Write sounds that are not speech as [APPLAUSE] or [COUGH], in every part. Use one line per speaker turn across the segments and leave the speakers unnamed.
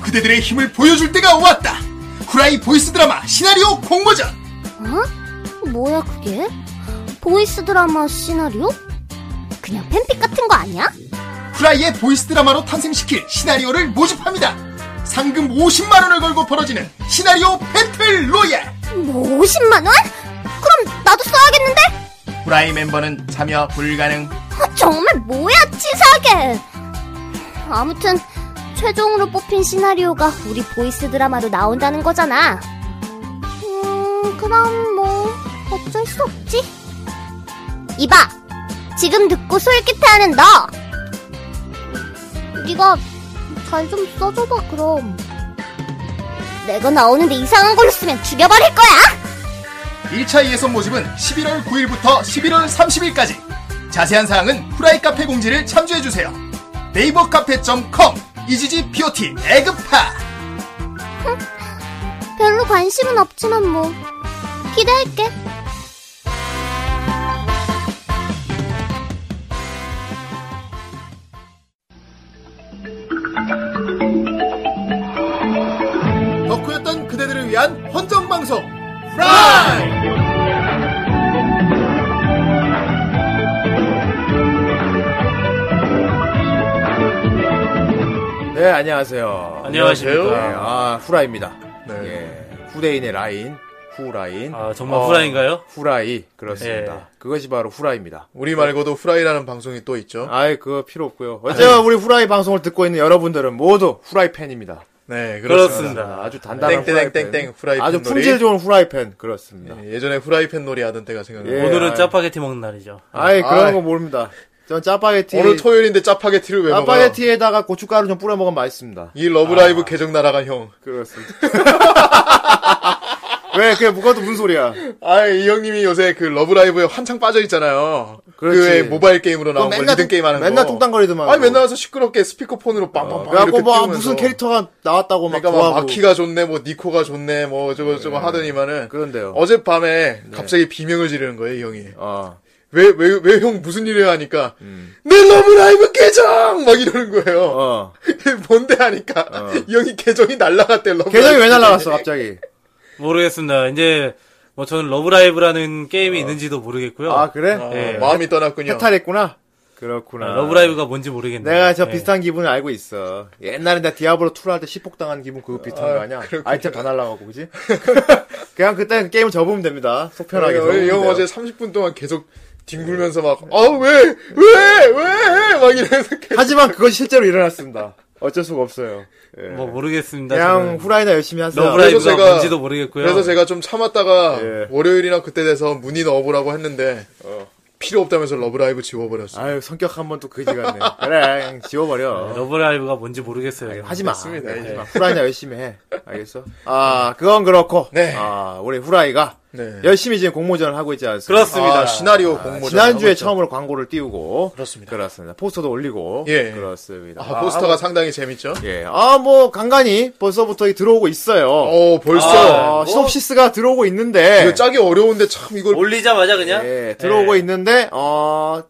그대들의 힘을 보여줄 때가 왔다 후라이 보이스 드라마 시나리오 공모전
어? 뭐야 그게? 보이스 드라마 시나리오? 그냥 팬픽 같은 거 아니야?
후라이의 보이스 드라마로 탄생시킬 시나리오를 모집합니다 상금 50만원을 걸고 벌어지는 시나리오 배틀 로얄
뭐 50만 원? 그럼 나도 써야겠는데?
후라이 멤버는 참여 불가능
아, 정말 뭐야 치사하게 아무튼 최종으로 뽑힌 시나리오가 우리 보이스 드라마로 나온다는 거잖아 음 그럼 뭐 어쩔 수 없지 이봐 지금 듣고 솔깃해하는 너 네가 잘 좀 써줘봐 그럼 내가 나오는데 이상한 걸로 쓰면 죽여버릴 거야
1차 예선 모집은 11월 9일부터 11월 30일까지 자세한 사항은 후라이 카페 공지를 참조해주세요 네이버 카페.com 이지지 POT 에그파
별로 관심은 없지만 뭐 기대할게
덕후였던 그대들을 위한 헌정방송 프라이
네, 안녕하세요.
안녕하십니까.
네, 아, 후라입니다.
네.
예, 후대인의 라인, 후라인.
아, 정말 후라인가요?
후라이, 그렇습니다.
예.
그것이 바로 후라입니다.
우리 말고도 후라이라는 방송이 또 있죠
아이, 그거 필요 없고요. 어쨌든 우리 후라이 방송을 듣고 있는 여러분들은 모두 후라이 팬입니다.
네
그렇습니다.
아주 단단한 후라이 팬.
땡땡땡땡 후라이
아주
팬 놀이.
품질 좋은 후라이 팬, 그렇습니다.
예전에 후라이팬 놀이 하던 때가 생각나요
예.
오늘은
아이.
짜파게티 먹는 날이죠.
아이,
아이.
그런 거 모릅니다. 전 짜파게티.
오늘 토요일인데 짜파게티를 왜 먹어요
짜파게티에다가 고춧가루 좀 뿌려 먹으면 맛있습니다.
이 러브라이브 계정 날아간 형
그렇습니다. [LAUGHS] 왜, 그게 그것도 무슨 소리야.
아이 이 형님이 요새 그 러브라이브에 한창 빠져 있잖아요.
그렇지.
그외 모바일 게임으로 나온 거 리듬
뚱-
게임 하는 거.
맨날 뚱땅거리더만.
아니 맨날 와서 시끄럽게 스피커폰으로 빵빵빵
그래갖고
이렇게
뭐 아,
띄우면서.
무슨 캐릭터가 나왔다고 막
그러니까 막
좋아하고
마키가 좋네, 뭐 니코가 좋네, 뭐 저거 저거 하더니만은
그런데요.
어젯밤에
네.
갑자기 비명을 지르는 거예요, 이 형이.
어.
왜 왜 왜 형 무슨 일이야 하니까 내 러브라이브 계정 막 이러는 거예요.
음. 어.
[LAUGHS] 뭔데 하니까 [LAUGHS] 이 형이 계정이 날라갔대 러브.
계정이 왜 날라갔어 갑자기?
모르겠습니다. 이제 뭐 저는 러브라이브라는 게임이 있는지도 모르겠고요.
어. 아 그래?
어.
예.
마음이 떠났군요.
해탈했구나. 그렇구나.
아, 러브라이브가 뭔지 모르겠네요.
내가 저
예.
비슷한 기분을 알고 있어. 옛날에 나 디아블로 2를 할 때 시폭 당한 기분 그거 비슷한 거 아니야? 아이템 다 날라가고 그지? [LAUGHS] 그냥 그때 그 게임을 접으면 됩니다. 속 편하게.
예, 이
접으면
형
돼요.
뭐 어제 30분 동안 계속 뒹굴면서 막, 어, 왜, 왜, 왜, 막 이러면서 계속.
하지만 그것이 실제로 일어났습니다. 어쩔 수가 없어요. 예.
뭐 모르겠습니다.
그냥
저는.
후라이나 열심히 하세요.
러브라이브가
그래서 제가-
뭔지도 모르겠고요.
그래서 제가 좀 참았다가
예.
월요일이나 그때 돼서 문의 넣어보라고 했는데 필요 없다면서 러브라이브 지워버렸어.
아유 성격 한 번 또 그지 같네. 그래 그냥
네,
지워버려.
어, 러브라이브가 뭔지 모르겠어요.
아, 하지 마.
됐습니다,
하지
이제.
마. 후라이나 열심히 해. 알겠어? 아, 그건 그렇고.
네.
아, 우리 후라이가
네.
열심히 지금 공모전을 하고 있지 않습니까?
그렇습니다.
아, 시나리오 공모.
지난주에 처음으로 광고를 띄우고.
그렇습니다.
그렇습니다. 포스터도 올리고.
예.
그렇습니다.
아, 포스터가 상당히 재밌죠.
아, 예. 아, 뭐, 간간히 벌써부터 들어오고 있어요.
어 벌써
아,
뭐.
시놉시스가 들어오고 있는데.
이거 짜기 어려운데 참 이걸
올리자마자 그냥
예, 들어오고
예.
있는데, 어,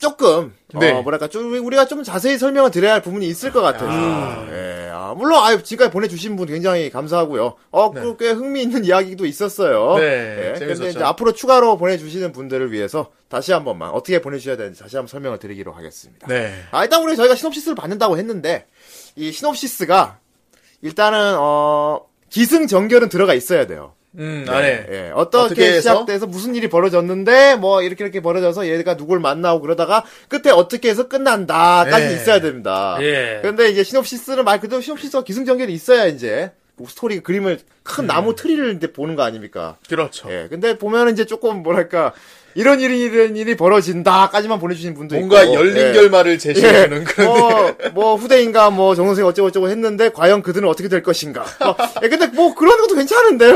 조금, 어,
네.
뭐랄까, 좀, 우리가 좀 자세히 설명을 드려야 할 부분이 있을 것 같아서.
음.
예, 아, 물론, 아유, 지금까지 보내주신 분 굉장히 감사하고요. 어, 그꽤 흥미있는 이야기도 있었어요.
네,
예,
재밌었죠.
근데 이제 앞으로 추가로 보내주시는 분들을 위해서 다시 한 번만, 어떻게 보내주셔야 되는지 다시 한번 설명을 드리기로 하겠습니다.
네.
아, 일단 우리 저희가 시놉시스를 받는다고 했는데, 이 시놉시스가, 일단은, 어, 기승전결은 들어가 있어야 돼요.
음 안에
예,
어떻게
어떻게
해서?
시작돼서 무슨 일이 벌어졌는데 뭐 이렇게 이렇게 벌어져서 얘가 누굴 만나고 그러다가 끝에 어떻게 해서 끝난다까지
예.
있어야 됩니다.
예.
근데 이제 시놉시스는 말 그대로 시놉시스와 기승전결이 있어야 이제 뭐 스토리
음.
그림을 큰 나무 트리를 이제 보는 거 아닙니까?
그렇죠.
예. 근데 보면은 이제 조금 뭐랄까 이런 일이 이런 일이 벌어진다까지만 보내주신 분도
뭔가
있고
열린
예.
결말을 제시해주는
예.
그런.
뭐, 뭐 후대인가 뭐 정선생 어쩌고저쩌고 했는데 과연 그들은 어떻게 될 것인가. 뭐, 예, 근데 뭐 그런 것도 괜찮은데요.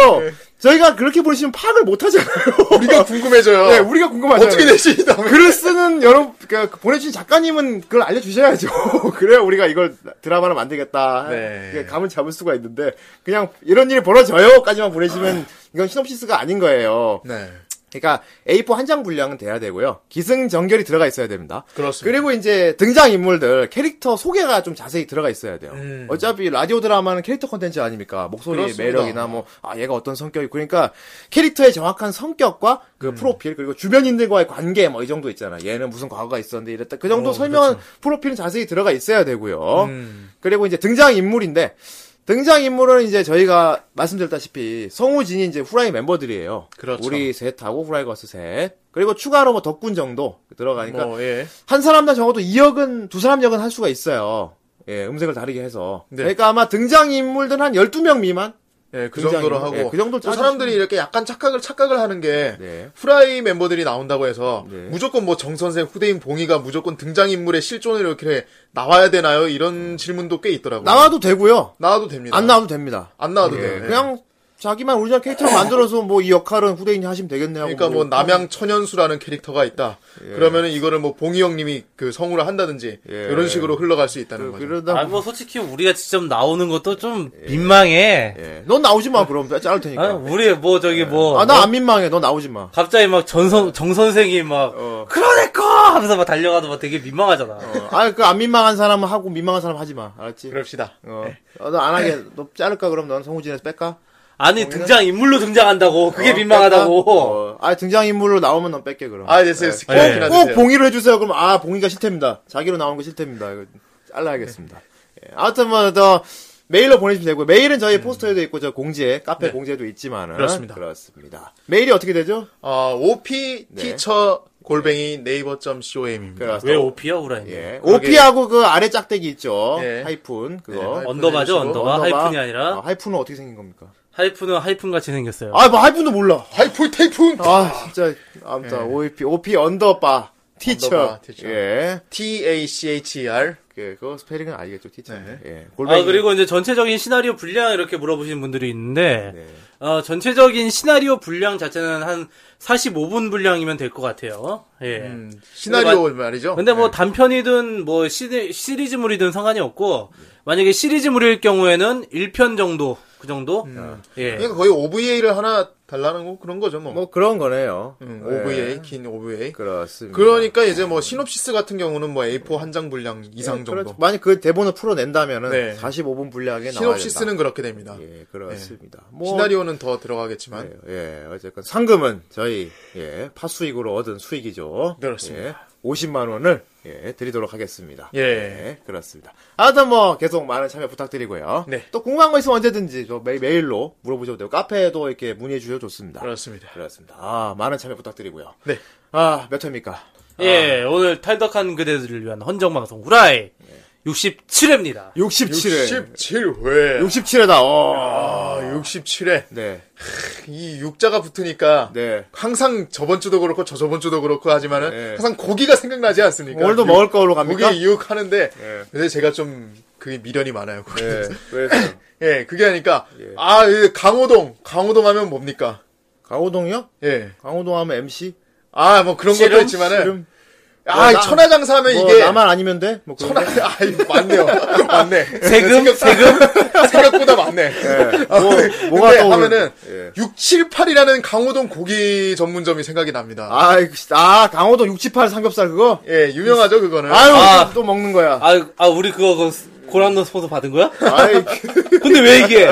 저희가 그렇게 보내시면 파악을 못 하잖아요.
예.
[LAUGHS]
우리가 궁금해져요.
네, 우리가 궁금하잖아요.
어떻게 되시나?
글을 쓰는 여러분, 그러니까 보내주신 작가님은 그걸 알려주셔야죠. [LAUGHS] 그래야 우리가 이걸 드라마로 만들겠다.
네.
그게 감을 잡을 수가 있는데, 그냥 이런 일이 벌어져요까지만 보내시면 이건 시놉시스가 아닌 거예요.
네.
그러니까 A4 한 장 분량은 돼야 되고요. 기승전결이 들어가 있어야 됩니다.
그렇습니다.
그리고 이제 등장 인물들 캐릭터 소개가 좀 자세히 들어가 있어야 돼요. 어차피 라디오 드라마는 캐릭터 콘텐츠 아닙니까? 목소리
네. 그렇습니다.
매력이나 뭐 아 얘가 어떤 성격이 그러니까 캐릭터의 정확한 성격과 그
음.
프로필 그리고 주변인들과의 관계 뭐 이 정도 있잖아. 얘는 무슨 과거가 있었는데 이랬다. 그 정도
어, 음.
설명한 프로필은 자세히 들어가 있어야 되고요. 그리고 이제 등장 인물인데 등장 인물은 이제 저희가 말씀드렸다시피 성우진이 이제 후라이 멤버들이에요.
그렇죠.
우리 셋하고 후라이 거스 셋. 그리고 추가로 뭐 덕군 정도 들어가니까
뭐, 예.
한 사람당 적어도 2억은 두 사람 역은 할 수가 있어요. 예, 음색을 다르게 해서.
네.
그러니까 아마 등장 인물들 한 12명 미만.
예, 그
굉장히,
정도로
예,
하고.
그 정도로
또 사람들이 이렇게 약간 착각을, 착각을 하는 게.
네.
후라이 멤버들이 나온다고 해서
네.
무조건 뭐 정선생 후대인 봉이가 무조건 등장인물의 실존을 이렇게 나와야 되나요? 이런 질문도 꽤 있더라고요.
나와도 되고요.
나와도 됩니다.
안 나와도 됩니다.
안 나와도
예,
돼요. 예.
그냥 자기만 오리지널 캐릭터로 만들어서 뭐 이 역할은 후대인이 하시면 되겠네요.
네. 그러니까 뭐 남양 천연수라는 캐릭터가 있다. 그러면은 이거를 뭐 봉이 형님이 그 성우를 한다든지
예.
이런 식으로 흘러갈 수 있다는 거죠.
그러다
아, 뭐, 솔직히 우리가 직접 나오는 것도 좀 민망해.
예. 넌 나오지 마, 그럼. 나 자를
아,
테니까.
우리, 뭐, 저기, 뭐.
아, 나 안 민망해. 너 나오지 마.
갑자기 막 전성, 정선생이 막,
어.
그러네꺼! 하면서 막 달려가도 막 되게 민망하잖아.
아, 그 안 민망한 사람은 하고 민망한 사람 하지 마. 알았지?
그럽시다. 네.
어. 너 안 하게. 너 자를까, 그럼 넌 성우진에서 뺄까?
아니, 등장인물로 등장한다고. 그게
어,
민망하다고.
어, 아, 등장인물로 나오면 넌 뺄게, 그럼.
아, 됐어요.
꼭,
예.
스킵이나
꼭
드세요.
봉이로 해주세요. 그럼, 아, 봉이가 싫답니다. 자기로 나오는 거 싫답니다. 이거 잘라야겠습니다.
네.
예. 아무튼, 뭐, 더, 메일로 보내주시면 되고, 메일은 저희 포스터에도 있고, 저 공지에, 카페 공지에도 있지만은.
음. 네. 그렇습니다.
그렇습니다. 메일이 어떻게 되죠?
어, OP
네. 음.
티처 골뱅이 네이버 com입니다.
그렇습니다.
왜 오피야, 후라이?
예.
네. 그러게.
오피하고 그 아래 짝대기 있죠.
예.
하이픈,
예,
그거.
하이픈
언더바죠,
해주시고,
언더바. 하이픈이 아니라.
아, 하이픈은 어떻게 생긴 겁니까?
하이픈은 하이픈 같이 생겼어요.
아, 뭐 하이픈도 몰라.
하이풀 테이프
아, 진짜 아무튼 OP OP 언더바 티처.
예. 언더바 티처.
예.
T A C H E R
그 그거 스페링은 알겠죠, 티처.
네.
예.
아, 그리고 이제 전체적인 시나리오 분량 이렇게 물어보신 분들이 있는데, 어, 전체적인 시나리오 분량 자체는 한 45분 분량이면 될 것 같아요. 예.
음.
시나리오
그러니까
말이죠.
근데 뭐
음. 네.
단편이든 뭐 시리, 시리즈물이든 상관이 없고, 만약에 시리즈물일 경우에는 1편 정도, 그 정도? 예.
그러니까 거의 OVA를 하나 달라는 거 그런 거죠, 뭐.
뭐 그런 거네요.
음,
예.
OVA 긴 OVA.
그렇습니다.
그러니까 이제 뭐 시놉시스 같은 경우는 뭐 A4 한 장 분량 이상 정도.
그렇죠. 만약 그 대본을 풀어낸다면은
네.
45분 분량에 나와야 된다.
시놉시스는 그렇게 됩니다.
예, 그렇습니다. 뭐
시나리오는 더 들어가겠지만
예, 예, 어쨌건 상금은 저희 예, 파수익으로 얻은 수익이죠.
그렇습니다.
예, 50만 원을 예, 드리도록 하겠습니다.
예.
그렇습니다. 아무튼 뭐 계속 많은 참여 부탁드리고요.
네.
또 궁금한 거 있으면 언제든지 저 메, 메일로 물어보셔도 되고 카페에도 이렇게 문의해 주셔도 좋습니다.
그렇습니다.
그렇습니다. 아, 많은 참여 부탁드리고요.
네.
아, 몇 회입니까?
예, 오늘 탈덕한 그대들을 위한 헌정방송 후라이 67회입니다.
67회. 네.
67회.
67회다. 어.
아, 67회.
네.
이 육자가 붙으니까
네.
항상 저번 주도 그렇고 저 저번 주도 그렇고 하지만은
네.
항상 고기가 생각나지 않습니까?
오늘도
육-
먹을 그러니까 거로 갑니까?
고기 이육 하는데
네.
근데 제가 좀 그게 미련이 많아요. 고기. [LAUGHS]
네.
예.
그래서
그게 하니까 아, 예, 강호동. 강호동 하면 뭡니까?
강호동이요?
예.
강호동 하면 MC?
아, 뭐 그런
씨름?
것도 있지만은
씨름?
아,
뭐 나-
천하장사 하면
뭐
이게 [LAUGHS]
나만 [LAUGHS] 아니면 돼? 뭐 그런
천하 아, 이거 맞네요.
[LAUGHS]
맞네.
세금?
생각보다, 생각보다 맞네.
뭐, 뭐가
근데
떠오르는데?
하면은
예.
678이라는 강호동 고기 전문점이 생각이 납니다.
아, 이거 씨, 아, 강호동 678 삼겹살 그거?
예, 유명하죠 그거는.
아유,
아.
또 먹는 거야.
아, 아, 우리 그거, 그거 고란노 스폰서 받은 거야?
아이, 그-
근데 왜 이게?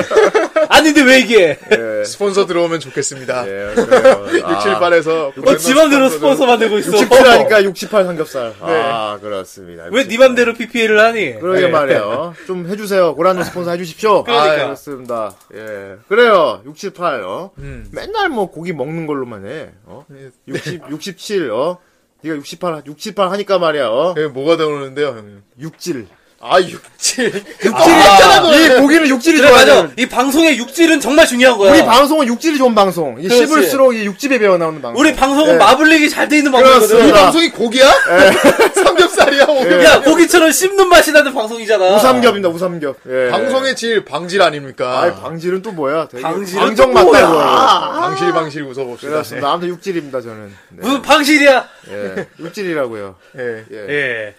아니, 근데 왜 이게? 어,
예.
스폰서 들어오면 좋겠습니다.
예, 그래요. 아,
678에서
어, 지 맘대로 스폰서 만들고 있어. 네.
67하니까 68 삼겹살. 아, 그렇습니다.
왜 네 맘대로 PPL을 하니? 네.
그러게
예.
말이에요. 좀 해주세요. 고란노 스폰서 해주십시오.
그러니까.
아, 그렇습니다. 예. 그래요. 678, 어.
음.
맨날 뭐 고기 먹는 걸로만 해. 어.
네.
60, 67, 어. 네가 68, 68 하니까 말이야, 어.
예, 뭐가 떠오르는데요, 형님?
육질. 아, 육,
7.
아, 이 고기는 육질이
그래,
좋아야
맞아.
돼.
이 방송의 육질은 정말 중요한 거야.
우리 방송은 육질이 좋은 방송. 이
그렇지.
씹을수록 이 육즙에 배어 나오는 방송.
우리 방송은
예.
마블링이 잘 돼 있는
그렇습니다. 예.
방송이거든.
이 방송이 고기야? [LAUGHS] 삼겹살이야? 뭐. 오겹-
야, 고기처럼 씹는 맛이 나는 방송이잖아.
우삼겹입니다, 우삼겹. 예.
방송의 질 방질 아닙니까?
아이, 방질은 또 뭐야? 되게
방질은
방정
또
맞다,
뭐야?
이거.
아. 방실 방실 웃어봅시다.
그렇습니다. 아무튼 육질입니다, 저는. 네.
무슨 방실이야?
예. 육질이라고요.
예.
예.
뭐? 예.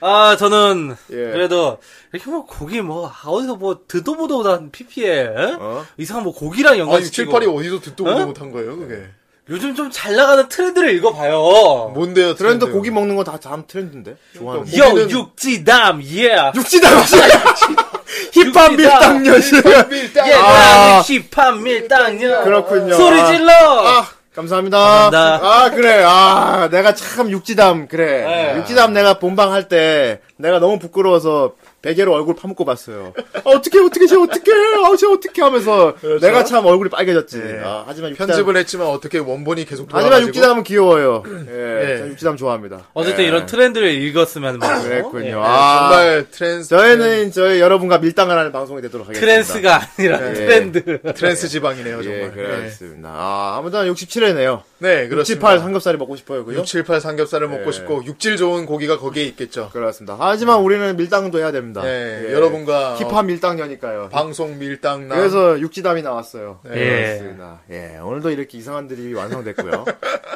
아, 저는,
예.
그래도, 이렇게 뭐, 고기 뭐, 아, 어디서 뭐, 듣도 보도 못한 PP에, 예?
어?
이상한 뭐, 고기랑
아,
연관
6,
시키
7,
고
8이 어디서 듣도 보도
어?
못한 거예요, 그게.
요즘 좀 잘 나가는 트렌드를 읽어봐요.
뭐,
뭔데요,
트렌드
트렌드가? 뭐
고기 먹는 거 다 다음 트렌드인데? 좋아하는 거.
요,
고기는-
육지담, 예.
육지다, [LAUGHS] 힙합
육지다.
밀당 여신.
예,
아.
나는 힙합 밀당녀. 예.
그렇군요.
소리
아.
질러!
아, 감사합니다.
감사합니다.
아, 그래. 아, 내가 참 육지담, 그래.
네.
육지담 내가 본방할 때, 내가 너무 부끄러워서, 베개로 얼굴 파묻고 봤어요. 아, 어떻게, 어떻게, 쟤 어떻게, 아, 쟤 어떻게 하면서, 내가 참 얼굴이 빨개졌지. 아, 하지만 육지담.
편집을 했지만 어떻게 원본이 계속 돌아가지고
하지만 육지담은
[CLEARS THROAT]
귀여워요. 예,
예.
저 육지담 좋아합니다.
어쨌든 이런 트렌드를 읽었으면 말이죠.
예. 그랬군요.
예.
아,
정말 트랜스
저희는 저희 여러분과 밀당을 하는 방송이 되도록 하겠습니다.
트랜스가 아니라
예.
트렌드.
트랜스 지방이네요, 정말.
예,
네,
그렇습니다. 아, 아무튼 67회네요.
네,
68
그렇습니다.
삼겹살이 먹고 싶어요, 그죠?
6, 7, 8 삼겹살을 먹고
예.
싶고 육질 좋은 고기가 거기에 있겠죠.
그렇습니다. 하지만 우리는 밀당도 해야 됩니다.
예, 여러분과
힙합 밀당녀니까요.
방송 밀당 남
그래서 육지담이 나왔어요.
네,
예.
그렇습니다. 예, 오늘도 이렇게 이상한
[LAUGHS]
드립이 완성됐고요.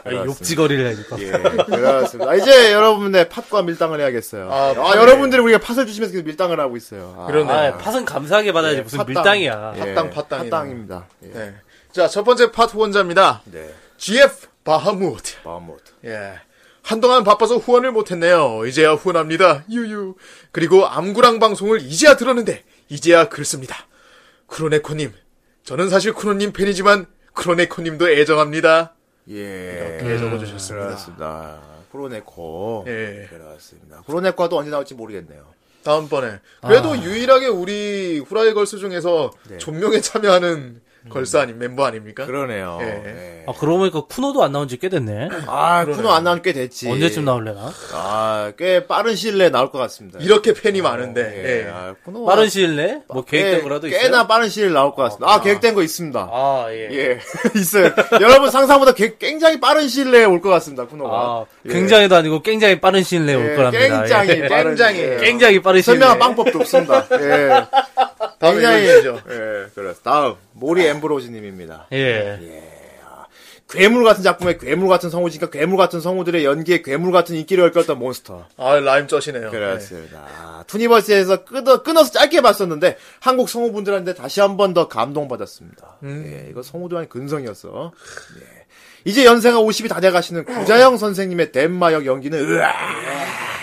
아, 욕지거리를 해니까.
예, 그렇습니다. 아, 이제 여러분의 팟과 밀당을 해야겠어요.
아,
아,
팟네.
여러분들이 우리가 팟을 주시면서 계속 밀당을 하고 있어요. 아,
그러네.
아, 팥은 감사하게 받아야지.
예,
무슨
팥당.
밀당이야.
예. 팟당, 팟당이네.
팟당입니다. 예.
네. 자, 첫 번째 파트 원자입니다.
네.
GF 바하무트.
바모트.
예. 한동안 바빠서 후원을 못했네요. 이제야 후원합니다. 유유. 그리고 암구랑 방송을 이제야 들었는데 이제야 글 씁니다. 크로네코님. 저는 사실 크로님 팬이지만 크로네코님도 애정합니다.
예.
이렇게 적어주셨습니다.
그렇습니다. 프로네코.
예.
그렇습니다. 프로네코도 언제 나올지 모르겠네요.
다음번에 그래도
아.
유일하게 우리 후라이걸스 중에서 존명에 참여하는 걸스 아닌 멤버 아닙니까?
네. 음. 그러네요.
예.
아, 그러고 보니까 쿠노도 안 나온 지 꽤 됐네.
아, 예. 쿠노 안 나온 게 됐지.
언제쯤 나올래나?
아, 꽤 빠른 시일 내에 나올 것 같습니다.
이렇게 팬이 많은데
예.
예.
아, 쿠노.
빠른 시일 내에? 뭐
꽤-
계획된 거라도 있어요?
아, 예, 꽤나 빠른 시일 나올 것 같습니다. 아, 계획된 거 있습니다.
아, 예.
예, [LAUGHS] 있어요. 여러분 상상보다 개- 굉장히 빠른 시일 내에 올 것 같습니다, 쿠노가.
아,
예.
굉장히도 아니고 굉장히 빠른 시일 내에 올
예,
거랍니다.
굉장히
예.
굉장히.
빠른
[LAUGHS]
시일.
굉장히 빠른 시일
설명할
내에.
방법도 없습니다.
[LAUGHS]
예.
다음에
굉장히.
읽어주시죠.
예, 그래. 다음, 모리 엠브로즈님입니다.
예.
괴물 같은 작품에 괴물 같은 성우니까 괴물 같은 성우들의 연기에 괴물 같은 인기를 얽혔던 몬스터.
아 라임 쩌시네요. 예.
그렇습니다. 아, 투니버스에서 끊어, 끊어서 짧게 봤었는데 한국 성우분들한테 다시 한 번 더 감동받았습니다. 예, 이거 성우들한테 근성이었어. 예. 이제 연세가 50이 다 돼가시는 구자영 선생님의 덴마역 연기는 으아,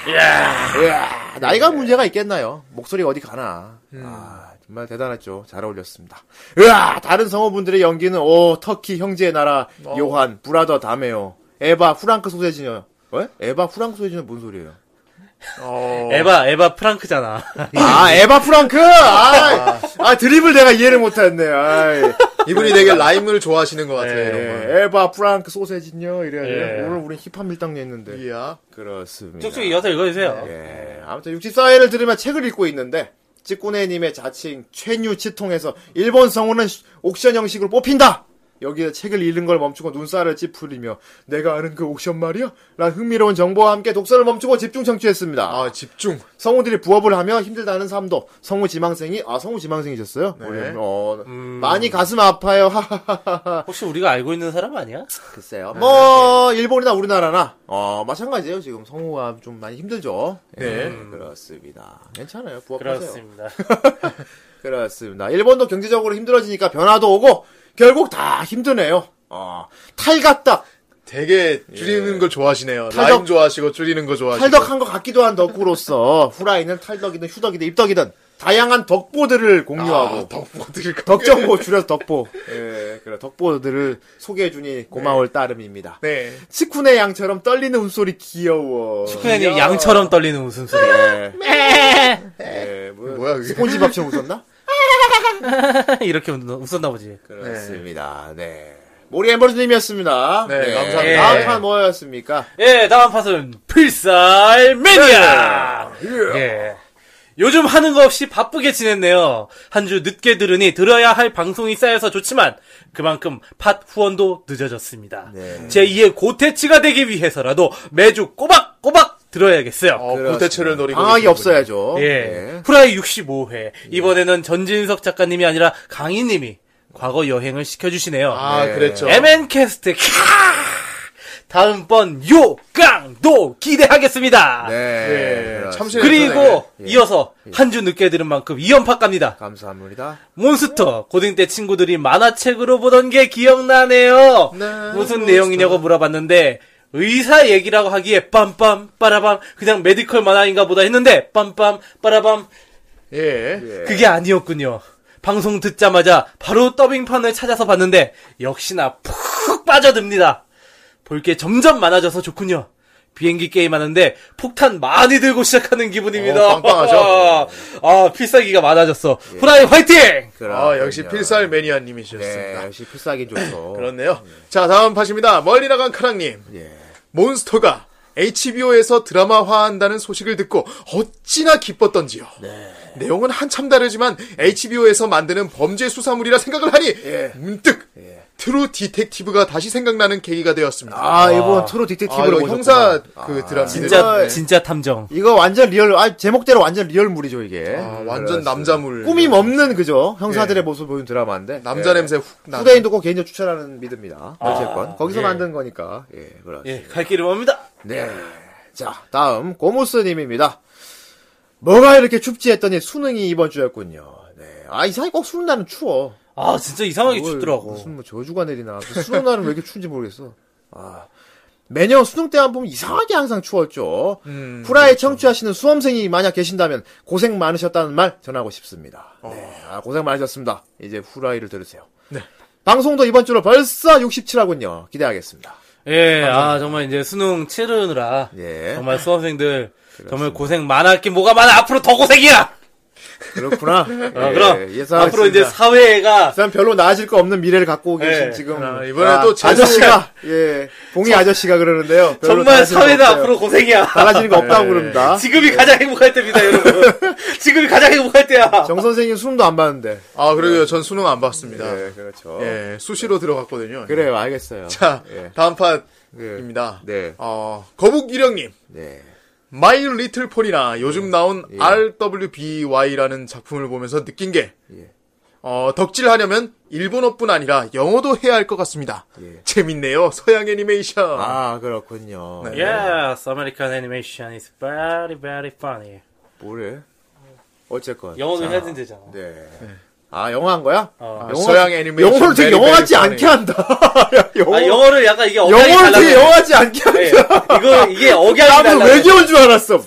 으아, 으아. 나이가 문제가 있겠나요? 목소리 어디 가나? 아, 정말 대단했죠. 잘 어울렸습니다. 으아! 다른 성우분들의 연기는 오 터키 형제의 나라 요한 브라더 다메오 에바 프랑크 소세지녀 어? 에바 프랑크 소세지녀 뭔 소리예요? 예.
어,
에바, 에바 프랑크잖아.
[LAUGHS] 아, 에바 프랑크! 아, 아, 드립을 내가 이해를 못했네. 아이.
이분이 되게 라임을 좋아하시는 것 같아요.
예.
이런 거.
예, 에바 프랑크 소세지요 이래야 돼.
예.
오늘 우리 힙합 밀당 냈는데.
이야.
그렇습니다.
쭉쭉 이어서 읽어주세요.
예, 아무튼 64회를 들으면 책을 읽고 있는데, 찌꾸네님의 자칭 최뉴 치통에서 일본 성우는 옥션 형식으로 뽑힌다! 여기에 책을 읽는 걸 멈추고 눈살을 찌푸리며 내가 아는 그 옥션 말이야? 라는 흥미로운 정보와 함께 독서를 멈추고 집중 청취했습니다.
아 집중.
성우들이 부업을 하며 힘들다는 삶도 성우 지망생이 아 성우 지망생이셨어요?
네.
어, 많이 가슴 아파요. [LAUGHS] 하하하하.
혹시 우리가 알고 있는 사람 아니야?
글쎄요. 뭐 일본이나 우리나라나 어 마찬가지예요. 지금 성우가 좀 많이 힘들죠.
네.
음. 그렇습니다. 괜찮아요. 부업하세요. 그렇습니다.
그렇습니다. [LAUGHS]
일본도 경제적으로 힘들어지니까 변화도 오고 결국 다 힘드네요. 어, 탈갔다
되게 줄이는 걸 좋아하시네요.
예. 탈덕.
라임 좋아하시고 줄이는 거 좋아하시고.
탈덕한 것 같기도 한 덕후로서 후라이는 탈덕이든 휴덕이든 입덕이든 다양한 덕보들을 공유하고
아, 덕분들
덕정보 줄여서 덕보.
[LAUGHS]
예, 그래. 덕보들을 소개해주니 고마울 따름입니다.
네.
치쿠네 양처럼 떨리는 웃소리 귀여워.
쿠네님 양처럼 떨리는 웃음소리. [LAUGHS]
예,
에
예, 뭐,
네, 뭐야 그게?
스폰지밥처럼
[LAUGHS]
웃었나?
이렇게 웃- 웃었나 보지.
그렇습니다. 네. 모리 엠버즈님이었습니다.
네, 감사합니다.
다음
예.
판 뭐였습니까?
예, 다음 팟은 필살 매니아! 예. 요즘 하는 거 없이 바쁘게 지냈네요. 한 주 늦게 들으니 들어야 할 방송이 쌓여서 좋지만 그만큼 팟 후원도 늦어졌습니다. 제2의 고태치가 되기 위해서라도 매주 꼬박꼬박 들어야겠어요.
어, 고대체를 노리고.
방학이
계시는군요.
없어야죠.
예. 후라이 65회. 이번에는 전진석 작가님이 아니라 강희님이 과거 여행을 시켜주시네요.
아,
네.
그랬죠.
MN 캐스트 캬! 다음번 요강도 기대하겠습니다.
네.
예,
그렇습니다.
참신-
그리고
예.
이어서 한 주 늦게 들은 만큼 2연파 갑니다.
감사합니다.
몬스터 고등 때 친구들이 만화책으로 보던 게 기억나네요.
네,
무슨
몬스터.
내용이냐고 물어봤는데 의사 얘기라고 하기에 빰빰 빠라밤 그냥 메디컬 만화인가 보다 했는데 빰빰 빠라밤
예.
그게 아니었군요. 방송 듣자마자 바로 더빙판을 찾아서 봤는데 역시나 푹 빠져듭니다. 볼 게 점점 많아져서 좋군요. 비행기 게임 하는데 폭탄 많이 들고 시작하는 기분입니다.
어, 빵빵하죠?
[LAUGHS] 아, 필살기가 많아졌어. 후라이 화이팅!
아, 역시 필살
네,
매니아님이셨습니다.
역시 필살기
[LAUGHS]
좋죠.
그렇네요. 자, 다음 팟입니다. 멀리 나간 카랑님.
예.
몬스터가 HBO에서 드라마화한다는 소식을 듣고 어찌나 기뻤던지요.
네.
내용은 한참 다르지만 HBO에서 만드는 범죄 수사물이라 생각을 하니
예.
문득 트루 디텍티브가 다시 생각나는 계기가 되었습니다.
아, 이번 트로
아,
디텍티브를
이거 형사 그 드라마.
진짜
이거-
진짜 탐정.
이거 완전 리얼, 아, 제목대로 완전 리얼물이죠, 이게.
아, 완전 남자물. 예.
꾸밈 없는, 그죠? 형사들의 모습을 보는 드라마인데.
남자 냄새 아, 훅 나.
예. 후대인도 꼭 개인적으로 추천하는 믿음이다. 어쨌건. 거기서 만든 거니까. 예, 그렇습니다.
예, 갈 길이 멉니다.
네. 자, 다음, 고모스님입니다. 뭐가 이렇게 춥지 했더니 수능이 이번 주였군요. 네. 아, 이상이 꼭 수능 날은 추워.
아, 진짜 이상하게
뭘,
춥더라고.
무슨 뭐 저주가 내리나. 그 수능 날은 왜 이렇게 추운지 모르겠어. 아. 매년 수능 때만 보면 이상하게 항상 추웠죠.
음,
후라이
그렇죠.
청취하시는 수험생이 만약 계신다면 고생 많으셨다는 말 전하고 싶습니다.
어.
네. 아, 고생 많으셨습니다. 이제 후라이를 들으세요.
네.
방송도 이번 주로 벌써 67화군요. 기대하겠습니다.
예, 아 정말 이제 수능 치르느라
예.
정말 수험생들 정말 고생 많았긴 뭐가 많아 앞으로 더 고생이야.
그렇구나.
[LAUGHS] 아,
예,
그럼
예상하겠습니다.
앞으로 이제 사회가
사람 별로 나아질 거 없는 미래를 갖고 계신
예.
지금
아, 이번에도 재수-
아저씨가 예 봉이 아저씨가 그러는데요. 별로
정말
나아질 거
사회는
없어요. 아, 예.
앞으로 네. 고생이야.
달라지는 거 없다고 그럽니다.
[LAUGHS] 지금이 가장 행복할 때입니다, 여러분.
[LAUGHS]
지금이 가장 행복할 때야.
정 선생님 수능도 안 봤는데.
아, 그러게요. 전 수능 안 봤습니다.
예, 그렇죠.
예, 수시로 들어갔거든요.
그래요, 알겠어요.
자,
예.
다음 팟
그,
입니다.
네.
어, 거북유령님.
네.
마이 리틀 폰이나
예.
요즘 나온 RWBY라는 작품을 보면서 느낀 게,
예.
어, 덕질하려면 일본어뿐 아니라 영어도 해야 할 것 같습니다.
예.
재밌네요. 서양 애니메이션.
아 그렇군요.
네.
Yes, American animation is very, very funny.
뭐래? 어쨌건.
영어는
자,
해야 된대잖아.
네. 아 영어 한 거야?
어.
아, 서양 애니메이션.
영어를 되게
베리,
영어
베리
같지
베리.
않게 한다. [LAUGHS] 야, 영어,
아, 영어를 약간 이게 억양이
영어를
달라.
되게 영어 같지 않게 한다.
이거 이게 억양이
나는 뭐
달라.
외계어인 줄 알았어.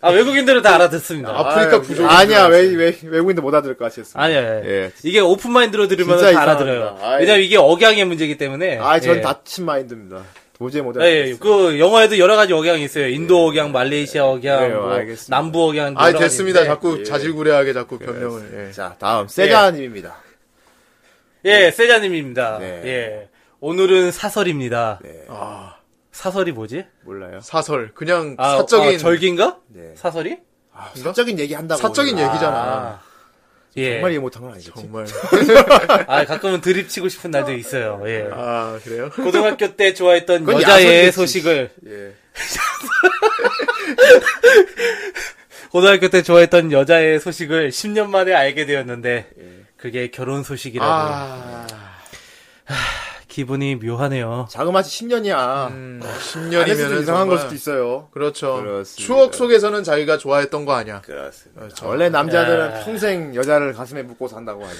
아 외국인들은 다 알아듣습니다.
아프리카 부족.
아니야, 외, 외, 외국인도 못 알아들을 것 같았어.
아니요.
예.
이게 오픈 마인드로 들으면
진짜
다 알아들어요.
이상합니다. 아이.
왜냐면 이게 억양의 문제이기 때문에.
아, 전
예.
닫힌 마인드입니다. 도저히 못
예, 예,
알아들었어.
그 영어에도 여러 가지 억양이 있어요. 인도 억양, 말레이시아 억양,
그래요,
뭐
예. 네, 알겠습니다.
남부 억양.
아,
여러 가지
됐습니다.
네.
있는데.
자꾸 자질구레하게 자꾸 변명을. 예.
예. 자, 다음
네.
세자님입니다.
예, 세자님입니다.
네.
예, 오늘은 사설입니다.
아,
사설이 뭐지?
몰라요. 어,
사설. 그냥
아,
사적인.
아, 절기인가?
네.
사설이?
사적인 얘기 한다고.
사적인 얘기잖아.
아. 예.
정말 이해 못한 건 아니겠지.
정말.
아, 가끔은 드립 치고 싶은 날도 있어요. 예.
아, 그래요?
고등학교 때 좋아했던
그건
여자의
야설이지.
소식을
예.
[LAUGHS] 고등학교 때 좋아했던 여자의 소식을 10년 만에 알게 되었는데
예.
그게 결혼 소식이라고
아,
기분이 묘하네요.
자그마치 10년이야.
음,
안 했으면
10년이면
이상한 걸 수도 있어요.
그렇죠.
그렇습니다.
추억 속에서는 자기가 좋아했던 거 아니야.
그렇습니다.
그렇죠.
원래 남자들은 평생 여자를 가슴에 묻고 산다고 하죠.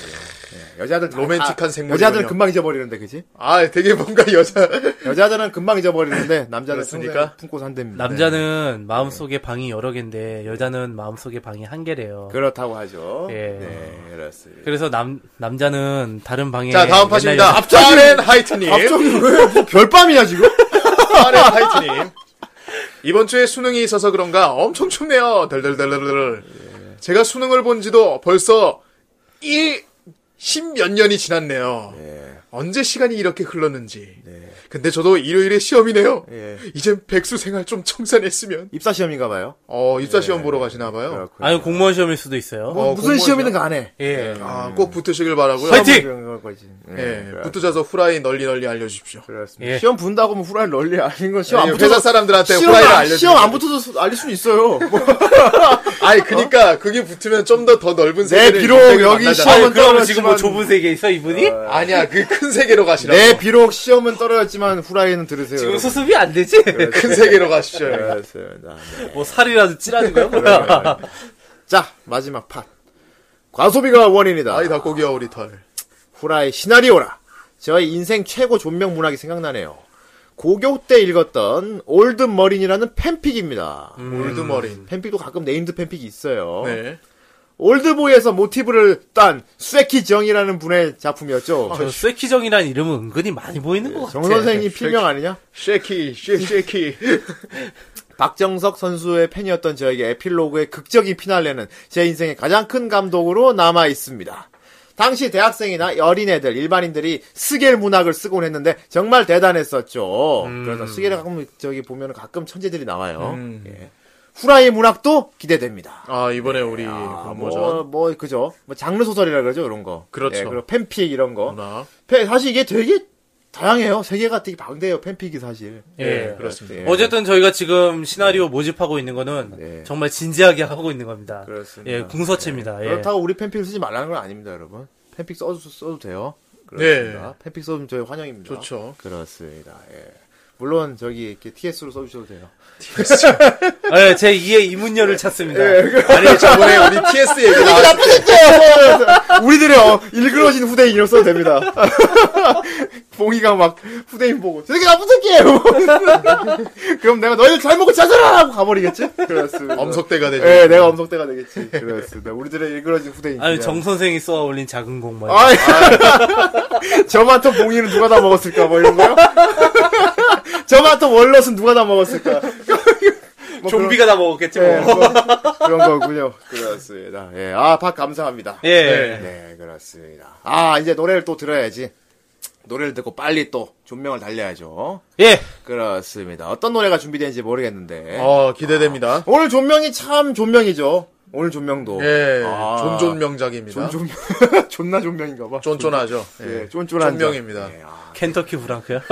예. 여자들 다-
로맨틱한
아,
생물이군요.
여자들은 금방 잊어버리는데, 그지?
아, 되게 뭔가 여자.
여자들은 금방 잊어버리는데 남자는
그렇습니까?
평생 품고 산답니다. 네,
남자는 마음속에 방이 여러 개인데 여자는 마음속에 방이 한 개래요.
그렇다고 하죠.
예.
네, 그렇습니다.
그래서 남 남자는 다른 방에
자, 다음
예, 맨날
파입니다
여자-
파렌 하이트님.
갑자기 왜, 뭐 별밤이야, 지금? [LAUGHS]
파렌 하이트님. 이번 주에 수능이 있어서 그런가 엄청 춥네요. 덜덜덜덜덜. 제가 수능을 본 지도 벌써 1, 십몇 년이 지났네요. 언제 시간이 이렇게 흘렀는지. 근데 저도 일요일에 시험이네요.
예.
이젠 백수 생활 좀 청산했으면.
입사 시험인가 봐요.
어, 입사 시험 보러 가시나 봐요.
그렇군요.
아니 공무원 시험일 수도 있어요.
뭐, 어,
무슨
공무원
시험이든 간에.
예.
아, 꼭 붙으시길 바라고요.
화이팅!
그런 거지. 예.
예,
그래-
붙으셔서 후라이 널리 널리 알려주십시오.
그렇습니다.
예.
시험 분다고 하면 후라이 널리 알린 건 시험
아니,
안
회사
붙어서
사람들한테
시험
후라이를
안,
알려주는
시험 안
거지.
붙어도 수- 알릴 수는 있어요. 뭐,
[LAUGHS] 아니 그러니까 그니까 그게 붙으면 좀 더 더 넓은
네,
세계를
비록
인생을
여기
만나잖아.
시험은
아니, 그럼
떨어지지만-
지금 뭐 좁은 세계에 있어 이분이?
아니야 그 큰 세계로 가시라고
네, 비록 시험은 떨어졌지만 후라이는 들으세요.
지금
여러분.
수습이 안 되지?
네, 큰 세계로 가시죠 여기.
알겠습니다. 네.
뭐 살이라도 찌라는 거야 뭐야?
자, 마지막 팟. 과소비가 원인이다.
아이 닭고기와 우리 털
후라이 시나리오라. 저의 인생 최고 존명 문학이 생각나네요. 고교 때 읽었던 올드 머린이라는 팬픽입니다.
음. 올드머린
팬픽도 가끔 음. 네임드 팬픽이 있어요.
네
올드보이에서 모티브를 딴 쇠키 정이라는 분의 작품이었죠.
아,
저 쇠키정이라는 이름은 은근히 많이 보이는 것 같아.
정 선생님 필명 아니냐?
쉐키 쉐 쉐키
박정석 선수의 팬이었던 저에게 에필로그의 극적인 피날레는 제 인생의 가장 큰 감동으로 남아 있습니다. 당시 대학생이나 어린애들, 일반인들이 스겔 문학을 쓰곤 했는데 정말 대단했었죠.
음.
그래서 스겔을 가끔 저기 보면 가끔 천재들이 나와요. 예. 후라이 문학도 기대됩니다.
아 이번에 우리
아,
그
뭐,
뭐죠
뭐, 그죠. 뭐, 장르 소설이라 그러죠, 이런 거.
그렇죠. 음.
예, 그리고 팬픽 이런 거.
문학
팬- 사실 이게 되게 다양해요. 세계가 되게 방대해요, 팬픽이 사실.
예,
그렇습니다.
예.
어쨌든 저희가 지금 시나리오 모집하고 있는 거는
네.
정말 진지하게 하고 있는 겁니다.
그렇습니다. 네.
예, 궁서체입니다. 예.
그렇다고 우리 팬픽을 쓰지 말라는 건 아닙니다, 여러분. 팬픽 써도, 써도 돼요.
네.
그렇습니다. 팬픽 써주면 저희 환영입니다.
좋죠.
그렇습니다. 예. 물론 저기 이렇게 TS로 써주셔도 돼요. [LAUGHS]
예, 제 2의 이문열을 찾습니다.
예,
아니 저번에 우리 TS 얘기 나왔을 때
우리들의 어, 일그러진 후대인으로 써도 됩니다. [LAUGHS] 봉이가 막 후대인 보고 저렇게 나쁜 새끼예요. [LAUGHS] 그럼 내가 너희들 잘 먹고 자살하라 하고 가버리겠지? 그렇습니다.
엄석대가 되죠
예, 내가 엄석대가 되겠지. 그렇습니다. 우리들의 일그러진 후대인.
아니
그냥.
정 선생이 쏘아 올린 작은 뭐 공만.
아이, [LAUGHS] 저만큼 봉이는 누가 다 먹었을까, 뭐 이런 거요? [LAUGHS] 저만큼 월넛은 누가 다 먹었을까? 뭐
좀비가 다 먹었겠지
그런, 예,
어.
뭐.
뭐 그런 거군요. 그렇습니다. 예, 아, 박 감사합니다.
예.
네, 그렇습니다. 아, 이제 노래를 또 들어야지. 노래를 듣고 빨리 또 존명을 달려야죠.
[LAUGHS] 예.
그렇습니다. 어떤 노래가 준비되는지 모르겠는데.
어 기대됩니다
오늘 존명이 참 존명이죠. 오늘 존명도.
예
아.
존존 명작입니다
존, [LAUGHS] 존, 나 존명인가봐.
쫀쫀하죠
예,
예
쫀쫀한
존명입니다.
예, 아,
켄터키 브랑크야.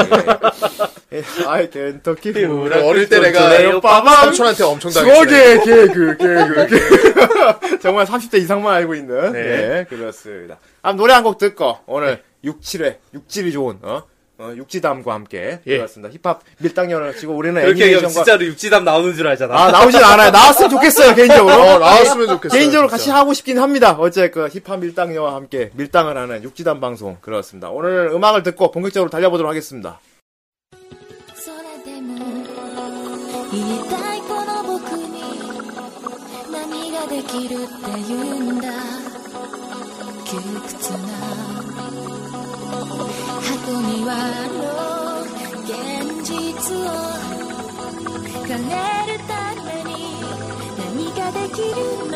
예, 아이 켄터키
그래, 어릴 때
쫀쫀해요,
내가
빠밤.
삼촌한테 음, 엄청 당했어요
수억의 개그 개그
[LAUGHS]
개그 정말 30대 이상만 알고 있는 네, 그렇습니다 아 노래 한 곡 듣고
네.
오늘 67회 육질이 좋은 어? 어, 육지담과 함께
예.
그렇습니다 힙합 밀당연을 치고 우리는
이렇게 얘기하면
애니메이션과
진짜로 육지담 나오는 줄 알잖아.
아 나오진 않아요 나왔으면 좋겠어요 개인적으로 아,
어 나왔으면 좋겠어요
개인적으로 같이
진짜.
하고 싶긴 합니다. 어째 그 힙합 밀당녀와 함께 밀당을 하는 육지단 방송 그렇습니다. 오늘 음악을 듣고 본격적으로 달려보도록 하겠습니다.
空でも言いたいこの僕に何ができるって言うんだ窮屈な箱にはあの現実を変えるために何ができるの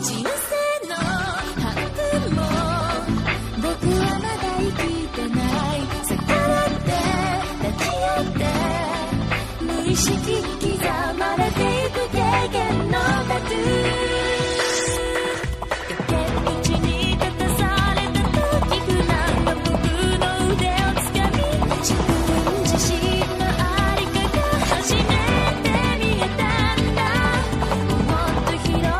人生の半分も僕はまだ生きてるない逆らって立ち寄って無意識に刻まれていく経験のタトゥー崖道に立たされた時不安は僕の腕を掴み自分自身のあり方初めて見えたんだもっと広いフィールドへもっと深い大きなロゴを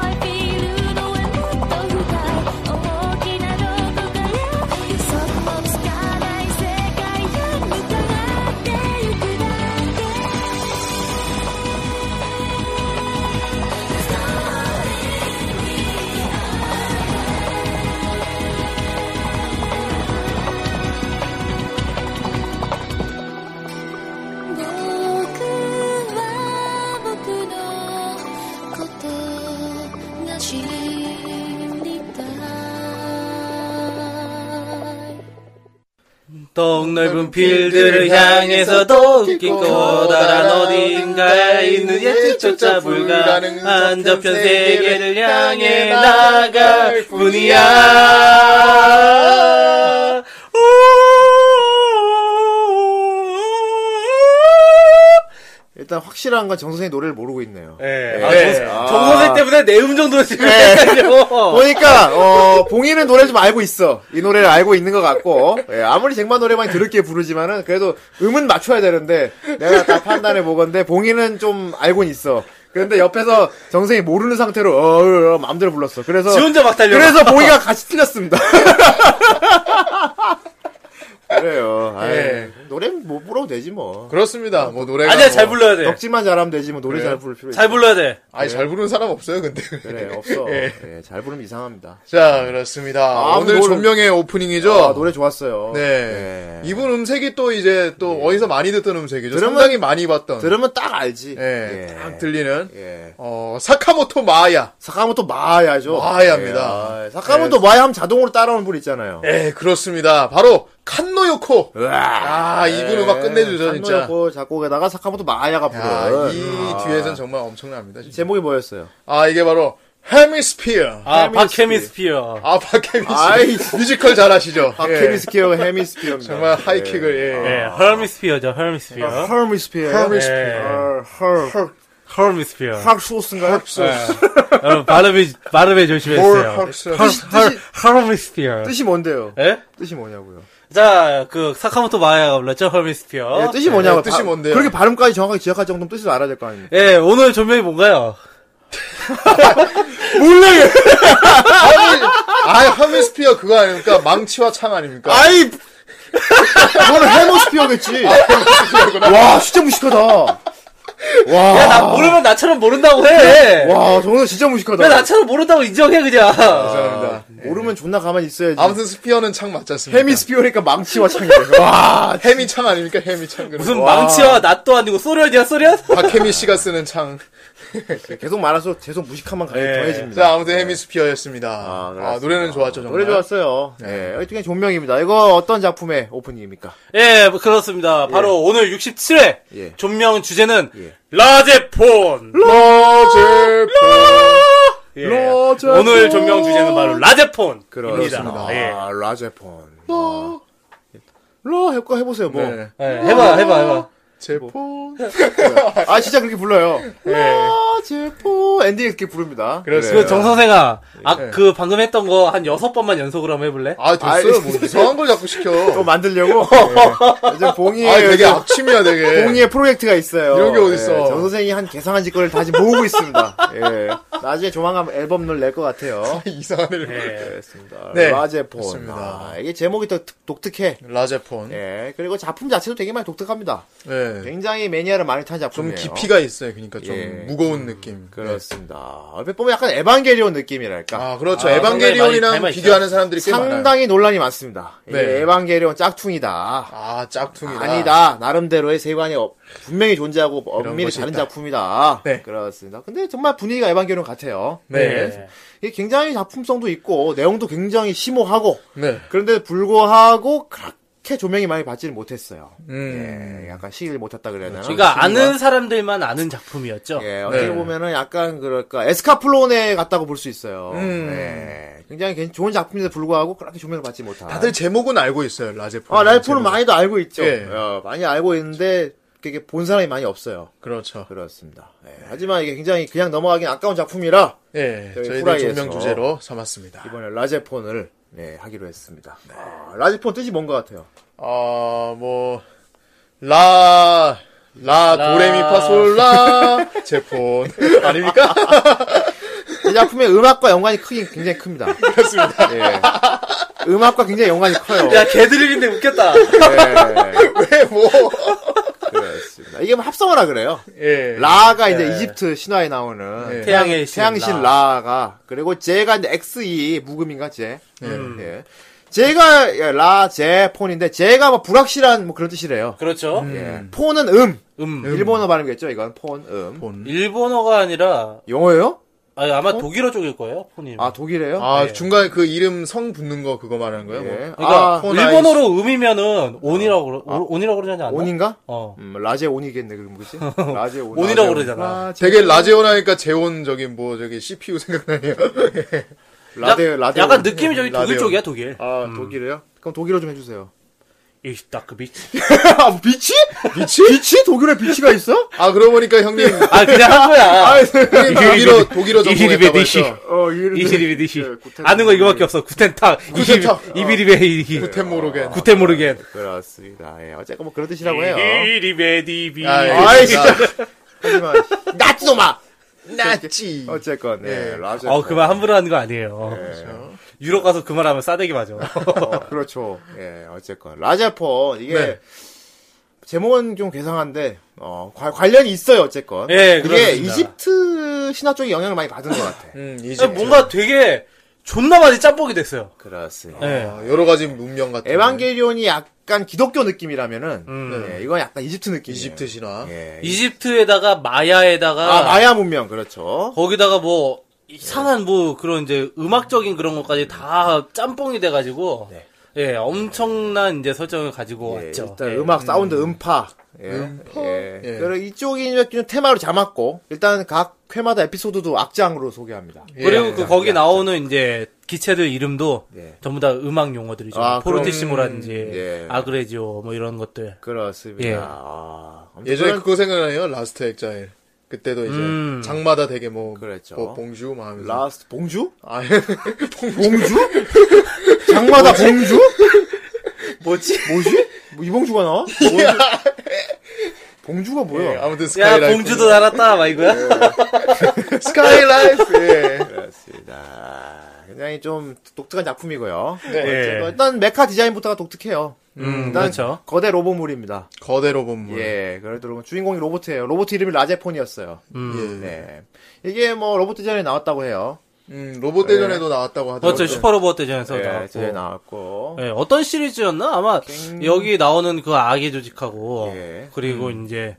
から予測もつかない世界へ向かってゆくだけ僕は僕のことが知りたい
「 덩 넓은 필드를 향해서 더 웃긴 커다란 어딘가에 있는 예측조차 불가능한 저편 세계를 향해 나갈 뿐이야.
일단 확실한 건 정선생이 노래를 모르고 있네요.
예.
아,
네.
정-
정선생 때문에 내 음정도 지금 [LAUGHS] 헷갈려.
보니까 어, 봉이는 노래를 좀 알고 있어. 이 노래를 알고 있는 것 같고 예, 아무리 쟁반 노래만 그렇게 부르지만은 그래도 음은 맞춰야 되는데 내가 다 판단해 보건데 봉이는 좀 알고 있어. 그런데 옆에서 정생이 모르는 상태로 어, 어, 어, 마음대로 불렀어. 그래서
지 혼자 막 달려.
그래서 봉이가 같이 틀렸습니다. [LAUGHS] 그래요. 아이,
예.
노래 못 불러도 되지 뭐.
그렇습니다. 뭐 노래가
아니야, 네, 잘
어,
뭐-
불러야 돼.
덕질만 잘하면 되지 뭐 노래
그래요?
잘 부를 필요
잘
있어.
불러야 돼.
아니 잘 부르는 사람 없어요, 근데. [LAUGHS]
그래 없어.
예.
예, 잘 부르면 이상합니다.
자, 그렇습니다.
아,
오늘
노래-
존명의 오프닝이죠.
아, 노래 좋았어요.
네.
예.
이분 음색이 또 이제 또 어디서 많이 듣던 음색이죠.
들으면-
상당히 많이 봤던.
들으면 딱 알지.
어. 예, 딱 들리는.
예.
어, 사카모토 마야.
사카모토 마야죠.
마야입니다.
예. 아, 사카모토 마야 하면 자동으로 따라오는 분 있잖아요.
예, 그렇습니다. 바로 칸노요코.
으아.
아, 이분 음악 끝내주죠, 진짜.
예. 칸노였고 작곡에다가 사카모토 마야가
야,
부른 아.
이 뒤에선 정말 엄청납니다. 진짜.
제목이 뭐였어요?
아, 이게 바로 헤미스피어. 아,
아, 박헤미스피어.
헤미스피어. 아.
박혜미 씨.
아이.
뮤지컬 잘 아시죠?
아,
예.
헤미스피어 헤미스피어입니다. 네.
정말 하이킥을, 예.
예, 헐미스피어죠, 헐미스피어.
아, 헐미스피어. 예.
헤미스피어.
헐.
헐미스피어.
헐소스인가요? 예.
여러분, 발음이, 발음에 조심해주세요.
헐,
헐,
네, 뜻이-
헐,
뜻이-
헐미스피어.
뜻이 뭔데요?
예?
뜻이 뭐냐고요?
자, 그, 사카모토 마야가 불렀죠, 헐미스피어.
예, 뜻이 뭐냐고.
아, 뜻이
바-
뭔데요?
그렇게 발음까지 정확하게 지적할 정도면 뜻을 알아야 될 거 아닙니까?
예, 오늘 조명이 뭔가요?
[LAUGHS] 몰라요.
아, 헤미스피어 그거 아닙니까? 망치와 창 아닙니까?
아이
아,
이거는 헤모스피어겠지. 와 진짜 무식하다.
야, 나
와.
모르면 나처럼 모른다고 해!
예.
와 정말 진짜 무식하다.
네,
왜 나처럼 모른다고 인정해, 그냥!
아.
죄송합니다. 예.
모르면 존나 가만히 있어야지.
아무튼 스피어는 창 맞지 않습니까?
헤미스피어니까 망치와 창이야. [LAUGHS] 와.
해미 창 아닙니까? 해미 창. 그럼.
무슨
와.
망치와 낫도 아니고 소련이야, 소련?
박해미 아, 씨가 쓰는 창. 예.
계속 말아서 계속 무식함만 가게
예.
더해집니다.
자, 아무튼 헤미스피어였습니다.
네. 아,
아,
그렇습니다.
노래는 좋았죠, 정말.
노래 좋았어요. 예, 어떻게 존명입니다. 이거 어떤 작품의 오프닝입니까?
예, 뭐 그렇습니다. 바로 오늘 67회
예.
존명 주제는
예.
라제폰.
로제포.
예.
라제폰.
오늘 존명 주제는 바로 라제폰입니다.
그렇습니다.
예.
아, 라제폰. 라. 라 해거 해보세요. 뭐.
네.
예, 해봐, 해봐, 해봐.
제포.
아 진짜 그렇게 불러요.
예.
라제폰 엔딩 이렇게 부릅니다.
그렇습니다.
그 정선생아, 아,
예.
그 방금 했던 거 한 여섯 번만 연속으로 한번 해볼래?
아, 됐어요.
아이, [LAUGHS]
뭐 이상한 걸 자꾸 시켜.
또 만들려고 이제 봉이의
아, 되게
요즘
악취미야,
[LAUGHS]
되게.
봉이의 프로젝트가 있어요.
예.
예,
이런 게 어딨어.
정 선생이 한 개상한 짓거리를 다 지금 모으고 있습니다. 예. 나중에 조만간 앨범을 낼 것 같아요.
이상한 애를.
네.
예.
그렇습니다.
네.
라제폰.
좋습니다.
아, 이게 제목이 더 특- 독특해.
라제폰. 예.
예. 그리고 작품 자체도 되게 많이 독특합니다. 굉장히 매니아를 많이 탄
네. 좀
작품이에요.
깊이가 있어요. 그러니까 좀
예.
무거운 느낌. 네.
그렇습니다. 얼핏 보면 약간 에반게리온 느낌이랄까.
아, 그렇죠.
아, 상당히
에반게리온이랑
많이
비교하는 사람들이 꽤 많아요.
상당히 논란이 많습니다. 이게
네.
에반게리온 짝퉁이다.
아, 짝퉁이다.
아니다. 나름대로의 세관이 어- 분명히 존재하고 엄밀히
것이
다른
있다.
작품이다.
네.
그렇습니다. 근데 정말 분위기가 에반게리온 같아요.
네.
예.
이게 굉장히 작품성도 있고 내용도 굉장히 심오하고
네.
그런데 불구하고 그렇게 조명이 많이 받지는 못했어요.
음.
예, 약간 시기를 못했다 그래야 되나?
그러니까 아는 사람들만 아는 작품이었죠.
예, 어떻게
네.
보면은 약간 그럴까 에스카플론에 같다고 볼 수 있어요.
음.
예, 굉장히 괜- 좋은 작품인데 불구하고 그렇게 조명을 받지 못한.
다들 제목은 알고 있어요, 라제폰.
아 라이프는
제목은.
많이도 알고 있죠.
예.
어, 많이 알고 있는데 그게 본 사람이 많이 없어요.
그렇죠.
그렇습니다. 예, 하지만 이게 굉장히 그냥 넘어가긴 아까운 작품이라
예,
저희
저희들
후라이에서.
조명 주제로 삼았습니다.
이번에 라제폰을 예, 하기로 했습니다. 아, 라제폰 뜻이 뭔 것 같아요?
아, 뭐, 라, 라, 도레미파솔라, 제폰. 아닙니까?
이 작품의 음악과 연관이 크긴 굉장히 큽니다.
그렇습니다.
예. 음악과 굉장히 연관이 커요.
야, 개드립인데
[LAUGHS]
웃겼다.
예,
왜, 뭐.
그렇습니다. 이게 뭐 합성어라 그래요.
예.
라가 이제 이집트 신화에 나오는
예.
태양의 신
태양신
라.
라. 가 그리고 제가 이제 XE 무금인가 제. 예. 제가 예, 라제폰인데 제가 뭐 불확실한 뭐 그런 뜻이래요.
그렇죠.
예. 폰은 음.
음.
일본어 발음이겠죠, 이건 폰, 음.
본.
일본어가 아니라
영어예요?
아, 아마 독일어 쪽일 거예요, 포님.
아 독일에요?
아
네.
중간에 그 이름 성 붙는 거 그거 말하는 거예요? 뭐?
예.
그러니까
아,
폰
일본어로 음이면은 온이라고 그러, 온이라고 그러지 않나?
온인가?
어.
음, 라제 온이겠네 그럼 그지? 라제 온.
온이라고
라제
그러잖아.
라제-
되게 라제온 하니까 제온 저기 뭐 저기 CPU 생각나네요. [LAUGHS]
라데
약-
라데.
약간
온.
느낌이 저기 독일
라데온.
쪽이야, 독일.
아 독일에요? 그럼 독일어 좀 해주세요.
이스타크 그 비치.
아 비치? 비치? 비치? 독일에 비치가 있어?
아 그러고 보니까 형님
아, 그냥 한 거야.
형님 독일어 독일어
이리
전공했다고 아,
비디시.
했죠.
어 이리
이시리비디시.
예, 구텐-
아는 거 이거밖에 없어. 구텐탁.
구텐탁.
이비리베이디.
구텐 모르게.
구텐 모르겐.
그렇습니다. 예, 어쨌건 뭐 그런 뜻이라고 해요.
예. 이리베디비.
아, 예.
아이 진짜.
[LAUGHS]
하지만
나치놈아. 나치.
어쨌건 네,
예.
라제.
어, 그만 함부로 하는 거 아니에요.
예.
유럽 가서 그 말하면 싸대기 맞아. [LAUGHS]
어, 그렇죠. 예, 어쨌건 라제폰 이게
네.
제목은 좀 괴상한데 어, 과- 관련이 있어요. 어쨌건
예,
그게
그렇습니다.
이집트 신화 쪽에 영향을 많이 받은 것 같아.
음 이제
그러니까 뭔가 되게 존나 많이 짬뽕이 됐어요.
그렇습니다.
예.
아, 여러 가지 문명 같은.
에반게리온이 약간 기독교 느낌이라면은
음.
예, 이건 약간 이집트 느낌.
이집트 신화.
예.
이집트에다가 마야에다가
아 마야 문명 그렇죠.
거기다가 뭐 이상한 뭐 그런 이제 음악적인 그런 것까지 다 짬뽕이 돼가지고 예 엄청난 이제 설정을 가지고
네. 예,
왔죠.
일단
예.
음악, 사운드, 음파. 예. 예.
예.
그리고 이쪽이 이제 좀 테마로 잡았고 일단 각 회마다 에피소드도 악장으로 소개합니다.
그리고
예.
그 거기 나오는 이제 기체들 이름도
예.
전부 다 음악 용어들이죠.
아,
포르티시모라든지
예.
아그레지오 뭐 이런 것들.
그렇습니다.
예.
아, 엄청
예전에
그런-
그거 생각나요? 라스트 엑자일. 그때도 이제
음.
장마다 되게 뭐
그랬죠.
뭐 봉주 막 하면서
라스트 봉주?
아,
봉주? 장마다 봉주?
뭐지?
뭐지? 뭐 이봉주가 나와? 뭔- 봉주가
예,
뭐야?
아무튼
야
스카이라이프
봉주도 날았다 막 이거야.
예,
스카이라이프 예.
그렇습니다. 굉장히 좀 독특한 작품이고요. 뭐
예.
일단 메카 디자인부터가 독특해요.
음,
일단
그렇죠.
거대 로봇물입니다.
거대 로봇물
예, 그래도 여러분 주인공이 로봇이에요. 로봇 이름이 라제폰이었어요.
음.
네. 이게 뭐 로봇 디자인에 나왔다고 해요.
음, 로봇 대전에도 나왔다고 하더라고요
그렇죠. 슈퍼로봇 대전에서
예,
나왔고.
디자인 나왔고.
예, 어떤 시리즈였나? 아마 여기 나오는 그 악의 조직하고
예. 음.
그리고 이제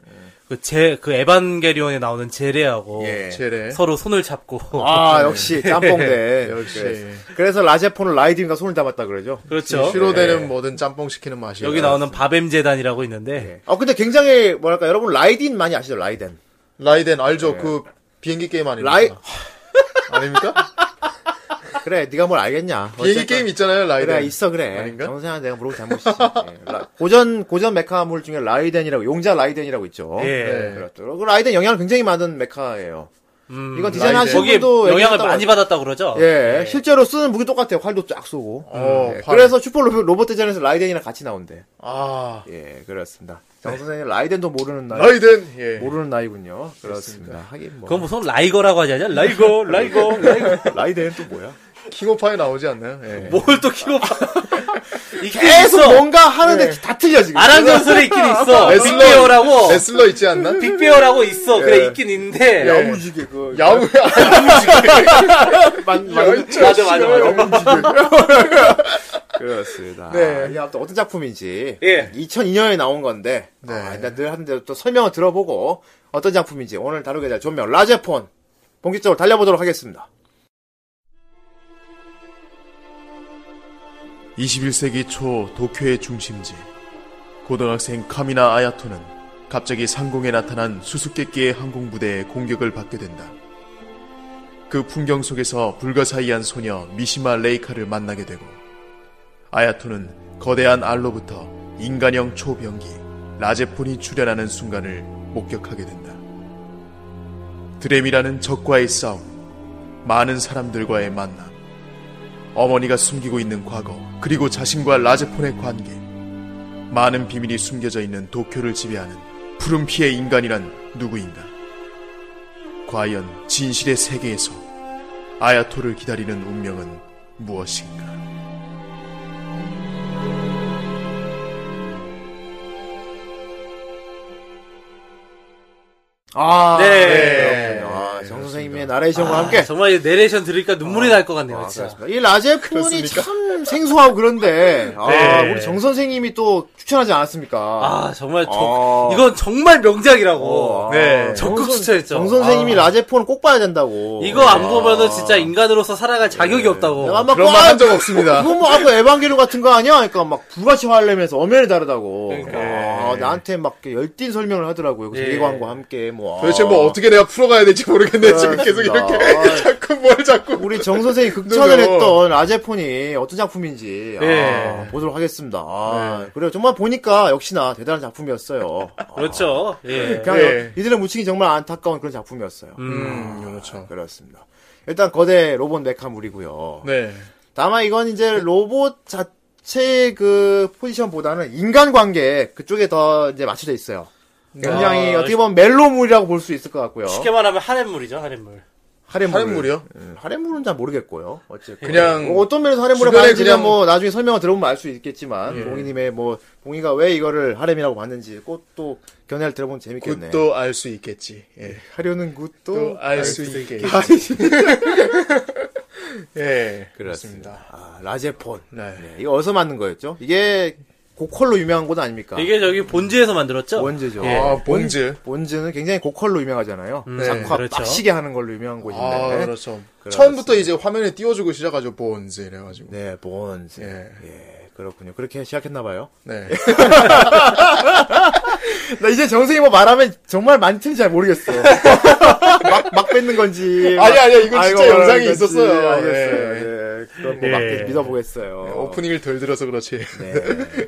그 제 그 에반게리온에 나오는 제레하고
예.
제레
서로 손을 잡고
아, 역시 짬뽕대.
[LAUGHS] 역시
그래서 라제폰을 라이딩과 손을 잡았다 예. 그러죠.
[LAUGHS]
예.
그렇죠.
슈로대는 뭐든 짬뽕 시키는 맛이
여기 나오는 바뱀 재단이라고 있는데
어, 근데 굉장히 뭐랄까 여러분 라이딘 많이 아시죠? 라이덴.
라이덴 알죠 그 비행기 게임 아닙니까
예. 라이
[LAUGHS] 아닙니까
그래, 네가 뭘 알겠냐?
비행기
어쨌건.
게임 있잖아요 라이덴
그래 있어 그래.
아닌가?
정세아 내가 물어본 잘못이지. 예. 라- 고전 고전 메카물 중에 라이덴이라고 용자 라이덴이라고 있죠.
예.
네, 그렇죠. 그 라이덴 영향을 굉장히 많은 메카예요.
음,
이건 디자인하신
거기에
분도
영향을
얘기했다고
많이 받았다 고 그러죠.
예, 실제로 쓰는 무기 똑같아요. 활도 쫙 쏘고.
어,
예,
활.
그래서 슈퍼 로봇, 로봇 대전에서 라이덴이랑 같이 나온대.
아
예, 그렇습니다. 정 선생님 라이덴도 모르는 나이,
라이덴 예
모르는 나이군요. 그렇습니다. 하긴 뭐.
그건 무슨 라이거라고 하지 않냐? 라이거,
[LAUGHS]
라이거, 라이거.
라이덴 또 뭐야?
킹오파에 나오지 않나요 예.
뭘 또
[LAUGHS]
키워봐. 이게
계속
있어.
뭔가 하는데 다 틀려 지금.
아랑전술에
[LAUGHS]
있긴 있어.
레슬러.
빅베어라고.
레슬러 있지 않나 예.
빅베어라고 있어.
예.
그래 있긴 있는데.
야무지게 그
야우
만,
맞아, 맞아, 맞아. [LAUGHS]
그렇습니다.
네.
네. 아무튼 어떤 작품인지
예.
2002년에 나온 건데
네.
아, 일단 늘 하는 대로 또 설명을 들어보고 어떤 작품인지 오늘 다루게 될 조명 라제폰 본격적으로 달려보도록 하겠습니다.
21세기 초 도쿄의 중심지. 고등학생 카미나 아야토는 갑자기 상공에 나타난 수수께끼의 항공부대의 공격을 받게 된다. 그 풍경 속에서 불가사의한 소녀 미시마 레이카를 만나게 되고, 아야토는 거대한 알로부터 인간형 초병기 라제폰이 출현하는 순간을 목격하게 된다. 드렘이라는 적과의 싸움, 많은 사람들과의 만남, 어머니가 숨기고 있는 과거, 그리고 자신과 라제폰의 관계. 많은 비밀이 숨겨져 있는 도쿄를 지배하는 푸른 피의 인간이란 누구인가? 과연 진실의 세계에서 아야토를 기다리는 운명은 무엇인가?
아,
네. 네.
네. 아, 정 선생님의 나레이션과 함께
아, 정말 이 내레이션 들으니까 눈물이 날 것 같네요.
아,
진짜.
그렇습니다. 이 라제 폰이 참 생소하고 그런데 아,
네.
우리 정 선생님이 또 추천하지 않았습니까?
아 정말 저-
아.
이건 정말 명작이라고.
아,
네.
적극
정 선-
추천했죠.
정 선생님이
아.
라제 폰을 꼭 봐야 된다고.
이거 안
아.
보면은 진짜 인간으로서 살아갈
네.
자격이 없다고.
내가 막
어, 그런 말
꽉-
한 적 없습니다.
그거 뭐 아까 에반게리온 같은 거 아니야? 그러니까 막 불같이 화를 내면서 엄연히 다르다고.
네.
아, 나한테 막 이렇게 열띤 설명을 하더라고요. 그
예.
대광과 함께 뭐. 아.
도대체 뭐 어떻게 내가 풀어가야 될지 모르겠네. [LAUGHS] 지금 계속
그렇습니다. 아,
이렇게 자꾸 뭘 자꾸.
우리 정
[LAUGHS]
선생이 극찬을
누구?
했던 라제폰이 어떤 작품인지 아,
네.
예.
보도록 하겠습니다. 아, 그래요. 정말 보니까 역시나 대단한 작품이었어요. 아,
그렇죠. 예.
네, 그냥
예.
이들의 무칭이 정말 안타까운 그런 작품이었어요.
음, 그렇죠.
그렇습니다. 일단 거대 로봇 메카물이고요.
네.
다만 이건 이제 로봇 자체 그 포지션보다는 인간관계 그쪽에 더 이제 맞춰져 있어요. 굉장히
아,
어떻게 보면 멜로물이라고 볼 수 있을 것 같고요.
쉽게 말하면 하렘물이죠, 하렘물.
하렘물.
하렘물이요?
음, 하렘물은 잘 모르겠고요. 어쨌든
그냥
뭐 어떤 면에서 하렘물을
주변에
봤는지는
그냥- 예.
뭐 나중에 설명을 들어보면 알 수 있겠지만 봉이님의 뭐 봉이가 왜 이거를 하렘이라고 봤는지 꽃도 견해를 들어보면 재밌겠네.
굿도 알 수 있겠지. 예.
하려는 굿도
또 알 수 있겠지. [LAUGHS] 예. 그렇습니다.
아, 라제폰.
네.
네, 이거 어디서 만든 거였죠? 이게 고퀄로 유명한 곳 아닙니까?
이게 저기 본지에서 만들었죠?
원즈죠.
예.
아, 본즈.
본즈는 굉장히 고퀄로 유명하잖아요.
음,
작화
그렇죠.
빡시게 하는 걸로 유명한 곳인데.
아, 그렇죠. 처음부터 이제 화면에 띄워주고 시작하죠. 본즈 이래가지고.
네, 본즈.
예.
예, 그렇군요. 그렇게 시작했나 봐요.
네. [LAUGHS]
나 이제 정승이 뭐 말하면 정말 많이 틀린지 잘 모르겠어. [LAUGHS] 막, 막 뺏는 건지.
아니, 아니야. 이거
아,
진짜
말하는
영상이
건지.
있었어요.
알겠어요.
예.
예. 그럼 뭐
예.
막 믿어보겠어요.
오프닝을 덜 들어서 그렇지.
네.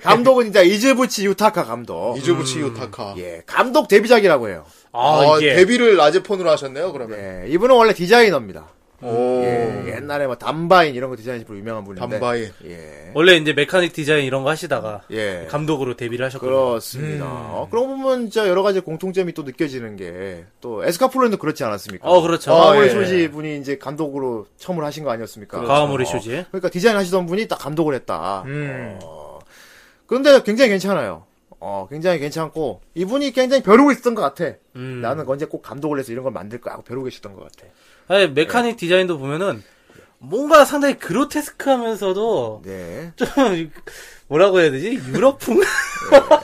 감독은 이제 이즈부치 유타카 감독.
이즈부치 요타카.
어. 예, 감독 데뷔작이라고 해요.
아,
아,
이게.
데뷔를 라제폰으로 하셨네요, 그러면.
예, 이분은 원래 디자이너입니다.
오.
예, 옛날에 뭐 담바인 이런 거 디자인으로 유명한 분인데.
담바인.
예.
원래 이제 메카닉 디자인 이런 거 하시다가
예.
감독으로 데뷔를 하셨거든요. 음.
그렇습니다. 어, 그런 부분 진짜 여러 가지 공통점이 또 느껴지는 게 또 에스카폴로는 그렇지 않았습니까?
어, 그렇죠.
가와모리
예. 그렇죠.
쇼지 분이 이제 감독으로 처음으로 하신 거 아니었습니까?
가와모리
어,
쇼지.
그러니까 디자인 하시던 분이 딱 감독을 했다.
음.
어, 그런데 굉장히 괜찮아요. 어, 굉장히 괜찮고 이분이 굉장히 벼르고 있었던 것 같아.
음.
나는 언제 꼭 감독을 해서 이런 걸 만들 거야 하고 벼르고 계셨던 것 같아.
아니, 예, 메카닉 디자인도 보면은 뭔가 상당히 그로테스크 하면서도
네.
좀 [LAUGHS] 뭐라고 해야 되지? 유럽풍? [LAUGHS]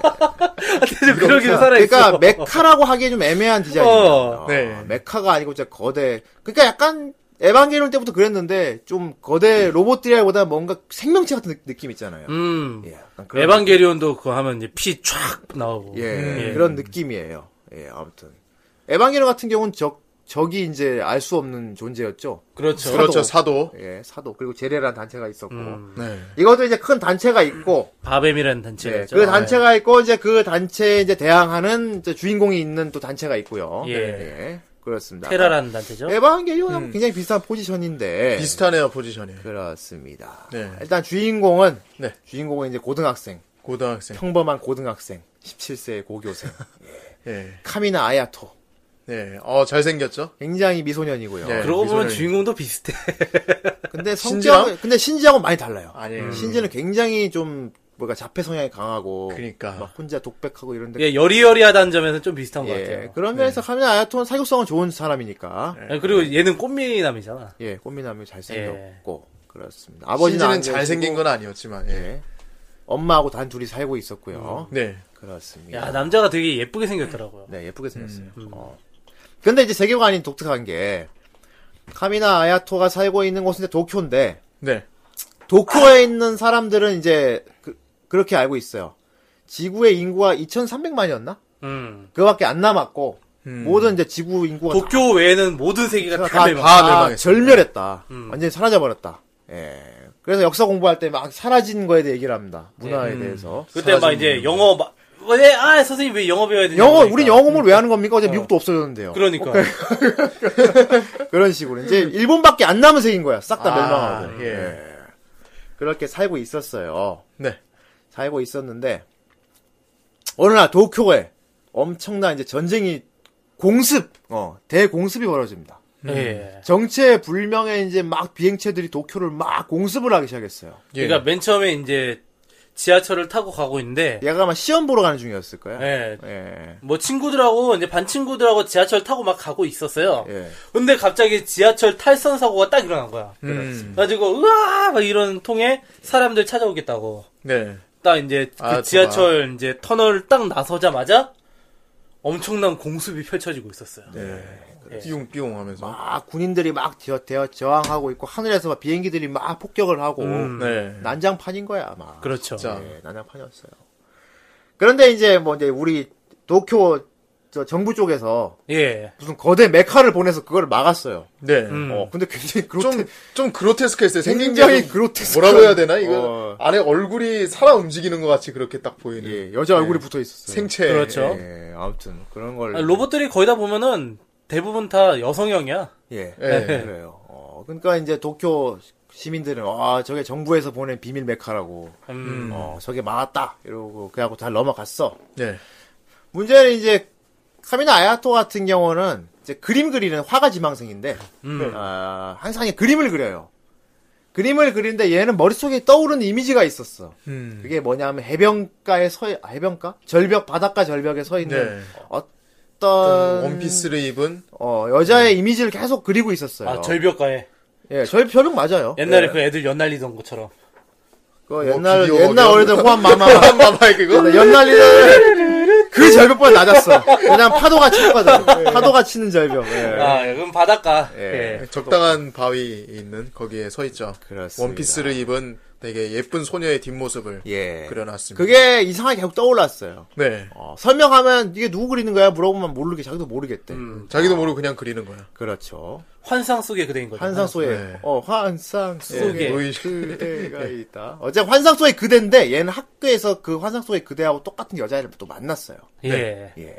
근데 그러기도 살아있어.
그러니까 메카라고 하기에 좀 애매한 디자인이에요.
어,
네.
메카가 아니고 진짜 거대. 그러니까 약간 에반게리온 때부터 그랬는데 좀 거대 로봇들이라기보다 뭔가 생명체 같은 느- 느낌 있잖아요.
음.
예, 약간 그런
에반게리온도 그거 하면 이제 피 쫙 나오고.
예,
예.
그런 느낌이에요. 예, 아무튼 에반게리온 같은 경우는 적 적이 이제 알 수 없는 존재였죠.
그렇죠.
그렇죠, 사도.
예, 사도 그리고 제레라는 단체가 있었고
음.
네.
이것도 이제 큰 단체가 있고
바뱀이라는
예,
단체였죠. 아, 네.
그 단체가 있고 이제 그 단체에 이제 대항하는 이제 주인공이 있는 또 단체가 있고요. 네,
예.
그렇습니다.
네.
네,
테라라는 단체죠.
예, 뭐,
음.
에반게리온하고 굉장히 비슷한 포지션인데
비슷하네요, 포지션이.
그 그렇습니다.
네.
일단 주인공은
네.
주인공은 이제 고등학생,
고등학생.
평범한 고등학생,
[LAUGHS]
17세 고교생
예.
카미나 아야토.
네. 어, 잘생겼죠?
굉장히 미소년이고요.
예.
네. 그러고 보면
미소년이.
주인공도
[LAUGHS]
비슷해.
신지랑?
근데 성지하고 근데 신지하고 많이 달라요.
아니에요.
예.
신지는 굉장히 좀 뭐가 자폐 성향이 강하고
그니까.
막 혼자 독백하고 이런데
그러니까. 예, 여리여리하다는 점에서는 좀 비슷한 것
예,
같아요. 네.
그런 면에서 카미나 아야토는 사교성은 좋은 사람이니까
네.
예, 그리고 얘는 꽃미남이잖아.
예, 꽃미남이 잘생겼고 그렇습니다. 아버지는
신지는
안 계시고,
예. 잘생긴 건 아니었지만, 예.
예. 엄마하고 단 둘이 살고 있었고요.
네.
그렇습니다.
야, 남자가 되게 예쁘게 생겼더라고요.
네, 예쁘게 생겼어요.
음,
어. 근데 이제 세계관이 독특한 게 카미나 아야토가 살고 있는 곳은 이제 도쿄인데
네.
도쿄에 있는 사람들은 이제 그, 렇게 알고 있어요. 지구의 인구가 2,300만이었나?
음.
그거밖에 안 남았고
음.
모든 이제 지구 인구가 다-
도쿄 외에는 모든 세계가 다, 아, 다,
다 멸망했어요.
아, 절멸했다.
음.
완전히 사라져 버렸다. 예. 그래서 역사 공부할 때 막 사라진 거에 대해 얘기를 합니다. 문화에
음.
대해서.
그때 막 이제 영어 막 왜, 아, 선생님 왜 영어 배워야 되냐.
영어 우린 영어 공부를 왜 하는 겁니까? 어제 미국도 없어졌는데요.
그러니까. 음.
그런 식으로 이제 일본밖에 안 남은 색인 거야. 싹 다
아,
멸망하고.
예.
그렇게 살고 있었어요.
네.
살고 있었는데 어느 날 도쿄에 엄청난 이제 전쟁이 공습, 어, 대공습이 벌어집니다.
예.
정체 불명의 이제 막 비행체들이 도쿄를 막 공습을 하기 시작했어요.
예.
그러니까 맨 처음에 이제 지하철을 타고 가고 있는데
얘가 아마 시험 보러 가는 중이었을 거야.
예.
예.
뭐 친구들하고 이제 반 친구들하고 지하철 타고 막 가고 있었어요.
예.
근데 갑자기 지하철 탈선 사고가 딱 일어난 거야.
음.
가지고 우와 막 이런 통에 사람들 찾아오겠다고
네.
딱 이제 그
아, 좋아.
지하철 이제 터널 딱 나서자마자 엄청난 공습이 펼쳐지고 있었어요.
네.
삐용삐용 하면서.
막 군인들이 막 저, 저, 저항하고 있고 하늘에서 막 비행기들이 막 폭격을 하고
음.
네.
난장판인 거야 아마.
그렇죠.
자.
예, 난장판이었어요. 그런데 이제 뭐 이제 우리 도쿄 저 정부 쪽에서
예.
무슨 거대 메카를 보내서 그걸 막았어요.
네.
음.
어, 근데 굉장히 그렇게
좀, 좀 그로테스크했어요. 생긴 게
굉장히
좀 [LAUGHS]
그로테스크.
뭐라고 해야 되나? 이거
어.
안에 얼굴이 살아 움직이는 것 같이 그렇게 딱 보이는.
예, 여자 얼굴이
예.
붙어 있었어요.
생체.
그렇죠.
예, 아무튼 그런 걸
아니, 로봇들이 거의 다 보면은 대부분 다 여성형이야.
예,
예.
그래요. 어, 그러니까 이제 도쿄 시민들은 아 저게 정부에서 보낸 비밀 메카라고
음.
어 저게 막았다 이러고 그하고 잘 넘어갔어.
네.
문제는 이제 카미나 아야토 같은 경우는 이제 그림 그리는 화가 지망생인데
음.
아, 항상 이 그림을 그려요. 그림을 그리는데 얘는 머릿속에 떠오르는 이미지가 있었어.
음.
그게 뭐냐면 해변가에 서 해변가 절벽 바닷가 절벽에 서 있는
네.
어떤
원피스를 입은
어, 여자의 이미지를 계속 그리고 있었어요. 네.
아, 절벽가에.
예, 절 절벽 맞아요. 예,
옛날에 그 애들 연날리던 것처럼.
그 옛날
비디오
옛날
뭐
어렸을 때 호환 마마
마마의 [LAUGHS]
예,
그거?
연날리는 그 절벽보다 낮았어. 왜냐면 파도가
예.
치거든. 파도가 치는 절벽. 예.
아, 그럼 바닷가.
예.
예.
적당한 바위 있는 거기에 서 있죠.
그렇습니다.
원피스를 입은 되게 예쁜 소녀의 뒷모습을
예.
그려놨습니다.
그게 이상하게 계속 떠올랐어요.
네.
어, 설명하면 이게 누구 그리는 거야 물어보면 모르게 자기도 모르겠대.
자기도 모르고 그냥 그리는 거야.
그렇죠.
환상 속의 그대인 거죠.
환상 속에
네.
어 환상 속에
속에.
노이-
그대가 있다. 어제 환상 속의 그대인데 얘는 학교에서 그 환상 속의 그대하고 똑같은 여자애를 또 만났어요.
예.
예.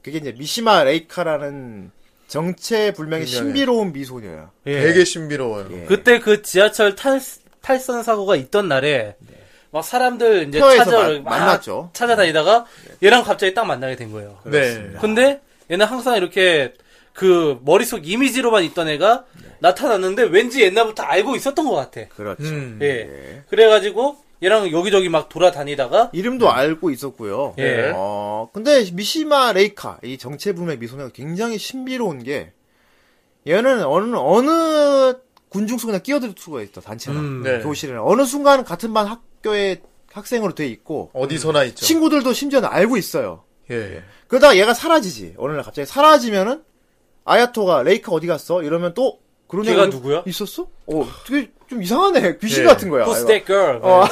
그게 이제 미시마 레이카라는 정체 불명의 신비로운 미소녀야.
예.
되게 신비로워요. 네.
예.
그때 그 지하철 탈, 탈선 사고가 있던 날에 막 사람들 이제
페어에서
찾아
마- 네. 만났죠. 네.
찾아다니다가 얘랑 갑자기 딱 만나게 된 거예요.
네.
근데 얘는 항상 이렇게 그 머릿속 이미지로만 있던 애가
네.
나타났는데 왠지 옛날부터 알고 있었던 것 같아.
그렇죠.
음.
예. 그래가지고 얘랑 여기저기 막 돌아다니다가
이름도 알고 있었고요.
예.
어, 근데 미시마 레이카 이 정체 불명의 미소녀가 굉장히 신비로운 게 얘는 어느 어느 군중 속에 끼어들 수가 있다 단체나
음,
네.
교실에는 어느 순간 같은 반 학교의 학생으로 돼 있고
어디서나
그렇죠.
있죠.
음. 친구들도 심지어는 알고 있어요.
예.
그러다가 얘가 사라지지. 어느 날 갑자기 사라지면은 아야토가 레이카 어디 갔어? 이러면 또 그런
걔가
애가
누구야?
있었어? 어, 되게 좀 이상하네. 귀신
예.
같은 거야.
Who's that girl? 예.
어.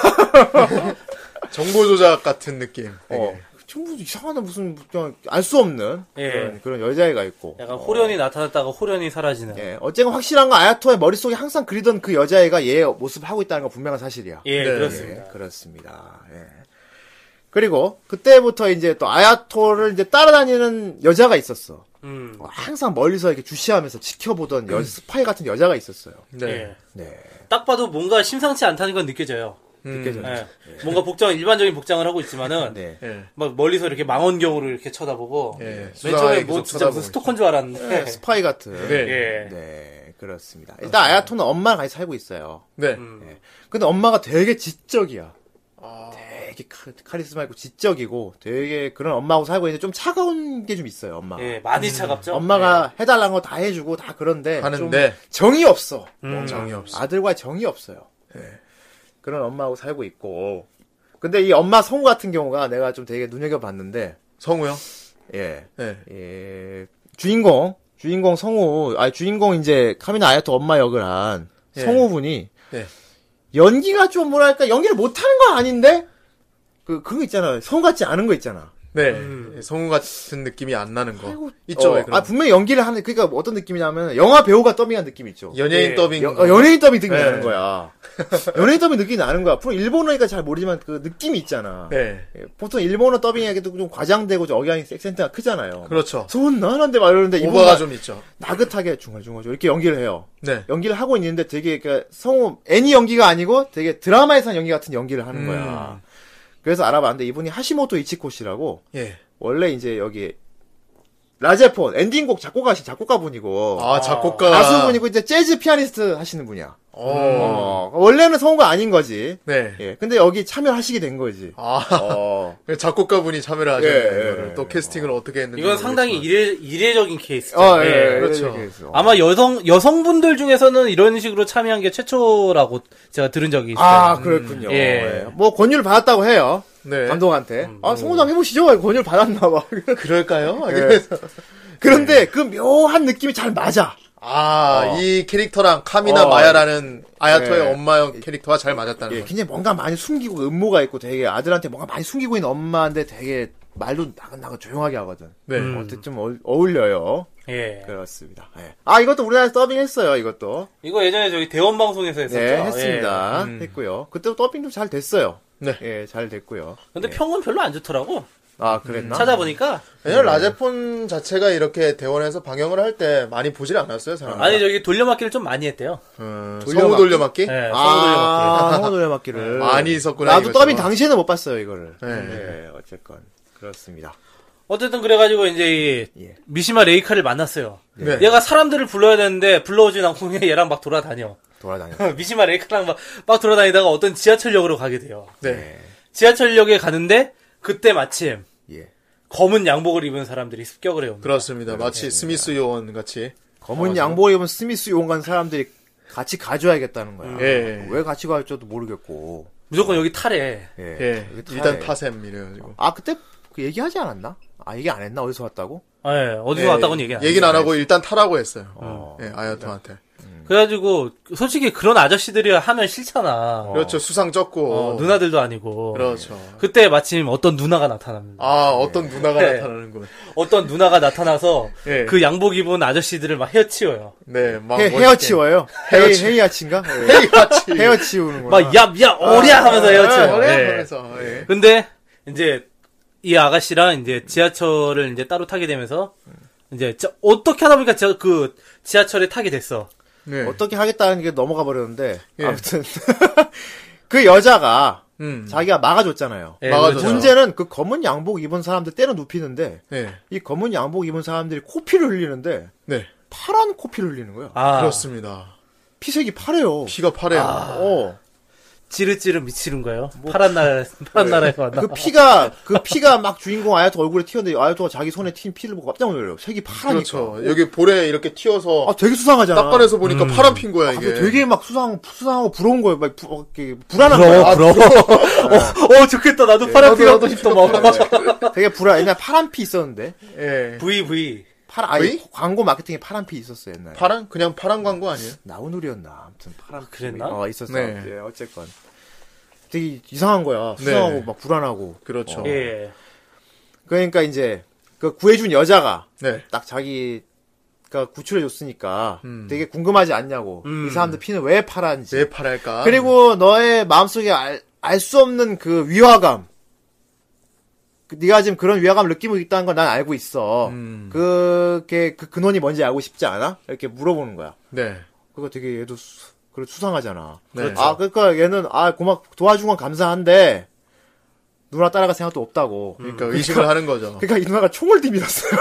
정보 조작 같은 느낌.
어. 전부 이상하다 무슨 그냥 알 수 없는
예.
그런, 그런 여자애가 있고.
약간
어.
호련이 나타났다가 호련이 사라지는.
예. 어쨌건 확실한 건 아야토의 머릿속에 항상 그리던 그 여자애가 얘 모습을 하고 있다는 건 분명한 사실이야.
예,
네.
그렇습니다.
예, 그렇습니다. 예. 그리고 그때부터 이제 또 아야토를 이제 따라다니는 여자가 있었어.
음.
어, 항상 멀리서 이렇게 주시하면서 지켜보던 여, 스파이 같은 여자가 있었어요.
네.
예.
네.
딱 봐도 뭔가 심상치 않다는 건 느껴져요.
음.
예. 뭔가 복장 일반적인 복장을 하고 있지만은
네.
예.
막 멀리서 이렇게 망원경으로 이렇게 쳐다보고
예.
맨
수상하게
처음에 뭐
계속
진짜
쳐다보고
무슨 스토커인 줄 알았는데
스파이 같은.
네.
예.
네, 그렇습니다. 일단 아야토는 엄마랑 같이 살고 있어요.
네.
근데 엄마가 되게 지적이야.
아.
되게 카- 카리스마 있고 지적이고 되게 그런 엄마하고 살고 있는데 좀 차가운 게 좀 있어요, 엄마.
예, 많이 차갑죠.
엄마가 해달라는 거 다 해주고 다 그런데
하는데.
좀 정이 없어.
음.
정이 없어. 예.
아들과 정이 없어요. 그런 엄마하고 살고 있고. 근데 이 엄마 성우 같은 경우가 내가 좀 되게 눈여겨봤는데,
성우요?
예,
네.
예, 주인공, 주인공 성우, 아 주인공 이제 카미나 아야토 엄마 역을 한
예.
성우분이
예.
연기가 좀 뭐랄까 연기를 못하는 건 아닌데 그 그거 있잖아 성우 같지 않은 거 있잖아.
네. 예, 성우 같은 느낌이 안 나는 거. 있죠.
어,
왜 그런
아 분명히 연기를 하는 그러니까 어떤 느낌이냐면 영화 배우가 더빙한 느낌 있죠.
연예인
예.
더빙.
여- 어, 연예인 더빙 느낌이
네.
나는 거야. 연예인 더빙 느낌이 나는 거야. 앞으로 일본어니까 잘 모르지만 그 느낌이 있잖아.
네.
예, 보통 일본어 더빙에게도 좀 과장되고 좀 억양이 액센트가 크잖아요.
그렇죠.
소은 나는데 막 이러는데
오버가
이분가
좀 있죠.
나긋하게 중얼중얼 이렇게 연기를 해요.
네.
연기를 하고 있는데 되게 그러니까 성우 애니 연기가 아니고 되게 드라마에서 한 연기 같은 연기를 하는 거야.
음.
그래서 알아봤는데 이분이 하시모토 이치코 씨라고
예.
원래 이제 여기 라제폰 엔딩곡 작곡하신 작곡가분이고
아, 작곡가.
가수분이고 이제 재즈 피아니스트 하시는 분이야.
어.
어, 원래는 성우가 아닌 거지.
네.
예, 근데 여기 참여하시게 된 거지.
아, [LAUGHS]
어,
작곡가분이 참여를 하셨는
예, 예,
거를
예.
또 캐스팅을 어떻게 했는지.
이건 상당히
모르겠지만.
이례, 이례적인 케이스죠. 예.
어, 예,
그렇죠.
그렇죠.
아마 여성, 여성분들 중에서는 이런 식으로 참여한 게 최초라고 제가 들은 적이 있어요.
아, 그렇군요.
예.
예. 뭐 권유를 받았다고 해요.
음, 네.
감독한테. 아, 성우도 한번 해보시죠. 권유를 받았나 봐. [LAUGHS]
그럴까요? 네.
예. 그런데 그 묘한 느낌이 잘 맞아.
[LAUGHS] 아,
어.
이 캐릭터랑 카미나
어.
마야라는 아야토의
예.
엄마 캐릭터와 잘 맞았다는
예,
거죠.
굉장히 뭔가 많이 숨기고 음모가 있고 되게 아들한테 뭔가 많이 숨기고 있는 엄마인데 되게 말로 나긋나긋 조용하게 하거든.
네.
어, 어떻게 좀 어, 어울려요.
예.
그렇습니다. 예. 아, 이것도 우리나라에서 더빙했어요. 이것도.
이거 예전에 저희 대원 방송에서 했었죠.
네,
예.
했습니다.
음.
했고요. 그때 더빙도 잘 됐어요.
네.
예, 잘 됐고요.
근데
예.
평은 별로 안 좋더라고.
아, 그랬나?
음. 찾아보니까
왜냐면 라제폰 자체가 이렇게 대원에서 방영을 할 때 많이 보질 않았어요, 사람.
아니 저기 돌려막기를 좀 많이 했대요.
성우 돌려막기?
예. 네,
아, 성우 노래맞기를
많이 있었구나,
나도
이것도.
더빙 당시에는 못 봤어요 이거를.
네.
네, 어쨌건 그렇습니다.
어쨌든 그래가지고 이제 이
예.
미시마 레이카를 만났어요.
네.
얘가 사람들을 불러야 되는데 불러오진 않고 그냥 얘랑 막 돌아다녀. [LAUGHS]
돌아다녀.
미시마 레이카랑 막, 막 돌아다니다가 어떤 지하철역으로 가게 돼요.
네.
지하철역에 가는데 그때 마침
예.
검은 양복을 입은 사람들이 습격을 해요.
그렇습니다. 마치 스미스 요원 같이.
검은 양복을 입은 스미스 용관 사람들이 같이 가줘야겠다는 거야.
예.
왜 같이 갈지도 모르겠고.
무조건 여기 탈해.
예.
예.
이렇게
일단
타네.
파셈 이래가지고.
아 그때 그 얘기하지 않았나? 아 얘기 안 했나? 어디서 왔다고?
예, 어디서 왔다고는 얘기 안 해요.
얘기는 안 하고 일단 타라고 했어요.
어.
예, 아야토한테.
그래가지고 솔직히 그런 아저씨들이 하면 싫잖아.
그렇죠. 수상 적고.
어, 누나들도 아니고.
그렇죠.
그때 마침 어떤 누나가 나타납니다.
아, 어떤 누나가
어. 네.
나타나는군.
어떤 누나가 나타나서
예.
그 양복 입은 아저씨들을 막 헤어치워요.
네, 막.
헤,
멋있게.
헤어치워요. 헤어치. 헤이, 헤이아치인가? 예. 헤이아치. 헤어치우는 거야.
막 얍얍 오랴 하면서
네,
헤어치워요.
그래?
예.
그래서, 예.
근데 이제 이 아가씨랑 이제 지하철을 이제 따로 타게 되면서 이제 저- 어떻게 하다 보니까 저 그 지하철에 타게 됐어.
네.
어떻게 하겠다는 게 넘어가 버렸는데
예.
아무튼 [LAUGHS] 그 여자가
음.
자기가 막아줬잖아요.
예,
막아줘.
그래서
문제는 그 검은 양복 입은 사람들 때려 눕히는데
네.
이 검은 양복 입은 사람들이 코피를 흘리는데
네.
파란 코피를 흘리는 거야.
아
그렇습니다.
피색이 파래요.
피가 파래요.
어.
찌르찌르 미치는 거예요. 파란 나라 파란 나라에서 왔나?
그 피가 그 피가 막 주인공 아야토 얼굴에 튀었는데 아야토가 자기 손에 튄 피를 보고 깜짝 놀래요. 색이 파라니까.
그렇죠. 여기 볼에 이렇게 튀어서
아 되게 수상하잖아.
딱 꺼내서 보니까
음.
파란 핀 거야,
아,
이게.
되게 막 수상 수상하고 부러운 거예요. 막 부, 어, 이렇게 불안한 거야.
부러워 부러워. 아, 어, 어 좋겠다. 나도 파란 피
네, 나도 네.
갖고 싶다. 막.
되게 불안. 옛날 에 파란 피 있었는데.
예.
V V.
파란 아니,
왜?
광고 마케팅에 파란 피 있었어 옛날에.
파란 그냥 파란 광고 아니에요?
나우누리였나 아무튼 파란 피.
그랬나?
어 있었어.
네.
예, 어쨌건 되게 이상한 거야. 수상하고
네.
막 불안하고.
그렇죠.
어.
예.
그러니까 이제 그 구해준 여자가
네.
딱 자기가 구출해줬으니까
음.
되게 궁금하지 않냐고
음.
이 사람들 피는 왜 파란지
왜 파랄까?
그리고 너의 마음속에 알 수 없는 그 위화감 그 네가 지금 그런 위화감을 느끼고 있다는 걸 난 알고 있어
음.
그게 그 근원이 뭔지 알고 싶지 않아? 이렇게 물어보는 거야
네.
그거 되게 얘도 수, 그래 수상하잖아
네.
아 그러니까 얘는 아 고마 도와준 건 감사한데 누나 따라갈 생각도 없다고
그러니까 의식을 하는 거죠.
그러니까 이 누나가 총을 뒤밀었어요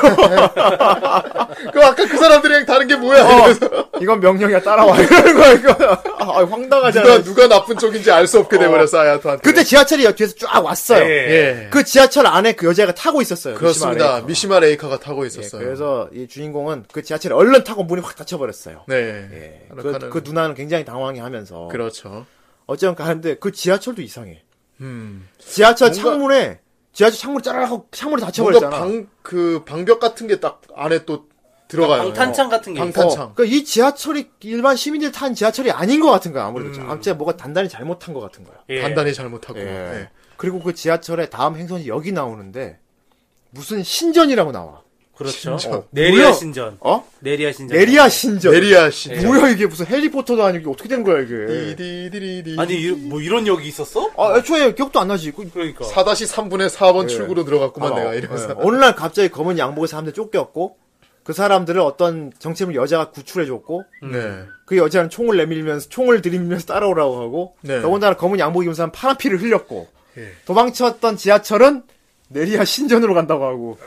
[LAUGHS] 그 아까 그 사람들이랑 다른 게 뭐야? 이래서
어, [LAUGHS] 이건
[LAUGHS]
명령이야 따라와 이러는 거야 이거 아, 황당하잖아
누가 누가 나쁜 쪽인지 알 수 없게 돼 버렸어 아야토한테.
그때 지하철이 옆 뒤에서 쫙 왔어요
예.
예.
그 지하철 안에 그 여자가 타고 있었어요
그렇습니다.
미시마레이커가.
미시마 레이카가 타고
예,
있었어요.
그래서 이 주인공은 그 지하철에 얼른 타고 문이 확 닫혀버렸어요
네.
예. 그,
아라카는-
그 누나는 굉장히 당황해하면서
그렇죠.
어쨌건 가는데 그 지하철도 이상해
음.
지하철
뭔가-
창문에 지하철 창문이 짜라라고 창문이
뭔가
닫혀버렸잖아
방 그 방벽 같은 게 딱 안에 또 들어가요.
아, 방탄창 같은 게
방탄-
어, 그러니까 이 지하철이 일반 시민들이 탄 지하철이 아닌 것 같은 거야 아무래도 아무튼 뭐가 단단히 잘못한 것 같은 거야
예.
단단히 잘못하고.
예.
음. 예.
그리고 그 지하철에 다음 행선이 여기 나오는데 무슨 신전이라고 나와.
그렇죠.
신전.
어, 네리아
뭐야?
신전.
어?
네리아 신전.
네리아 신전.
메리아 씨.
뭐야 이게 무슨 해리포터도 아니고 이게 어떻게 된 거야
예.
이게?
디디디디디.
아니 이- 뭐 이런 역이 있었어?
아 애초에 기억도 안 나지. 그-
그러니까.
4-3분의 4번
예.
출구로 들어갔구만
아,
내가 이러면서.
예. 어느 날 갑자기 검은 양복의 사람들 쫓겼고 그 사람들을 어떤 정체물 여자가 구출해줬고
네.
그 여자는 총을 내밀면서 총을 들이밀면서 따라오라고 하고
네.
더군다나 검은 양복 입은 사람 파란 피를 흘렸고
예.
도망쳤던 지하철은 네리아 신전으로 간다고 하고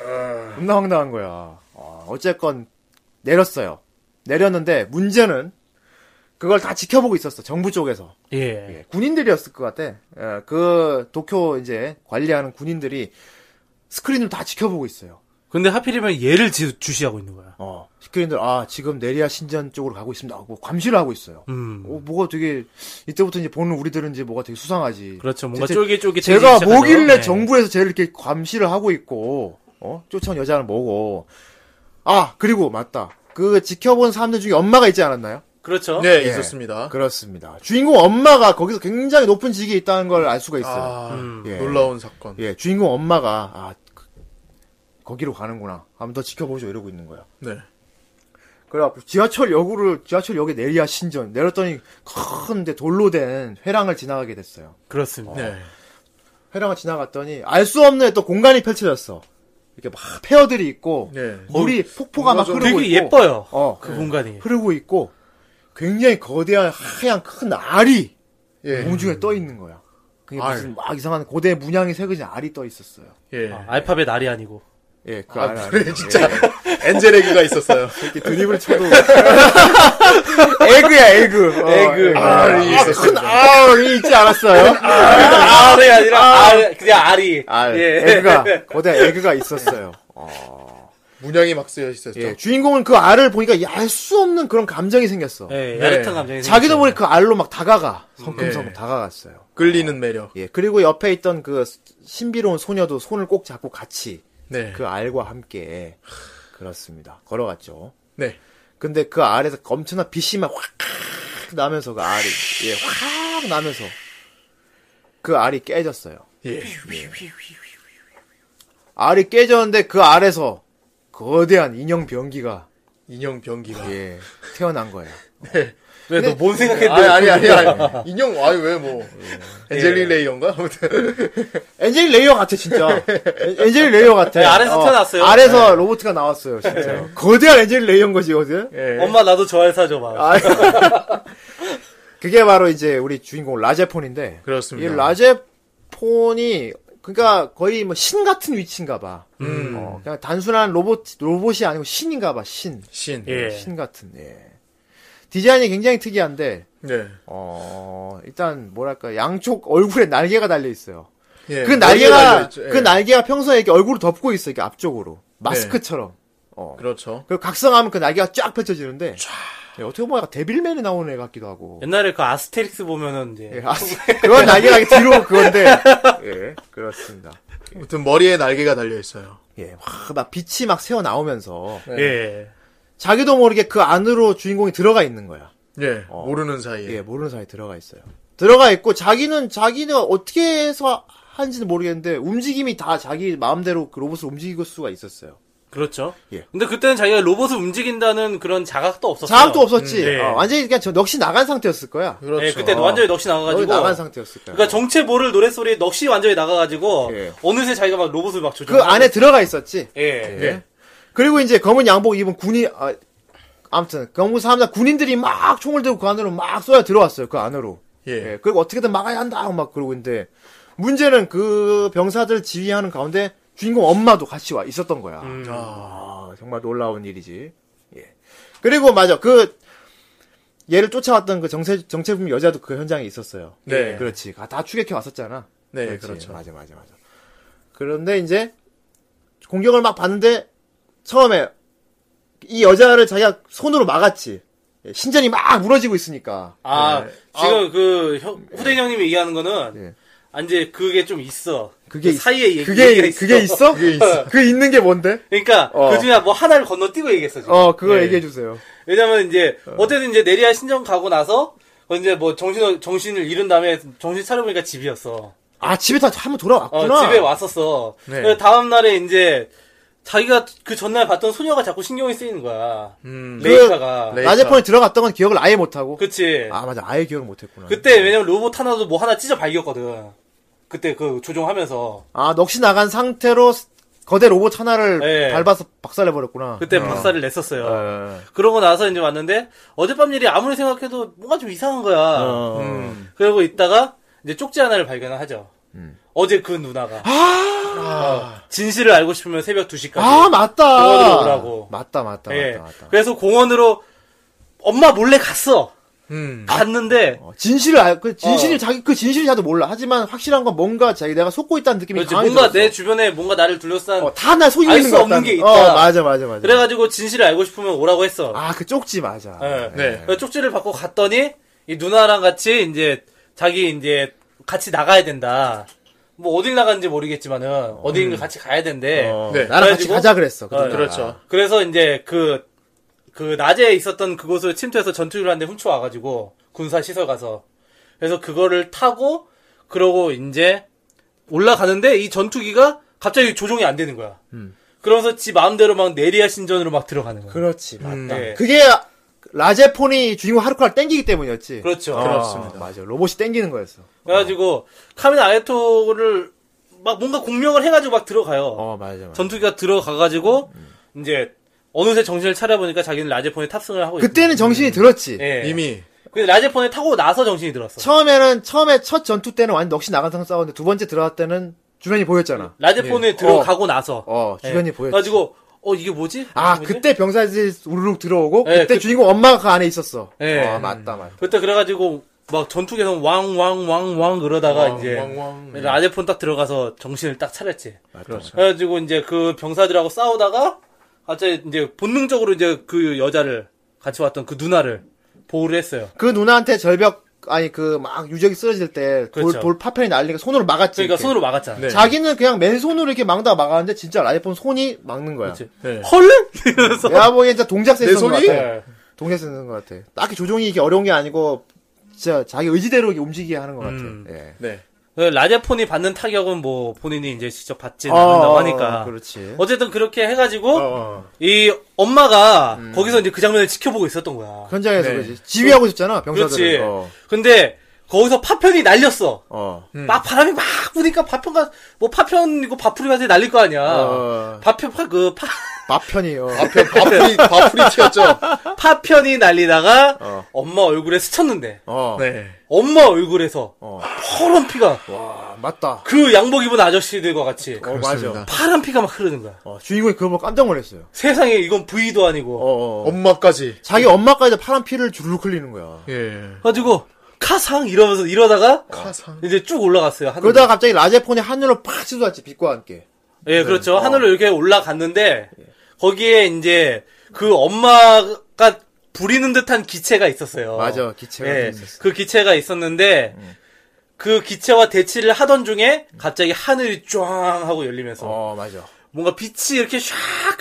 겁나 황당한 거야. 아, 어쨌건 내렸어요. 내렸는데 문제는 그걸 다 지켜보고 있었어. 정부 쪽에서.
예.
예, 군인들이었을 것 같아. 예, 그 도쿄 이제 관리하는 군인들이 스크린을 다 지켜보고 있어요.
근데 하필이면 얘를 지- 주시하고 있는 거야.
어, 스크린들 아 지금 내리야 신전 쪽으로 가고 있습니다. 하고 감시를 하고 있어요.
음.
어, 뭐가 되게 이때부터 이제 보는 우리들은 이제 뭐가 되게 수상하지.
그렇죠. 뭔가 네.
대체
쫄깃쫄깃.
제가 뭐길래 정부에서 제일 이렇게 감시를 하고 있고 어? 쫓아온 여자는 뭐고 아 그리고 맞다 그 지켜본 사람들 중에 엄마가 있지 않았나요?
그렇죠.
네,
예.
있었습니다.
그렇습니다. 주인공 엄마가 거기서 굉장히 높은 직위에 있다는 걸 알 수가 있어요.
아,
음.
예.
놀라운 사건.
예, 주인공 엄마가 아 그- 거기로 가는구나. 한번 더 지켜보죠 이러고 있는 거야.
네.
그래갖고 지하철 역으로 지하철 역에 내리야 신전 내렸더니 큰데 돌로 된 회랑을 지나가게 됐어요.
그렇습니다.
네.
회랑을 지나갔더니 알 수 없는 또 공간이 펼쳐졌어. 이렇게 막 페어들이 있고
네.
물이 폭포가 막
뭔가 좀
흐르고
되게
아, 있고
예뻐요.
어,
그 공간이.
흐르고 있고 굉장히 거대한 하얀 큰 알이
예.
공중에 떠 있는 거야. 그게
알.
무슨 막 이상한 고대 문양이 새겨진 알이 떠 있었어요.
예.
아, 알파벳 날이 아니고.
예, 그
아,
알. 안에.
그래,
[LAUGHS]
진짜. 엔젤 에그가 있었어요.
이렇게 드립을 [LAUGHS] 쳐도 에그야 에그 어,
알이
에그.
아, 큰
있었습니다.
알이 있지 않았어요?
아, 네, 아니라, 알, 그냥 알이.
알
예.
에그가 거대 에그가 있었어요.
문양이 막 쓰여 있었죠.
예, 주인공은 그 알을 보니까 알 수 없는 그런 감정이 생겼어.
예,
네.
야릇한 감정이.
자기도
생겼어요.
모르게 그 알로 막 다가가 성큼성큼
예.
다가갔어요.
끌리는 매력.
예, 그리고 옆에 있던 그 신비로운 소녀도 손을 꼭 잡고 같이
네.
그 알과 함께 그렇습니다. 걸어갔죠.
네.
근데 그 알에서 엄청난 빛이 막 확 나면서 그 알이 예, 확 나면서 그 알이 깨졌어요.
예.
알이 깨졌는데 그 알에서 거대한 인형 변기가
인형 변기가.
예, 태어난 거예요.
왜,
네.
너 뭔 생각했는데?
아니, 아니, 아니,
예.
아니. 인형, 아니, 왜 뭐. 엔젤린 레이언가? 아무튼.
엔젤 레이어 같아
[LAUGHS]
진짜. 엔- 엔젤 레이어 같아.
네, 알에서
어,
태어났어요. 네.
알에서 로봇가 나왔어요 진짜. 거대한 엔젤 레이어인 거지 거든.
예.
엄마 나도 저 알 사줘 봐.
아, [LAUGHS] 그게 바로 이제 우리 주인공 라제폰인데.
그렇습니다.
이 라제폰이 그러니까 거의 뭐 신 같은 위치인가 봐.
음.
어, 그냥 단순한 로봇 로봇이 아니고 신인가 봐 신.
신.
예.
신 같은. 예. 디자인이 굉장히 특이한데
네.
어, 일단 뭐랄까 양쪽 얼굴에 날개가 달려 있어요.
예.
그
머리가
날개가
달려있죠. 예.
그 날개가 평소에 이렇게 얼굴을 덮고 있어 이게 앞쪽으로 마스크처럼. 어.
그렇죠.
그리고 각성하면 그 날개가 쫙 펼쳐지는데. 예, 어떻게 보면 약간 데빌맨이 나오는 애 같기도 하고.
옛날에 그 아스테릭스 보면은 이제
예, 아, 그건 날개가 이렇게 뒤로 그건데. 예, 그렇습니다.
아무튼 머리에 날개가 달려있어요.
예, 와, 막 빛이 막 새어 나오면서
네.
예.
자기도 모르게 그 안으로 주인공이 들어가 있는 거야.
예.
어.
모르는
예,
사이에.
모르는 사이에 들어가 있어요. 들어가 있고 자기는 자기는 어떻게 해서 하는지는 모르겠는데 움직임이 다 자기 마음대로 그 로봇을 움직일 수가 있었어요.
그렇죠.
예.
근데 그때는 자기가 로봇을 움직인다는 그런 자각도 없었어요.
자음도 없었지.
음, 네.
어, 완전히 그냥 저 넋이 나간 상태였을 거야.
그렇죠.
예, 그때 완전히 넋이 나가가지고.
넋이 어. 나간 상태였을 거야.
그러니까 정체 모를 노랫소리에 넋이 완전히 나가가지고
예.
어느새 자기가 막 로봇을 막 조종.
그 안에 들어가 있었지.
예. 예.
예.
그리고 이제 검은 양복 입은 군인 아, 아무튼 검은 사람들 군인들이 막 총을 들고 그 안으로 막 쏘야 들어왔어요. 그 안으로.
예.
예, 그리고 어떻게든 막아야 한다 하고 막 그러고 있는데 문제는 그 병사들 지휘하는 가운데 주인공 엄마도 같이 와 있었던 거야.
음.
아, 정말 놀라운 일이지. 예. 그리고 맞아 그 얘를 쫓아왔던 그 정세 정체불명 여자도 그 현장에 있었어요.
네.
예, 그렇지. 아, 다 추격해 왔었잖아.
네,
그렇지.
그렇죠.
맞아, 맞아, 맞아. 그런데 이제 공격을 막 봤는데 처음에 이 여자를 자기가 손으로 막았지. 예, 신전이 막 무너지고 있으니까.
아
예.
지금 그 형, 후대 형님이 얘기하는 거는
예.
아, 이제 그게 좀 있어.
그게
그
있-
사이에 얘기, 얘기가
그게
있어.
그게 있어? 그게 있어. [LAUGHS] 그 있는 게 뭔데?
[LAUGHS] 그러니까
어.
그 중에 뭐 하나를 건너뛰고 얘기했어 지금.
어, 그거
예.
얘기해 주세요.
왜냐면 이제 어쨌든 이제 내리아 신정 가고 나서 이제 뭐 정신 정신을 잃은 다음에 정신 차려보니까 집이었어.
아, 집에 다 한번
어,
돌아왔구나.
집에 왔었어.
네.
그래서 다음 날에 이제 자기가 그 전날 봤던 소녀가 자꾸 신경이 쓰이는 거야.
음.
그
레이카가.
레이-
라제폰에 들어갔던 건 기억을 아예 못 하고.
그치.
아, 그러니까. 맞아. 아예 기억을 못 했구나.
그때 왜냐면 로봇 하나도 뭐 하나 찢어 발겼거든. 그때 그 조종하면서.
아, 넋이 나간 상태로 스- 거대 로봇 하나를
예.
밟아서 박살내 버렸구나.
그때 박살을 냈었어요.
어.
그러고 나서 이제 왔는데 어젯밤 일이 아무리 생각해도 뭔가 좀 이상한 거야.
어.
음.
음.
그러고 있다가 이제 쪽지 하나를 발견하죠. 어제 그 누나가. 진실을 알고 싶으면 새벽 2시까지.
아, 맞다.
공원으로 그러니까 오라고.
맞다, 맞다,
예.
맞다, 맞다.
그래서 공원으로 엄마 몰래 갔어.
음.
갔는데
어, 진실을 알, 그 진실이
어.
자기 그 진실이 자도 몰라. 하지만 확실한 건 뭔가 자기 내가 속고 있다는 느낌이
그렇지,
강하게
뭔가
들었어.
내 주변에 뭔가 나를 둘러싼
어, 다날 속이고
알
있는
수
것
없는
같다는
게
거.
있다.
어, 맞아, 맞아, 맞아.
그래가지고 진실을 알고 싶으면 오라고 했어.
아, 그 쪽지 맞아.
예.
네.
그래서 쪽지를 받고 갔더니 이 누나랑 같이 이제 자기 이제 같이 나가야 된다. 뭐 어딜 나가는지 모르겠지만은 어디를 같이 가야 된대.
음. 어,
네.
나랑 같이
그래가지고-
가자 그랬어. 그
어,
누나가.
그렇죠.
그래서 이제 그, 그 낮에 있었던 그곳을 침투해서 전투기를 한 대 훔쳐와가지고 군사 시설 가서 그래서 그거를 타고 그러고 이제 올라가는데 이 전투기가 갑자기 조종이 안 되는 거야. 그러면서 지 마음대로 막 내리야 신전으로 막 들어가는 거야.
음. 그렇지, 맞다.
음, 예.
그게 라제폰이 주인공 하루카를 땡기기 때문이었지.
그렇죠.
아, 맞아. 로봇이 땡기는 거였어.
그래가지고 카미나 아야토를 막 뭔가 공명을 해가지고 막 들어가요.
어, 맞아, 맞아.
전투기가 들어가가지고 이제 어느새 정신을 차려보니까 자기는 라제폰에 탑승을 하고
그때는 정신이 들었지.
있- 예.
이미
근데 라제폰에 타고 나서 정신이 들었어.
처음에는 처음에 첫 전투 때는 완전 넋이 나간 상태 싸웠는데 두 번째 들어갈 때는 주변이 보였잖아.
라제폰에 들어가고 나서
예. 어,
예.
주변이 보였지.
그래가지고 어 이게 뭐지?
아,
뭐지?
그때 병사들이 우르륵 들어오고
예,
그때
그-
주인공 엄마가 그 안에 있었어.
예.
아, 맞다, 맞다.
그때 그래가지고 막 전투기에서 어,
아,
왕왕왕왕 그러다가 이제
왕왕.
라제폰 딱 들어가서 정신을 딱 차렸지.
그렇죠.
그래가지고 이제 그 병사들하고 싸우다가 갑자기 이제 본능적으로 이제 그 여자를 같이 왔던 그 누나를 보호를 했어요.
그 누나한테 절벽 아니 그 막 유적이 쓰러질 때 돌
그렇죠.
파편이 날리니까 손으로 막았지.
그러니까
이렇게.
손으로 막았잖아.
네.
자기는 그냥 맨손으로 이렇게 막다가 막았는데 진짜 라이폰 손이 막는 거야.
그렇지.
네.
헐? [LAUGHS] 이러면서 네.
내가 보기엔 진짜 동작
내
쓰는 것
손이?
같아. 동작 쓰는 것 같아. 딱히 조종이 이게 어려운 게 아니고 진짜 자기 의지대로 이렇게 움직이게 하는 것 같아.
음.
예.
네.
그 라제폰이 받는 타격은 뭐 본인이 이제 직접 받지
어,
않는다고
어,
하니까.
그렇지.
아, 어쨌든 그렇게 해가지고
어, 어.
이 엄마가 거기서 이제 그 장면을 지켜보고 있었던 거야.
현장에서
네.
음. 그렇지. 지휘하고 있었잖아 병사들.
그렇지.
어.
근데 거기서 파편이 날렸어.
어.
막 바람이 막 부니까 파편가 뭐 파편이고 밥풀이 같이 날릴 거 아니야.
어.
파편 파그 파,
마편이요. 어.
앞에 바풀이 바풀이 튀었죠.
파편이 날리다가
어.
엄마 얼굴에 스쳤는데
어.
네.
엄마 얼굴에서
어.
파란 피가
와 맞다.
그 양복 입은 아저씨들과 같이
어
그렇습니다.
맞아.
파란 피가 막 흐르는 거야.
어, 주인공이 그거 보고 깜짝 놀랐어요.
세상에 이건 V도 아니고
어, 어.
엄마까지.
자기 엄마까지 파란 피를 주르륵 흘리는 거야.
예.
가지고 카상 이러면서 이러다가
카상.
이제 쭉 올라갔어요. 하늘로.
그러다가 갑자기 라제폰이 하늘로 팍 쏟아왔지 빛과 함께. 네.
예, 그렇죠.
어.
하늘로 이렇게 올라갔는데 거기에 이제 그 엄마가 부리는 듯한 기체가 있었어요.
맞아, 기체가
예,
좀 있었어.
그 기체가 있었는데 그 기체와 대치를 하던 중에 갑자기 하늘이 쫙 하고 열리면서
어 맞아.
뭔가 빛이 이렇게 샥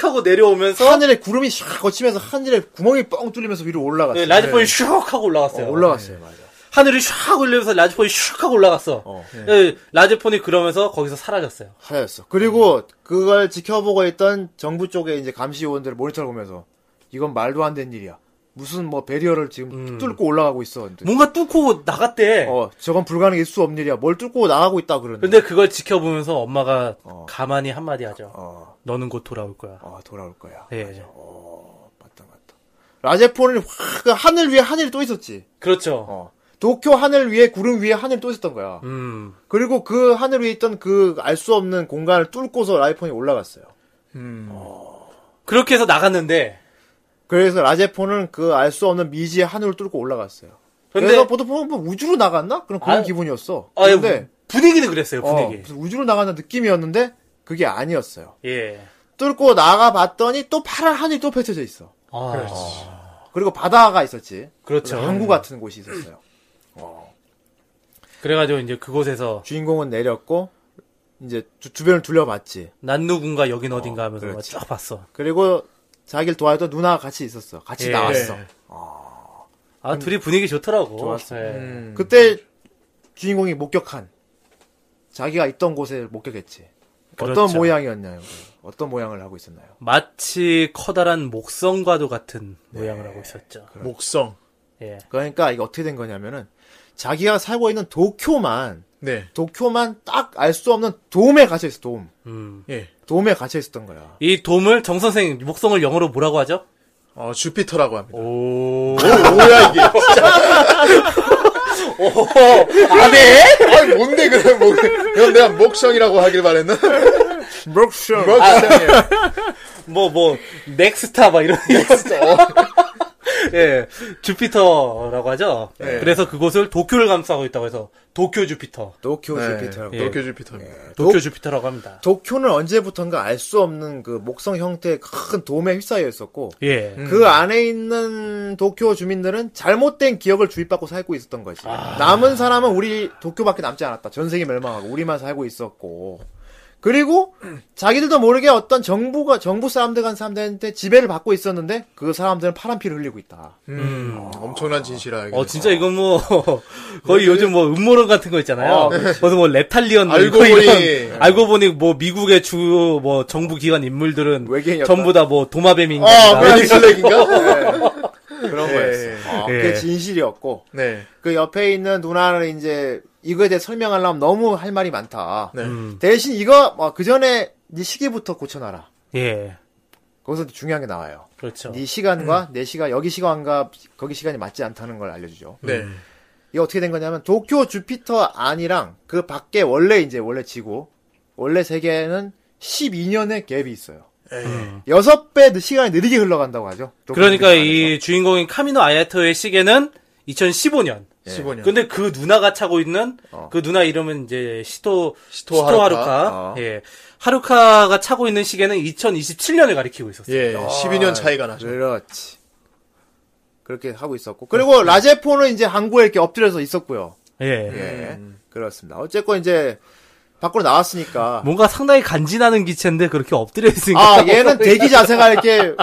하고 내려오면서
하늘에 구름이 샥 거치면서 하늘에 구멍이 뻥 뚫리면서 위로 올라갔어.
예,
요
라디폰이 예. 슉 하고
어,
올라갔어요.
올라갔어요, 맞아.
하늘이 샥 올리면서 라디폰이 슉 하고 올라갔어.
어.
예, 라디폰이 그러면서 거기서 사라졌어요.
하였어. 그리고 그걸 지켜보고 있던 정부 쪽에 이제 감시 요원들 모니터를 보면서 이건 말도 안 되는 일이야. 무슨 뭐 배리어를 지금
음. 뭐?
뚫고 올라가고 있어. 근데.
뭔가 뚫고 나갔대.
네. 어, 저건 불가능일 수 없는 일이야. 뭘 뚫고 나가고 있다 그러는데.
근데 그 그걸 지켜보면서 엄마가
어.
가만히 한마디 하죠.
어,
너는 곧 돌아올 거야.
어, 돌아올 거야.
예.
맞다, 맞다. 라제폰이 확, 그 하늘 위에 하늘이 또 있었지.
그렇죠.
어. 도쿄 하늘 위에 구름 위에 하늘이 또 있었던 거야.
음.
그리고 그 하늘 위에 있던 그 알 수 없는 공간을 뚫고서 라이폰이 올라갔어요.
그렇게 해서 나갔는데
그래서 라제폰은 그 알 수 없는 미지의 하늘을 뚫고 올라갔어요.
근데-
그래서 보통 보면 뭐 우주로 나갔나? 그런 그런
아,
기분이었어.
아, 예,
근데
분위기는 그랬어요.
어,
분위기.
무슨 우주로 나가는 느낌이었는데 그게 아니었어요.
예.
뚫고 나가 봤더니 또 파란 하늘이 또 펼쳐져 있어.
아,
그리고 바다가 있었지.
그렇죠.
항구 같은 곳이 있었어요.
그래가지고 이제 그곳에서
주인공은 내렸고 이제 주, 주변을 둘러봤지.
난 누군가 여긴 어딘가 하면서 막
그렇지.
쫙 봤어.
그리고 자기를 도와줬던 누나가 같이 있었어. 같이
예.
나왔어.
네.
아 둘이 분위기 좋더라고.
좋았어요.
예.
음.
그때 주인공이 목격한 자기가 있던 곳을 목격했지. 어떤
그렇죠.
모양이었냐고. 어떤 모양을 하고 있었나요?
마치 커다란 목성과도 같은 모양을 하고 있었죠.
목성.
예.
그러니까 이게 어떻게 된 거냐면은 자기가 살고 있는 도쿄만
네.
도쿄만 딱 알 수 없는 도움에 갇혀 있어. 도움.
음.
예.
도움에 갇혀 있었던 거야.
이 돔을 정 선생 목성을 영어로 뭐라고 하죠?
[LAUGHS] 어, 주피터라고 합니다.
오.
뭐야 이게?
안 해?
어, 아니 뭔데 그래 뭐 그럼 내가 목성이라고 하길 바랬나? 아, 네.
럭셔.
목성이에요.
뭐, 뭐, 넥스타, 막 이런. [LAUGHS]
어.
예, 주피터라고 하죠.
네.
그래서 그곳을 도쿄를 감싸고 있다고 해서 도쿄 주피터,
도쿄
네.
주피터라고.
예.
도쿄 주피터입니다.
도쿄
도-
주피터라고 합니다.
도쿄는 언제부턴가 알 수 없는 그 목성 형태의 큰 도움에 휩싸여 있었고
예,
그 안에 있는 도쿄 주민들은 잘못된 기억을 주입받고 살고 있었던 거지. 남은 사람은 우리 도쿄밖에 남지 않았다. 전 세계 멸망하고 우리만 살고 있었고. 그리고 자기들도 모르게 어떤 정부가 정부 사람들 간 사람들한테 지배를 받고 있었는데 그 사람들은 파란 피를 흘리고 있다.
음, 엄청난 진실이야.
어, 진짜 이건 뭐, [LAUGHS] 거의 요즘 뭐 음모론 같은 거 있잖아요.
어,
무슨 뭐 랩탈리언,
알고
뭐
보니-
이런, [LAUGHS] 알고 보니 뭐 미국의 주 뭐 정부 기관 인물들은
외계인이었다. 그러니까.
전부 다 뭐 도마뱀인
아,
가
메디슬렉인가?
그런
예.
거였어. 어,
예.
네. 그게 진실이었고
네.
그 옆에 있는 누나는 이제 이거에 대해 설명하려면 너무 할 말이 많다.
네.
음,
대신 이거 그 전에 네 시기부터 고쳐놔라.
예,
거기서 중요한 게 나와요.
그렇죠.
네 시간과 내 시간 여기 시간과 거기 시간이 맞지 않다는 걸 알려주죠.
네.
이게 어떻게 된 거냐면 도쿄 주피터 안이랑 그 밖에 원래 이제 원래 지구 원래 세계는 12년의 갭이 있어요. 여섯 배 시간이 느리게 흘러간다고 하죠. 도쿄
그러니까
주피터 안에서.
이 주인공인 카미노 아야토의 시계는 2015년.
15년.
근데 그 누나가 차고 있는
어.
그 누나 이름은 이제 시토
시토
시토
하루카.
하루카.
어.
예. 하루카가 차고 있는 시계는 2027년을 가리키고 있었어요.
예, 12년 차이가
네.
나죠.
그렇지. 그렇게 하고 있었고 그리고 라제포는 이제 항구에 이렇게 엎드려서 있었고요.
예.
예, 그렇습니다. 어쨌건 이제 밖으로 나왔으니까
뭔가 상당히 간지나는 기체인데 그렇게 엎드려 있으니까.
아, 얘는 대기 자세가 이렇게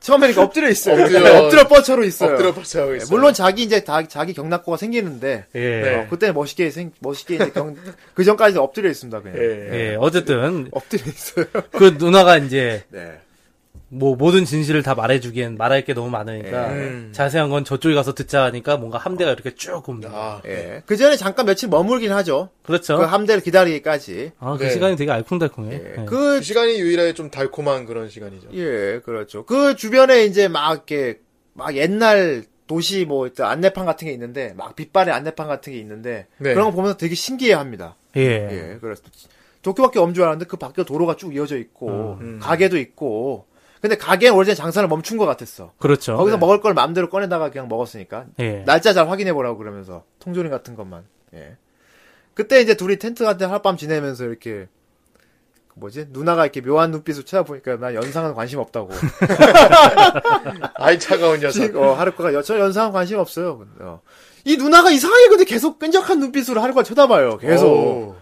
처음에 이렇게 엎드려 있어요.
엎드려.
엎드려, 엎드려 뻗쳐로 있어요. 네,
엎드려 뻗쳐하고 있어요.
예, 물론 자기 이제 다, 자기 경락고가 생기는데
예.
네.
어, 그때는 멋있게 생 멋있게 이제 경, [LAUGHS] 그 전까지 엎드려 있습니다 그냥.
예.
예, 어쨌든
엎드려 있어요.
[LAUGHS] 그 누나가 이제
네.
뭐 모든 진실을 다 말해주기엔 말할 게 너무 많으니까
예.
네.
음.
자세한 건 저쪽에 가서 듣자 하니까 뭔가 함대가 이렇게 쭉 옵니다.
아,
예. 그 전에 잠깐 며칠 머물긴 하죠.
그렇죠.
그 함대를 기다리기까지.
아, 그
네.
시간이 되게 알콩달콩해.
예.
예.
그
그 시간이 유일하게 좀 달콤한 그런 시간이죠.
예, 그렇죠. 그 주변에 이제 막 이렇게 막 옛날 도시 뭐 이제 안내판 같은 게 있는데 막 빛발의 안내판 같은 게 있는데
네.
그런 거 보면서 되게 신기해합니다.
예.
예, 그래서 도쿄밖에 없는 줄 알았는데 그 밖에 도로가 쭉 이어져 있고 가게도 있고 근데 가게는 원래 장사를 멈춘 것 같았어.
그렇죠.
거기서 먹을 걸 마음대로 꺼내다가 그냥 먹었으니까
예.
날짜 잘 확인해 보라고 그러면서 통조림 같은 것만. 예. 그때 이제 둘이 텐트 같은 데 하룻밤 지내면서 이렇게 그 뭐지 누나가 이렇게 묘한 눈빛으로 쳐다보니까 나 연상은 관심 없다고.
아이 차가운 녀석.
어, 하루카가 여- 저 연상은 관심 없어요. 근데, 어. 이 누나가 이상하게 근데 계속 끈적한 눈빛으로 하루카 쳐다봐요. 계속.
오.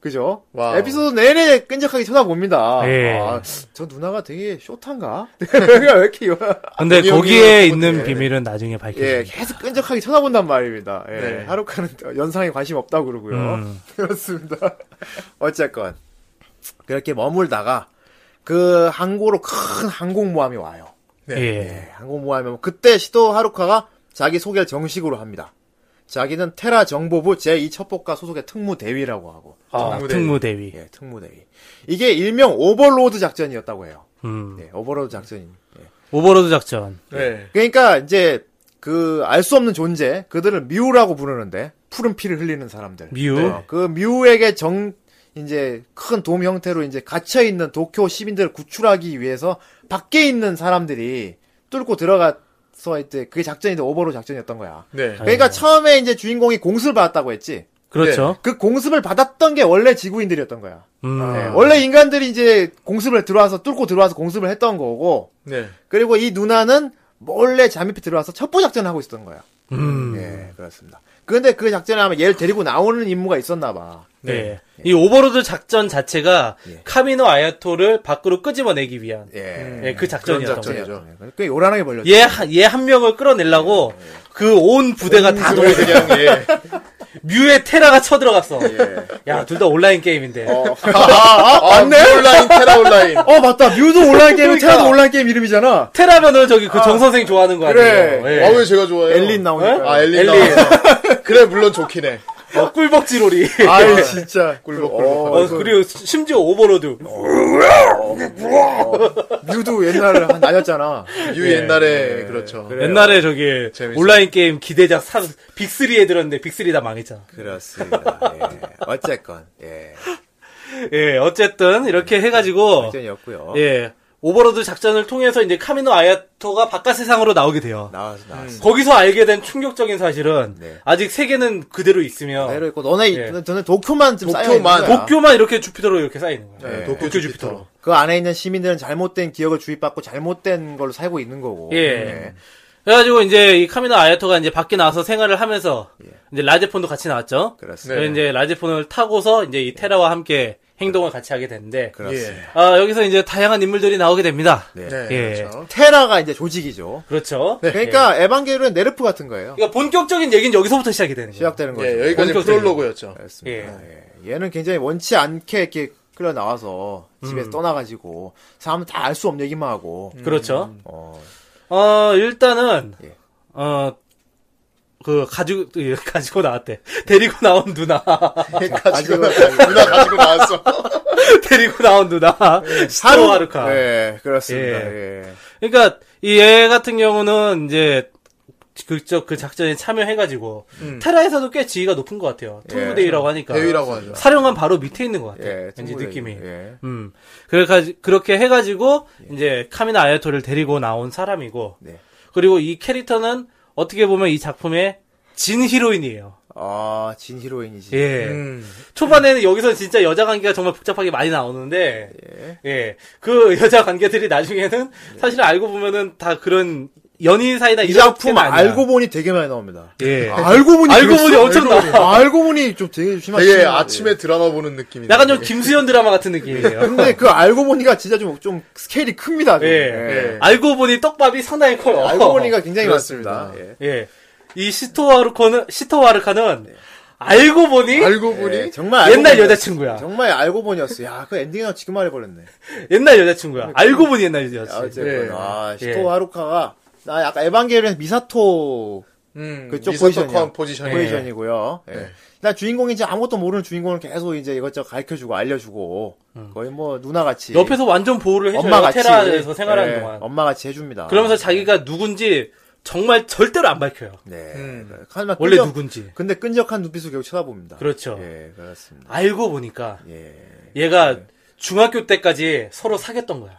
그죠?
와우.
에피소드 내내 끈적하게 쳐다봅니다.
예.
아, 저 누나가 되게
[LAUGHS]
쇼탄가? [LAUGHS] 내가 왜 이렇게 이거-
근데
여기
거기에
여기
있는
어디-
비밀은 나중에 밝혀집니다.
그 예, 계속 끈적하게 쳐다본단 말입니다. 예,
네.
하루카는 연상에 관심 없다고 [LAUGHS] 그러고요.
음.
그렇습니다. 어쨌건 그렇게 머물다가 그 항구로 큰 항공모함이 와요.
네.
예.
예, 항공모함이 오면 그때 시도 하루카가 자기 소개를 정식으로 합니다. 자기는 테라 정보부 제2 첩보과 소속의 특무 대위라고 하고
아,
특무대위.
특무대위.
예, 특무 대위. 이게 일명 오버로드 작전이었다고 해요.
음.
예, 오버로드 작전이. 예.
오버로드 작전.
네.
그러니까 이제 그 알 수 없는 존재, 그들을 미우라고 부르는데 푸른 피를 흘리는 사람들.
미우.
어, 그 미우에게 정 이제 큰 도움 형태로 이제 갇혀 있는 도쿄 시민들을 구출하기 위해서 밖에 있는 사람들이 뚫고 들어가서 이제 그게 작전인데 오버로드 작전이었던 거야.
네.
그러니까 처음에 이제 주인공이 공습을 받았다고 했지.
그렇죠.
그 공습을 받았던 게 원래 지구인들이었던 거야.
음.
네, 원래 인간들이 이제 공습을 들어와서 뚫고 들어와서 공습을 했던 거고
네.
그리고 이 누나는 몰래 잠입해 들어와서 첩보 작전을 하고 있었던 거야.
음.
예, 그렇습니다. 근데 그 작전에 하면 얘를 데리고 나오는 임무가 있었나 봐.
예. 이 오버로드 작전 자체가 카미노 아야토를 밖으로 끄집어내기 위한
예.
예, 그 예,
그런
작전이었던 거예요.
작전이죠.
꽤 요란하게 벌렸죠.
얘얘 한 명을 끌어내려고 그 온 부대가 다
그걸
동원.
그냥 예.
뮤에 테라가 쳐들어갔어. 야 둘 다 온라인 게임인데.
어. 아, 맞네. 온라인 테라 온라인.
어, 맞다. 뮤도 온라인 게임,
그러니까.
테라도 온라인 게임 이름이잖아.
테라면은 저기 그 정 선생 좋아하는 거 아니에요?
그래.
예.
아 왜 제가 좋아해요?
네. 엘린 나오니까.
아 엘린.
엘린.
나오니까. 그래 물론 좋긴 해. 예.
어, 꿀벅지로리.
아유 [LAUGHS] 진짜 꿀벅꿀벅.
[LAUGHS] 어, 그리고 시- 심지어 오버로드.
뮤도 옛날 한 다녔잖아.
유 옛날에
예.
그렇죠.
옛날에 저기
재밌어요.
온라인 게임 기대작 사, 빅3에 들었는데 빅3 다 망했잖아.
그렇습니다. 예. 어쨌건 예.
예, 어쨌든 이렇게
아,
해가지고
작전이었고요.
예 오버로드 작전을 통해서 이제 카미노 아야토가 바깥 세상으로 나오게 돼요.
나와서 나왔어.
거기서 알게 된 충격적인 사실은
네.
아직 세계는 그대로 있으며
대로 아, 있고 너네
예.
는 저는 도쿄만 좀 쌓여 있는
어. 도쿄만.
거야. 네,
도쿄만 이렇게 주피터로 이렇게 쌓이는 거야.
예,
도쿄, 주피터로.
그 안에 있는 시민들은 잘못된 기억을 주입받고 잘못된 걸로 살고 있는 거고. 네,
예. 그래가지고 이제 이 카미노 아야토가 이제 밖에 나와서 생활을 하면서 이제 라제폰도 같이 나왔죠.
예. 그렇습니다.
네.
그래서 이제 라제폰을 타고서 이제 이 테라와 함께 행동을 같이 하게 되는데
네. 그렇습니다.
예.
아, 여기서 이제 다양한 인물들이 나오게 됩니다.
네.
네,
예.
그렇죠.
테라가 이제 조직이죠.
그렇죠.
네.
그러니까 에반게리온 네르프 같은 거예요.
그러니까 본격적인 얘기는 여기서부터 시작이 되는 거예요.
시작되는 거죠.
예, 여기까지
본격적인-
프롤로그였죠.
그렇습니다. 예. 얘는 굉장히 원치 않게 이렇게 끌려 나와서
음.
집에서 떠나가지고 사람 다 알 수 없는 얘기만 하고.
그렇죠.
어,
어, 일단은
예.
어. 그 가지고 예, [LAUGHS] 가지고 나왔대. 데리고 나온 누나. [LAUGHS]
아, 가지고 누나 가지고 나왔어.
데리고 나온 누나. 시토 하루카.
예, 그렇습니다.
예.
예.
그러니까 이 얘 같은 경우는 이제 그쪽 그 작전에 참여해가지고 테라에서도 꽤 지위가 높은 것 같아요. 통부대위라고 하니까
대위라고 하죠.
사령관 바로 밑에 있는 것 같아요.
예,
왠지
충분히,
느낌이.
예.
음 그래가지 그렇게 해가지고 이제 카미나 아야토를 데리고 나온 사람이고
네.
그리고 이 캐릭터는 어떻게 보면 이 작품의 진 히로인이에요.
아, 진 히로인이지.
예.
음.
초반에는 여기서 진짜 여자 관계가 정말 복잡하게 많이 나오는데, 예. 그 [LAUGHS] 여자 관계들이 나중에는 사실 알고 보면은 다 그런 연인 사이나
네. 이
이런
작품
관계는 아니야.
알고 아, 네. 보니 되게 많이 나옵니다.
예.
알고 보니
알고 보니
그랬어?
엄청나.
알고 보니. 알고 보니 좀 되게 심하지.
되게 아침에 드라마 보는 예. 느낌이.
약간 좀 김수현 드라마 같은
[LAUGHS]
느낌이에요.
근데 그 알고 보니가 진짜 좀, 좀 스케일이 큽니다. 좀.
예.
예.
알고 보니 떡밥이 상당히 커요.
알고 보니가 굉장히
그렇습니다.
많습니다. 예.
예. 이 시토와르코는 시토와르카는 알고 보니
알고 보니
예, 정말 알고
옛날
보니-
여자친구야.
정말 알고 보니였어. 야, 그 엔딩이랑 지금 말해버렸네.
옛날 여자친구야. 알고 보니 옛날 여자친구.
어쨌건
예.
음. 아,
예.
시토 하루카가 나 약간 에반게리온 미사토
음,
그쪽
미사토
포지션이야.
컴 포지션이.
포지션이고요. 예.
네.
나 주인공인지 아무것도 모르는 주인공을 계속 이제 이것저것 가르쳐주고 알려주고 거의 뭐 누나같이
음. 예. 옆에서 완전 보호를 해줘요.
엄마같이
그렇죠. 테라에서 생활하는
예,
동안.
엄마같이 해줍니다.
그러면서 자기가 누군지 정말 절대로 안 밝혀요.
네.
음.
하지만
원래
끈적-
누군지.
근데 끈적한 눈빛으로 계속 쳐다봅니다.
그렇죠.
예, 그렇습니다.
알고 보니까
예.
얘가 중학교 때까지 서로 사귀었던 거야.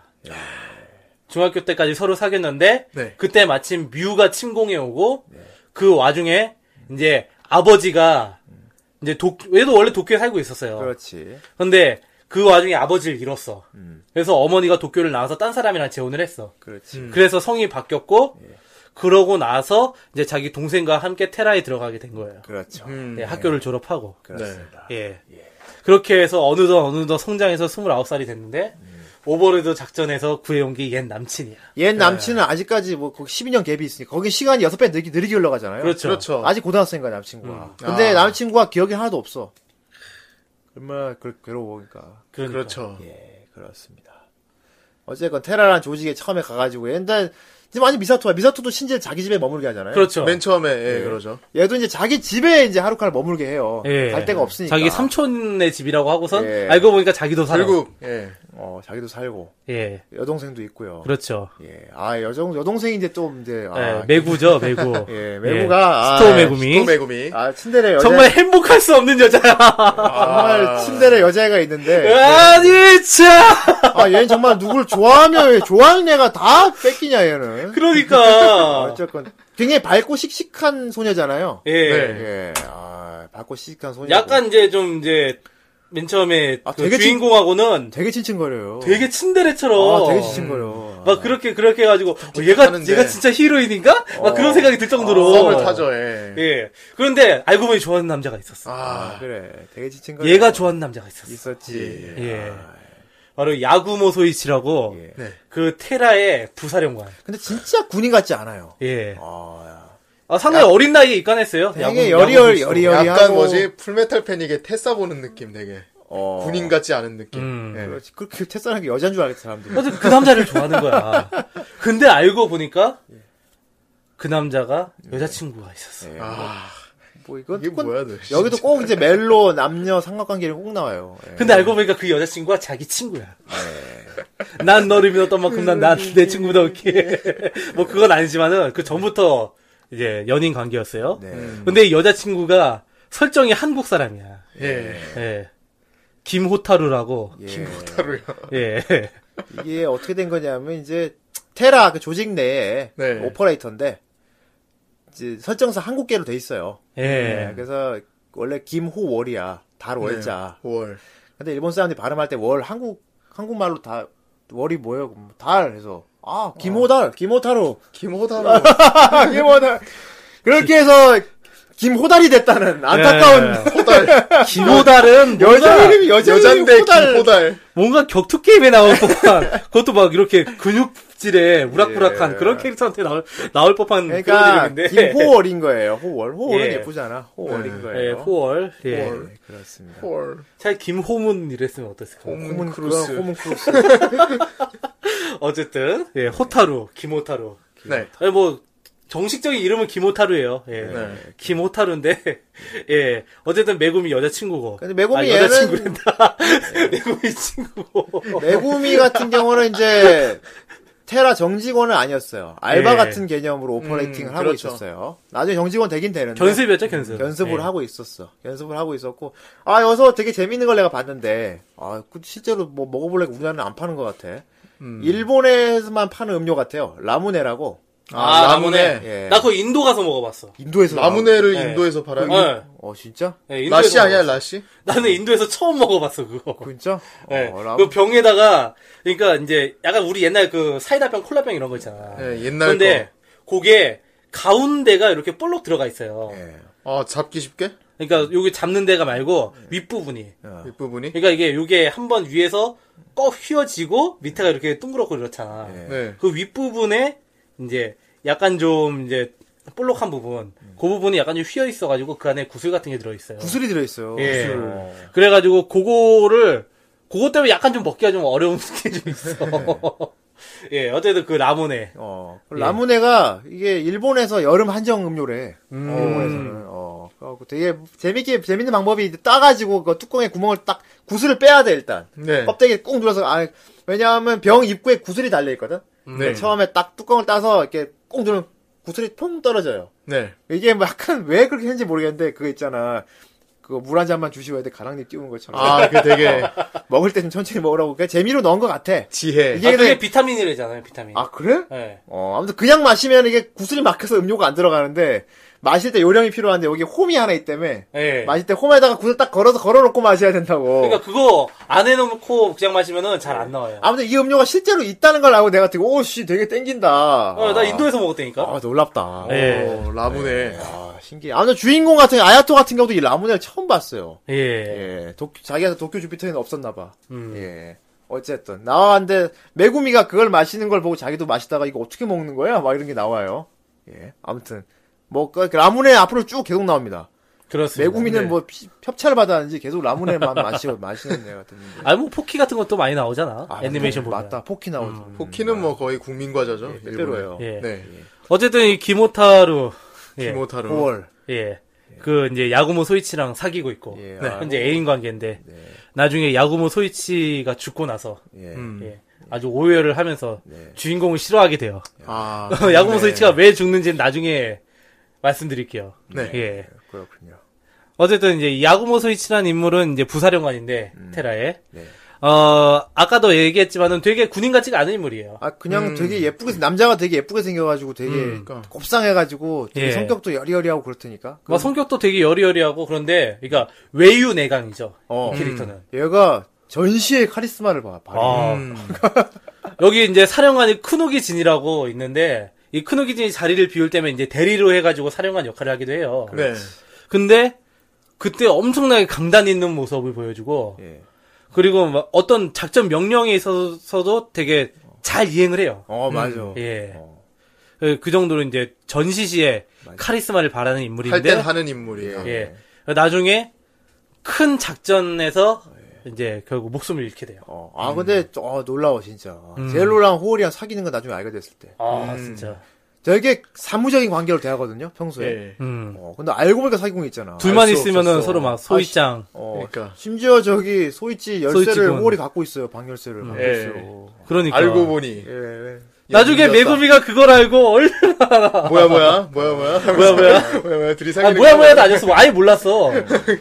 중학교 때까지 서로 사귀었는데
네.
그때 마침 뮤가 침공해 오고
네.
그 와중에 이제 아버지가 이제 도 얘도 원래 도쿄에 살고 있었어요.
그렇지.
근데 그 와중에 아버지를 잃었어.
음.
그래서 어머니가 도쿄를 나와서 딴 사람이랑 재혼을 했어.
그렇지.
그래서 성이 바뀌었고
예.
그러고 나서 이제 자기 동생과 함께 테라에 들어가게 된 거예요.
그렇죠.
네, 학교를 졸업하고
그렇습니다.
예. 그렇게 해서 어느덧 어느덧 성장해서 29살이 됐는데
음.
오버로드 작전에서 구해온 게 옛 남친이야.
옛 남친은 아직까지 뭐 거기 12년 갭이 있으니까 거기 시간이 6배 느리, 느리게 흘러가잖아요.
그렇죠. 음.
그렇죠.
아직 고등학생인가 남친구가.
아.
근데 남친구가 기억이 하나도 없어. 얼마나 그, 괴로우니까.
그러니까.
그렇죠.
예, 그렇습니다. 어쨌건 테라라는 조직에 처음에 가가지고 옛날 지금 완전 미사토야. 미사토도 신지를 자기 집에 머물게 하잖아요.
그렇죠.
맨 처음에 예, 그러죠.
얘도 이제 자기 집에 이제 하루카를 머물게 해요.
예.
갈 데가 없으니까.
자기 삼촌의 집이라고 하고선
예.
알고 보니까 자기도 살아.
결국 예.
어, 자기도 살고
예.
여동생도 있고요.
그렇죠.
예, 아 여정 여동생이 이제 좀 이제 아,
예, 매구죠, 매구.
[LAUGHS] 예, 매구가,
스토우
아,
매구미.
또 메구미.
아 침대에 여자 아,
정말 행복할 수 없는 여자야.
정말 침대에 여자애가 있는데
예. 아니, 참.
아 얘는 정말 누굴 좋아하며 얘 좋아하는 애가 다 뺏기냐
그-
얘는. 아,
그러니까.
[LAUGHS] 어쨌건 굉장히 밝고 씩씩한 소녀잖아요.
예.
예, 아 밝고 씩씩한 소녀.
약간 이제 좀 이제 맨 처음에
아,
그
되게 진-
주인공하고는
되게 친친거려요.
되게 어. 음. 친데레처럼
아 되게 친친거려.
막 그렇게 그렇게 해가지고 어, 얘가
하는데.
얘가 진짜 히로인인가? 막
어.
그런 생각이 들 정도로
썸을 타죠. 예.
예. 그런데 알고 보니 좋아하는 남자가 있었어.
아
아,
그래 되게 친친거려.
얘가 좋아하는 남자가 있었어.
있었지.
예.
아,
바로 야구모 소이치라고
예.
네.
그 테라의 부사령관.
근데 진짜 군인 같지 않아요.
예.
아
아, 상당히 어린 나이에 입관했어요.
되게
야구-
여리열
야구
여리열
네. 약간 뭐지 풀메탈 패닉의 테싸 보는 느낌 되게
어.
군인 같지 않은 느낌.
음.
예.
그렇지. 그렇게 태산한 게 여잔 줄 알겠어, 사람들이.
어쨌든 그 남자를 좋아하는
[LAUGHS]
거야. 근데 알고 보니까 그 남자가 여자친구가 있었어.
예. 예.
아,
뭐 이건
이게
꼭-
뭐야, 너 진짜.
여기도 꼭 이제 멜로 남녀 삼각관계를 꼭 나와요. 예.
근데 알고 보니까 그 여자친구가 자기 친구야.
네.
난 너를 믿었던 만큼 난 난 내 친구다
음.
이렇게. [LAUGHS] 뭐 그건 아니지만은 그 전부터 이제 연인 관계였어요.
네.
음,
근데 이 여자친구가 설정이 한국 사람이야.
예.
네.
예. 김호타루라고.
예.
하루요.
예.
이게 어떻게 된 거냐면 이제 테라 그 조직 내에
네.
오퍼레이터인데 이제 설정상 한국계로 돼 있어요. 네,
예.
그래서 원래 김호월이야. 달 월자.
네, 월.
근데 일본 사람들이 발음할 때 월 한국 한국말로 다 월이 뭐예요? 그럼 달 해서 아 김호달 김호타로
김호다로.
[LAUGHS] 김호달 그렇게 해서 김호달이 됐다는 안타까운
호달.
김호달은
[LAUGHS] 여자
뭔가,
이름이 여자
여잔데
이름이 호달.
김호달.
뭔가 격투 게임에 나올 법한 [LAUGHS] 그것도 막 이렇게 근육질에 우락부락한 그런 캐릭터한테 나올 나올 법한
예. 그러니까
그런 이름인데.
김호월인 거예요. 호월 호월은
예.
예. 쁘잖아 호월인
예,
거예요.
호월. 예.
호월.
네, 그렇습니다.
월.
차라리 김호문 이랬으면 어땠을까?
음.
요
호문
크루스.
크루스.
호문 크루스.
어쨌든 예, 호타루, 김호타루.
네.
아니 뭐 정식적인 이름은 김호타루예요. 예.
네.
김호타루인데 [LAUGHS] 예. 어쨌든 메구미 여자친구고.
근데 메구미
아,
얘는-
여자친구랜다. 메구미 친구고.
메구미 같은 경우는 이제 테라 정직원은 아니었어요. 알바
예.
같은 개념으로 오퍼레이팅을
음,
하고
그렇죠.
있었어요. 나중에 정직원 되긴 되는데
견습이었죠, 견습.
연습을
예.
하고 있었어. 연습을 하고 있었고 아 여기서 되게 재밌는 걸 내가 봤는데 아 그- 실제로 뭐 먹어볼래 우리나라는 안 파는 것 같아.
음.
음.
일본에서만 파는 음료 같아요. 라무네라고
아, 라무네.
예.
나 그거 인도 가서 먹어 봤어.
인도에서
예. 라무네를
네.
인도에서 팔아요.
어.
나온- 어 진짜?
예, 인도에서
라시 아니야,
먹어봤어.
라시?
나는 인도에서 처음 먹어 봤어, 그거.
진짜?
예.
어, 라무-
그 병에다가 그러니까 이제 약간 우리 옛날 그 사이다병, 콜라병 이런 거 있잖아.
예, 옛날
근데 그게 가운데가 이렇게 볼록 들어가 있어요.
예.
거. 아, 잡기 쉽게?
그러니까 여기 잡는 데가 말고
예.
윗부분이.
윗부분이?
그러니까 이게 요게 한번 위에서 꺼 휘어지고 밑에가 이렇게 둥그렇고 이렇잖아.
예.
네.
그 윗부분에 이제 약간 좀 이제 볼록한 부분. 그 부분이 약간 좀 휘어 있어 가지고 그 안에 구슬 같은 게 들어 있어요.
음. 구슬이 들어있어요.
예.
구슬.
그래 가지고 그거를 그것 때문에 약간 좀 먹기가 좀 어려운 [LAUGHS] 게 좀 있어. [LAUGHS] 예, 어쨌든 그 라모네.
어,
예.
그 라무네가 이게 일본에서 여름 한정 음료래. 일본에서는 어, 그래갖고 되게 재밌게 재밌는 방법이 이제 따가지고 그 뚜껑에 구멍을 딱 구슬을 빼야 돼 일단.
네.
껍데기 꾹 눌러서 아 왜냐하면 병 입구에 구슬이 달려 있거든.
네.
처음에 딱 뚜껑을 따서 이렇게 꾹 누르면 구슬이 퐁 떨어져요.
네.
이게 뭐 약간 왜 그렇게 했는지 모르겠는데 그거 있잖아. 그거 물 한 잔만 주시고 해야 돼 가랑잎 띄우는 것처럼
아, 그 되게
[LAUGHS]
네.
먹을 때 좀 천천히 먹으라고 그냥 재미로 넣은 것 같아.
지혜.
아,
이게
그게
근데-
비타민이래잖아요, 비타민.
아 그래?
예.
어, 아무튼 그냥 마시면 이게 구슬이 막혀서 음료가 안 들어가는데, 마실 때 요령이 필요한데, 여기 홈이 하나 있다며.
예.
마실 때 홈에다가 구슬 딱 걸어서 걸어놓고 마셔야 된다고.
그러니까 그거 안 해놓고 그냥 마시면은 잘 안 나와요.
아무튼 이 음료가 실제로 있다는 걸 알고 내가 되게, 오, 씨, 되게 땡긴다.
어, 나 인도에서 먹었다니까.
아, 놀랍다.
예.
오, 어, 라무네.
아, 신기해. 아무튼 주인공 같은, 아야토 같은 경우도 이 라무네를 처음 봤어요.
예.
예. 도, 자기가 도쿄 주피터에는 없었나봐.
음.
예. 어쨌든. 나왔는데, 메구미가 그걸 마시는 걸 보고 자기도 마시다가 이거 어떻게 먹는 거야? 막 이런 게 나와요. 예. 아무튼. 뭐, 그, 라문에 앞으로 쭉 계속 나옵니다.
그렇습니다.
메구미는
네.
뭐, 피- 협찬을 받았는지 계속 라문에만 [LAUGHS] 마시고, 마시는 애 같은데.
아, 뭐, 포키 같은 것도 많이 나오잖아.
아,
애니메이션 보면. 음.
맞다. 포키 나오죠.
포키는 뭐 거의 국민과자죠.
예, 그대로예요.
예.
일본에. 네.
어쨌든, 이 기모타루. 예.
키모타로.
9월.
예. 그, 이제, 야구모 소이치랑 사귀고 있고.
예.
네.
아, 네.
현재 애인 관계인데. 나중에 야구모 소이치가 죽고 나서.
예.
음.
예. 아주 오해를 하면서
네.
주인공을 싫어하게 돼요.
아.
예. [LAUGHS] 야구모
네.
소이치가 왜 죽는지는 나중에 말씀드릴게요.
네.
예.
그렇군요.
어쨌든 이제 야구모 소이치라는 인물은 이제 부사령관인데 테라에
네.
어 아까도 얘기했지만은 되게 군인 같지가 않은 인물이에요.
아, 그냥
음.
되게 예쁘게, 생- 남자가 되게 예쁘게 생겨가지고 되게
그러니까.
곱상해가지고 되게
예.
성격도 여리여리하고 그렇다니까.
막 성격도 되게 여리여리하고 그런데 그러니까 외유 내강이죠.
어.
이 음. 캐릭터는.
얘가 전시의 카리스마를 봐. 발휘.
아.
음.
[LAUGHS] 여기 이제 사령관이 크누기 진이라고 있는데 이 크누기 진이 자리를 비울 때면 이제 대리로 해가지고 사령관 역할을 하기도 해요.
네.
근데 그때 엄청나게 강단 있는 모습을 보여주고
예.
그리고 막 어떤 작전 명령에 있어서도 되게 잘 이행을 해요.
어, 맞아.
예.
어.
그- 그 정도로 이제 전시시에 카리스마를 바라는
할 땐
인물인데
하는 네. 인물이에요.
예. 나중에 큰 작전에서
어, 예.
이제 결국 목숨을 잃게 돼요.
어, 아,
음.
음.
근데, 저- 어, 놀라워, 진짜. 제일 놀라운 호울이랑 사귀는 건 나중에 알게 됐을 때.
아 진짜
되게 사무적인 관계로 대하거든요, 평소에.
예.
음.
어, 근데 알고 보니까 사기꾼 있잖아.
둘만
수
있으면은
없었어.
서로 막 소위장.
어,
그러니까.
심지어 저기 소이치 열쇠를
예. 소이치군.
호월이 갖고 있어요, 방열쇠를.
음.
갖고
예.
있어요.
그러니까.
알고 보니
예, 예.
나중에
연기였다.
메구미가 그걸 알고 얼
아, 뭐야 뭐야 뭐야 뭐야
[LAUGHS]
뭐야 뭐야 뭐야 뭐야 둘이
아,
사귀는
뭐야
거.
뭐야도 아니었어.
[LAUGHS]
아예 몰랐어.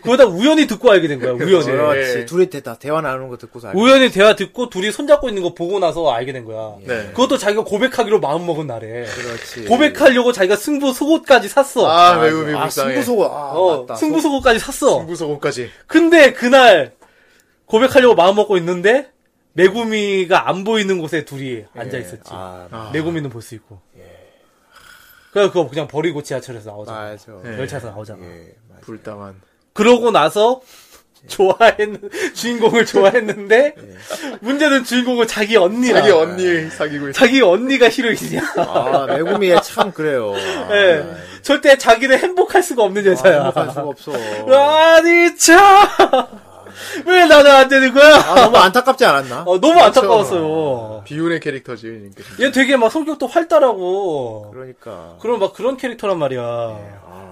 그러다 우연히 듣고 알게 된 거야.
그렇지.
우연히.
예.
둘이 대, 다 대화 나누는 거 듣고서 알고.
우연히 대화 듣고 둘이 손잡고 있는 거 보고 나서 알게 된 거야.
네.
그것도 자기가 고백하기로 마음먹은 날에.
그렇지.
고백하려고 자기가 승부 속옷까지 샀어.
아 매우
예. 아,
미국상해
승부소고. 아,
어,
맞다.
승부 속옷까지 샀어.
승부소고까지
근데 그날 고백하려고 마음먹고 있는데 메구미가 안 보이는 곳에 둘이 앉아 있었지.
아,
아.
메구미는 볼 수 있고. 그래서 그거 그냥 버리고 지하철에서 나오잖아.
맞아.
예.
열차에서 나오잖아.
예, 맞아.
불담한
그러고 나서 좋아했는 주인공을 좋아했는데 문제는 주인공은 자기 언니야.
자기 언니 사귀고 있어
자기 언니가 히로인이야.
아, 메구미에 참 그래요. 아,
예. 절대 자기는 행복할 수가 없는 여자야.
아, 행복할 수가 없어.
아니 참왜 나는 안 되는 거야?
아, 너무 안타깝지 않았나?
어, 너무 안타까웠어요.
비운의 캐릭터지 그러니까.
얘 되게 막 성격도 활달하고
예. 그러니까.
그런 막 그런 캐릭터란 말이야.
아.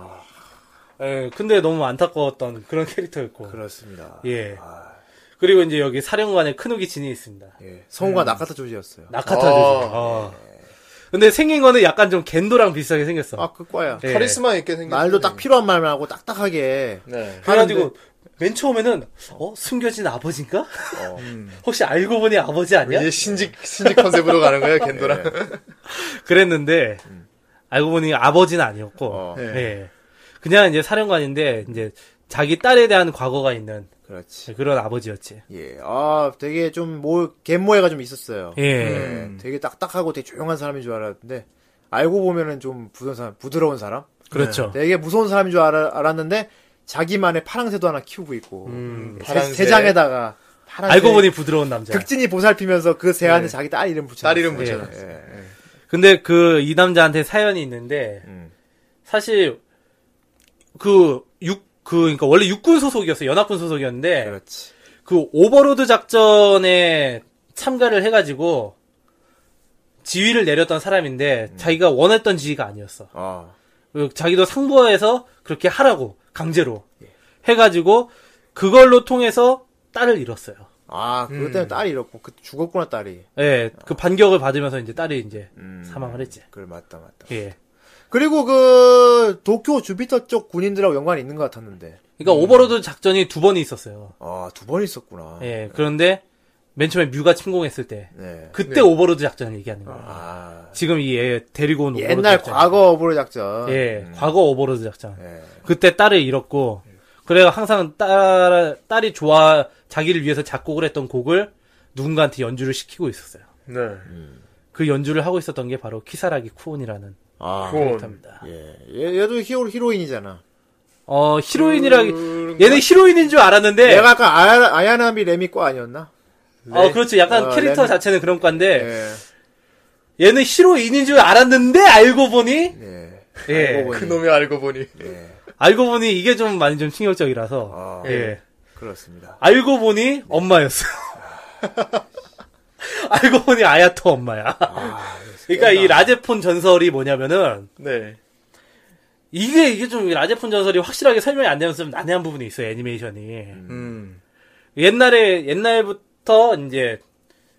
예, 근데 너무 안타까웠던 그런 캐릭터였고.
그렇습니다.
예.
아,
그리고 이제 여기 사령관의 큰우기 진이 있습니다.
예.
음.
성우가 나카타 조지였어요.
나카타 대사. 아. 근데 생긴 거는 약간 좀 겐도랑 비슷하게 생겼어.
예. 아, 그과야.
예.
카리스마 있게 생겼
말도 딱 필요한 말만 하고 딱딱하게.
네.
그래가지고 맨 처음에는 어 숨겨진 아버지인가?
어.
[LAUGHS] 혹시 알고 보니 아버지 아니야?
예,
이제 신직 신직 컨셉으로 가는 거야 겐도랑
예. 그랬는데 알고 보니 아버지는 아니었고
어.
예. 그냥 이제 사령관인데 이제 자기 딸에 대한 과거가 있는
그렇지.
그런 아버지였지.
예. 아, 되게 좀 뭐, 갯모해가 좀 있었어요.
예.
음.
예, 되게 딱딱하고 되게 조용한 사람인 줄 알았는데 알고 보면은 좀 부드러운 사람, 부드러운 사람,
그렇죠.
되게 무서운 사람인 줄 알아, 알았는데 자기만의 파랑새도 하나 키우고 있고 예,
음.
세-
파랑새.
새장에다가 파랑새
알고 보니 부드러운 남자.
극진히 보살피면서 그 새한테 자기 딸 이름 붙여
네. 딸
예.
이름 붙여놨어요.
근데 그 이 남자한테 사연이 있는데
음.
사실 그 육 그, 그니까, 원래 육군 소속이었어요. 연합군 소속이었는데,
그렇지.
그 오버로드 작전에 참가를 해가지고 지휘를 내렸던 사람인데 자기가 원했던 지휘가 아니었어.
음. 아,
그 자기도 상부에서 그렇게 하라고 강제로
예.
해가지고 그걸로 통해서 딸을 잃었어요.
아 그것
음.
때문에 딸이 이렇고 그 죽었구나 딸이.
예, 그 반격을 받으면서 이제 딸이 이제
아. 음.
사망을 했지.
그래 맞다 맞다.
예.
그리고 그 도쿄 주피터 쪽 군인들하고 연관이 있는 것 같았는데
그러니까 오버로드 작전이 두 번이 있었어요.
음. 아두 번 있었구나.
예. 그런데 맨 처음에 뮤가 침공했을 때
네.
그때 오버로드 작전을 얘기하는 거예요.
아
지금 이 애 데리고 온 오버로드
옛날
작전.
과거 오브로 작전.
예,
음.
과거 오버로드 작전.
예.
그때 딸을 잃었고, 그래가 항상 딸, 딸이 좋아, 자기를 위해서 작곡을 했던 곡을 누군가한테 연주를 시키고 있었어요.
네.
그 연주를 하고 있었던 게 바로 키사라기 쿠온이라는 그
아,
콘.
캐릭터입니다.
예. 얘, 얘도 히로, 히로인이잖아.
어, 히로인이라,
그런가?
얘는 히로인인 줄 알았는데,
내가 아까 아야, 아야나미 레미과 아니었나?
어, 그렇죠. 약간
어,
캐릭터
레미-
자체는 그런 과인데,
예.
얘는 히로인인 줄 알았는데, 알고 보니,
예.
예,
보니.
그놈이 알고 보니
알고 보니 이게 좀 많이 좀 충격적이라서,
아,
예.
그렇습니다.
알고 보니 엄마였어. 알고 보니 아야토 엄마야. 그러니까 이 라제폰 전설이 뭐냐면은
네.
이게 이게 좀이 라제폰 전설이 확실하게 설명이 안 되면서 좀 난해한 부분이 있어요 애니메이션이.
음.
옛날에 옛날부터 이제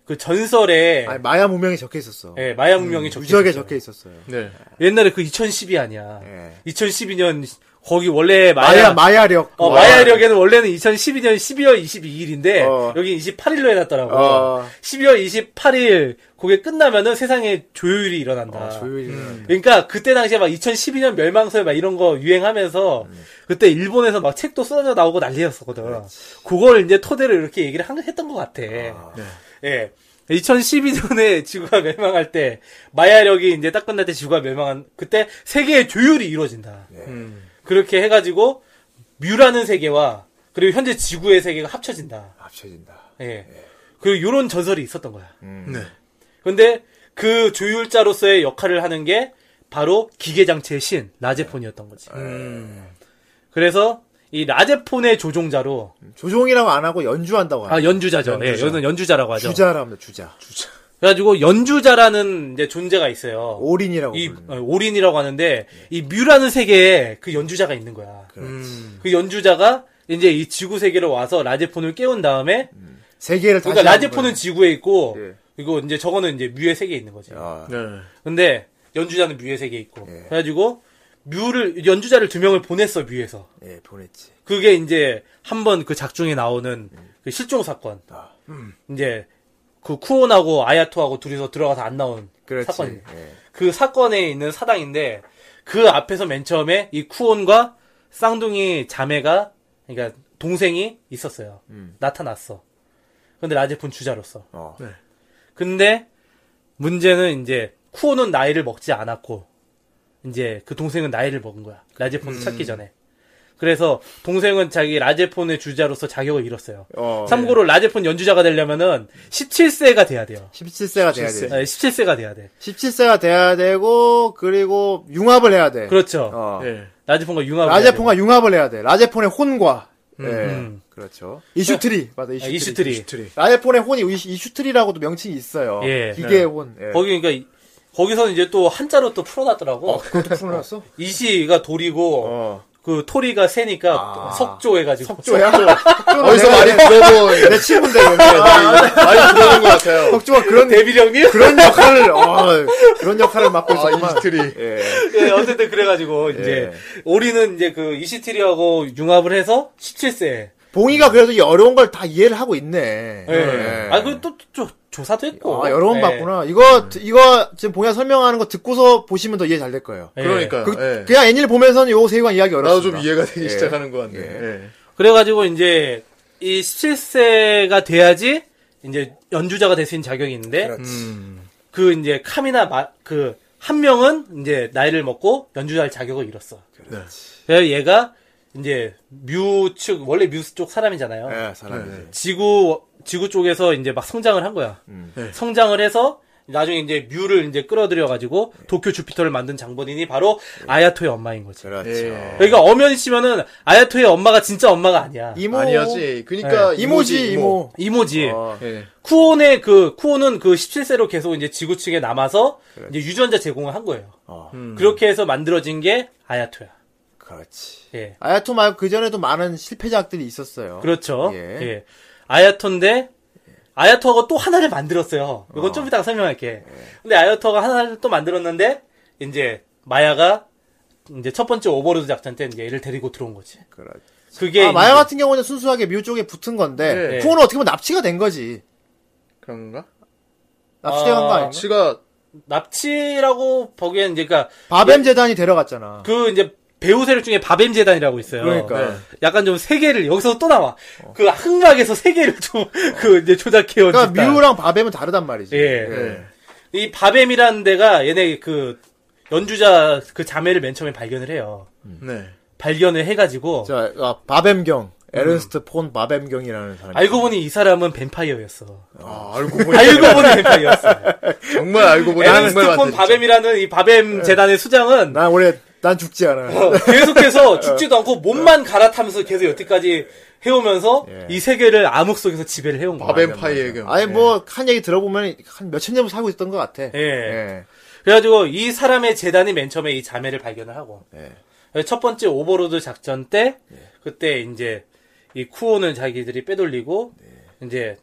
그 전설에
아니, 마야 문명이 적혀 있었어.
예, 마야 문명이 적혀
유적에
있었어요.
적혀 있었어요.
예.
네.
옛날에 그 2010이 아니야.
예.
2012년 거기 원래 마야
마야, 마야력.
어, 마야력에는 원래는 2012년 12월 22일인데
어.
여기 28일로 해놨더라고.
어.
12월 28일 그게 끝나면은 세상에 조율이 일어난다.
아, 조율이.
그러니까 그때 당시에 막 2012년 멸망설 막 이런 거 유행하면서 그때 일본에서 막 책도 쏟아져 나오고 난리였었거든. 음. 그걸 이제 토대로 이렇게 얘기를 한, 했던 것 같아. 예. 2012년에 [LAUGHS] 지구가 멸망할 때 마야력이 이제 딱 끝날 때 지구가 멸망한 그때 세계의 조율이 이루어진다.
음.
그렇게 해가지고 뮤라는 세계와 그리고 현재 지구의 세계가 합쳐진다.
합쳐진다.
예. 그리고 요런 전설이 있었던 거야.
네.
근데 그 조율자로서의 역할을 하는 게 바로 기계장치의 신, 라제폰이었던 거지.
음.
그래서 이 라제폰의 조종자로,
조종이라고 안 하고 연주한다고
아,
하죠.
연주자죠. 예, 여기는 연주자라고 하죠.
주자라 합니다, 주자.
그래서 그래가지고 연주자라는 이제 존재가 있어요.
올인이라고.
이
부르는.
어, 올인이라고 하는데 이 뮤라는 세계에 그 연주자가 있는 거야.
음.
그 연주자가 이제 이 지구 세계로 와서 라제폰을 깨운 다음에
세 개를 다시.
그러니까
하는
라제폰은 지구에 있고
예.
그리고 이제 저거는 이제 뮤의 세계에 있는 거지.
거예요. 아,
네.
근데 연주자는 뮤의 세계에 있고
예.
그래가지고 뮤를 연주자를 두 명을 보냈어 뮤에서.
예, 보냈지.
그게 이제 한번 그 작중에 나오는 그 실종 사건.
아.
이제 그 쿠온하고 아야토하고 둘이서 들어가서 안 나온
그렇지.
사건.
예.
그 사건에 있는 사당인데 그 앞에서 맨 처음에 이 쿠온과 쌍둥이 자매가 그러니까 동생이 있었어요.
음.
나타났어. 근데 라제폰 주자로서.
어.
근데 문제는 이제 쿠온은 나이를 먹지 않았고 이제 그 동생은 나이를 먹은 거야. 라제폰을 찾기 전에. 그래서 동생은 자기 라제폰의 주자로서 자격을 잃었어요.
어.
참고로 라제폰 연주자가 되려면은 17세가 돼야 돼요.
17세가 돼야
17세.
돼.
네, 17세가 돼야 돼.
17세가 돼야 되고, 그리고 융합을 해야 돼.
그렇죠.
어.
예.
라제폰과 융합을 해야 돼요.
라제폰과 융합을 해야 돼. 라제폰의 혼과. 예.
음.
그렇죠. 이슈트리. 맞아,
아,
이슈트리.
이슈트리.
트리.
라제폰의 혼이 이슈- 이슈트리라고도 명칭이 있어요.
예.
기계의
네.
혼. 예.
거기 그러니까 이- 거기서는 이제 또 한자로 또 풀어놨더라고.
어, 그것도 풀어놨어?
[LAUGHS] 이시가 돌이고
어.
그 토리가 새니까
아.
석조 해가지고 [LAUGHS]
석조야?
어디서 많이 아, 들어본
내 친구인데, 여기.
많이 들어본 것 같아요.
석조가 그런,
대비령님?
그런 역할을, 어, 그런 역할을 맡고
아,
있었구만.
이스트리.
예.
예, 어쨌든 그래가지고 이제 오리는 이제 그 이시트리하고 융합을 해서 17세.
봉이가 그래도 이 어려운 걸 다 이해를 하고 있네.
예. 아, 그또 조사도 했고.
아, 여러 번
예.
봤구나. 이거, 이거 지금 봉이가 설명하는 거 듣고서 보시면 더 이해 잘 될 거예요.
예.
그러니까.
그,
예.
냥 애니를 보면서는 요 세관 이야기
나도
어렵습니다.
좀 이해가 되기
예.
시작하는 것 같네.
예.
예.
그래가지고 이제 이 17세가 돼야지 이제 연주자가 될 수 있는 자격이 있는데
그렇지.
음.
그 이제 카미나 마, 그 한 명은 이제 나이를 먹고 연주할 자격을 잃었어.
네.
그래서 얘가 이제 뮤 측 원래 뮤스 쪽 사람이잖아요.
예,
네.
사람이지.
지구 지구 쪽에서 이제 막 성장을 한 거야.
음.
네.
성장을 해서 나중에 이제 뮤를 이제 끌어들여 가지고
네.
도쿄 주피터를 만든 장본인이 바로 아야토의 엄마인 거지.
그렇죠.
예.
그러니까 엄연히 치면은 아야토의 엄마가 진짜 엄마가 아니야.
이모.
아니야지. 그러니까
이모지, 이모.
이모지.
어.
예.
쿠온의 그 쿠온은 그 17세로 계속 이제 지구 측에 남아서 이제 유전자 제공을 한 거예요.
어.
음.
그렇게 해서 만들어진 게 아야토야.
그렇지.
예.
아야토 말고 그전에도 많은 실패작들이 있었어요.
그렇죠.
예.
예. 아야토인데 아야토하고 또 하나를 만들었어요. 이건 좀 이따가
예.
설명할게. 근데 아야토가 하나를 또 만들었는데 이제 마야가 이제 첫 번째 오버로드 작전 때 이제 얘를 데리고 들어온 거지.
그렇지.
그게
아, 마야
이제-
같은 경우는 순수하게 뮤 쪽에 붙은 건데
예.
쿠오는 어떻게 보면 납치가 된 거지.
그런 건가?
납치된 거
아,
아닌가?
씨가
납치라고 보기엔 이제 그러니까
바뱀 재단이 데려갔잖아.
그 이제 배우 세력 중에 바뱀 재단이라고 있어요.
그러니까. 어.
네.
약간 좀 세계를 여기서 또 나와. 그 흥각에서 세계를 좀 [LAUGHS] 그 이제 조작해 온.
그러니까 뮤랑 바뱀은 다르단 말이지.
예.
예.
이 바뱀이라는 데가 얘네 그 연주자 그 자매를 맨 처음에 발견을 해요.
네.
발견을 해가지고
자, 아, 바뱀경. 에른스트 폰 바뱀경이라는 사람이.
음. 알고 보니 이 사람은 뱀파이어였어.
아, 알고 보니
알고 보니 뱀파이어였어.
정말 알고 보니 정말
에르스트폰
맞네,
바뱀이라는 이 바뱀 재단의 수장은
난 원래 난 죽지 않아.
어, [LAUGHS] 계속해서 죽지도 않고 몸만 갈아타면서 계속 여태까지 해오면서
예.
이 세계를 암흑 속에서 지배를 해온
진짜.
거야.
바뱀파이의 경.
[LAUGHS] 아니 뭐 한 얘기 들어보면 한 몇천 년을 살고 있던 것 같아.
예. 그래가지고 이 사람의 재단이 맨 처음에 이 자매를 발견을 하고
예.
그래서 첫 번째 오버로드 작전 때
네.
그때 이제 이 쿠온을 자기들이 빼돌리고
네.
이제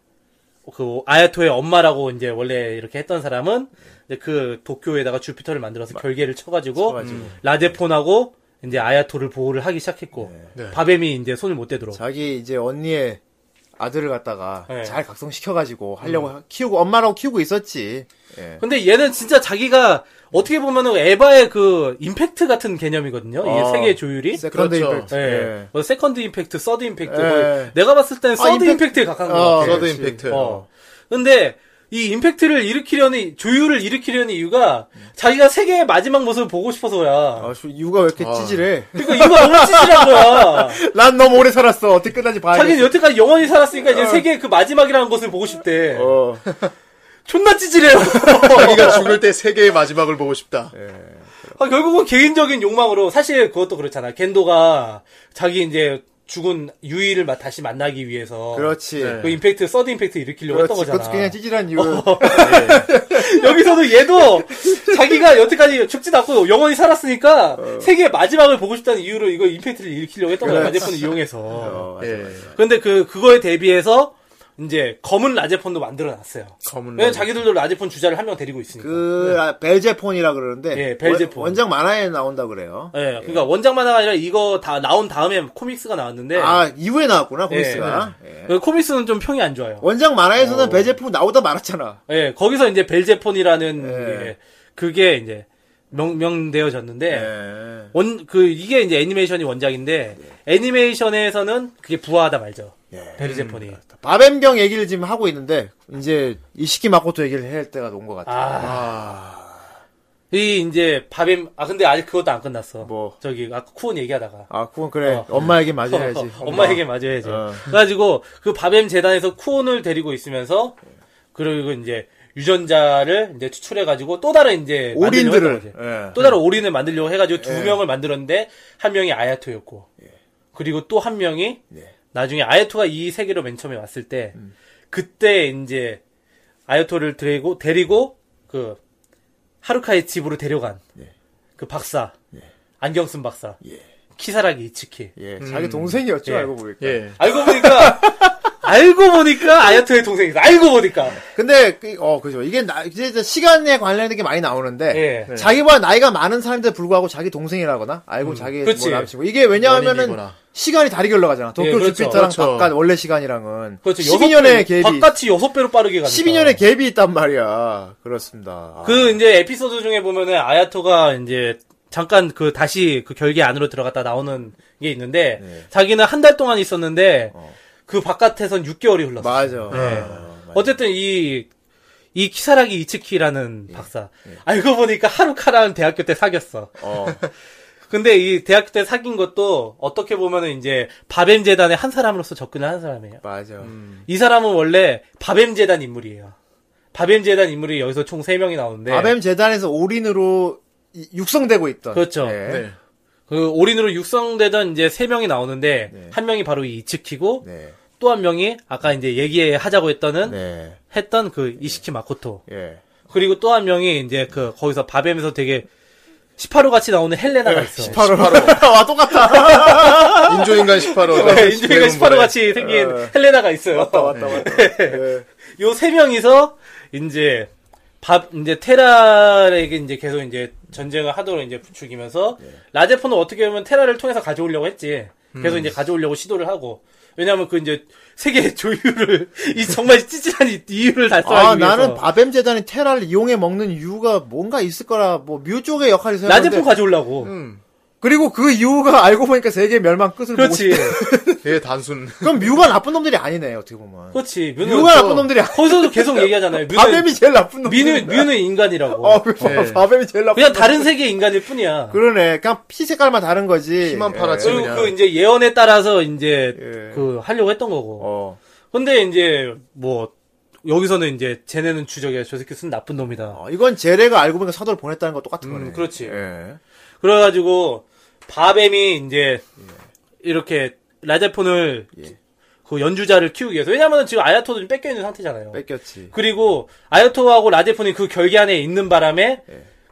그 아야토의 엄마라고 이제 원래 이렇게 했던 사람은
네.
이제 그 도쿄에다가 주피터를 만들어서 결계를 쳐가지고,
쳐가지고.
음. 라제폰하고 이제 아야토를 보호를 하기 시작했고
네.
바뱀이 이제 손을 못 대도록
자기 이제 언니의 아들을 갖다가
예. 음.
잘 각성시켜가지고 하려고 하- 키우고 엄마라고 키우고 있었지. 예.
근데 얘는 진짜 자기가 어떻게 보면은 에바의 그 임팩트 같은 개념이거든요
어.
이 세계 조율이
세컨드
그렇죠.
임팩트.
예.
예.
뭐 세컨드 임팩트, 서드 임팩트.
예.
거의 뭐 내가 봤을 때는 서드
임팩-
임팩트에 가까운 것
어,
같아.
서드
그렇지.
임팩트.
어. 근데 이 임팩트를 일으키려는 조율을 일으키려는 이유가 자기가 세계의 마지막 모습을 보고 싶어서야.
아, 저 이유가 왜 이렇게
아.
찌질해? [LAUGHS]
그러니까 이유가 너무 찌질한 거야.
난 너무 오래 살았어. 어떻게 끝나지 봐야
자기는 여태까지 영원히 살았으니까 이제 세계의 그 마지막이라는 것을 보고 싶대.
어.
존나 찌질해요. [LAUGHS]
자기가 죽을 때 세계의 마지막을 보고 싶다. 예.
아, 결국은 개인적인 욕망으로 사실 그것도 그렇잖아. 겐도가 자기 이제 죽은 유이를 마- 다시 만나기 위해서
그렇지.
그 임팩트 서드 임팩트 일으키려고
그렇지.
했던
그것도
거잖아.
그냥 찌질한 이유.
어. [LAUGHS] 여기서도 얘도 자기가 여태까지 죽지도 않고 영원히 살았으니까
어.
세계의 마지막을 보고 싶다는 이유로 이거 임팩트를 일으키려고 했던 거야. 라제폰을 이용해서.
[LAUGHS] 어, 맞아,
예.
맞아.
근데 그 그거에 대비해서 이제 검은 라제폰도 만들어 놨어요.
검은
왜냐면
라제-
네, 자기들도 라제폰 주자를 한 명 데리고 있으니까.
음. 그 아, 벨제폰이라 그러는데
예, 벨제폰.
원, 작 만화에 나온다 그래요.
예, 그러니까 원작 만화가 아니라 이거 다 나온 다음에 코믹스가 나왔는데
아 이후에 나왔구나 코믹스가. 예.
그 코믹스는 좀 평이 안 좋아요.
원작 만화에서는 벨제폰 나오다 말았잖아.
예, 거기서 이제 벨제폰이라는
예.
게 그게 이제 명, 명되어졌는데
예.
원, 그, 이게 이제 애니메이션이 원작인데, 애니메이션에서는 그게 부화하다 말죠.
예.
베르제폰이.
바뱀경 얘기를 지금 하고 있는데 이제 이시키 마코토 얘기를 해야 할 때가 온 것 같아. 요
아. 이, 이제, 밥임, 아, 근데 아직 그것도 안 끝났어.
뭐?
저기, 아까 쿠온 얘기하다가.
아 그건 그래.
어.
엄마 얘기 맞아야지.
[LAUGHS] 엄마에게 맞아야지.
어.
그래가지고, 그 밥엠 재단에서 쿠온을 데리고 있으면서, 그리고 이제, 유전자를 이제 추출해가지고 또 다른 이제 만들려고 했던
오린들을.
거지.
예.
또 다른 올인을 만들려고 해가지고 두 명을 만들었는데 한 명이 아야토였고
예.
그리고 또 한 명이 나중에 아야토가 이 세계로 맨 처음에 왔을 때 그때 이제 아야토를 데리고 데리고 그 하루카의 집으로 데려간
예.
그 박사 안경 쓴 박사 키사라기 이츠키
예, 자기 동생이었죠
예.
알고 보니까.
예.
알고 보니까 알고 보니까 아야토의 동생이다 알고 보니까
근데 그- 어 그죠. 이게 나, 이제 이제 시간에 관련된 게 많이 나오는데
네.
예.
자기보다 나이가 많은 사람인데 불구하고 자기 동생이라거나 알고 자기 뭐
그치.
남친구 이게 왜냐하면은
음. 연인이거나.
시간이 다르게 올라가잖아. 도쿄
예, 그렇죠.
주피터랑
그렇죠.
바깥 원래 시간이랑은
그렇죠
12년의 갭이
바깥이 여섯 배로 빠르게 가니까
12년의 갭이 있단 말이야. 그렇습니다. 아.
그 이제 에피소드 중에 보면은 아야토가 이제 잠깐 그 다시 그 결계 안으로 들어갔다 나오는 게 있는데
네.
자기는 한 달 동안 있었는데 그 바깥에선 6개월이 흘렀어.
어. 맞아.
어쨌든 이, 이 키사라기 이츠키라는
예.
박사. 알고 보니까 하루카랑 대학교 때 사귀었어.
어.
[LAUGHS] 근데 이 대학교 때 사귄 것도 어떻게 보면은 이제 바뱀 재단의 한 사람으로서 접근을 한 사람이에요.
맞아.
음.
이 사람은 원래 바뱀 재단 인물이에요. 바뱀 재단 인물이 여기서 총 3명이 나오는데
아뱀 재단에서 올인으로 이- 육성되고 있던.
그렇죠.
예.
네.
그 올인으로 육성되던 이제 세 명이 나오는데 한 명이 바로 이 이츠키고
네.
또 한 명이 아까 이제 얘기하자고 했던
네.
했던 그 이시키 마코토
예.
그리고 또 한 명이 이제 그 거기서 바뱀에서 되게 18호 같이 나오는
네.
헬레나가 있어.
18호.
[LAUGHS] 네.
와, 똑같다.
인조인간 18호.
[LAUGHS] 네, 인조이가 18호 같이 생긴
네.
헬레나가 있어요.
왔다, 왔다, 왔다. 예.
요 세 명이서 이제 밥 이제 테라에게 이제 계속 이제 전쟁을 하도록 이제 부추기면서
네.
라제폰은 어떻게 보면 테라를 통해서 가져오려고 했지. 계속
음.
이제 가져오려고 시도를 하고. 왜냐하면 그 이제 세계 [LAUGHS] 조율을 이 정말 찌질한 이- 이유를 달성하기
아,
위해서
나는 바뱀 재단이 테라를 이용해 먹는 이유가 뭔가 있을 거라, 뭐, 뮤 쪽의 역할이 생각는
라제폰
데 음,
가져오려고.
음.
그리고 그 이유가 알고 보니까 세계 멸망 끝을 보고
그렇지,
싶-
되게 단순.
그럼 뮤가 나쁜 놈들이 아니네, 어떻게 보면.
그렇지. 뮤는
뮤가
또-
나쁜 놈들이 아니
거기서도 계속 얘기하잖아요. 뮤는
바뱀이 제일 나쁜 놈들.
뮤는, 뮤는 인간이라고.
어,
네.
그 바뱀이 제일 나쁜
그냥 다른 세계의 인간일 뿐이야.
그러네. 그냥 피 색깔만 다른 거지.
피만
예.
팔았지.
그리고
그냥.
그 이제 예언에 따라서 이제
예.
그 하려고 했던 거고.
어.
근데 이제 뭐 여기서는 이제 쟤네는 주적이야. 저 새끼 쓴 나쁜 놈이다.
어, 이건 제레가 알고 보니까 사도를 보냈다는 거 똑같은 거네.
음, 그렇지.
예.
그래가지고 바뱀이 이제 이렇게 라제폰을 그 연주자를 키우기 위해서 왜냐면 지금 아야토도 좀 뺏겨 있는 상태잖아요.
뺏겼지.
그리고 아야토하고 라제폰이 그 결계 안에 있는 바람에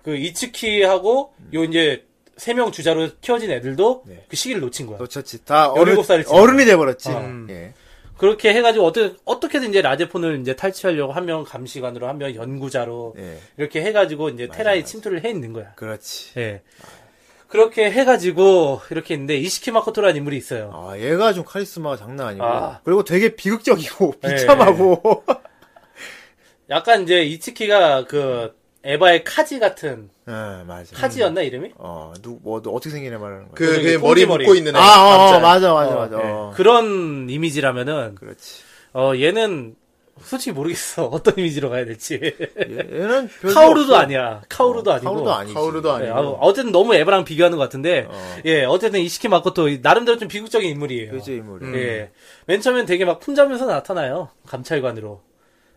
그 이츠키하고 요 이제 세 명 주자로 키워진 애들도 그 시기를 놓친 거야.
놓쳤지. 다
17살이
어른,
지났네.
어른이 돼버렸지.
어.
예.
그렇게 해가지고 어떻게 어떻게든 이제 라제폰을 이제 탈취하려고 한 명 감시관으로 한 명 연구자로
예.
이렇게 해가지고 이제 테라에 침투를 해 있는 거야.
그렇지.
예. 그렇게 해가지고 이렇게 있는데 이시키 마코토라는 인물이 있어요.
아, 얘가 좀 카리스마가 장난 아니고.
아.
그리고
[LAUGHS]
되게 비극적이고,
예.
비참하고.
약간 이제 이츠키가 그 에바의 카지 같은
예, 맞아.
카지였나 이름이?
어, 누, 뭐, 또 어떻게 생기냐 말하는 거야. 뭐-
그,
저기
그 머리
꽁지머리.
묶고 있는 애.
아, 어, 어,
남자.
맞아, 맞아, 맞아.
예.
어.
그런 이미지라면은
그렇지.
어 얘는 솔직히 모르겠어 [LAUGHS] 어떤 이미지로 가야 될지
얘-
[LAUGHS]
얘는 별로
카오루도
없어.
아니야 카오루도 아니고
카오루도 아니지.
카오르도
예,
아니고.
아무- 어쨌든 너무 에바랑 비교하는 것 같은데 예 어쨌든 이시키 마코토 나름대로 좀 비극적인 인물이에요.
네, 그지, 인물이.
음.
예. 맨 처음엔 되게 막 품자면서 나타나요. 감찰관으로.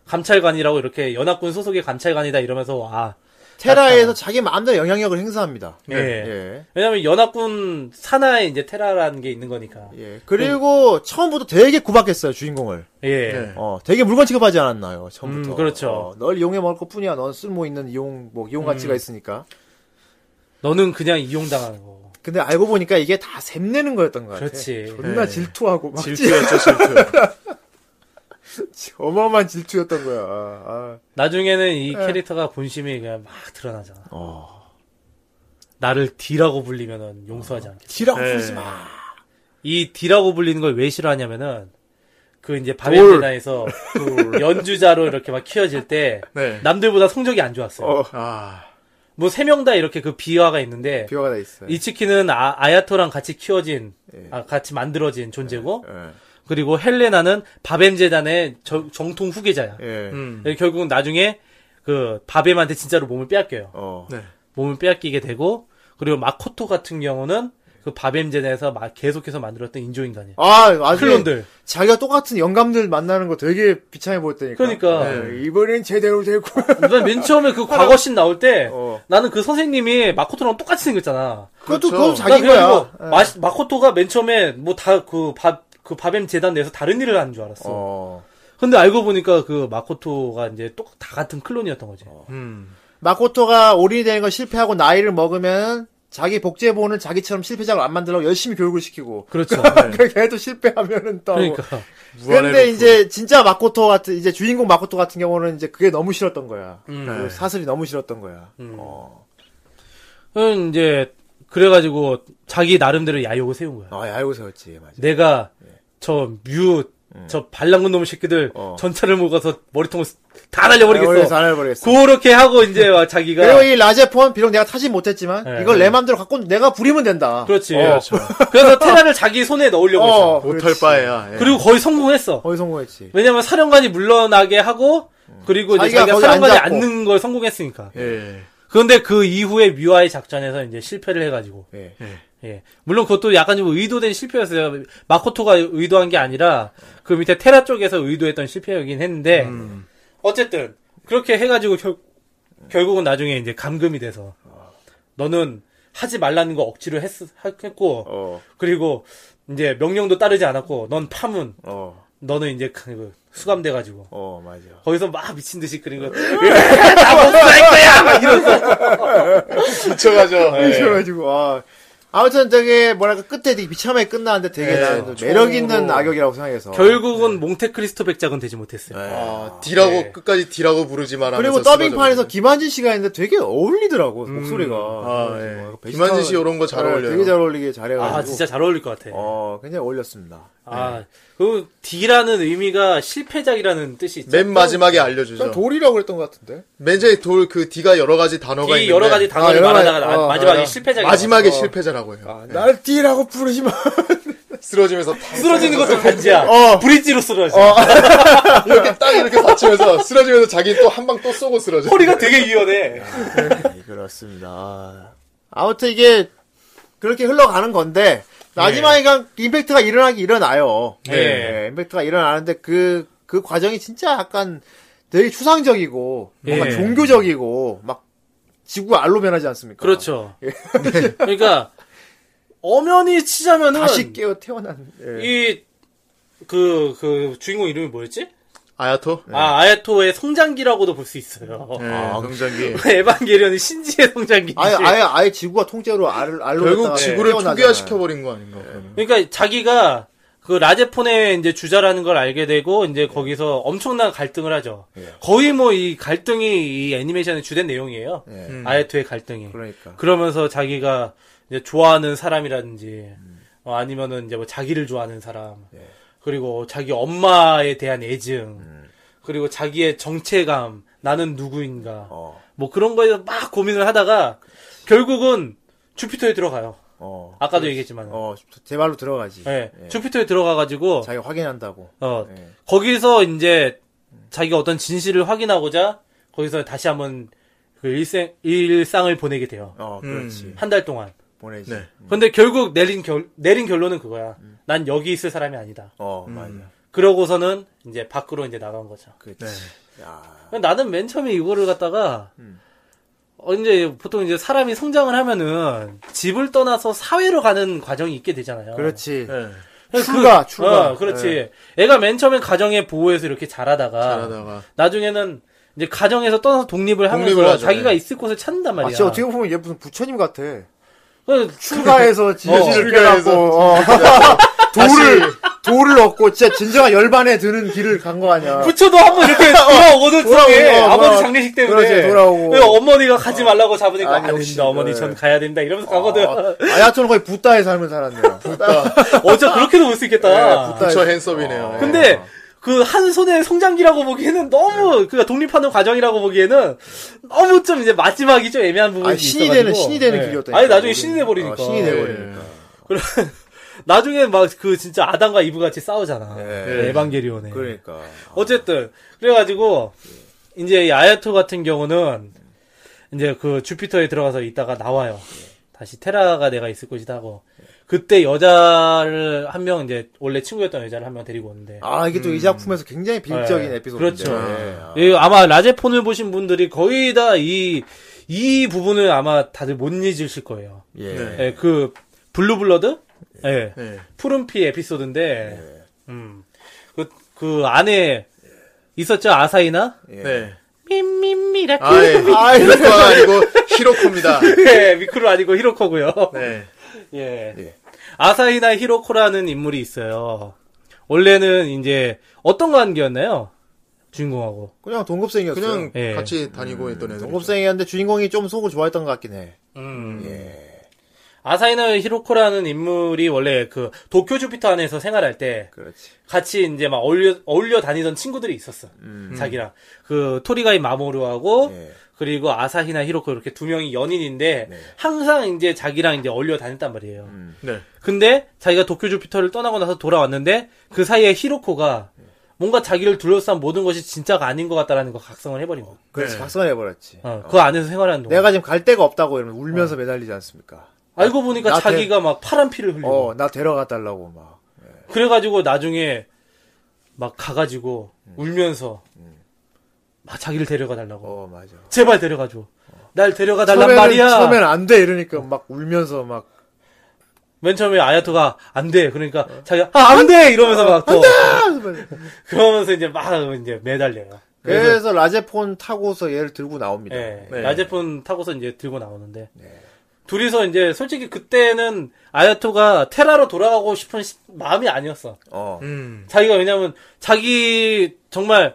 감찰관이라고 이렇게 연합군 소속의 감찰관이다 이러면서 와
테라에서 자기 마음대로 영향력을 행사합니다.
예.
예.
왜냐면 연합군 산하에 이제 테라라는 게 있는 거니까.
예. 그리고 처음부터 되게 구박했어요, 주인공을.
예.
네.
어, 되게 물건 취급하지 않았나요, 처음부터.
음, 그렇죠.
어, 널 이용해 먹을 것 뿐이야. 넌 쓸모 있는 이용, 뭐, 이용
음.
가치가 있으니까.
너는 그냥 이용당한 거.
근데 알고 보니까 이게 다 샘내는 거였던 것 같아.
그렇지.
존나
네.
질투하고 막.
질투였죠, 질투.
어마어마한 질투였던 거야. 아.
나중에는 이 캐릭터가 본심이 그냥 막 드러나잖아.
어.
나를 D라고 불리면은
아.
용서하지 않겠어.
지라고
네.
부르지 마.
이 D라고 불리는 걸 왜 싫어하냐면은 그 이제 바벨나에서 연주자로 이렇게 막 키워질 때
네.
남들보다 성적이 안 좋았어요.
어.
아,
뭐 세 명 다 이렇게 그 비화가 있는데
비화가 나 있어요.
이치키는 아, 아야토랑 같이 키워진
예.
아, 같이 만들어진 존재고
예.
그리고 헬레나는 바벤 재단의 저- 정통 후계자야.
예.
음.
결국은 나중에 그 바벤한테 진짜로 몸을 빼앗겨요.
어.
네.
몸을 빼앗기게 되고 그리고 마코토 같은 경우는 그 바벤 재단에서 마- 계속해서 만들었던 인조인간이에요.
아,
예.
아주
클론들.
자기가 똑같은 영감들 만나는 거 되게 비참해 보였다니까.
그러니까.
예, 이번엔 제대로 될 거야.
일단 맨 처음에
[LAUGHS]
그 과거신 나올 때
어.
나는 그 선생님이 마코토랑 똑같이 생겼잖아.
그렇죠.
그것도 그건
나
자기
그러니까 그래가지고 네.
거야. 어. 예.
마, 마코토가 맨 처음에 뭐 다 그 밥, 그 바뱀 재단 내에서 다른 일을 하는 줄 알았어.
어.
근데 알고 보니까 그 마코토가 이제 똑 다 같은 클론이었던 거지.
어.
음.
마코토가 올인이 되는 거 실패하고 나이를 먹으면 자기 복제본을 자기처럼 실패작을 안 만들라고 열심히 교육을 시키고. [LAUGHS]
그렇죠.
그렇게 해도 실패하면은 또.
그러니까
무한의
근데
루프.
이제 진짜 마코토 같은 이제 주인공 마코토 같은 경우는 이제 그게 너무 싫었던 거야.
네.
그 사슬이 너무 싫었던 거야.
음.
어.
음, 이제 그래가지고 자기 나름대로 야욕을 세운 거야.
아, 야이고 세웠지. 맞아.
내가 저 뮤, 저 발랑근 놈의 새끼들
예. 어.
전차를 먹어서 머리통을 다
버리겠어.
날려버리겠어.
잘 버리겠어.
그렇게 하고 이제 와 자기가
그리고 이 라제폰 비록 내가 타진 못했지만
네.
이걸 내 맘대로 갖고 내가 부리면 된다.
그렇지.
그렇죠.
그래서 테라를 자기 손에 넣으려고 했어.
못할
그렇지.
바에야. 예.
그리고 거의 성공했어.
거의 성공했지.
왜냐면 사령관이 물러나게 하고 그리고 이제
자기가
자기가
거기
사령관이
안 잡고.
앉는 걸 성공했으니까.
예.
그런데 그 이후에 미와의 작전에서 이제 실패를 해가지고
예.
예 물론 그것도 약간 좀 의도된 실패였어요. 마코토가 의도한 게 아니라 그 밑에 테라 쪽에서 의도했던 실패이긴 했는데
음.
어쨌든 그렇게 해가지고 결, 결국은 나중에 이제 감금이 돼서 너는 하지 말라는 거 억지로 했, 했고
어.
그리고 이제 명령도 따르지 않았고 넌 파문
어.
너는 이제 그 수감돼 가지고
어, 맞아.
거기서 막 미친 듯이 그린 거. 나 복수할 거야! 막 이러면서.
미쳐가죠.
[LAUGHS]
예.
그래가지고 아. 아무튼 되게 뭐랄까 끝에 되게 비참하게 끝나는데 되게
예, 총으로.
나는 매력 있는 악역이라고 생각해서
결국은 몽테크리스토 백작은 되지 못했어요.
아, D라고
예.
끝까지 D라고 부르지만
그리고
하면서
더빙판에서
쓰러져
김한진 씨가 했는데 되게 어울리더라고 목소리가
아, 예.
뭐
김한진 씨 이런 거잘
아,
어울려요.
되게 잘 어울리게 잘해가지고
아, 진짜 잘 어울릴 것 같아.
어 굉장히 어울렸습니다
아, 그, D라는 의미가 실패작이라는 뜻이 있죠.
맨 마지막에 알려주죠.
돌이라고 그랬던 것 같은데
맨 처음에 돌 그 D가 여러 가지 단어가
D
있는데
여러 가지 단어를
아, 여러 가지-
말하다가 나-
어,
마지막에
어,
실패작이.
마지막에
나왔어.
실패자라고 해요.
날 띠라고 부르지 마
쓰러지면서 탁
쓰러지는 것도 반지야.
어.
브릿지로 쓰러져.
이렇게 딱 이렇게 받치면서 [LAUGHS] 쓰러지면서 자기 또 한 방 또 쏘고 쓰러져.
허리가 되게 유연해.
네, 그렇습니다. 아. 아무튼 이게 그렇게 흘러가는 건데 마지막에 그냥
네.
임팩트가 일어나기 일어나요.
네.
네, 임팩트가 일어나는데 그 그 과정이 진짜 약간 되게 추상적이고 뭔가
네.
예.
종교적이고 막 지구 알로 변하지 않습니까?
그렇죠. 그러니까, 엄연히 치자면은.
다시 깨어 태어난. 예.
이, 그, 그, 주인공 이름이 뭐였지?
아야토?
네.
아, 아야토의 성장기라고도 볼 수 있어요.
아, 긍정기.
[LAUGHS] 에반게리온은 신지의 성장기지.
예, 아예 아예 아예 지구가 통째로 알 알로
결국
갔다가 예,
지구를
네, 태어나잖아요. 네.
초기화시켜 버린 거 아닌가? 그러면.
그러니까 자기가 그 라제폰의 이제 주자라는 걸 알게 되고 이제 거기서 엄청난 갈등을 하죠.
예.
거의 뭐 이 갈등이 이 애니메이션의 주된 내용이에요.
예.
음.
아야토의 갈등이.
그러니까.
그러면서 자기가 이제 좋아하는 사람이라든지 어, 아니면은 이제 뭐 자기를 좋아하는 사람
예.
그리고 자기 엄마에 대한 애증
음.
그리고 자기의 정체감 나는 누구인가
어.
뭐 그런 거에 막 고민을 하다가 결국은 주피터에 들어가요.
어.
아까도 얘기했지만
어. 제발로 들어가지.
예,
예.
주피터에 들어가가지고
자기 가 확인한다고.
어
예.
거기서 이제 자기가 어떤 진실을 확인하고자 거기서 다시 한번 그 일생 일상을 보내게 돼요.
어, 그렇지.
한 달 동안.
보내지.
음. 네.
근데 결국 내린 결 내린 결론은 그거야. 난 여기 있을 사람이 아니다.
어,
음.
맞아.
그러고서는 이제 밖으로 이제 나간 거죠.
그렇지.
네.
야.
나는 맨 처음에 어, 이거를 갖다가 언제 보통 이제 사람이 성장을 하면은 집을 떠나서 사회로 가는 과정이 있게 되잖아요.
그렇지.
예.
그래서 그-
출가, 출가. 예. 네.
어, 그렇지. 애가 맨 처음엔 가정의 보호에서 이렇게 자라다가,
잘하다가.
나중에는 이제 가정에서 떠나서 독립을 하면서
독립을 하죠,
자기가
예.
있을 곳을 찾는단
아,
말이야.
진짜 어떻게 보면 얘 무슨 부처님 같아.
그래서
[LAUGHS]
출가해서 진실을
출가해서
깨닫고,
[LAUGHS]
어. 도를, 도를 얻고, 진짜 진정한 열반에 드는 길을 간 거 아니야.
부처도 한 번
[LAUGHS]
이렇게 돌아오거든
어. 돌아오고,
쪽에
어,
아버지
돌아오고.
장례식 때문에
그렇지, 돌아오고.
왜 어머니가 가지 말라고 잡으니까
아,
아, 닙니
역시,
다 어머니
네. 어,
전 가야 된다 이러면서 가거든
아야토는 거의 부다의 삶을 살았네요.
어째 그렇게도 볼 수 있겠다
네, 부탁-
부처 핸섭이네요.
근데 그 한 손의 성장기라고 보기에는
네.
너무 그가 독립하는 과정이라고 보기에는 너무 좀 이제 마지막이 좀 애매한 부분이
아니, 신이
있어가지고.
되는, 신이 되는
네.
길이었다니까.
아니 나중에
우리는.
신이 돼버리니까
어, 신이 돼버리니까.
그래 나중에 막 그 진짜 아담과 이브 같이 싸우잖아
네.
에반게리온에
그러니까.
어쨌든 그래가지고 이제 이 아야토 같은 경우는 이제 그 주피터에 들어가서 있다가 나와요. 다시 테라가 내가 있을 곳이다 하고 그때 여자를 한 명 이제 원래 친구였던 여자를 한 명 데리고 오는데
아, 이게 또 이 작품에서 굉장히 비극적인
네.
에피소드.
그렇죠. 예, 아마 라제폰을 보신 분들이 거의 다 이 이 부분을 아마 다들 못 잊으실 거예요.
예.
네.
예, 그 블루블러드 예.
네.
푸른피 에피소드인데 음. 그, 그 안에 있었죠 아사이나
예.
네.
밈밈미라
아, 예.
아, 예.
히로코가 아니고 히로코입니다.
[LAUGHS] 예, 미크로 아니고 히로코고요.
네.
예.
예.
아사히나 히로코라는 인물이 있어요. 원래는 이제 어떤 관계였나요? 주인공하고.
그냥 동급생이었어.
그냥
예.
같이 다니고 있던 애들.
동급생이었는데 주인공이 좀 속을 좋아했던 것 같긴 해.
예. 아사히나 히로코라는 인물이 원래 그 도쿄 주피터 안에서 생활할 때
그렇지.
같이 이제 막 어울려 어울려 다니던 친구들이 있었어. 자기랑 그 토리가이 마모루하고
예.
그리고 아사히나 히로코 이렇게 두 명이 연인인데
네.
항상 이제 자기랑 이제 어울려 다녔단 말이에요.
음.
네.
근데 자기가 도쿄 주피터를 떠나고 나서 돌아왔는데 그 사이에 히로코가 뭔가 자기를 둘러싼 모든 것이 진짜가 아닌 것 같다라는 걸 각성을 해버린 거.
그래서
네.
각성해버렸지.
어, 그 안에서 생활하는 동안.
내가 지금 갈 데가 없다고 이러면 울면서 매달리지 않습니까?
알고 보니까
나 대-
자기가 막 파란 피를 흘리고
어, 나 데려가 달라고 막.
그래가지고 나중에 막 가가지고 울면서 막 자기를 데려가 달라고
음. 어, 맞아.
제발 데려가줘 날 데려가 달란
처음에는,
말이야
처음에는 안 돼, 이러니까 막 울면서 막.
맨 처음에 아야토가 안 돼 그러니까 자기가 아 안 돼 이러면서 막 또 그러면서 이제 막 이제 매달려요
그래서 라제폰 타고서 얘를 들고 나옵니다.
예,
네.
라제폰 타고서 이제 들고 나오는데 둘이서 이제 솔직히 그때는 아야토가 테라로 돌아가고 싶은 시- 마음이 아니었어.
어.
음.
자기가 왜냐면 자기 정말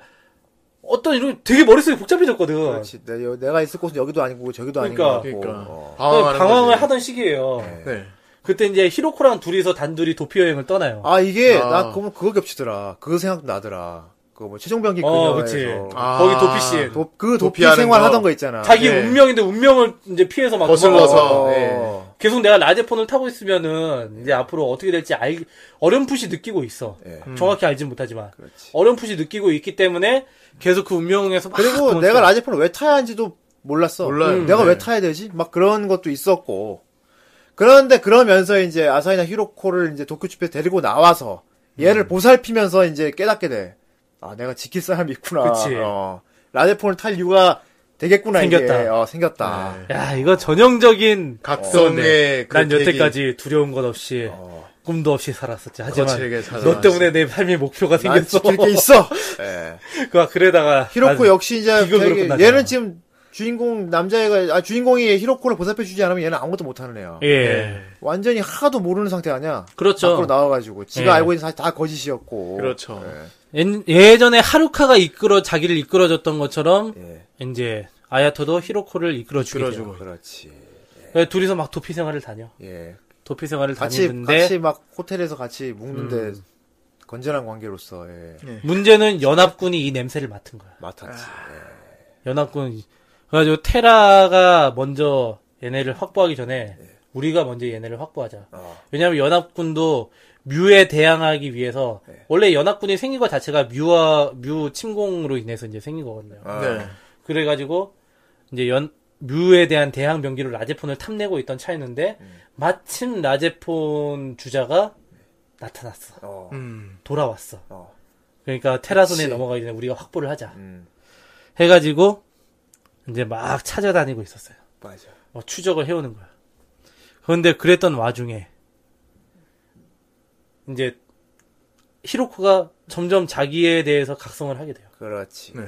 어떤 이런 되게 머릿속이 복잡해졌거든.
그렇지. 내, 여- 내가 있을 곳은 여기도 아니고 저기도
그러니까.
아닌 것
그러니까
같고. 어.
방황하는
방황을
거지.
하던 시기예요.
네.
그때 이제 히로코랑 둘이서 단둘이 도피 여행을 떠나요.
아, 이게,
아.
나 그거, 그거 겹치더라. 그거 생각 나더라. 그거 뭐, 최종병기
어,
그녀에서.
그치.
아.
거기 도피씬.
도, 그 도피
도피하는
생활
거.
하던 거 있잖아. 예.
자기
네.
운명인데 운명을 이제 피해서 막
거슬러서.
도망가고.
어.
네.
계속 내가 라제폰을 타고 있으면은 이제 앞으로 어떻게 될지 알 어렴풋이 느끼고 있어.
예.
정확히 알진 못하지만
그렇지.
어렴풋이 느끼고 있기 때문에 계속 그 운명에서 막
그리고
도망쳐.
내가 라제폰을 왜 타야 하는지도 몰랐어.
몰라요.
음, 내가
네.
왜 타야 되지? 막 그런 것도 있었고. 그런데 그러면서 이제 아사히나 히로코를 이제 도쿄주피에 데리고 나와서 얘를
음.
보살피면서 이제 깨닫게 돼. 아, 내가 지킬 사람이 있구나.
그치.
어. 라제폰을 탈 이유가 되겠구나.
생겼다. 네.
이게. 어, 생겼다.
야 이거 전형적인
각성의 그
네. 난
계기. 어.
여태까지 두려운 것 없이 꿈도 없이 살았었지 하지만
거칠게
너
살아왔어.
때문에 내 삶의 목표가
난
생겼어
지킬 게 있어. 예.
[LAUGHS] 그 그러다가
히로코
난-
역시 이제
비극으로
되게-
끝나잖아.
얘는 지금 주인공 남자애가 아 주인공이 히로코를 보살펴 주지 않으면 얘는 아무것도 못하는 애야.
예
네.
완전히 하나도 모르는 상태 아니야.
그렇죠.
밖으로 나와가지고 지가
예.
알고 있는 사실 다 거짓이었고.
그렇죠.
엔- 예전에 하루카가 이끌어 자기를 이끌어줬던 것처럼
예.
이제 아야토도 히로코를 이끌어주게 돼요
이끌어주고.
그렇지.
그래서 둘이서 막 도피 생활을 다녀
예.
도피 생활을
같이
그 다니는데
같이 막 호텔에서 같이 묵는데 건전한 관계로서 예.
문제는 연합군이 이 냄새를 맡은 거야
맡았지.
연합군 그래가지고 테라가 먼저 얘네를 확보하기 전에 우리가 먼저 얘네를 확보하자.
어.
왜냐하면 연합군도 뮤에 대항하기 위해서 원래 연합군이 생긴 것 자체가 뮤와 뮤 침공으로 인해서 이제 생긴 거거든요.
아.
네.
그래가지고 이제 연 뮤에 대한 대항 병기로 라제폰을 탐내고 있던 차였는데 마침 라제폰 주자가 나타났어.
어.
음.
돌아왔어.
어.
그러니까 테라 손에
그치.
넘어가기 전에 우리가 확보를 하자.
음.
해가지고 이제 막 찾아다니고 있었어요.
맞아.
어, 추적을 해오는 거야. 그런데 그랬던 와중에 이제 히로코가 점점 자기에 대해서 각성을 하게 돼요.
그렇지.
네.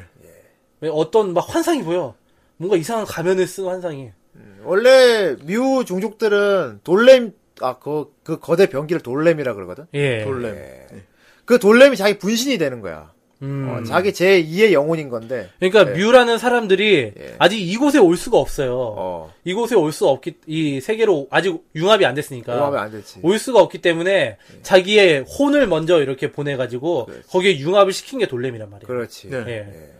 왜 어떤 막 환상이 보여. 뭔가 이상한 가면을 쓴 환상이.
음. 원래 미우 종족들은 돌렘 아그 그 거대 병기를 돌렘이라 그러거든.
예.
돌렘. 네.
그 돌렘이 자기 분신이 되는 거야.
음.
어, 자기 제 2의 영혼인 건데.
그러니까
예.
뮤라는 사람들이
예.
아직 이곳에 올 수가 없어요.
어.
이곳에 올 수 없기 이 세계로 아직 융합이 안 됐으니까
오하면 안 되지. 예.
올 수가 없기 때문에 자기의 혼을 먼저 이렇게 보내가지고 거기에 융합을 시킨 게 돌렘이란 말이에요.
그렇지.
네.
예.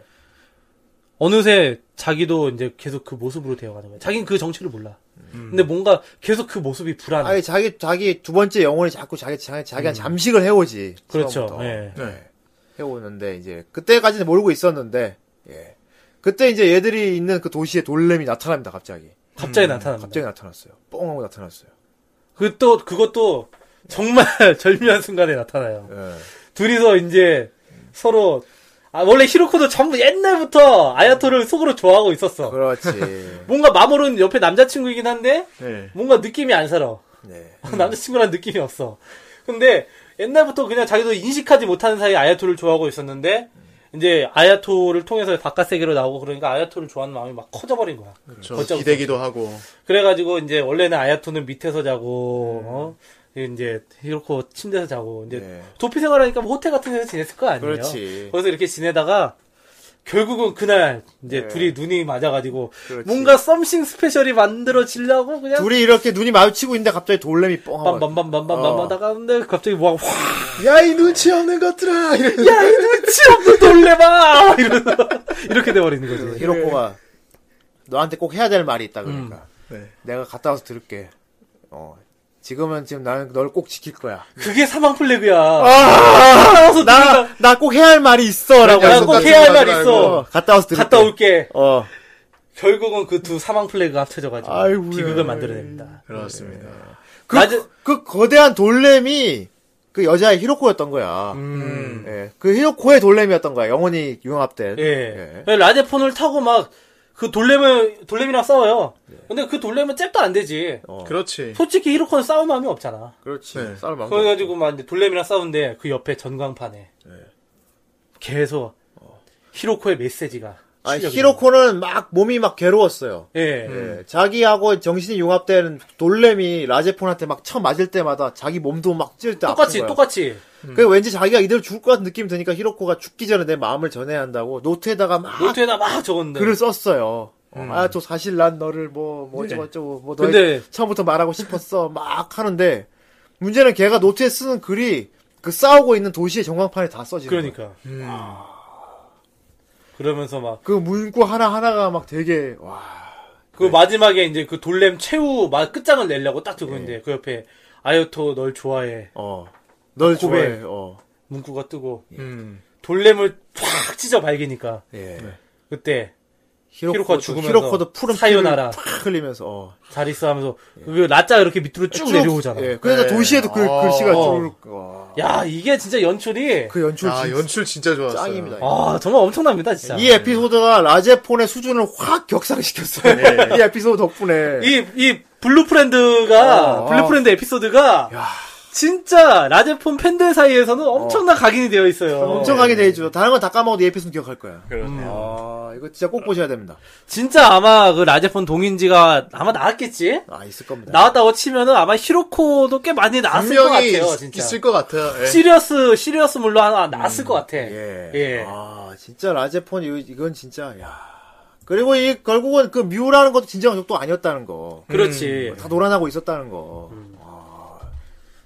어느새 자기도 이제 계속 그 모습으로 되어가는 거예요. 자기는 그 정체를 몰라. 근데 뭔가 계속 그 모습이 불안해.
음. 아니 자기 자기 두 번째 영혼이 자꾸 자기 자기 자기한 잠식을 해오지.
음. 그렇죠.
처음부터.
예.
네.
해오는데 이제 그때까지는 모르고 있었는데. 예. 그때 이제 얘들이 있는 그 도시에 돌렘이 나타납니다. 갑자기.
갑자기 나타납니다.
음. 갑자기 나타났어요. 뻥하고 나타났어요.
그또 그것도 정말 [LAUGHS] 절묘한 순간에 나타나요.
예.
둘이서 이제 서로 아, 원래 히로코도 전부 옛날부터 아야토를 속으로 좋아하고 있었어. [LAUGHS]
그렇지.
뭔가 마모는 옆에 남자친구이긴 한데
네.
뭔가 느낌이 안 살아. [LAUGHS]
네.
남자친구란 느낌이 없어. 근데 옛날부터 그냥 자기도 인식하지 못하는 사이 에 아야토를 좋아하고 있었는데 이제 아야토를 통해서 바깥 세계로 나오고 그러니까 아야토를 좋아하는 마음이 막 커져버린 거야.
그렇죠.
저
걷자고
기대기도 하고.
그래가지고 이제 원래는 아야토는 밑에서 자고 어? 이제 히로코 침대에서 자고 이제
음. 네.
도피 생활하니까 뭐 호텔 같은 데서 지냈을 거 아니에요.
그렇지.
거기서 이렇게 지내다가 결국은 그날 이제
네.
둘이 눈이 맞아가지고
그렇지.
뭔가 썸씽 스페셜이 만들어지려고 그냥
둘이 이렇게 눈이 마주치고 있는데 갑자기 돌렘이 뻥 하고.
빰빰빰빰빰
어.
하다가 근데 갑자기 뭐가 확
야, 이 눈치 없는 것들아! 이러면서.
야, 이 눈치 없는 놀래봐! 이러면서. [LAUGHS] 이렇게 돼버리는 거지.
히로코가 너한테 꼭 해야 될 말이 있다 그러니까
네.
내가 갔다 와서 들을게. 어 지금은 지금 나는 널 꼭 지킬 거야.
그게 사망 플래그야. 따라서 나,
아! 나 꼭 해야 할 말이 있어라고
내가 그러니까
해서
꼭
손가락
해야 할 말
들고 가지
있어.
갔다 와서 들을게.
갔다 올게.
어
결국은 그 두 사망 플래그가 합쳐져가지고
아이고야.
비극을 만들어냅니다.
[LAUGHS] 그렇습니다.
그,
낮에-
그 거대한 돌렘이 그 여자의 히로코였던 거야.
음.
예, 그 히로코의 돌렘이었던 거야. 영원히 융합된.
예. 라제폰을 타고 막, 그 돌렘을, 돌렘이랑 싸워요. 근데 그 돌렘은 잽도 안 되지.
예. 어.
그렇지.
솔직히 히로코는 싸울 마음이 없잖아.
그렇지.
네.
싸울 마음.
그래가지고 막 이제 돌렘이랑 싸우는데 그 옆에 전광판에
예.
계속 히로코의 메시지가.
어. 아
실려 있는
히로코는 막 몸이 막 괴로웠어요.
거야. 예.
예, 자기하고 정신이 융합된 돌렘이 라제폰한테 막 처음 맞을 때마다 자기 몸도 막 찔 때
똑같이,
네,
음.
아픈 거야.
똑같이.
그래서 왠지 자기가 이대로 죽을 것 같은 느낌이 드니까 히로코가 죽기 전에 내 마음을 전해야 한다고 노트에다가 막
노트에다 막 적었는데.
글을 썼어요. 아, 저 사실 난 너를 뭐, 뭐 어쩌고저쩌고, 뭐, 너의
음. 네. 근데-
처음부터 말하고 싶었어. 막 하는데, 문제는 걔가 노트에 쓰는 글이 그 싸우고 있는 도시의 전광판에 다 써지는 음. 거야.
그러니까. 아. 그러면서 막,
그 문구 하나하나가 막 되게, 와,
그
네.
마지막에 이제 그 돌렘 최후 막 끝장을 내려고 딱
네.
두고 있는데, 그 옆에, 아요토 널 좋아해.
어, 널
고백.
좋아해, 어.
문구가 뜨고,
음.
돌렘을 쫙 찢어 밝히니까,
예.
그때, 히로코가
히로코가
죽으면서
히로코도 푸른
사요나라.
피를 팍 흘리면서 어.
자리스 하면서, 그 라짜 이렇게 밑으로 쭉, 내려오잖아.
예, 그래서
네.
도시에도 그
어.
글씨가
어.
쭉. 어.
야, 이게 진짜 연출이,
그 연출
아,
진짜
연출 진짜 좋았어요.
짱입니다.
아, 정말 엄청납니다, 진짜.
이 에피소드가 라제폰의 수준을 확 격상시켰어요.
네.
[LAUGHS] 이 에피소드 덕분에.
이, 이 블루프렌드가,
어.
블루프렌드 에피소드가, 진짜 라제폰 팬들 사이에서는
어.
엄청난 각인이 되어 있어요. 음.
엄청하게 돼있죠. 다른 건 다 까먹어도 이 에피소드 기억할 거야.
그러네요.
아, 이거 진짜 꼭 보셔야 됩니다.
진짜 아마 그 라제폰 동인지가 아마 나왔겠지?
아, 있을 겁니다.
나왔다고 치면은 아마 히로코도 꽤 많이 나왔을 것
분명히
같아요,
있-
진짜.
있을 것 같아요. 음. 예.
시리어스, 시리어스 물로 하나 나왔을 것 같아.
예.
예.
아, 진짜 라제폰, 이거- 이건 진짜, 야. 그리고 이, 결국은 그 뮤라는 것도 진정한 적도 아니었다는 거.
그렇지. 예.
다 놀아나고 있었다는 거.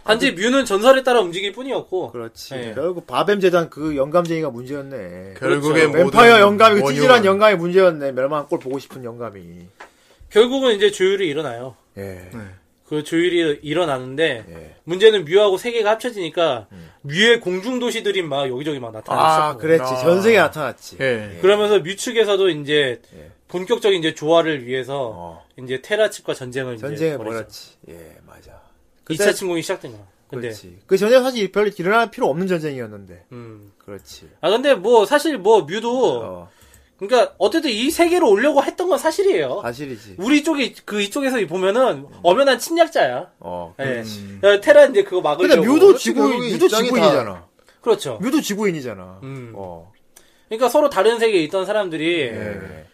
단지 뮤는 전설에 따라 움직일 뿐이었고.
그렇지.
예.
결국 바뱀 재단 그 영감쟁이가 문제였네.
결국에
그렇죠.
모든
뱀파이어 영감이 그 찌질한
원흉은-
영감이 문제였네. 멸망한 꼴 보고 싶은 영감이.
결국은 이제 조율이 일어나요.
예.
그 조율이 일어나는데,
예. 음.
문제는 뮤하고 세계가 합쳐지니까, 뮤의 공중도시들이 막 여기저기 막 나타나기
아,
시작하고.
그랬지.
아.
전생에 나타났지.
예.
그러면서 뮤 측에서도 이제, 본격적인 이제 조화를 위해서,
예. 어.
이제 테라 측과 전쟁을
전쟁에
이제 벌이죠.
벌였지. 예, 맞아. 그때-
2차 침공이 시작된 거야. 근데
그렇지. 그 전쟁 사실 별로 일어날 필요 없는 전쟁이었는데.
음.
그렇지.
아 근데 뭐 사실 뭐 뮤도
어.
그러니까 어쨌든 이 세계로 오려고 했던 건 사실이에요.
사실이지.
우리 쪽이 그 이쪽에서 보면은 엄연한 침략자야.
어.
예. 뭐 어, 테란 이제 그거
근데
막으려고.
뮤도
그렇지,
지구
결국에
뮤도
입장이
지구인이잖아.
그렇죠.
뮤도 지구인이잖아.
음.
어.
그러니까 서로 다른 세계에 있던 사람들이
예.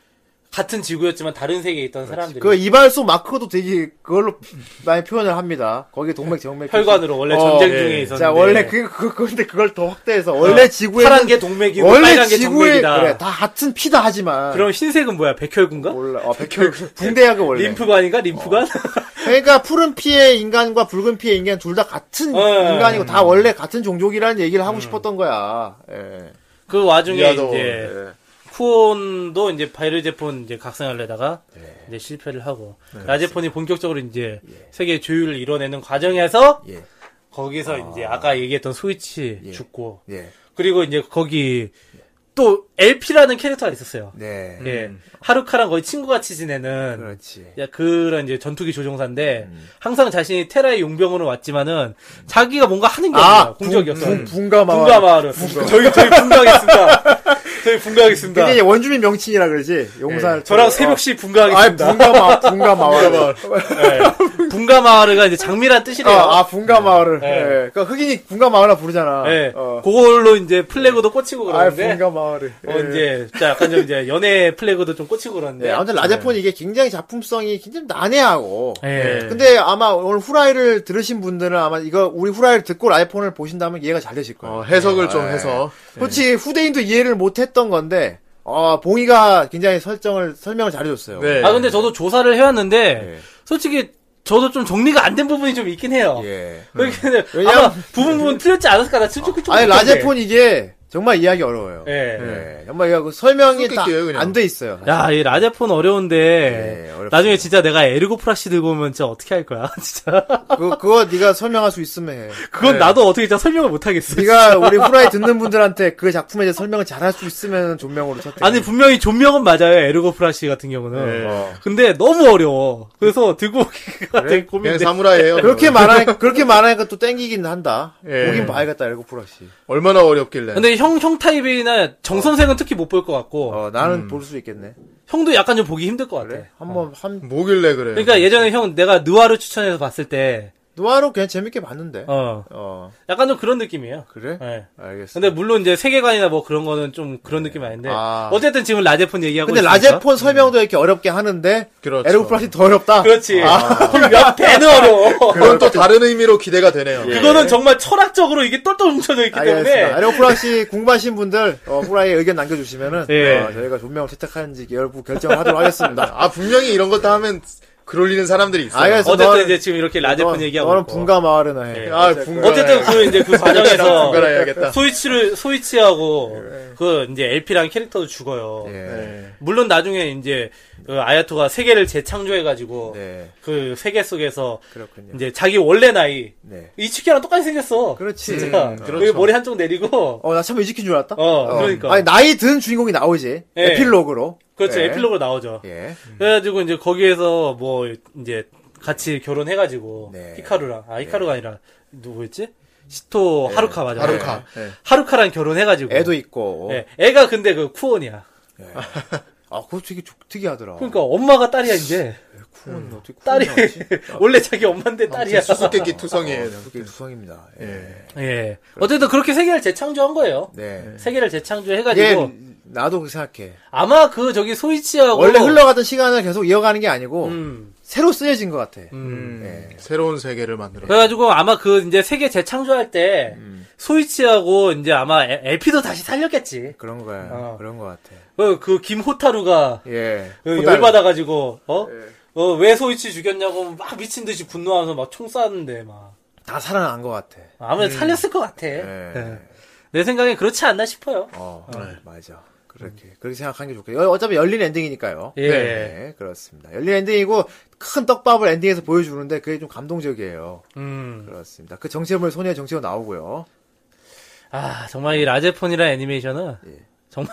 같은 지구였지만 다른 세계에 있던 사람들이
그 이발소 마크도 되게 그걸로 많이 표현을 합니다. 거기 동맥 정맥
[LAUGHS] 혈관으로 원래
어,
전쟁
예.
중에 있었는데 어.
자 원래 그, 그 근데 그걸 더 확대해서 원래 지구에
파란 게 동맥이고
원래
빨간 게
지구에
정맥이다.
그래 다 같은 피다 하지만
그럼 흰색은 뭐야? 백혈구인가?
몰라
[LAUGHS]
어 백혈 붕대야가 원래 어.
림프관인가? 림프관?
그러니까 푸른 피의 인간과 붉은 피의 인간 둘 다 같은
예.
인간이고 다 원래 같은 종족이라는 얘기를 하고 싶었던 거야. 예.
[LAUGHS] 그 와중에
미아도,
음.
네.
이제 쿠온도 이제 바이르제폰 이제 각성하려다가
네.
이제 실패를 하고 라제폰이 본격적으로 이제 세계 조율을 이뤄내는 과정에서
예.
거기서 이제 아까 얘기했던 스위치 죽고
예.
그리고 이제 거기 또 LP라는 캐릭터가 있었어요.
네.
예. 하루카랑 거의 친구같이 지내는
그렇지. 음.
야, 그런 이제 전투기 조종사인데 항상 자신이 테라의 용병으로 왔지만은 자기가 뭔가 하는 게
아,
없어요. 공적이었어요.
분가 마을.
분가 마을은 저희 저희 분가하겠습니다. 저희 분가하겠습니다.
근데 이제 원주민 명칭이라 그러지. 용산.
예, 저랑 새벽시
아,
분가하겠습니다.
분가 마을. 분가 마을.
예. 분가 마을가 이제 장미란 뜻이래요.
아, 아, 분가 마을을.
예.
예. 그러니까 흑인이 분가 마을라 부르잖아.
예.
어.
그걸로 이제 플래그도 꽂히고
아,
그러는데
분가 마을을. 예.
어, 이제 자, 약간 좀 이제 연애 플래그도 좀 꽂히고 그러는데
네, 아무튼 라제폰 이게 굉장히 작품성이 굉장히 난해하고.
네.
예.
근데 아마 오늘 후라이를 들으신 분들은 아마 이거 우리 후라이를 듣고 라이폰을 보신다면 이해가 잘 되실 거예요.
어, 해석을 좀
네.
해서
솔직히 후대인도 이해를 못했던 건데 어, 봉이가 굉장히 설정을 설명을 잘해줬어요.
네.
아 근데 저도 조사를 해왔는데
예.
솔직히 저도 좀 정리가 안 된 부분이 좀 있긴 해요.
예.
그렇게
왜냐면-
아마 부분 부분 틀렸지 않았을까 나 지금 조금
아니 라제폰 이게 정말 이해하기 어려워요.
예.
네, 정말 이거 그 설명이
쑥 깰게요, 그냥.
다안돼 있어요.
야, 이 라제폰 어려운데
예, 어렵습니다.
나중에 진짜 내가 에르고 프락시 들고 오면 진짜 어떻게 할 거야? [LAUGHS] 진짜
그, 그거 네가 설명할 수 있으면 해.
그건 나도 어떻게 진짜 설명을 못 하겠어.
예. 네가 우리 후라이 듣는 분들한테 그 작품에 대해 설명을 잘 할 수 있으면 존명으로 쳤대.
아니 분명히 존명은 맞아요. 에르고 프락시 같은 경우는.
어.
근데 너무 어려워. 그래서 들고 오기가 되게
그냥
네. 고민돼.
사무라이예요.
네. 그렇게 말하니까 그렇게 말하니까 또 땡기긴 한다.
예.
보긴 봐야겠다 엘고 프라시.
얼마나 어렵길래.
근데 형, 형 타입이나 정 선생은 특히 못 볼 것 같고,
어 나는 볼 수 있겠네.
형도 약간 좀 보기 힘들 것 같아.
그래
어.
한번 한
뭐길래 그래.
네.
그러니까 예전에 형 내가 느와르 추천해서 봤을 때,
노아로 그냥 재밌게 봤는데. 어,
어, 약간 좀 그런 느낌이에요.
그래
예.
알겠어.
근데 물론 이제 세계관이나 뭐 그런 거는 좀 그런 느낌이 아닌데
아.
어쨌든 지금 라제폰 얘기하고
근데
있으니까. 음.
라제폰 설명도 이렇게 어렵게 하는데
그렇죠.
에르고 프라시 더 어렵다.
그렇지
아.
그럼 몇 배는 어려워
그건 또 다른 의미로 기대가 되네요.
그거는 정말 철학적으로 이게 똘똘 뭉쳐져 있기
알겠습니다.
때문에
에르고 프라시 궁금하신 분들 어, 후라이에 의견 남겨주시면은
예.
어, 저희가 존명을 채택하는지 열부 결정하도록 을 하겠습니다.
아 분명히 이런 것도 하면 그럴리는 사람들이 있어요.
알겠어.
어쨌든
너는-
이제 지금 이렇게 [LAUGHS] 라제폰
너-
얘기하고
너는
있고.
분가 마을이나 해.
예.
아, 분가.
어쨌든 그 이제 그 과정에서
분갈아 해야겠다.
소이치를 소이치하고 그 이제 LP랑 캐릭터도 죽어요
예.
네.
물론 나중에 이제 그 아야토가 세계를 재창조해가지고
네.
그 세계 속에서
그렇군요.
이제 자기 원래 나이
네.
이츠키랑 똑같이 생겼어
그렇지.
진짜
음,
그렇죠.
여기 머리 한쪽 내리고
어, 나 참 이지킨 줄 알았다.
어, 그러니까
아니, 나이 든 주인공이 나오지.
예.
에필로그로.
그렇죠
예.
에필로그로 나오죠
예.
그래가지고 이제 거기에서 뭐 이제 같이 결혼해가지고
네.
히카루랑 아 히카루가 아니라 누구였지 시토 하루카 맞아 네.
하루카.
예.
하루카랑 결혼해가지고
애도 있고.
예, 애가 근데 그 쿠온이야
아, 그거 되게 조- 특이하더라.
그러니까 엄마가 딸이야 이제
음.
쿠는 어. 어떻게 쿠는
딸이
나오지?
[LAUGHS] 원래 자기 엄마인데 딸이야
수수께끼 [LAUGHS] 투성이에요.
어, 그게 두성입니다. 예.
[LAUGHS] 예 어쨌든 그렇게 세계를 재창조한 거예요
네. 예.
세계를 재창조해가지고
이게 나도 그렇게 생각해.
아마 그 저기 소이치하고
원래 흘러가던 시간을 계속 이어가는 게 아니고
음,
새로 쓰여진 것 같아.
음.
예.
새로운 세계를 만들어.
그래가지고 아마 그 이제 세계 재창조할 때
음.
소이치하고 이제 아마 에- LP도 다시 살렸겠지.
그런 거야.
어.
그런 것 같아.
그, 그 김호타루가
예.
그
호달.
열받아가지고 어?
예.
어, 왜 소이치 죽였냐고 막 미친 듯이 분노하면서 막 총 쐈는데 막
다 살아난 것 같아.
아무래도 살렸을 것 같아.
음. 예.
예. 내 생각엔 그렇지 않나 싶어요.
어,
네.
맞아. 그렇게 그렇게 생각하는 게 좋겠어요. 어차피 열린 엔딩이니까요.
예.
네, 그렇습니다. 열린 엔딩이고 큰 떡밥을 엔딩에서 보여주는데 그게 좀 감동적이에요.
음.
그렇습니다. 그 정체물 소녀의 정체가 나오고요.
아 정말 이 라제폰이란 애니메이션은
예.
[LAUGHS] 정말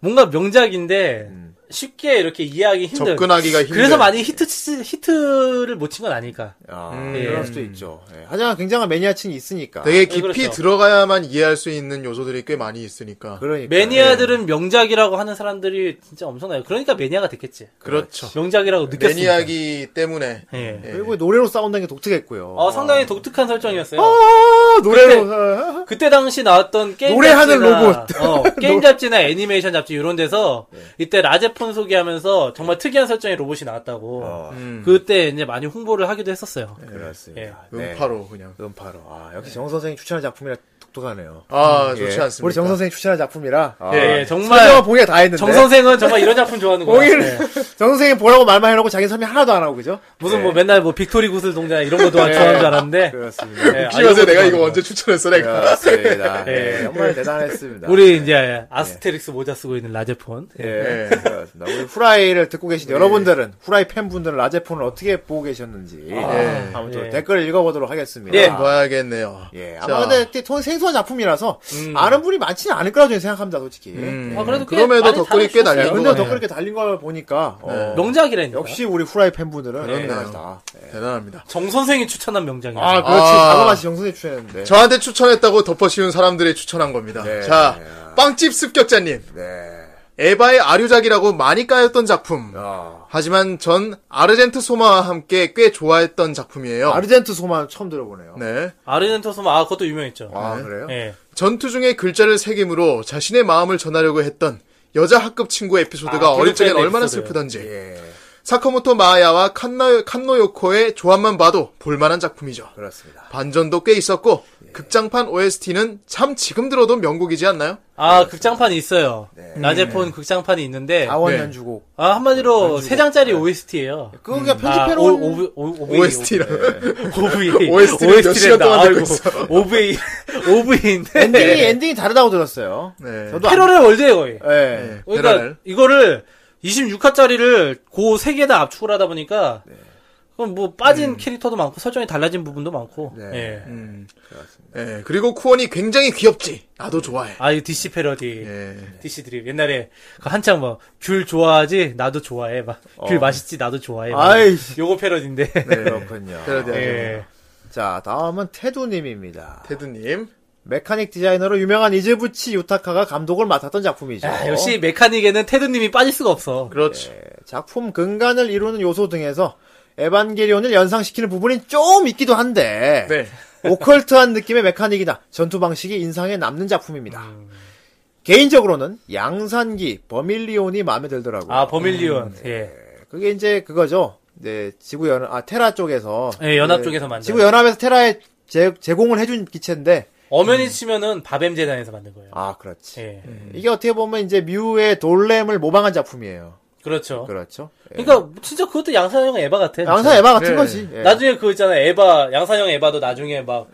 뭔가 명작인데
음.
쉽게 이렇게 이해하기 힘든.
접근하기가 힘든.
그래서 많이 히트 치- 히트를 못 친 건 아닐까.
아,
음.
그럴 수도 있죠. 예, 하지만 굉장한 매니아층이 있으니까.
되게
네,
깊이
그렇죠.
들어가야만 이해할 수 있는 요소들이 꽤 많이 있으니까.
그러니까.
매니아들은 명작이라고 하는 사람들이 진짜 엄청나요. 그러니까 매니아가 됐겠지.
그렇죠.
명작이라고 느꼈으니까.
매니아기 때문에.
네.
예.
예.
그리고 노래로 싸운다는 게 독특했고요.
어, 상당히 독특한 설정이었어요.
아, 노래로. 아,
그때 당시 나왔던 게임
노래하는
잡지나,
로봇.
어, 게임 잡지나 애니메이션 잡지 이런 데서 이때 라제폰 소개하면서 정말 특이한 설정의 로봇이 나왔다고
어,
음.
그때 이제 많이 홍보를 하기도 했었어요.
아, 그렇습니다.
예.
네.
음파로 그냥.
음파로. 아, 역시 정 선생이 추천한 작품이라 독특하네요.
아,
예.
좋지 않습니다.
우리 정 선생이 추천한 작품이라. 아,
예, 예, 정말.
설명은 봉이가 다 했는데.
정 선생은 정말 이런 작품 좋아하는 거야.
봉이를,
네.
정 선생이 보라고 말만 해놓고 자기 설명 하나도 안 하고, 그죠? 예.
무슨 뭐 맨날 뭐 빅토리 구슬 동자 이런 것도 좋아하는 줄 알았는데
네. 그렇습니다.
예,
웃기면서
알고
아, 내가
보니까
이거 언제 추천했어,
네.
내가.
그렇습니다.
예.
예, 정말 대단했습니다.
우리 이제 아스테릭스 모자 쓰고 있는 라제폰. 예.
네.
예, 그렇습니다. 우리 후라이를 듣고 계신 여러분들은 후라이 팬분들은 라제폰을 어떻게 보고 계셨는지 네,
예.
한번 좀
예.
댓글을 읽어보도록 하겠습니다.
예.
봐야겠네요.
예,
자.
아마 근데 되게 돈 생소한 작품이라서 아는 분이 많지는 않을 거라 저는 생각합니다, 솔직히. 네. 예,
음. 예,
아, 그래도 꽤
그럼에도
많이
댓글이 꽤
달아주셨어요.
날린 거
근데 더
같아요.
그렇게 달린 걸 보니까 어,
명작이라니까.
역시 우리 후라이 팬분들은
그렇네요.
대단하시다. 예.
대단합니다.
정 선생이 추천한 명작이야.
아,
요
그렇지.
아.
다가마시 정선이 추천했는데.
저한테 추천했다고 덮어씌운 사람들이 추천한 겁니다.
네.
자, 빵집 습격자님.
네.
에바의 아류작이라고 많이 까였던 작품.
아.
하지만 전 아르젠트 소마와 함께 꽤 좋아했던 작품이에요.
아르젠트 소만 처음 들어보네요.
네.
아르젠토 소마 아 그것도 유명했죠.
아, 그래요?
예.
전투 중에 글자를 새김으로 자신의 마음을 전하려고 했던 여자 학급 친구 에피소드가
아,
어릴 적엔
괴롭히는
얼마나
에피소드요.
슬프던지.
예.
사카모토 마야와 칸나, 칸노요코의 조합만 봐도 볼만한 작품이죠.
그렇습니다.
반전도 꽤 있었고 극장판 OST는 참 지금 들어도 명곡이지 않나요?
아 극장판이 있어요. 라제폰 극장판이 있는데
자원
네.
연주곡.
아 한마디로 세 장짜리 OST예요.
그거
음.
그냥
아,
편집해놓은
오- 오브- 오- 오브이,
OST라는
예.
[LAUGHS]
오브이
OST 를몇 시간 동안 듣고 있어.
오브이 오브이인데
엔딩이 엔딩이 다르다고 들었어요.
네.
저도 안-
패러렐 월드에 거의.
예.
네.
그러니까
베라렐.
이거를 26화짜리를 고 세 개 다 압축을 하다 보니까
네.
그럼 뭐 빠진 캐릭터도 많고 설정이 달라진 부분도 많고.
음. 네.
예.
예, 그리고 쿠원이 굉장히 귀엽지. 나도 좋아해.
아, 이 DC 패러디.
예.
네.
DC 드립. 옛날에 그 한창 막 귤 좋아하지? 나도 좋아해. 막 귤
어.
맛있지? 나도 좋아해. 막
아이씨. 네.
요거 패러디인데.
[LAUGHS] 그렇군요.
그래도
[LAUGHS] 예.
자, 다음은 아, 테두님입니다.
테드님.
메카닉 디자이너로 유명한 이즈부치 유타카가 감독을 맡았던 작품이죠.
아, 역시
어.
메카닉에는 테드님이 빠질 수가 없어.
그렇죠.
예, 작품 근간을 이루는 요소 등에서 에반게리온을 연상시키는 부분이 좀 있기도 한데
네.
오컬트한 느낌의 메카닉이나 전투 방식이 인상에 남는 작품입니다. 개인적으로는 양산기 버밀리온이 마음에 들더라고요.
아, 버밀리온.
음.
예.
그게 이제 그거죠. 이제 지구 연, 아, 테라 쪽에서.
예, 연합
예,
쪽에서 만든.
지구 연합에서 테라에 제, 제공을 해준 기체인데.
엄연히 치면은 바뱀 재단에서 만든 거예요.
음. 아, 그렇지.
예.
이게 어떻게 보면 이제 뮤의 돌렘을 모방한 작품이에요.
그렇죠.
그렇죠. 예.
그러니까 진짜 그것도 양산형 에바 같아.
양산 에바 같은
예.
거지. 예.
그러니까 나중에 그거 있잖아 에바 양산형 에바도 나중에 막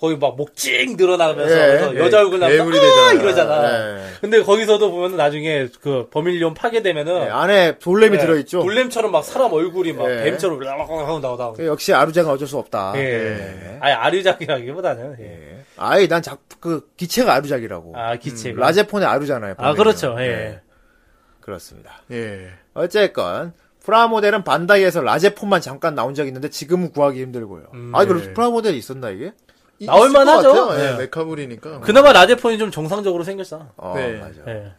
거기 막 목찡 늘어나면서
예,
그래서
예.
여자 얼굴 나면서
괴물이
아
되잖아.
이러잖아.
예.
근데 거기서도 보면 나중에 그 버밀리온
예,
파괴되면은 예,
안에 돌렘이 들어있죠.
어. 돌렘처럼 막 사람 얼굴이 막
예.
뱀처럼 라라라라 나오다.
그 역시 아루쟁은 어쩔 수 없다.
예. 아예 아류작이라기보다는 예.
예. 아예 난 작, 그, 기체가 아루작이라고.
아 기체. 가
음, 라제폰의 아루잖아요.
아
보면은.
그렇죠. 예.
그렇습니다.
예.
어쨌건 프라모델은 반다이에서 라제폰만 잠깐 나온 적이 있는데 지금은 구하기 힘들고요.
음,
아 이거
예.
프라모델이 있었나 이게?
이-
나올
있을 것
만하죠.
같아요. 예,
네.
메카불이니까.
그나마 라제폰이 좀 정상적으로 생겼어.
어,
네.
맞아.
예.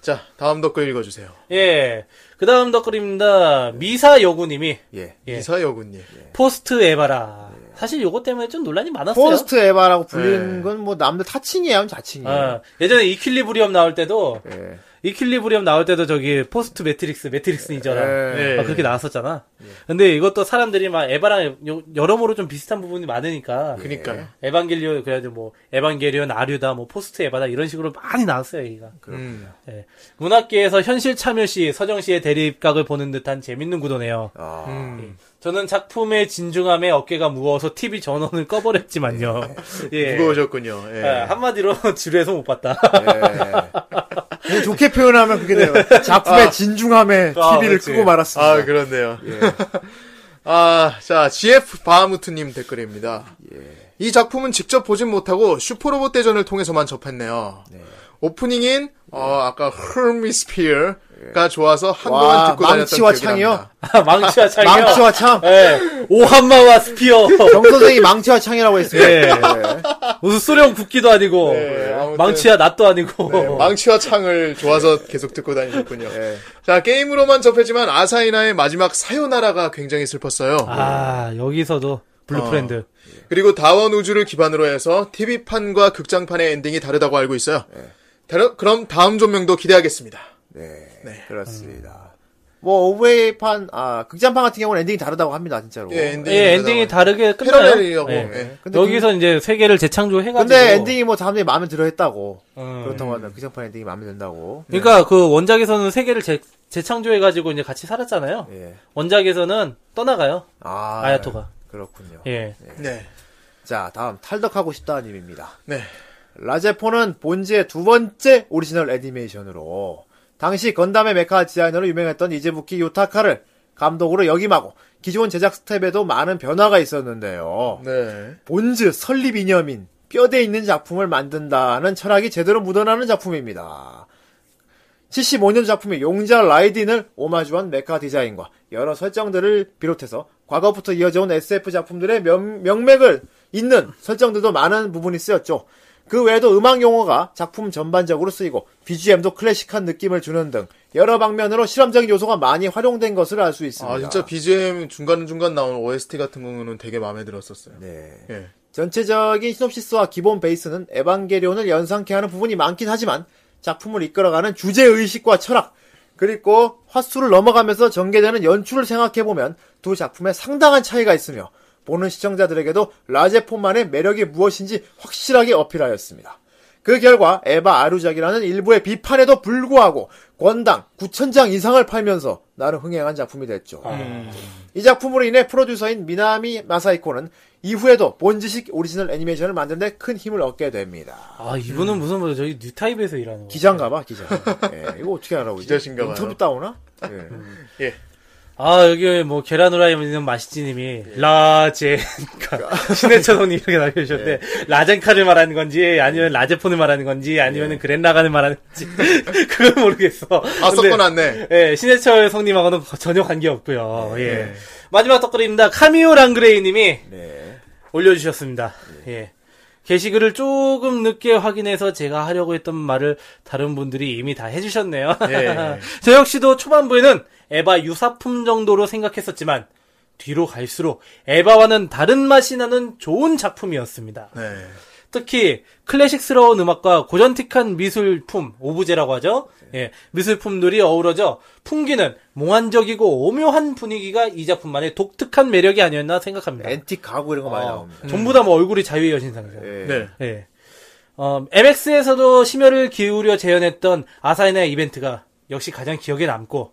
자, 다음 댓글 읽어 주세요.
예. 그다음 덧글입니다. 미사 여구님이
예.
예.
이사 여군님.
포스트 에바라. 사실 요거 때문에 좀 논란이 많았어요.
포스트 에바라고 불리는
네.
예.
건 뭐 남들 타칭이에요, 하면 자칭이에요.
어, 예전에 이퀼리브리엄 나올 때도
예.
이퀼리브리엄 나올 때도 저기 포스트 매트릭스 매트릭스 이전아
예.
그렇게 나왔었잖아.
예.
근데 이것도 사람들이 막 에바랑 여- 여러모로 좀 비슷한 부분이 많으니까
예.
그니까요.
에반게리온 그래도 뭐 에반게리온 아류다 뭐 포스트 에바다 이런 식으로 많이 나왔어요 얘기가.
음.
예. 문학계에서 현실 참여시 서정시의 대립각을 보는 듯한 재밌는 구도네요. 예.
아,
음.
저는 작품의 진중함에 어깨가 무거워서 TV 전원을 꺼버렸지만요. 예.
네. 무거우셨군요. 예.
아, 한마디로 [LAUGHS] 지루해서 못 봤다.
예. 근데 좋게 표현하면 그게
[LAUGHS]
돼요. 작품의 진중함에
아,
TV를
그렇지.
끄고 말았습니다. 예.
아, 그렇네요. [LAUGHS] 아, 자, GF 바하무트님
예.
댓글입니다. 이 작품은 직접 보진 못하고 슈퍼로봇 대전을 통해서만 접했네요. 오프닝인 어, 아까 헐미스피어가 좋아서 한동안
예. 와,
듣고 다녔던
망치와
기억이
창이요?
납니다.
아, [LAUGHS] 망치와 창이요.
망치와 창.
예. 오한마와
[LAUGHS]
스피어.
정 선생이 망치와 창이라고 했습니다.
예. 무슨 소련 국기도 아니고
네, 아무튼. 네, 뭐.
망치와 낫도 아니고
망치와 창을 좋아서 계속 듣고 다니셨군요.
예.
자, 게임으로만 접했지만 아사이나의 마지막 사요나라가 굉장히 슬펐어요.
아 여기서도 블루프렌드
그리고 다원 우주를 기반으로 해서 TV판과 극장판의 엔딩이 다르다고 알고 있어요.
네.
다른- 그럼 다음 조명도 기대하겠습니다.
네, 그렇습니다. 뭐 오웨이판 아 극장판 같은 경우는 엔딩이 다르다고 합니다 진짜로.
예, 엔딩이,
예 엔딩이 다르게 끝나요
패러렐이라고.
예.
예.
근데 그
여기서 이제 세계를 재창조해가지고
근데 엔딩이 뭐 사람들이 마음에 들어 했다고.
음.
그렇다고 하더라. 극장판 엔딩이 마음에 든다고.
그러니까 그 원작에서는 세계를 재, 재창조해가지고 이제 같이 살았잖아요
예.
원작에서는 떠나가요
아.
아야토가.
그렇군요.
예
네.
자, 다음 탈덕하고 싶다님입니다.
네.
라제포는 본지의 두 번째 오리지널 애니메이션으로 당시 건담의 메카 디자이너로 유명했던 이제부키 요타카를 감독으로 역임하고 기존 제작 스텝에도 많은 변화가 있었는데요.
네.
본즈 설립 이념인 뼈대 있는 작품을 만든다는 철학이 제대로 묻어나는 작품입니다. 75년 작품의 용자 라이딘을 오마주한 메카 디자인과 여러 설정들을 비롯해서 과거부터 이어져온 SF 작품들의 명, 명맥을 잇는 설정들도 많은 부분이 쓰였죠. 그 외에도 음악 용어가 작품 전반적으로 쓰이고 BGM도 클래식한 느낌을 주는 등 여러 방면으로 실험적인 요소가 많이 활용된 것을 알 수 있습니다.
아, 진짜 BGM 중간중간 나오는 OST 같은 경우는 되게 마음에 들었었어요.
네.
예.
전체적인 시놉시스와 기본 베이스는 에반게리온을 연상케 하는 부분이 많긴 하지만 작품을 이끌어가는 주제의식과 철학 그리고 화수를 넘어가면서 전개되는 연출을 생각해보면 두 작품에 상당한 차이가 있으며 보는 시청자들에게도 라제폰만의 매력이 무엇인지 확실하게 어필하였습니다. 그 결과 에바 아루작이라는 일부의 비판에도 불구하고 권당 9천장 이상을 팔면서 나름 흥행한 작품이 됐죠. 이 작품으로 인해 프로듀서인 미나미 마사이코는 이후에도 본즈식 오리지널 애니메이션을 만드는데 큰 힘을 얻게 됩니다.
아 이분은 무슨 뭐 저기 뉴타입에서 일하는 거
기자인가 봐, [LAUGHS] 기자. 예, 이거 어떻게 알아?
기자신가 봐요.
인터뷰 따오나? 예.
아 여기 뭐 계란 후라이 있는 마시지님이
예.
라젠카
그러니까.
[LAUGHS] 신해천원이 이렇게 남겨주셨는데
예.
라젠카를 말하는 건지 아니면 라제폰을 말하는 건지 아니면
예.
은 그랜라간을 말하는 건지 [LAUGHS] 그걸 모르겠어.
아, 섞어놨네.
예, 신해철 성님하고는 거- 전혀 관계 없고요. 예. 마지막 댓글입니다. 카미오 랑그레이님이 올려주셨습니다. 예. 게시글을 조금 늦게 확인해서 제가 하려고 했던 말을 다른 분들이 이미 다 해주셨네요.
예.
[LAUGHS] 저 역시도 초반부에는 에바 유사품 정도로 생각했었지만 뒤로 갈수록 에바와는 다른 맛이 나는 좋은 작품이었습니다.
네.
특히 클래식스러운 음악과 고전틱한 미술품 오브제라고 하죠. 예, 미술품들이 어우러져 풍기는 몽환적이고 오묘한 분위기가 이 작품만의 독특한 매력이 아니었나 생각합니다.
앤틱 네. 가구 이런 거 많이 나옵니다.
어, 전부 다 뭐 얼굴이 자유의 여신상이죠.
예.
네.
예. 어, MX에서도 심혈을 기울여 재현했던 아사히나의 이벤트가 역시 가장 기억에 남고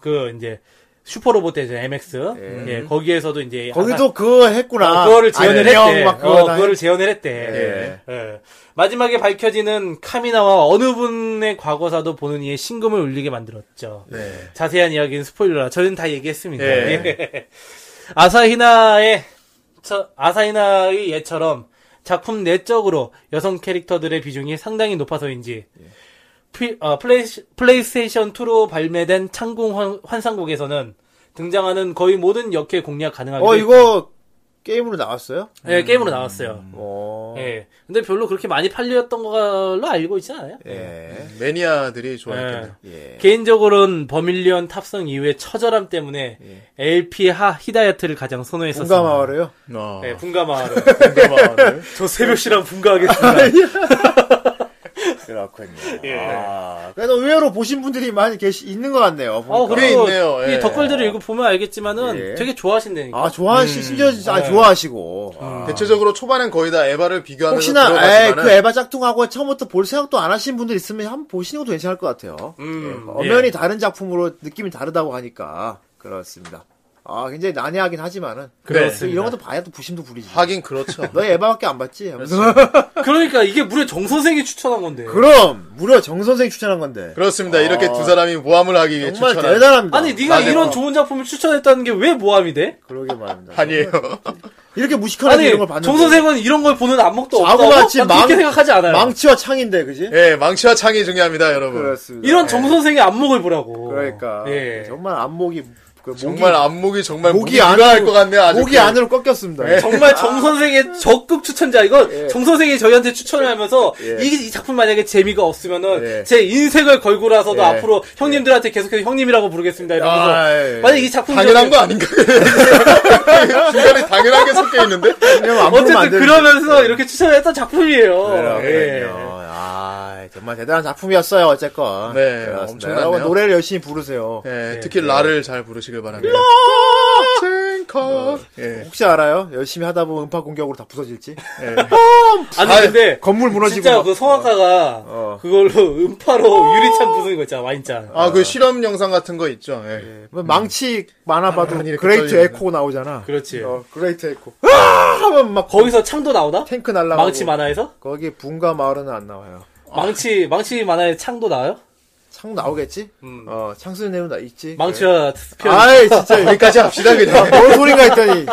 그 이제 슈퍼로봇 대전 MX 예. 거기에서 도 이제 아사-
거기도 그거 했구나.
어, 그거를 재현을
안녕,
했대.
막
어,
그거 다
그거를 재현을 했대. 예. 마지막에 밝혀지는 카미나와 어느 분의 과거사도 보는 이의 신금을 울리게 만들었죠.
네.
자세한 이야기는 스포일러라. 저는 다 얘기했습니다.
예.
예. [LAUGHS] 아사히나의 저- 아사히나의 예처럼 작품 내적으로 여성 캐릭터들의 비중이 상당히 높아서인지
예.
피- 어, 플레이, 플레이스테이션 2로 발매된 창궁 환, 환상국에서는 등장하는 거의 모든 역회 공략 가능하게
어, 이거 게임으로 나왔어요?
예, 게임으로 나왔어요.
어.
예. 근데 별로 그렇게 많이 팔렸던 걸로 알고 있진 않아요.
예.
음, 매니아들이
예.
좋아했겠네요.
예.
개인적으로는 버밀리언 탑승 이후의 처절함 때문에 LP 하 히다야트를 가장 선호했었어요.
공감하와래요?
어.
예, 분가마을.
군가마을.
저 새벽 씨랑 분가하겠습니다.
그렇군요. 네, 아, 그래도 의외로 보신 분들이 많이 계시, 있는 것 같네요.
어,
보니까.
그리고
꽤 있네요. 예.
이 댓글들을 읽어 보면 알겠지만은
예.
되게 좋아하신다니까.
아, 좋아하시, 심지어, 아, 좋아하시고. 아.
[LAUGHS] 대체적으로 초반엔 거의 다 에바를 비교하면서
혹시나 에이,
들어가지만은
그 에바 짝퉁하고 처음부터 볼 생각도 안 하신 분들 있으면 한번 보시는 것도 괜찮을 것 같아요.
음,
예,
예.
엄연히 다른 작품으로 느낌이 다르다고 하니까 그렇습니다. 아 굉장히 난해하긴 하지만은
그렇습니다.
이런 것도 봐야 또 부심도 부리지.
하긴 그렇죠.
[LAUGHS] 너 에바밖에 안 봤지? 하면서.
그러니까 이게 무려 정 선생이 추천한 건데.
[LAUGHS] 그럼 무려 정 선생 이 추천한 건데
그렇습니다. 이렇게 두 그렇죠. 사람이 모함을 하기 위해
아. 정말
추천한
대단합니다.
아니, 네가
맞아요.
이런 좋은 작품을 추천했다는 게 왜 모함이 돼?
그러게 말입니다. [LAUGHS]
아니에요.
이렇게 무식하게
아니
이런 걸 봤는데.
정 선생은 이런 걸 보는 안목도 없다고
마구마치
난 그렇게
망-
생각하지 않아요.
망치와 창인데, 그지?
예, 망치와 창이 중요합니다, 여러분.
그렇습니다. 예.
이런 정 선생의 안목을 보라고.
그러니까
예.
정말 안목이 그 목이,
정말 안목이 정말
목이
목이
안으로-
안할 것 같네요. 아주
목이
그냥.
안으로 꺾였습니다.
정말 정 선생의 적극 추천자 이건
아. 예.
정 선생이 저희한테 추천을 하면서
예.
이, 이 작품 만약에 재미가 없으면은
예.
제 인생을 걸고라서도
예.
앞으로 형님들한테 계속해서 형님이라고 부르겠습니다 이러면서
아, 예.
만약 이 작품
당연한 거 아닌가? [LAUGHS] 중간에 당연한 게 섞여 있는데.
왜냐면 안 보면 안
어쨌든
되는데. 예.
그러면서 이렇게 추천했던 작품이에요. 예.
그렇군요. 아, 정말 대단한 작품이었어요, 어쨌건.
네,
그렇습니다.
엄청났네요.
여러분, 노래를 열심히 부르세요.
예, 특히
네.
라를 잘 부르시길 바랍니다. 라! 예.
네. 혹시 알아요? 열심히 하다 보면 음파 공격으로 다 부서질지?
아니
아,
근데
건물 무너지고.
진짜
막-
그 성악가가
어.
그걸로 [LAUGHS] 음파로 유리창 부수는 거 있잖아 와인잔.
아, 그 실험 영상 같은 거 있죠. 예.
뭐 망치 많아 봐도
이렇게
그레이트
떨리는데.
에코 나오잖아.
그렇지.
어, 그레이트 에코. 아! 하면 막 거기
거기서 창도 나오나?
탱크 날라가고. 아.
망치 만화에서?
거기 분과 마을은 안 나와요.
망치 망치 만화에 창도 나와요?
창 나오겠지?
음.
어, 창 쓰는 내용 나 있지?
망치와
그래.
특별.
아이, 진짜.
여기까지 합시다, 그냥.
뭔 소린가 했더니.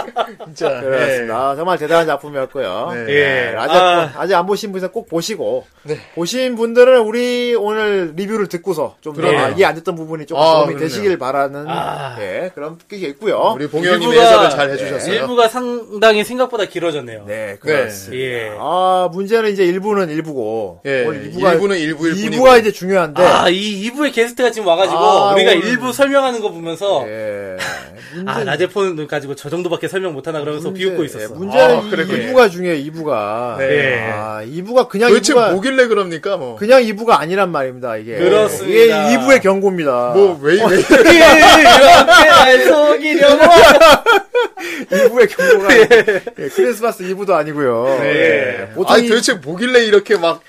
진짜.
그렇습니다. 아, 정말 대단한 작품이었고요.
네.
예.
아직,
아.
아직 안 보신 분은 꼭 보시고 보신 분들은 우리 오늘 리뷰를 듣고서 좀 더,
그러네요.
아, 이해 안 됐던 부분이 좀
아,
도움이
그러네요.
되시길 바라는
아.
예, 그런 뜻이 있고요. 네,
우리 봉현님의
일부가- 네,
해설을 잘 해주셨어요.
일부가 상당히 생각보다 길어졌네요.
네, 그렇습니다.
예.
아, 문제는 이제 1부는 1부고
예,
오늘
2부는 1부일 뿐이고.
2부가 이제 중요한데
아, 이 2부의 게스트가 지금 와가지고,
네. 아,
우리가
오늘.
일부 설명하는 거 보면서,
예. 문제-
아, 라제폰 가지고 저 정도밖에 설명 못하나 그러면서
문제-
비웃고
예,
있었어.
문제는
아, 그랬군요.
2부가 중요해, 2부가.
네.
아, 2부가 그냥
도대체
2부가
뭐길래 그럽니까, 뭐.
어. 그냥 2부가 아니란 말입니다, 이게.
그렇습니다.
이게 2부의 경고입니다.
뭐, 왜,
[LAUGHS]
왜.
아, 이렇게 날 속이려고!
[LAUGHS]
2부의 경고가 아니고, 예, 크리스마스 2부도 아니고요.
예.
예, 보통
아니,
이
도대체 뭐길래 이렇게 막,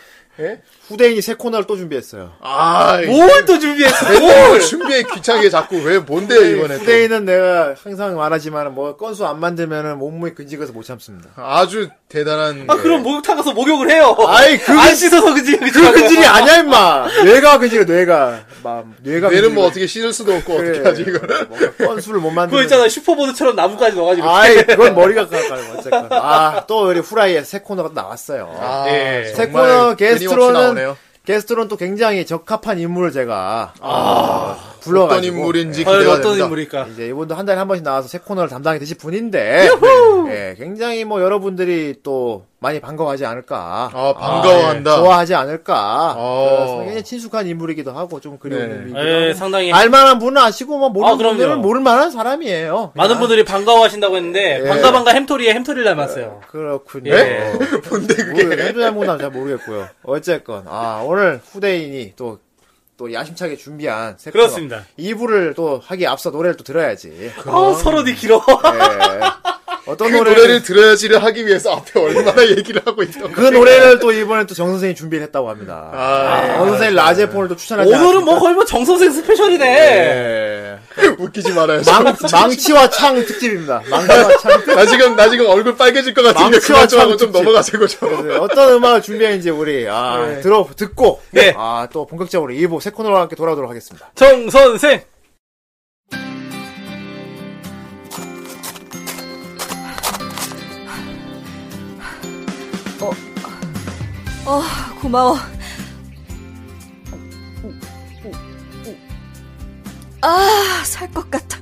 후대인이 세 코너를 또 준비했어요.
아,
뭐?
이
뭘 또 준비했어, 뭐?
뭘
뭘!
준비에 귀찮게 자꾸 왜 뭔데요 예,
네,
이번에 또.
후대인은 내가 항상 말하지만 뭐 건수 안 만들면은 몸무게 근질거서 못 참습니다.
아주 대단한 예.
아, 그럼 목욕탕 가서 목욕을 해요.
아이, 그
안 씻어서 그지, 그지.
그
뭐.
근질이 아니야 임마. 뇌가 근질이 뇌가 막 뇌가
얘는 뭐
근질이거든.
어떻게 씻을 수도 없고
그래.
어떻게 하지 이거는
뭔가 건수를 못 만드는.
그거 있잖아, 슈퍼보드처럼 나무까지 넣어가지고.
아이 그건 머리가 가까워 어쨌건. 아또 우리 후라이의 새 코너가 또 나왔어요.
아,
예.
새
정말
코너
끊임없이
게스트로는
나오네요.
게스트로는 또 굉장히 적합한 인물을 제가 어, 불러가지고
아, 어떤 인물인지
과연
기대가
어떤
됩니다.
인물일까?
이제 이분도 한 달에 한 번씩 나와서 새 코너를 담당해 드실 분인데 예, 굉장히 뭐 여러분들이 또 많이 반가워하지 않을까
아 반가워한다.
좋아하지 않을까
어.
그래서 굉장히 친숙한 인물이기도 하고 좀 그리운
네.
인물이기도
예,
하고
상당히.
알만한 분은 아시고 뭐 모르는
아, 그럼요.
분들은 모를 만한 사람이에요
많은 분들이 반가워하신다고 했는데,
예.
반가반가 햄토리에 햄토리를 닮았어요.
그렇군요
예.
[LAUGHS] 뭔데 그게?
모르겠- 해도 잘못하면 잘 모르겠고요 어쨌건 아 오늘 후대인이 또 또 야심차게 준비한 새 코너.
그렇습니다.
이부를또 하기 에 앞서 노래를 또 들어야지
아, 서로디 길어.
네, 예. 어떤
그 노래를 들어야지를 하기 위해서 앞에 얼마나 [LAUGHS] 얘기를 하고 있던
그 노래를 또 이번에 또 정선생이 준비를 했다고 합니다.
아, 예.
정선생이 라제폰을 또
[LAUGHS]
추천하지
오늘은 뭐
않았습니까?
거의 뭐 정선생 스페셜이네.
예.
[LAUGHS] 웃기지 말아요.
망, 망치와 창 특집입니다. 망치와 창.
[LAUGHS] 나 지금 나 지금 얼굴 빨개질 것 같은데
망치와
그만 좀 하고
창
좀 넘어가세요 좀.
그래서 어떤 음악을 준비했는지 우리 아, 들어 듣고
네.
아, 또 본격적으로 2부 세 코너와 함께 돌아오도록 하겠습니다.
정선생!
어, 고마워. 아, 살 것 같아.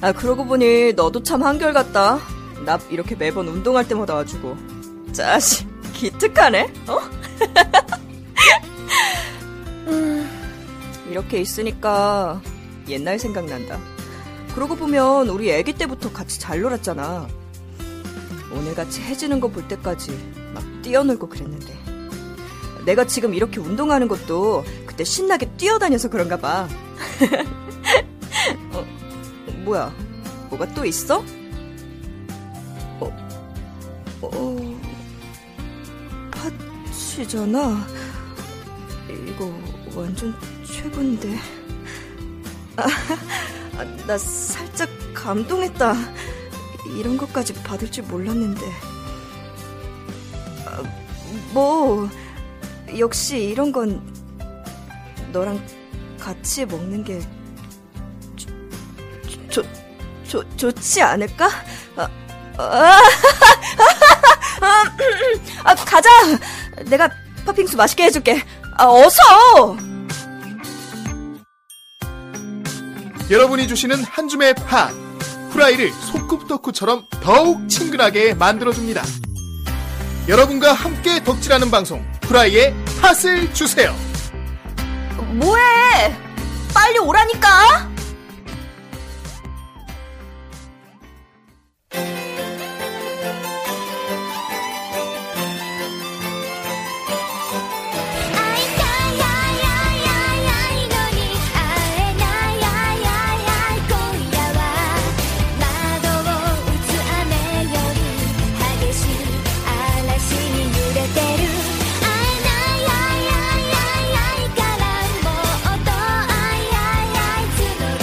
아, 그러고 보니 너도 참 한결같다. 나 이렇게 매번 운동할 때마다 와주고. 짜식, 기특하네, 어? [LAUGHS] 음, 이렇게 있으니까 옛날 생각난다. 그러고 보면 우리 애기 때부터 같이 잘 놀았잖아. 오늘같이 해지는 거 볼 때까지 막 뛰어놀고 그랬는데 내가 지금 이렇게 운동하는 것도 그때 신나게 뛰어다녀서 그런가 봐 [LAUGHS] 어, 뭐야 뭐가 또 있어? 어, 어 파치잖아 이거 완전 최고인데 [LAUGHS] 아, 아, 나 살짝 감동했다 이런 것까지 받을 줄 몰랐는데. 아, 뭐, 역시 이런 건 너랑 같이 먹는 게 좋, 좋, 좋 좋지 않을까? 아, 아, 아, 음, 아, 가자. 내가 팥빙수 맛있게 해줄게. 아, 어서.
[LAUGHS] 여러분이 주시는 한 줌의 팥 후라이를 소꿉 덕후처럼 더욱 친근하게 만들어줍니다. 여러분과 함께 덕질하는 방송 후라이의 팥을 주세요.
뭐해? 빨리 오라니까.
「会いたいあいあいあいのに会えないあいあいあい」「今夜は窓を打つ雨より激しい嵐に揺れてる」「会えないあいあいあいあいからもっとあいあいあい募る」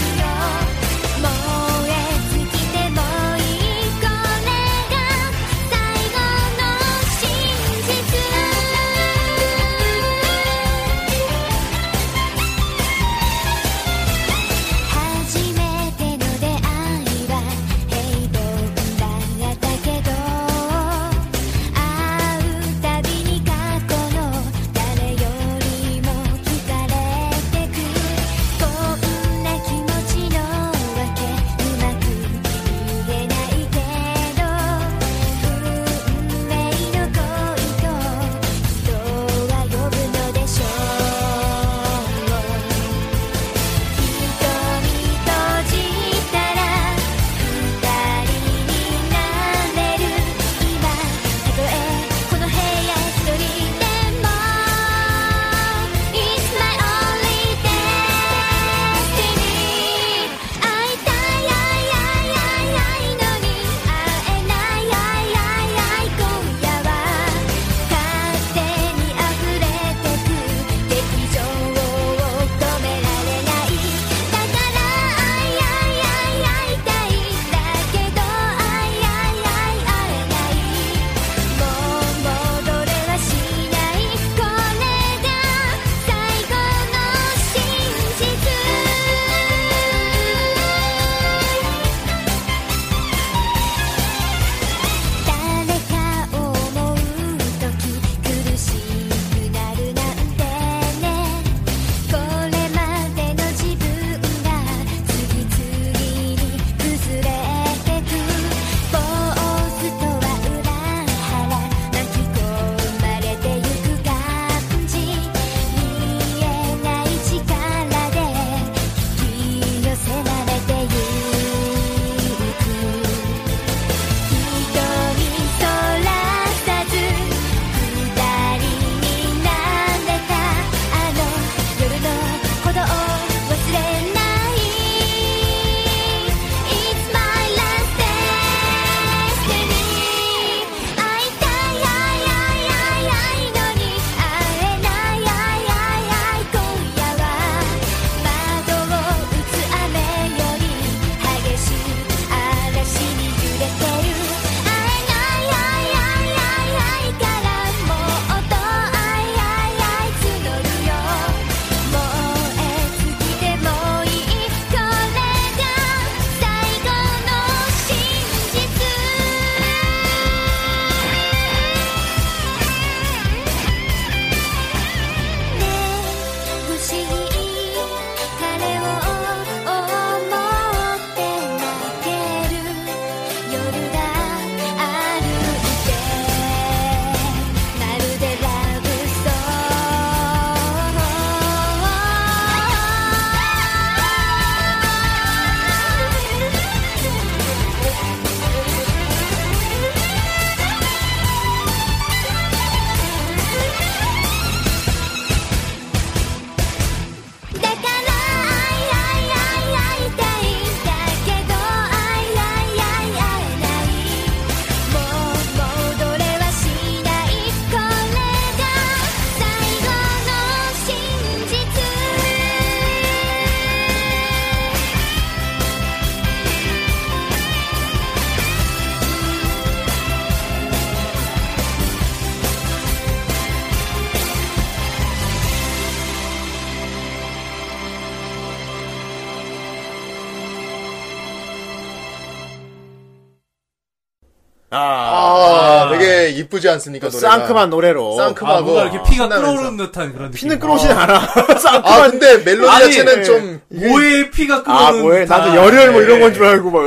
아, 이쁘지 않습니까?
그
아, 노래가?
아, 상큼한 노래로.
아,
상큼하고
뭔가 이렇게 피가
신나면서.
끓어오르는 듯한 그런 느낌.
피는 끓어오진 않아.
음, 아 근데 멜로디
아니,
자체는
예.
좀
모의 피가
아,
끓어오르는
뭐해.
듯한.
나도 열혈 뭐
예.
이런 건 줄 알고 막.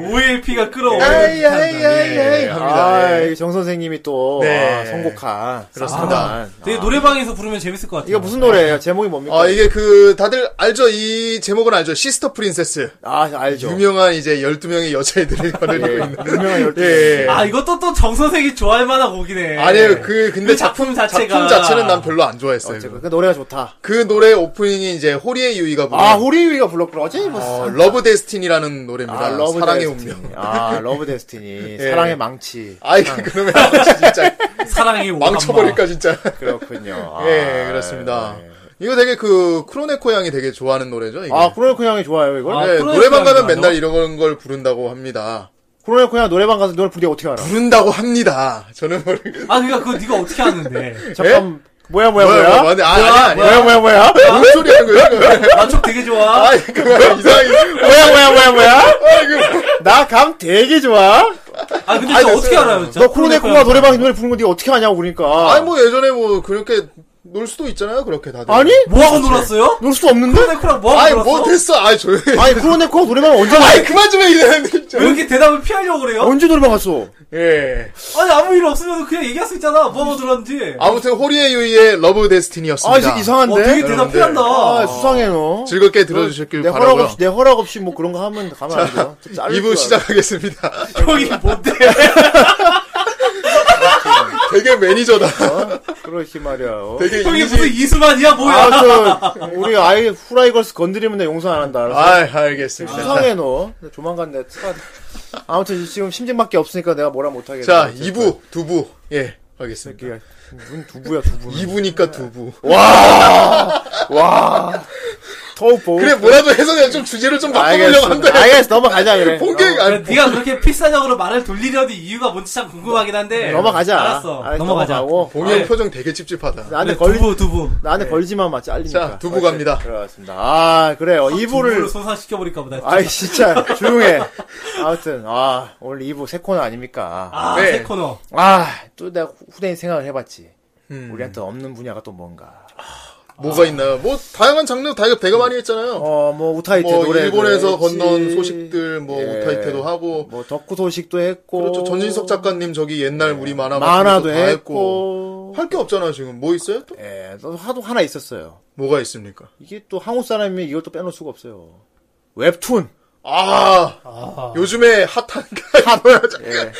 모의 피가 끓어오르는
아이,
듯한. 예.
아이, 아이, 아이.
합니다.
아,
예.
이 정 선생님이 또
네.
아, 선곡한
그렇습니다.
아,
되게 노래방에서 부르면 재밌을 것 같아요.
이거 무슨 노래예요? 제목이 뭡니까?
아 이게 그 다들 알죠 이 제목은 알죠 시스터 프린세스
아, 알죠.
유명한 이제 12명의 여자애들을 [LAUGHS] 거느리고 있는
유명한 열두.
예.
아, 이것도 또 정선생이 좋아할 만한 곡이네.
예.
아니에요 그 근데
그 작품 자체가-
는난 별로 안 좋아했어요
어쨌든 그 노래가 좋다.
그 노래 오프닝이 이제 호리의 유이가 부른
아, 호리위가 불렀구나. 어제 뭐
어,
상-
러브 데스티니라는 노래입니다
아, 러브
사랑의
데스티니.
운명
아, 러브 데스티니.
예.
사랑의 망치.
아이 그러면 아, 진짜
[LAUGHS]
네. 사랑의 오감마.
망쳐버릴까 진짜
그렇군요. 아,
예 그렇습니다
예.
이거 되게 그 크로네코 양이 되게 좋아하는 노래죠 이게
아, 쿠로네코 형이 좋아요, 이걸?
아,
네,
크로네코
노래방 가면
양이
맨날
좋아하죠?
이런 걸 부른다고 합니다
쿠로네코 형 노래방 가서 노래 부르게 어떻게 알아?
부른다고 합니다 저는 모르겠어요
아, 그니까 그거 네가 어떻게 아는데.
잠깐, 뭐야, 뭐야, 뭐야?
뭐야, 뭐야? 아니, 아니, 아니.
뭐야, 뭐야, 뭐야?
뭔 소리 하는 거야 이거?
나촉 되게 좋아.
[LAUGHS]
아 그거 이상해
뭐야, 뭐야, 뭐야, 뭐야? 나 감 되게 좋아.
아, 근데 진짜
됐어요.
어떻게 알아요, 진짜?
너 쿠로네코가
크로네코
노래방 노래 부르는 건 네가 어떻게 아냐고 그러니까.
아니 뭐 예전에 뭐 그렇게 놀 수도 있잖아요 그렇게 다들
아니?
뭐하고 놀았어요?
놀 수도 없는데?
크로네코랑 뭐하고
아니
놀았어?
뭐 됐어 아이 조용히 해.
아니, 쿠로네코가 노래방 언제, 나-
아이 그만 좀해
왜
이제
이렇게 대답을 피하려고 그래요?
언제 노래방 갔어?
예
아니, 아무 일 없으면 그냥 얘기할 수 있잖아. 뭐하고 놀았는지.
아무튼 호리의 유이의 러브
아, 이
데스티니였습니다
새끼
어,
이상한데?
되게 대답 피한다.
아, 수상해, 너.
즐겁게 들어주셨길
내 허락
바라고요
없이, 내 허락 없이 뭐 그런 거 하면 가만 안 돼.
2부 시작하겠습니다 [LAUGHS]
형이 뭔데?
되게 매니저다
그렇지 말이야. 어.
되게
형이
인지-
무슨 이수만이야, 뭐야?
아, 저, 우리 아이 후라이걸스 건드리면 내 용서 안 한다. 알았어?
아이 알겠습니다
수상해, 너. 나 조만간 내 차. 아무튼 지금 심증밖에 없으니까 내가 뭐라 못하겠어.
자 2부 두부 예 알겠습니다
무슨 두부야, 두부. 네.
2부니까 두부
어. 와. 더욱 보고.
그래 뭐라도 해서 그냥 좀 주제를 좀 바꿔보려고
알겠어.
한다
알겠어. 넘어가자, 그래.
본격
야,
아니
네가 그렇게 필사적으로 말을 돌리려는 이유가 뭔지 참 궁금하긴 한데.
넘어가자.
알았어.
알았어,
넘어가자.
넘어가고.
봉현 표정 되게 찝찝하다
어, 나한테
그래,
걸리,
두부, 두부.
나한테 걸지만 마, 잘리니까.
네. 자, 두부 갑니다.
그렇습니다. 아, 그래요. 이부
두부를
를
손상시켜버릴까 보다.
아이, 진짜, 조용해. 아무튼, 아, 오늘 2부 세 코너 아닙니까?
아,
네.
새 코너.
아, 또 내가 후대인 생각을 해봤지.
음.
우리한테 없는 분야가 또 뭔가.
뭐가 있나요? 뭐 다양한 장르 다이가 되게 많이 했잖아요.
어, 뭐, 우타이테
뭐
노래.
일본에서 건너온 소식들 뭐
예.
우타이테도 하고
뭐, 덕후 소식도 했고.
그렇죠 전진석 작가님 저기 옛날 우리 만화 같은
만화도
것도 다
했고.
할 게 없잖아요 지금 뭐 있어요? 또?
예, 또 화도 하나 있었어요.
뭐가 있습니까?
이게 또 한국 사람이 이걸 또 빼놓을 수가 없어요. 웹툰.
아, 요즘에 핫한 게 하나야
예.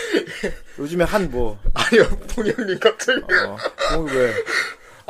요즘에 한 뭐,
아니요 동영님 갑자기
어, 뭐, 왜.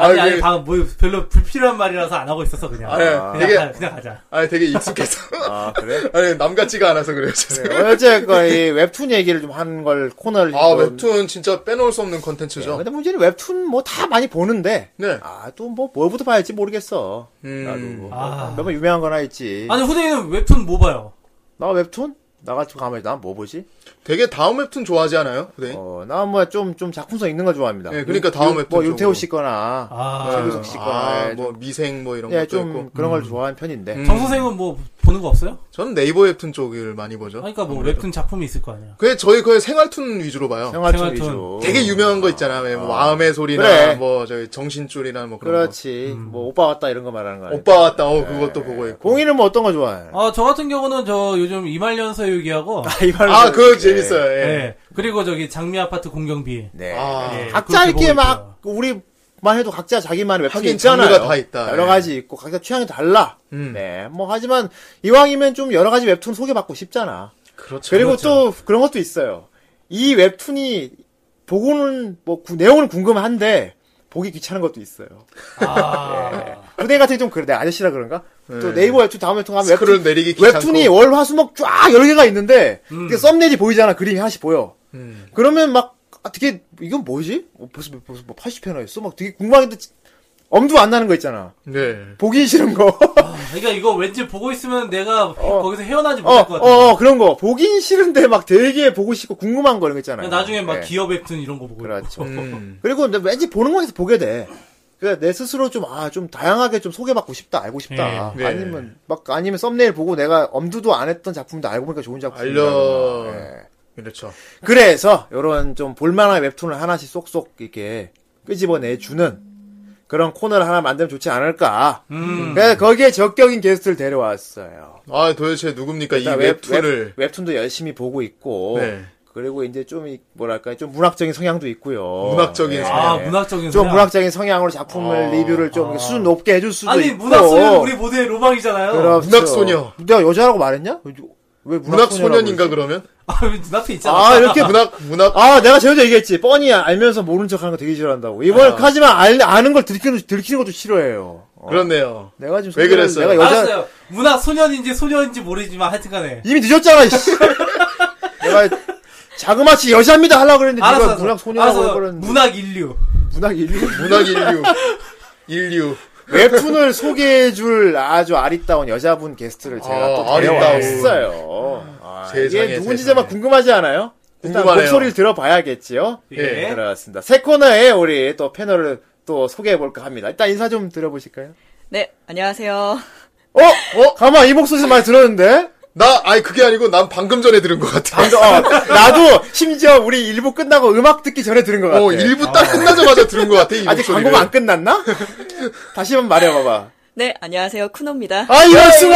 아니,
아,
아니,
그-
방금 뭐 별로 불필요한 말이라서 안 하고 있었어, 그냥.
아니,
그냥,
되게-
가- 그냥 가자.
아니 되게 익숙해서 [LAUGHS]
아, 그래?
아니 남 같지가 않아서 그래요 죄송해요.
네, 어쨌건 이 웹툰 얘기를 좀 한 걸 코너를
아
좀-
웹툰 진짜 빼놓을 수 없는
네,
컨텐츠죠.
근데 문제는 웹툰 뭐 다 많이 보는데
네.
아 또 뭐 뭘부터 봐야지 모르겠어.
음.
나도 뭐
아.
몇번 유명한 거나 있지.
아니, 후대인은 웹툰 뭐 봐요?
나 웹툰? 나 같은 거 가만히 난뭐 보지?
되게 다음 웹툰 좋아하지 않아요? 후대인?
어, 나 뭐 좀 좀 작품성 있는 거 좋아합니다.
네, 그러니까 다음 웹툰
뭐 윤태호
쪽으로.
씨 거나
아,
최규석 씨 거나
아, 뭐 미생 뭐 이런
예,
것도
좀
있고.
그런 걸 좋아하는 편인데.
음.
정선생은 뭐 보는 거 없어요?
저는 네이버 웹툰 쪽을 많이 보죠.
그러니까 뭐 웹툰 작품이 있을 거 아니야.
그게 저희 거의 생활툰 위주로 봐요.
생활툰
생활툰.
위주로.
되게 유명한 거 있잖아. 왜 뭐, 마음의 소리나
그래.
뭐 저기 정신줄이나 뭐 그런
그렇지.
음.
네. 뭐 오빠 왔다 이런 거 말하는
거.
거 아니야?
오빠 왔다. 어 그것도 보고 있고.
공인은 뭐 어떤 거 좋아해?
아, 저 같은 경우는 저 요즘 이말년 서유기하고,
아 그거 재밌어요. 예.
예. 그리고 저기 장미 아파트 공경비.
네.
아
예.
각자
그렇게
이렇게
보고
막 우리만 해도 각자 자기만의 웹툰이
하긴
있잖아요.
장르가 다 있다.
여러
예.
가지 있고 각자 취향이 달라.
음.
네. 뭐 하지만 이왕이면 좀 여러 가지 웹툰 소개받고 싶잖아.
그렇죠.
그리고또 그런 것도 있어요. 이 웹툰이 보고는 뭐 구- 내용은 궁금한데 보기 귀찮은 것도 있어요.
아,
부대 같은 게 좀 그래. 내가 아저씨라 그런가? 또
예.
네이버 웹툰 다음 웹툰 가면
스크롤
웹툰,
내리기 귀찮고.
웹툰이 월, 화, 수, 목 쫙 여러 개가 있는데
음.
이게 썸네일이 보이잖아. 그림이 하나씩 보여.
음.
그러면 막 아, 되게 이건 뭐지? 어, 벌써 벌써 뭐 80회나 했어? 막 되게 궁금한데 엄두 안 나는 거 있잖아.
네.
보기
[LAUGHS]
싫은 거.
그러니까 이거 왠지 보고 있으면 내가 거기서 헤어나지
어,
못할 것 같아.
어, 어, 그런 거. 보긴 싫은데 막 되게 보고 싶고 궁금한 거 이런 거 있잖아요.
나중에 막
예.
기업 웹툰 이런 거 보고.
그렇죠.
음.
그리고 근데 왠지 보는 거에서 보게 돼. 그러니까 내 스스로 좀, 아, 좀 다양하게 좀 소개받고 싶다, 알고 싶다.
네.
예, 예.
아니면, 막, 아니면 아, 썸네일 보고 내가 엄두도 안 했던 작품도 알고 보니까 좋은 작품.
알려 그렇죠.
그래서 이런 좀 볼만한 웹툰을 하나씩 쏙쏙 이렇게 끄집어내 주는 그런 코너를 하나 만들면 좋지 않을까.
음.
그래서 거기에 적격인 게스트를 데려왔어요.
아 도대체 누굽니까 이
웹-
웹툰을
웹, 툰도 열심히 보고 있고
네.
그리고 이제 좀 이- 뭐랄까 좀 문학적인 성향도 있고요. 네.
문학적인
아,
성향. 어.
문학적인
좀
소양.
문학적인 성향으로 작품을 리뷰를 좀
아.
수준 높게 해줄 수도
아니,
있고.
문학소는 우리 모두의 로망이잖아요.
어, 그렇죠.
문학소녀.
내가 여자라고 말했냐? 왜
문학
문학소녀라고
소년인가
그랬어?
그러면?
[LAUGHS] 아, 눈앞에 있잖아.
아 이렇게
문학 문학
아, 내가 제여자 얘기했지. 뻔히 알면서 모르는 척 하는 거 되게 싫어한다고.
아.
이번에 하지만 알, 아는 걸 들키는, 들키는 것도 싫어해요. 어.
그렇네요.
내가 지금
왜
소개를-
그랬어요?
내가 여자
[LAUGHS] 알았어요. 문학 소년인지 소녀인지 모르지만 하여튼간에.
이미 늦었잖아. 이씨.
[LAUGHS]
내가 자그마치 여자입니다 하려고 그랬는데
알았어.
네가
알았어.
문학 소녀라고
알았어.
해버렸는데
문학 인류.
문학 인류
문학 인류 인류
웹툰을 소개해줄 아주 아리따운 여자분 게스트를 제가
아,
또
아리따운.
데려왔어요. 아,
세상에,
이게 누군지
세상에.
제발 궁금하지 않아요? 일단
궁금하네요.
목소리를 들어봐야겠지요.
예.
그렇습니다. 새 코너에 우리 또 패널을 또 소개해볼까 합니다. 일단 인사 좀 들어보실까요?
네, 안녕하세요.
어? 어? 가만 이 목소리 좀 많이 들었는데?
나 아니 그게 아니고 난 방금 전에 들은 것 같아.
방금, 어, 나도 심지어 우리 일부 끝나고 음악 듣기 전에 들은 것 같아.
어 일부 딱 끝나자마자 들은 것 같아 이
아직
목소리를.
광고가 안 끝났나? 다시 한번 말해봐봐.
네, 안녕하세요. 쿠노입니다.
아, 이럴 수가!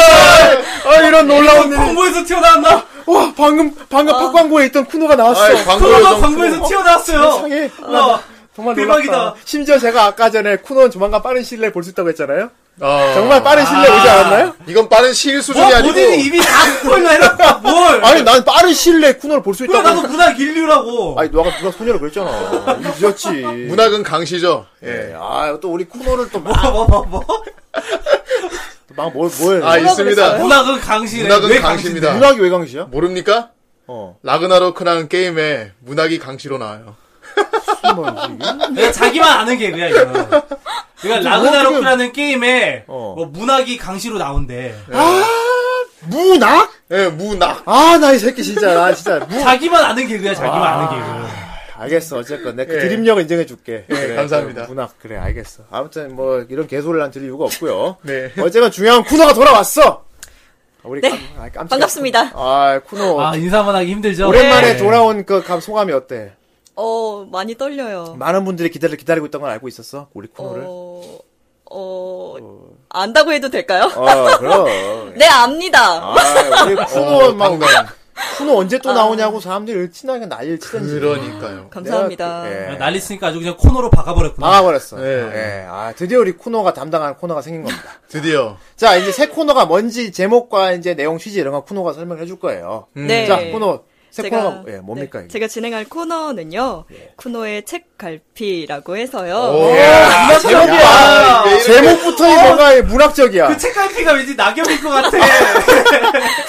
아, 이런 놀라운 일이.
광고에서 튀어나왔나?
와, 방금, 방금 팝광고에 있던 쿠노가 나왔어.
아이, 광고
코로나
좀
광고에서 튀어나왔어요.
세상에.
어.
정말
대박이다.
놀랍다. 심지어 제가 아까 전에 쿠노는 조만간 빠른 시일 내에 볼 수 있다고 했잖아요.
아,
정말 빠른 시일 내에 오지 않았나요?
이건 빠른 시일 수준이
뭐,
아니고
본인이 이미 다 스포일러 해놨고, 뭘.
아니, 난 빠른 시일 내에 쿠노를 볼 수
그래,
있다고.
나도 문학 인류라고.
아니, 너가 누가 소녀라 그랬잖아. 늦었지.
문학은 강시죠.
예.
예.
아, 또 우리 쿠노를 또 막,
뭐, 뭐, 뭐, 뭐.
막 뭘, 뭘.
아 있습니다.
문학은 강시네.
문학은
왜
강시입니다.
강시인데?
문학이 왜 강시야?
모릅니까?
어.
라그나로크라는 게임에 문학이 강시로 나와요.
무슨 말이지? 이게?
그냥 자기만 아는 개그야, 이거. 그러니까 라그나로크라는 게임에
어.
뭐 문학이 강시로 나온대.
네.
아, 문학?
예, 문학.
아, 나 이 새끼 진짜, 나 진짜. 문...
자기만 아는 개그야, 자기만 아는 개그.
알겠어. 어쨌건 내그
예.
드립력을 인정해 줄게.
감사합니다.
문학 그래 알겠어. 아무튼 뭐 이런 개소리를 난 들을 이유가 없고요.
네.
어쨌건 중요한 쿠노가 돌아왔어. 아, 우리
네.
깜- 아, 깜짝이야.
반갑습니다.
아 쿠노
아, 인사만 하기 힘들죠?
오랜만에
네.
돌아온 그 감- 소감이 어때?
어, 많이 떨려요.
많은 분들이 기다리 기다리고 있던 걸 알고 있었어. 우리 쿠노를. 어,
어, 어, 안다고 해도 될까요?
아, 그럼.
네, 압니다.
어. 아 우리 쿠노 막
어, 방금.
쿠노 언제 또 나오냐고 사람들이 친하게 난리를 치던지.
그러니까요.
아. 감사합니다.
내가 그- 예.
난리 치니까 아주 그냥 코너로 박아버렸구나.
막아버렸어.
예.
예. 아 드디어 우리 쿠노가 담당하는 코너가 생긴 겁니다.
드디어.
자, 이제 새 코너가 뭔지 제목과 이제 내용 취지 이런 거 쿠노가 설명해 줄 거예요.
네.
자, 쿠노 새
제가,
코너가 예, 뭡니까 이게?
네,
예.
제가 진행할 코너는요. 쿠노의 책 갈피라고 해서요. 어,
오.
아, 제목이야.
왜 이렇게-
제목부터 이 뭔가
아.
이 문학적이야.
그 책갈피가 왠지 낙엽일 것 같아.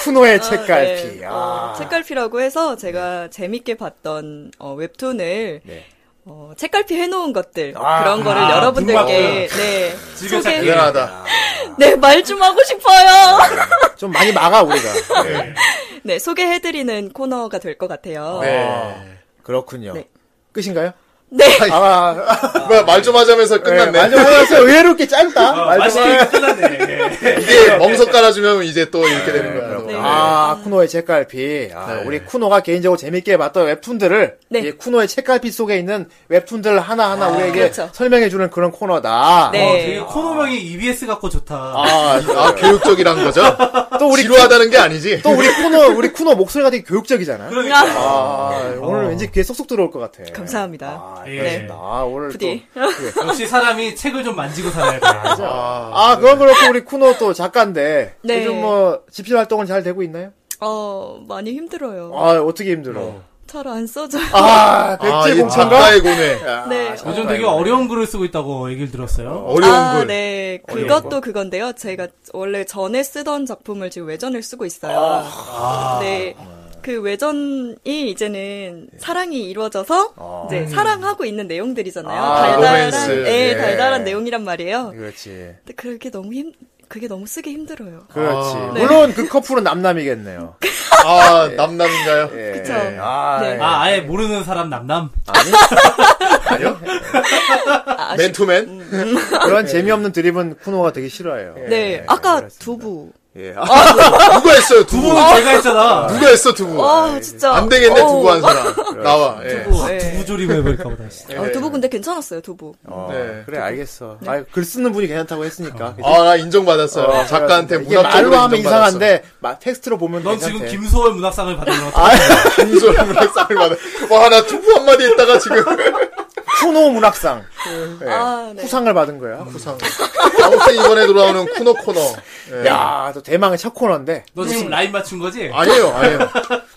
쿠노의
아,
책갈피.
네.
아.
어, 책갈피라고 해서 제가 재밌게 봤던 어, 웹툰을
네.
어, 책갈피 해놓은 것들
아,
그런 거를
아,
여러분들께
[LAUGHS]
네,
지금
소개
예.
대단하다.
네, 말 좀 하고 싶어요. [LAUGHS]
좀 많이 막아 우리가. 네.
네, 소개해드리는 코너가 될 것 같아요.
예.
네.
그렇군요.
네.
끝인가요?
네.
아, 아,
말 좀 하자면서
네,
끝났네. 아,
말좀 하면서 의외로 꽤 짧다.
어,
말좀 하면서.
맛있게 끝났네. 어,
이게 멍석 깔아주면 이제 또 이렇게 되는 거야.
그렇구나.
네.
아, 쿠노의 책갈피. 아,
네.
우리 쿠노가 개인적으로 재밌게 봤던 웹툰들을
네.
이 쿠노의 책갈피 속에 있는 웹툰들 하나하나 우리에게
그렇죠.
설명해 주는 그런 코너다.
네.
어, 되게 코너명이 EBS 같고 좋다.
아,
아, 교육적이란 거죠?
어, 또 우리
지루하다는 게 아니지.
또 우리 쿠노 우리 쿠노 목소리가 되게 교육적이잖아.
그렇죠.
그러니까.
네.
아, 오늘 왠지 귀에 쏙쏙 들어올 것 같아.
[LAUGHS] 감사합니다.
아,
예.
그렇습니다. 아, 오늘
부디. [LAUGHS]
또
역시 사람이 책을 좀 만지고 살아야 돼.
아,
아, 그건 그렇고 우리 쿠노 또 작가인데
네.
요즘 뭐 집필 활동은 잘 되고 있나요?
어, 많이 힘들어요.
아, 어떻게 힘들어.
잘 안 써져요.
아,
아,
백제
이
공찬가?
작가의 고뇌. 아,
[LAUGHS] 네.
요즘 되게 어려운 글을 쓰고 있다고 얘기를 들었어요.
어려운
아,
글.
네. 그것도 그건데요. 제가 원래 전에 쓰던 작품을 지금 외전을 쓰고 있어요.
아,
네. 그 외전이 이제는
네.
사랑이 이루어져서 이제 사랑하고 있는 내용들이잖아요.
아,
달달한,
아. 로맨스.
네,
예.
달달한 내용이란 말이에요.
그렇지.
근데 그게 너무 힘, 그게 너무 쓰기 힘들어요.
그렇지.
아.
물론
네.
그 커플은
[LAUGHS]
남남이겠네요.
아, 남남인가요?
예.
그쵸.
아,
네.
예.
아, 아예 모르는 사람 남남.
아니요?
아, 아쉽-
맨투맨?
그런 재미없는 드립은 쿠노가 되게 싫어해요.
네.
예,
아까
그렇습니다.
두부.
예. 아,
누가 했어요 두부?
두부는 제가 했잖아.
누가 했어 두부?
아, 진짜.
예. 안 되겠네
어우. 그렇죠.
두부 한
[LAUGHS]
사람 나와. 예.
두부, 예.
아, 두부 조림 해버릴까 보다. 진짜.
아, 두부 근데 괜찮았어요, 두부.
어,
네.
그래, 알겠어. 아, 글 쓰는 분이 괜찮다고 했으니까.
아 나 인정받았어요.
어,
작가한테
이게
문학적으로
말로 하면
인정받았어.
이상한데, 막 텍스트로 보면
넌
괜찮대.
지금 김소월 문학상을 받은 것 같아.
김소희 문학상을 받아.
[LAUGHS]
와나 두부 한 마디 했다가 지금
쿠노 문학상. 예.
아, 네.
후상을 받은 거야.
부상. 아무튼 이번에 돌아오는 쿠노 코너. 예.
야, 네. 또 대망의 첫 코너인데.
너 지금 라인 맞춘 거지?
아니에요 아니에요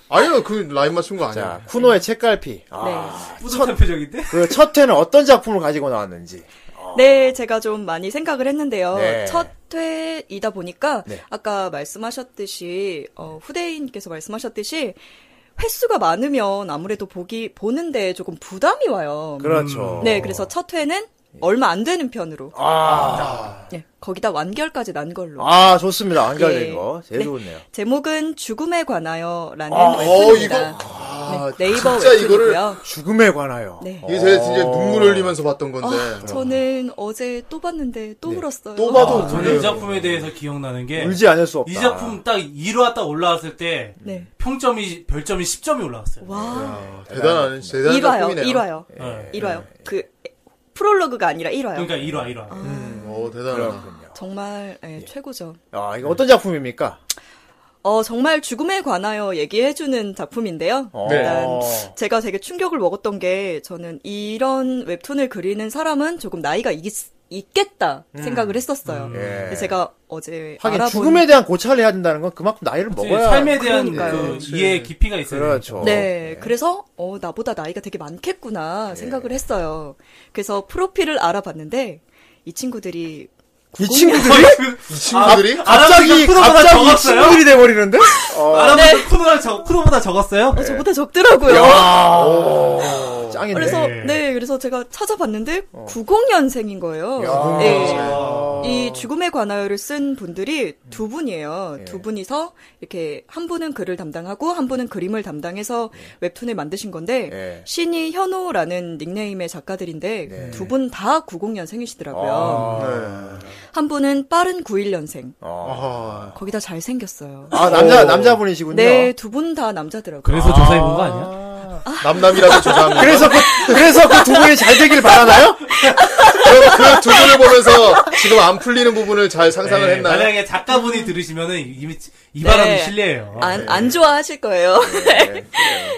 아니에요 그 라인 맞춘 거 아니야.
자, 쿠노의
네.
책갈피. 아,
뿌듯한 표정인데?
그 첫 회는 어떤 작품을 가지고 나왔는지.
네, 제가 좀 많이 생각을 했는데요.
네.
첫 회이다 보니까
네.
아까 말씀하셨듯이 어, 후대인께서 말씀하셨듯이 횟수가 많으면 아무래도 보기 보는데 조금 부담이
음.
와요.
그렇죠.
네, 그래서 첫 회는
예.
얼마 안 되는 편으로
아,
네, 거기다 완결까지 난 걸로.
아, 좋습니다. 안결된
예.
거. 제일
네.
좋네요.
제목은 죽음에 관하여라는
아,
어
웹툰입니다.
이거 아,
네, 네이버
진짜
웹툰이고요.
그
죽음에 관하여.
네.
이게 제가 진짜
어.
눈물 흘리면서 봤던 건데.
아, 저는 어제 또 봤는데 또
네.
울었어요. 아.
또 봐도
저는 이 작품에 대해서 기억나는 게,
울지 않을 수 없다.
예. 이 작품 딱 1화 딱 올라왔을 때,
네.
평점이, 별점이 10점이 올라왔어요.
와.
대단한 대단한
1화요.
작품이네요.
1화요.
네.
1화요. 그 프롤로그가 아니라 1화요.
그러니까 1화, 1화.
음, 어 대단하다.
그렇군요.
정말 예, 최고죠.
아, 이거 어떤 작품입니까?
어, 정말 죽음에 관하여 얘기해주는 작품인데요.
어.
일단 제가 되게 충격을 먹었던 게 저는 이런 웹툰을 그리는 사람은 조금 나이가 있, 있겠다 생각을 했었어요.
예.
근데 제가
음.
어제
하긴
네. 알아본
죽음에 대한 고찰을 해야 된다는 건 그만큼 나이를 먹어야
삶에 대한
그러니까요.
그 이해 깊이가 있어요.
그렇죠.
네, 그래서 어, 나보다 나이가 되게
예.
많겠구나 생각을 했어요. 그래서 프로필을 알아봤는데 이 친구들이
이 친구들이
[LAUGHS]
이 친구들이
아,
갑자기 갑자기 이
적었어요?
친구들이 돼 버리는데? 어,
알아보니까 쿠노가 적, 쿠노보다 적었어요?
예.
어, 저보다 적더라고요.
짱이네.
그래서 네, 그래서 제가 찾아봤는데 90년생인 거예요.
어. 야. 아.
네. 이 죽음에 관하여를 쓴 분들이 두
예.
분이에요. 두 분이서 이렇게 한 분은 글을 담당하고 한 분은 그림을 담당해서 웹툰을 만드신 건데
예.
신이 현호라는 닉네임의 작가들인데 두 분 다 90년생이시더라고요.
아.
네.
한 분은 빠른 91년생.
아.
아,
거기다 잘 생겼어요.
아, 남자 남자분이시군요.
네, 두 분 다 남자더라고요.
그래서 조사해본 거 아니야?
남남이라도 조사합니다.
그래서 그 그래서 그 두 분이 잘 되길 바라나요?
그두 분을 보면서 지금 안 풀리는 부분을 잘 상상을
네,
했나요?
만약에 작가분이 들으시면은 이미 이 바람이
음. 네.
실례예요.
안, 안 좋아하실 거예요. [LAUGHS]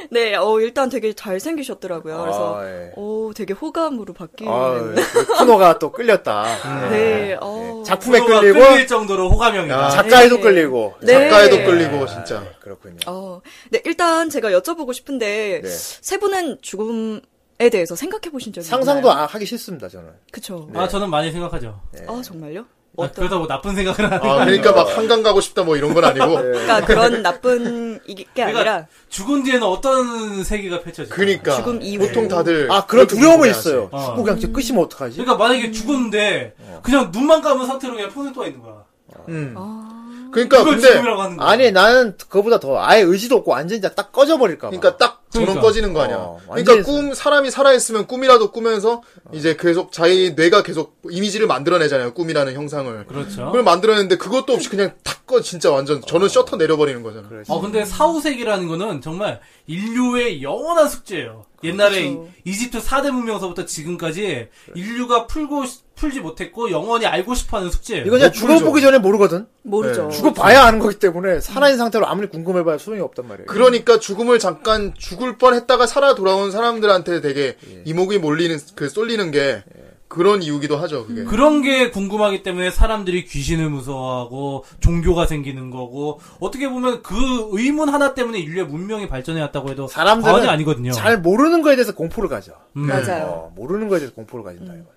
네, 어, 일단 되게 잘생기셨더라고요. 그래서,
아, 예.
오, 되게 호감으로 바뀌는.
아, 그 쿠노가 또 끌렸다.
음. 네, 어.
예, 작품에
쿠노가
끌리고 아,
끌릴 정도로 호감형이다.
작가에도
네.
끌리고.
네.
작가에도 끌리고 진짜.
그렇군요.
어, 네, 일단 제가 여쭤보고 싶은데,
네.
세 분은 죽음에 대해서 생각해 보신 적이
상상도
있나요?
안 하기 싫습니다, 저는.
그쵸.
네.
아, 저는 많이 생각하죠.
아, 정말요?
아,
어떤,
그러다 뭐 나쁜 생각을 하는 거
아,
아니에요.
그러니까 막 한강 가고 싶다 뭐 이런 건 아니고.
네.
그러니까 그런 나쁜 이게 아니라,
죽은 뒤에는 어떤 세계가 펼쳐져?
그니까
죽음 이후에.
보통 다들
아, 그런 두려움이 있어요.
어.
죽고 그냥 진짜 끝이면 어떡하지?
그러니까 만약에 죽었는데 그냥 눈만 감은 상태로 그냥 폰을 떠 있는 거야.
음.
아,
그러니까
그걸
근데
죽음이라고 하는 거야.
아니, 나는 그거보다 더 아예 의지도 없고 완전히 그냥 딱 꺼져버릴까봐.
그러니까 딱 저런
그러니까.
꺼지는 거 아니야.
어,
그러니까
완전히 어.
꿈 사람이 살아 있으면 꿈이라도 꾸면서 이제 계속 자기 뇌가 계속 이미지를 만들어내잖아요. 꿈이라는 형상을.
그렇죠.
그걸 만들어냈는데 그것도 없이 그냥 탁 꺼 진짜 완전 저는
어.
셔터 내려버리는 거잖아. 요
어 근데 사후세기라는 거는 정말 인류의 영원한 숙제예요. 옛날에
그렇죠.
이집트 4대 문명서부터 지금까지 인류가 풀고 풀지 못했고 영원히 알고 싶어하는 숙제예요.
이거 그냥
못 부르죠.
죽어보기 전에 모르거든?
모르죠.
네,
죽어봐야 아는 거기 때문에 살아있는 상태로 아무리 궁금해봐야 소용이 없단 말이에요.
그러니까 죽음을 잠깐 죽을 뻔했다가 살아 돌아온 사람들한테 되게
예.
이목이 몰리는 그 쏠리는 게 그런 이유기도 하죠. 그게.
그런 게 궁금하기 때문에 사람들이 귀신을 무서워하고 종교가 생기는 거고 어떻게 보면 그 의문 하나 때문에 인류의 문명이 발전해 왔다고 해도
사람들은
과언이 아니거든요.
잘 모르는 거에 대해서 공포를 가져.
음.
맞아요.
어, 모르는 거에 대해서 공포를 가진다.
음.
이거.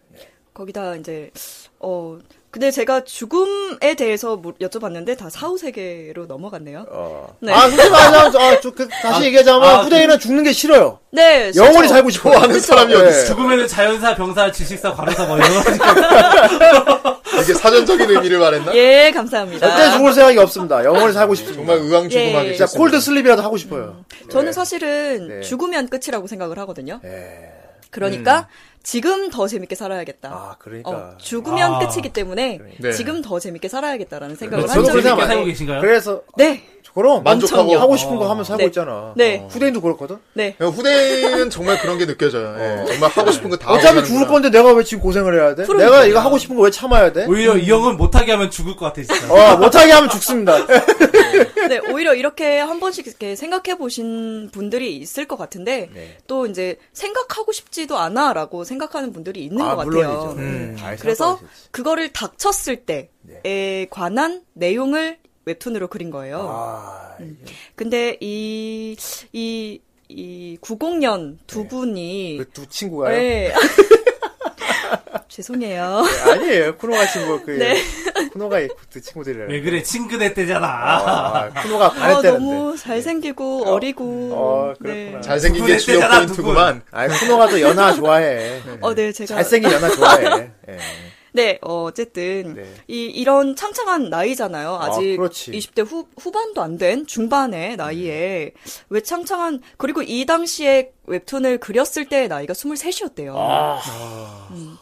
거기다 이제 어 근데 제가 죽음에 대해서 물- 여쭤봤는데 다 사후 세계로 넘어갔네요.
어.
네.
아, 솔직히 말하자면, 아, 저, 그, 다시 얘기하자면,
아,
후대인은 죽는 게 싫어요.
네,
영원히
그렇죠.
살고 예. 싶어 하는 사람이 어딨어.
죽음에는 자연사, 병사, 지식사, 과로사 뭐 이런 거
이게 사전적인 의미를 말했나?
예, 감사합니다.
절대 죽을 생각이 없습니다. 영원히 살고 싶습니다.
정말 의왕주구만
예.
계셨
진짜 콜드 슬립이라도 하고
음.
싶어요.
저는 사실은
네.
죽으면 끝이라고 생각을 하거든요.
예.
그러니까 지금 더 재밌게 살아야겠다.
아, 그러니까.
어, 죽으면
아.
끝이기 때문에
네.
지금 더 재밌게 살아야겠다라는
[LAUGHS]
생각을
저도
한
그 생각
적이
재밌게
안
있어요.
살고
해요.
계신가요?
그래서
네,
그럼
만족하고.
하고 싶은 거 하면 살고
네.
있잖아.
네.
어. 후대인도 그렇거든.
네.
후대인은 정말 그런 게 느껴져요.
어.
예, 정말 하고 싶은 거 다.
어차피
하고
죽을
사는구나.
건데 내가 왜 지금 고생을 해야 돼?
그러니까. 뭐
내가 이거 하고 싶은 거 왜 참아야 돼?
오히려 이 형은 못하게 하면 죽을 것 같아 진짜.
어, 못하게 하면 죽습니다.
[LAUGHS] 네, 오히려 이렇게 한 번씩 이렇게 생각해 보신 분들이 있을 것 같은데
네.
또 이제 생각하고 싶지도 않아라고 생각하는 분들이 있는 것 같아요.
음. 다 있을
그래서
거야, 진짜.
그거를 닥쳤을 때에 관한 내용을 웹툰으로 그린 거예요.
네. 아,
음. 근데 이, 이, 이 90년 두 분이
그 두 친구가요?
네. [LAUGHS] 죄송해요.
네, [LAUGHS] 아니에요. 쿠노가 친구 그
네.
쿠노가 그 친구들이라.
왜 그래 친근해 때잖아.
아, 쿠노가
아,
반했대는데.
너무 잘생기고 네. 어리고.
네. 어, 그렇구나.
잘생긴 게 주요
누구네,
포인트구만.
아, 쿠노가 또 연하 좋아해.
어, 네, 제가.
잘생긴 연하 좋아해. 예.
네, 어, 어쨌든
네.
이 이런 창창한 나이잖아요. 아직
그렇지.
20대 후 후반도 안 된 중반의 나이에
네.
왜 창창한 그리고 이 당시에 웹툰을 그렸을 때의 나이가 23이었대요.
아.
음.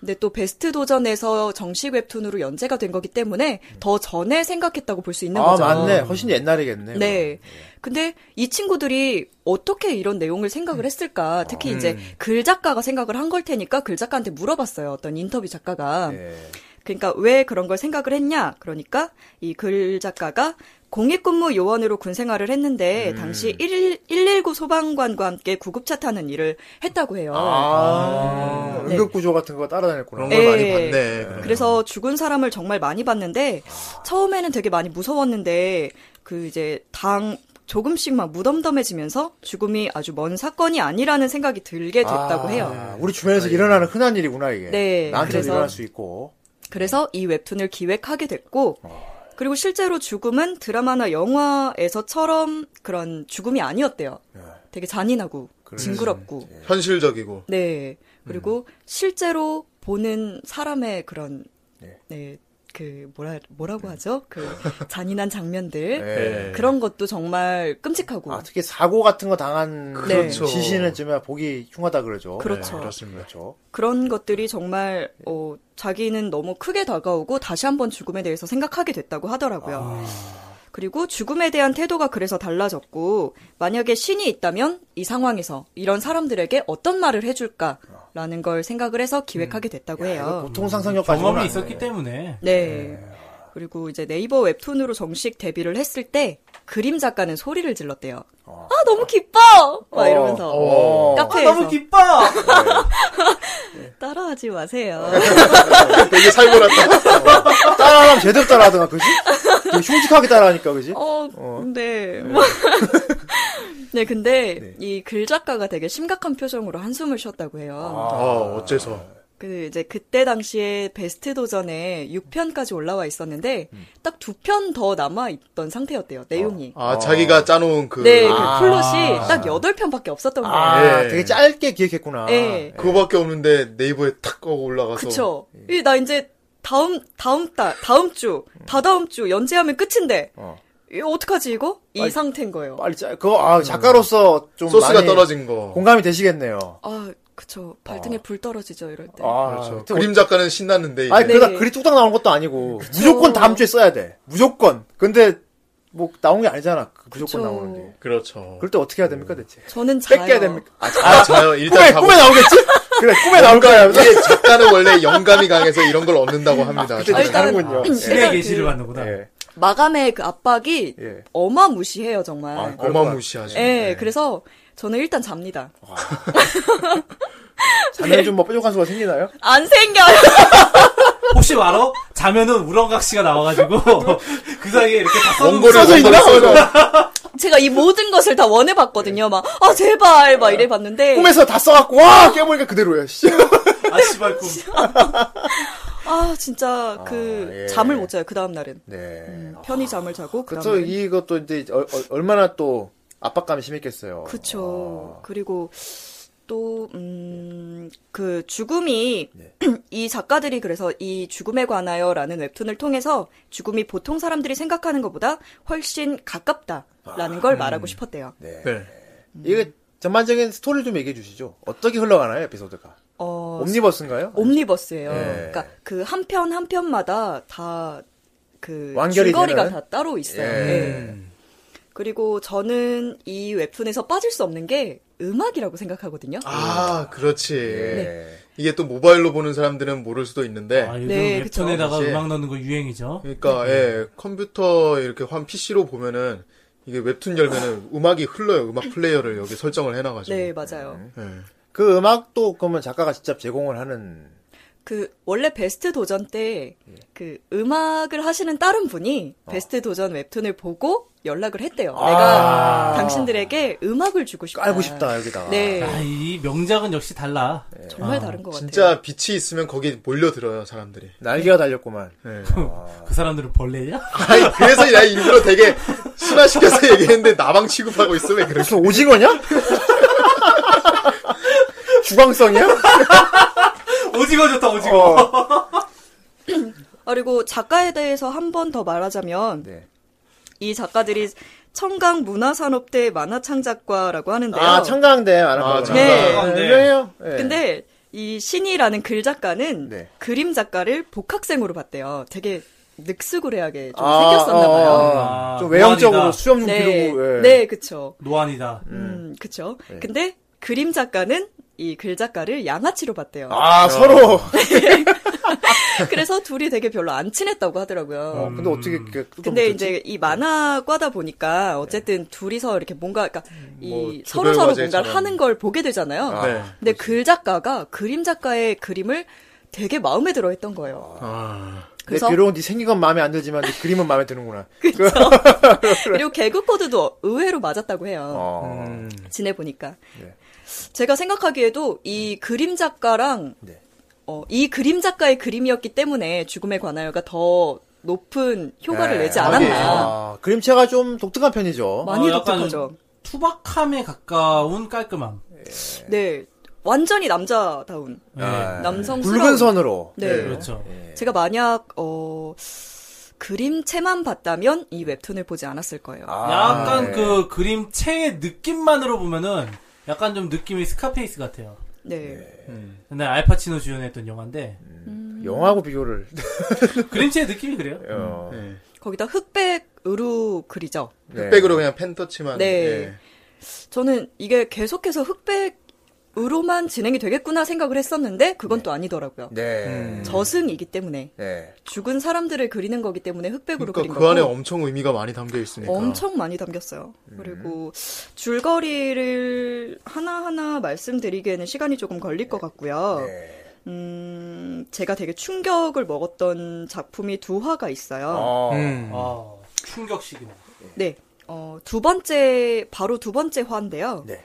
근데 또 베스트 도전에서 정식 웹툰으로 연재가 된 거기 때문에 더 전에 생각했다고 볼 수 있는
음. 아,
거죠.
맞네. 훨씬 옛날이겠네.
네. 근데 이 친구들이 어떻게 이런 내용을
음.
생각을 했을까?
아.
특히 이제 글 작가가 생각을 한 걸 테니까 글 작가한테 물어봤어요. 어떤 인터뷰 작가가.
예.
그러니까 왜 그런 걸 생각을 했냐? 그러니까 이 글 작가가 공익근무 요원으로 군 생활을 했는데 당시 1, 119 소방관과 함께 구급차 타는 일을 했다고 해요.
아,
네.
응급구조 같은 거
그런
따라다녔구나.
걸
예.
많이 봤네.
그래서 죽은 사람을 정말 많이 봤는데 처음에는 되게 많이 무서웠는데 그 이제 당 조금씩 막 무덤덤해지면서 죽음이 아주 먼 사건이 아니라는 생각이 들게
아,
됐다고 해요.
우리 주변에서 일어나는 흔한 일이구나, 이게.
네,
나한테도
그래서-
일어날 수 있고.
그래서 이 웹툰을 기획하게 됐고,
아.
그리고 실제로 죽음은 드라마나 영화에서처럼 그런 죽음이 아니었대요.
예.
되게 잔인하고 징그럽고,
현실적이고.
네.
음.
그리고 실제로 보는 사람의 그런,
예.
네, 그 뭐라 뭐라고 하죠? 그 잔인한 장면들
예.
그런 것도 정말 끔찍하고,
아, 특히 사고 같은 거 당한
그렇죠.
시신은 정말 보기 흉하다 그러죠.
그렇죠.
네, 그렇습니다. 그렇죠.
그런 것들이 정말 어, 자기는 너무 크게 다가오고 다시 한번 죽음에 대해서 생각하게 됐다고
아.
하더라고요. 그리고 죽음에 대한 태도가 그래서 달라졌고 만약에 신이 있다면 이 상황에서 이런 사람들에게 어떤 말을 해줄까라는 걸 생각을 해서 기획하게 됐다고
음. 이거
해요.
보통 상상력까지
경험이 있었기 때문에.
네. 그리고 이제 네이버 웹툰으로 정식 데뷔를 했을 때 그림 작가는 소리를 질렀대요. 아 너무 기뻐! 막 이러면서
어.
카페에서
아, 기뻐.
따라하지 마세요.
[LAUGHS]
되게 살벌하다.
따라하면 제대로 따라하던가, 그지? 되게 흉측하게 따라하니까, 그지?
어, 네. [LAUGHS] 네, 근데 이 글 작가가 되게 심각한 표정으로 한숨을 쉬었다고 해요.
아, 어째서.
그 이제 그때 당시에 베스트 도전에 6편까지 올라와 있었는데 딱 두 편 더 남아 있던 상태였대요. 내용이.
아, 자기가 짜놓은 그.
네, 그
아,
플롯이 딱 8편밖에 없었던 거예요.
아,
예.
되게 짧게 기획했구나.
예.
그거밖에 없는데 네이버에 탁 하고 올라가서.
그쵸. 이, 나 이제 다음, 다음 달, 다음 주, 다다음 주 연재하면 끝인데.
어.
이거 어떡하지, 이거? 이 상태인 거예요.
빨리 짧, 그거, 아, 작가로서 좀.
소스가
많이
떨어진 거.
공감이 되시겠네요.
아, 그쵸. 발등에 불 떨어지죠, 이럴 때.
아,
그렇죠.
그
그림 작가는 신났는데. 이제.
아니,
네.
그러다 글이 뚝딱 나오는 것도 아니고. 무조건 다음 주에 써야 돼. 무조건. 근데, 뭐, 나온 게 아니잖아. 그 무조건
그쵸.
나오는 게.
그렇죠.
그럴 때 어떻게 해야 됩니까, 대체?
저는 자요.
뺏겨야 됩니까? 아,
아, 자요. 일단
꿈에,
자고.
꿈에 나오겠지? 그래, 꿈에 나올 거야.
그러니까 [LAUGHS] 이게 작가는 원래 영감이 강해서 이런 걸 얻는다고 합니다.
그때
아,
진짜.
이제 다른군요.
신의
그-
계시를 받는구나.
네.
예.
마감의 그 압박이
예.
어마무시해요, 정말.
아, 네. 그럼-
어마무시하죠. 네.
예, 그래서 저는 일단 잡니다.
자면 좀뭐 뾰족한 수가 생기나요?
안 생겨요! [LAUGHS]
혹시 알아? 자면은 우렁각 씨가
[LAUGHS]
나와가지고 그 사이에 이렇게 다 써놓은
원고를
써져 있나? [LAUGHS]
써져.
제가 이 모든 것을 다 원해봤거든요. 막, 아, 제발! 막 이래봤는데.
꿈에서 다 써갖고, 와! 깨보니까 그대로야, 씨.
아 씨발 꿈.
아, 진짜 그,
아, 예.
잠을 못 자요, 그 다음날은.
[LAUGHS] 네.
편히 잠을 자고, 그
그래서
다음날은.
이것도 이제 어- 어- 얼마나 또 압박감이 심했겠어요.
그쵸.
아.
그리고 또, 음, 그 죽음이,
네.
[CLEARS THROAT] 이 작가들이 그래서 이 죽음에 관하여 라는 웹툰을 통해서 죽음이 보통 사람들이 생각하는 것보다 훨씬 가깝다라는
아.
걸 말하고 싶었대요.
네.
이게 전반적인 스토리를 좀 얘기해 주시죠. 어떻게 흘러가나요, 에피소드가?
어,
옴니버스인가요?
옴니버스예요.
예.
그러니까 그 한 편 한 편마다 다 그
완결이
줄거리가
되는?
다 따로 있어요.
예.
예. 그리고 저는 이 웹툰에서 빠질 수 없는 게 음악이라고 생각하거든요.
아, 그렇지.
네.
이게 또 모바일로 보는 사람들은 모를 수도 있는데.
아, 요즘
네, 그쵸.
웹툰에다가
그치.
음악 넣는 거 유행이죠. 네.
그러니까 예, 컴퓨터 이렇게 환 PC로 보면은 이게 웹툰 열면은 음악이 흘러요. 음악 플레이어를 여기 설정을 해놔가지고.
네,
음.
맞아요.
예.
그 음악도 그러면 작가가 직접 제공을 하는
그 원래 베스트 도전 때
예.
그 음악을 하시는 다른 분이
어.
베스트 도전 웹툰을 보고 연락을 했대요. 내가 당신들에게 음악을 주고 싶다.
아. 깔고 싶다 여기다가.
아. 네,
아, 이 명작은 역시 달라.
네.
정말 다른 것 같아요.
진짜 빛이 있으면 거기 몰려들어요 사람들이.
날개가 달렸구만.
예.
그 사람들은 벌레냐? [LAUGHS]
아니 그래서 나 일부러 되게 순화시켜서 얘기했는데 나방 취급하고 있어 왜 그래?
무슨 오징어냐? [LAUGHS] 주광성이야?
오징어 좋다, 오징어.
아, 그리고 작가에 대해서 한 번 더 말하자면
네.
이 작가들이 청강 문화산업대 만화창작과라고 하는데요.
아 청강대 말하는 거구나.
네.
아,
네.
유명해요. 네.
근데 이 신이라는 글 작가는
네.
그림 작가를 복학생으로 봤대요. 되게 늑수구레하게 좀
아,
생겼었나 봐요.
아,
아,
좀 외형적으로
노안이다.
수염 좀
네,
기르고. 예.
네, 그쵸.
노안이다.
음, 그쵸. 근데 그림 작가는 이 글 작가를 양아치로 봤대요.
어,
아 서로.
그래서 둘이 되게 별로 안 친했다고 하더라고요.
어, 근데 어떻게 이렇게 뜯어붙였지?
근데 이제 이 만화과다 보니까 어쨌든 둘이서 이렇게 뭔가 그러니까
뭐
이 서로 서로
조별과제처럼.
뭔가를 하는 걸 보게 되잖아요.
네.
근데 글 작가가 그림 작가의 그림을 되게 마음에 들어 했던 거예요.
아,
근데
그래서
비록 네 생긴 건 마음에 안 들지만 네 그림은 마음에 드는구나.
그리고 개그 코드도 의외로 맞았다고 해요.
어.
지내보니까.
네.
제가 생각하기에도 이 그림 작가랑
네.
어, 이 그림 작가의 그림이었기 때문에 죽음의 관하여가 더 높은 효과를
네.
내지 않았나.
아, 예. 그림체가 좀 독특한 편이죠.
많이
어, 약간
독특하죠.
투박함에 가까운 깔끔함.
네. 완전히 남자다운.
네.
아,
남성스러운.
붉은 선으로.
음. 네.
그렇죠.
제가 만약 어 그림체만 봤다면 이 웹툰을 보지 않았을 거예요.
아,
약간
네.
그 그림체의 느낌만으로 보면은 약간 좀 느낌이 스카페이스 같아요.
네.
옛날 알파치노 주연했던
[LAUGHS]
영화인데
영화하고 비교를. 네.
그림체의 느낌이 그래요.
어.
네.
거기다 흑백 의류 글이죠.
네.
흑백으로 그냥 펜터치만.
네.
예.
저는 이게 계속해서 흑백 으로만 진행이 되겠구나 생각을 했었는데 그건 또 아니더라고요.
네.
저승이기 때문에
네.
죽은 사람들을 그리는 거기 때문에 흑백으로
그러니까
그린
그 안에
거고
엄청 의미가 많이 담겨 있으니까. 음.
엄청 많이 담겼어요. 그리고 줄거리를 하나하나 말씀드리기에는 시간이 조금 걸릴 것 같고요.
네.
음, 제가 되게 충격을 먹었던 작품이 두 화가 있어요.
어.
음.
아, 충격식이네.
네. 어, 두 번째, 바로 두 번째 화인데요.
네.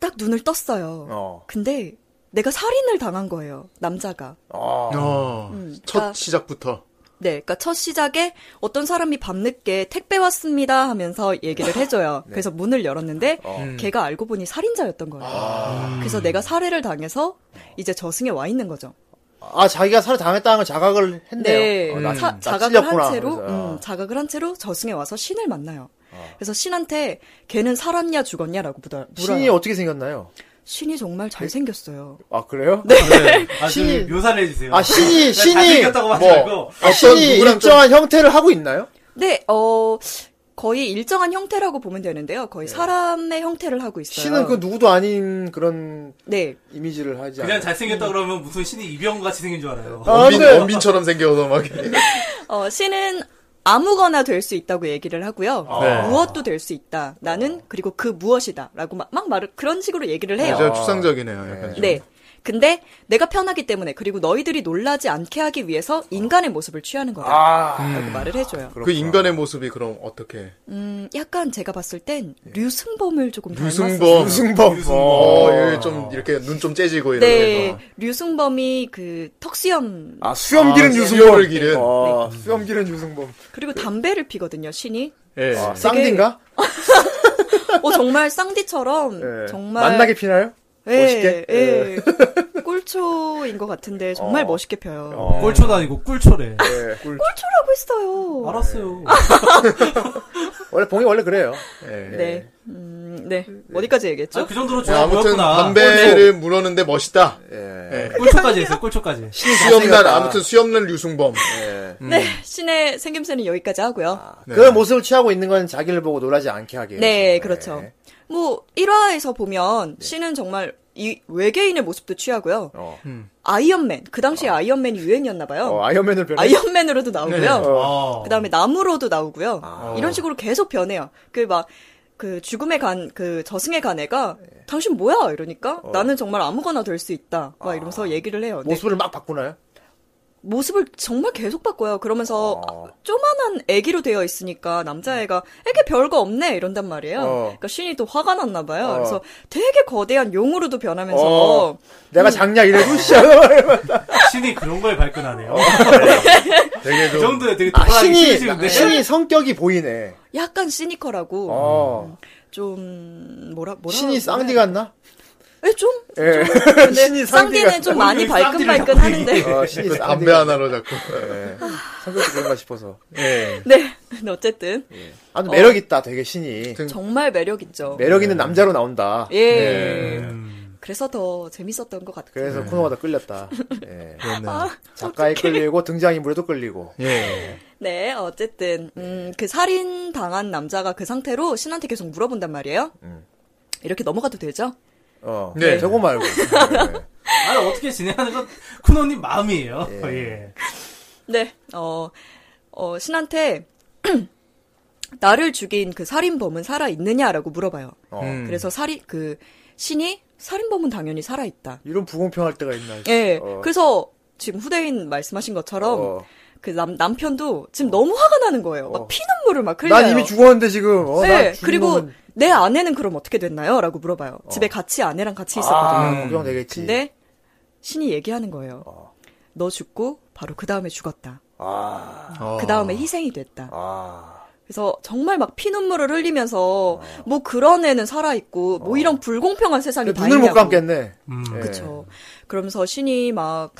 딱 눈을 떴어요.
어.
근데 내가 살인을 당한 거예요. 남자가.
어.
어,
음,
첫
그러니까-
시작부터.
네. 그니까 첫 시작에 어떤 사람이 밤늦게 택배 왔습니다 하면서
[LAUGHS]
얘기를 해줘요.
네.
그래서 문을 열었는데
어.
음.
걔가 알고 보니 살인자였던 거예요.
아.
그래서 내가 살해를 당해서 이제 저승에 와 있는 거죠.
아, 자기가 살해 당했다는 걸 자각을 했네요.
네,
어, 나-
사-
나
자각을
찔렸구나
한 채로
하면서. 어.
음, 자각을 한 채로 저승에 와서 신을 만나요. 그래서 신한테 걔는 살았냐 죽었냐라고 물어- 물어요.
아, 신이 네. 어떻게 생겼나요?
신이 정말 잘 생겼어요.
아, 그래요?
네. 아, 좀
신이-
묘사를 해주세요.
아, 신이, 신이,
잘생겼다고 하지
뭐,
말고.
아, 신이
누구랑
일정한 형태를 하고 있나요?
네, 어 거의 일정한 형태라고 보면 되는데요. 거의 사람의 형태를 하고 있어요.
신은 그 누구도 아닌 그런
네,
이미지를 하지 않아요.
그냥 잘생겼다 그러면 무슨 신이 이병 같이 생긴 줄 알아요. 아.
아,
원빈,
네.
원빈처럼 생겨서 막.
어, 신은 아무거나 될 수 있다고 얘기를 하고요.
네.
무엇도 될 수 있다. 나는 그리고 그 무엇이다라고 막, 막 말을 그런 식으로 얘기를 해요.
진짜 추상적이네요. 약간 좀.
네. 근데 내가 편하기 때문에 그리고 너희들이 놀라지 않게 하기 위해서 인간의 모습을 취하는 거다.
아,
라고 말을 해줘요.
그 인간의 모습이 그럼 어떻게?
음, 약간 제가 봤을 땐 류승범을 조금 닮았어요.
유승범.
유승범.
어,
어,
얘좀 이렇게 눈 좀 째지고 이런.
네,
거.
류승범이 그 턱수염
아, 수염 기른
아,
유승범.
수염을 기른.
어, 수염 기른 유승범.
그리고 담배를 피거든요
[LAUGHS]
신이.
예.
아, 쌍디인가?
어 정말 쌍디처럼
예.
정말
만나게 피나요?
예,
멋있게?
예. [LAUGHS] 꼴초인 것 같은데 정말
어.
멋있게 펴요.
꼴초도 아니고 꿀초래.
예.
꼴초라고 했어요.
알았어요.
원래 봉이 원래 그래요.
예.
네. 음, 음, 네. 어디까지 얘기했죠?
아, 그 정도로
예,
좋아
아무튼
보였구나.
담배를
어, 네.
물었는데 멋있다.
예.
예.
꼴초까지 했어요. 꼴초까지.
네.
수염난 아무튼 수염난 류승범.
예.
네, 신의 생김새는 여기까지 하고요.
그 모습을 취하고 있는 건 자기를 보고 놀라지 않게 하기 위해서.
네, 그렇죠.
예. 네.
뭐 1화에서 보면 신은 정말 이 외계인의 모습도 취하고요.
어.
아이언맨, 그 당시에 아이언맨이 유행이었나 봐요.
어, 아이언맨을 변해. 네.
아이언맨으로도 네. 나오고요.
어.
그다음에 나무로도 나오고요.
아.
이런 식으로 계속 변해요. 그 막 그 죽음에 간 그 저승에 간 애가 당신 뭐야 이러니까 나는 정말 아무거나 될 수 있다 막 이러면서 얘기를 해요.
어.
근데
모습을 막 바꾸나요?
모습을 정말 계속 바꿔요. 그러면서 아, 조만한 애기로 되어 있으니까 남자애가 애기 별거 없네 이런단 말이에요.
어.
그러니까 신이 또 화가 났나 봐요.
어.
그래서 되게 거대한 용으로도 변하면서
어.
음.
내가 장냐 이래도 시작을
신이 그런 걸 발끈하네요.
되게 좀
그 정도에 되게
아,
도발하기
신이,
싫으신데.
신이 성격이 보이네.
약간 시니컬하고
어.
좀 뭐라 뭐라
신이
그러나?
쌍디 같나?
예,
[LAUGHS]
좀
예.
근데 쌍디는
같-
좀 많이
오늘 쌍디를
발끈발끈
갖고
하는데
어, 신이
그
쌍디
담배
같-
하나로 자꾸.
예. 성격이 그런가 싶어서.
예.
[LAUGHS] 네 근데 어쨌든
아무 매력 있다, 되게 신이.
정말 매력 있죠
매력
네.
있는 남자로 나온다. 네.
예 그래서 더 재밌었던 것 같아요
그래서 코너가 다 끌렸다. 예.
[LAUGHS] 그렇네요.
작가에 끌리고 등장인물에도 끌리고.
예.
[LAUGHS] 네 어쨌든 음, 그 살인 당한 남자가 그 상태로 신한테 계속 물어본단 말이에요
음.
이렇게 넘어가도 되죠
어.
네.
저거 말고. 예.
아, 어떻게 진행하는 건 쿠노님 마음이에요. 예.
네어 어, 신한테 [CLEARS THROAT] 나를 죽인 그 살인범은 살아 있느냐라고 물어봐요
어.
음.
그래서 살인 그 신이 살인범은 당연히 살아 있다
이런 불공평할 때가 있나.
예.
어.
그래서 지금 후대인 말씀하신 것처럼
어.
그 남, 남편도 지금 너무 화가 나는 거예요. 막
어.
피눈물을 막 흘려요.
난 이미 죽었는데 지금. 어, 나
네.
죽은
그리고
거는-
내 아내는 그럼 어떻게 됐나요? 라고 물어봐요. 집에 같이 아내랑 같이 있었거든요.
음.
아, 걱정되겠지.
근데 신이 얘기하는 거예요. 너 죽고 바로 그 다음에 죽었다.
어. 아,
어.
그 다음에 희생이 됐다.
아, 어.
그래서 정말 막 피눈물을 흘리면서 뭐 그런 애는 살아 있고 뭐 이런 불공평한 세상이 다
눈을 못
있냐고.
감겠네.
음.
예.
그렇죠. 그러면서 신이 막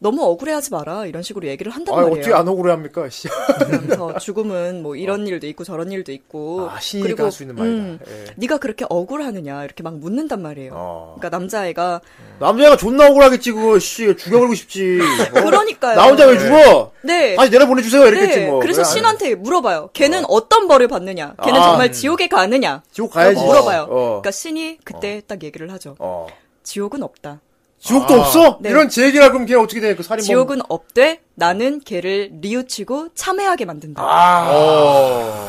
너무 억울해하지 마라 이런 식으로 얘기를 한단
아,
말이에요.
어떻게 안 억울해합니까? 씨.
그래서 죽음은 뭐 이런 일도 있고 저런 일도 있고
어.
음.
아, 신이니까 할 수 있는 말이다. 예.
네가 그렇게 억울하느냐 이렇게 막 묻는단 말이에요.
어.
그러니까 남자애가
남자애가 존나 억울하겠지, 그거, 씨. 죽여버리고 싶지. 어?
그러니까요.
나 혼자 왜 죽어?
네.
다시 내려보내주세요. 이랬겠지,
네.
뭐.
그래서
그래, 안-
신한테 물어봐요. 걔는 어. 떤 벌을 받느냐? 걔는
아,
정말
음.
지옥에 가느냐?
지옥 가야지.
라고 물어봐요.
어, 어.
그러니까 신이 그때 딱 얘기를 하죠.
어.
지옥은 없다.
지옥도
아.
없어?
네.
이런 제 얘기라 그럼 걔 어떻게 돼? 그 살인범.
지옥은 없되 나는 걔를 뉘우치고 참회하게 만든다.
아,
어.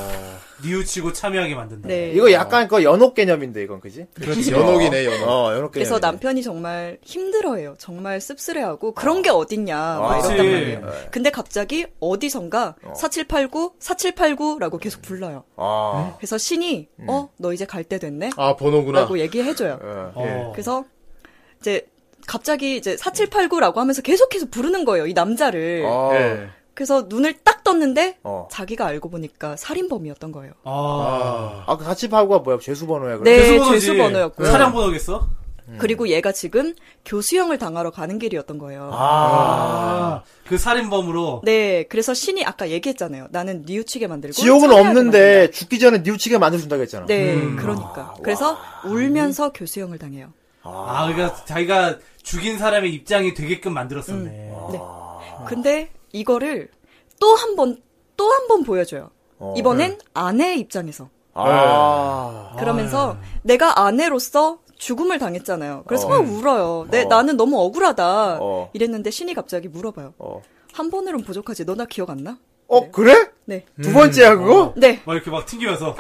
뉘우치고 참여하게 만든다.
네.
이거 약간 그 연옥 개념인데, 이건, 그지?
그렇지. 연옥이네, 연옥.
어, 연옥 개념.
그래서 남편이 정말 힘들어해요. 정말 씁쓸해하고 그런 게 어딨냐 막
그치.
이런단 말이에요. 근데 갑자기 어디선가 4789 4789라고 계속 불러요. 네.
아.
그래서 신이 어 너 이제 갈 때 됐네
아, 번호구나.
라고 얘기해줘요.
어.
어.
그래서 이제 갑자기 이제 4789라고 하면서 계속해서 부르는 거예요. 이 남자를.
어.
예.
그래서 눈을 딱 떴는데
어.
자기가 알고 보니까 살인범이었던 거예요.
아.
아, 그 사치파구가 뭐야? 죄수번호야, 그럼?
네,
죄수번호지.
죄수 번호였고요.
사냥 번호겠어?
그리고 얘가 지금 교수형을 당하러 가는 길이었던 거예요.
아. 그 살인범으로.
네, 그래서 신이 아까 얘기했잖아요. 나는 뉘우치게 만들고
지옥은
참여하게
없는데
만든다.
죽기 전에 뉘우치게 만들어준다고 했잖아.
네,
음.
그러니까. 그래서 울면서 교수형을 당해요.
아, 그러니까 자기가 죽인 사람의 입장이 되게끔 만들었었네.
네.
아.
근데 이거를 또 한 번, 또 한 번 보여줘요. 이번엔 아내의 입장에서.
어, 네. 아.
그러면서 내가 아내로서 죽음을 당했잖아요. 그래서 막 울어요. 내, 나는 너무 억울하다.
어.
이랬는데 신이 갑자기 물어봐요. 한 번으론 부족하지. 너 나 기억 안 나?
어, 그래?
네.
두 번째야, 그거?
네.
막 이렇게 막 튕기면서.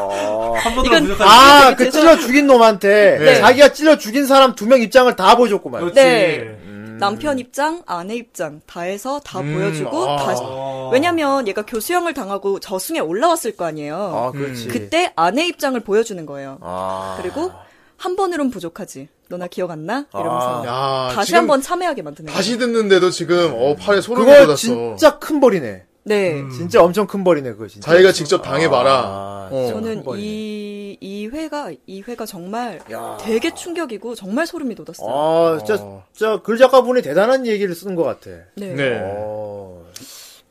한 번도
이건-
부족하지.
아, 그
그치.
찔러 죽인 놈한테
네.
자기가 찔러 죽인 사람 두 명 입장을 다 보여줬구만.
그렇지.
네.
음.
남편 입장, 아내 입장 다 해서 다
음,
보여주고
아.
다시
어.
왜냐면 얘가 교수형을 당하고 저승에 올라왔을 거 아니에요.
아, 그렇지.
음. 그때 아내 입장을 보여주는 거예요.
아.
그리고 한 번으론 부족하지. 너나 기억 안 나? 이러면서
아. 야,
다시
지금
한 번 참회하게 만드는 거예요.
다시 듣는데도 지금, 어, 팔에 소름이
그거
돋았어. 음.
진짜 큰 벌이네.
네.
진짜 엄청 큰 벌이네, 그거 진짜.
자기가 직접 당해봐라.
아,
어.
저는
큰 벌이네.
이, 이 회가, 이 회가 정말
야.
되게 충격이고 정말 소름이 돋았어요.
아.
아, 진짜, 진짜 글 작가분이 대단한 얘기를 쓰는 것 같아.
네.
네.
어.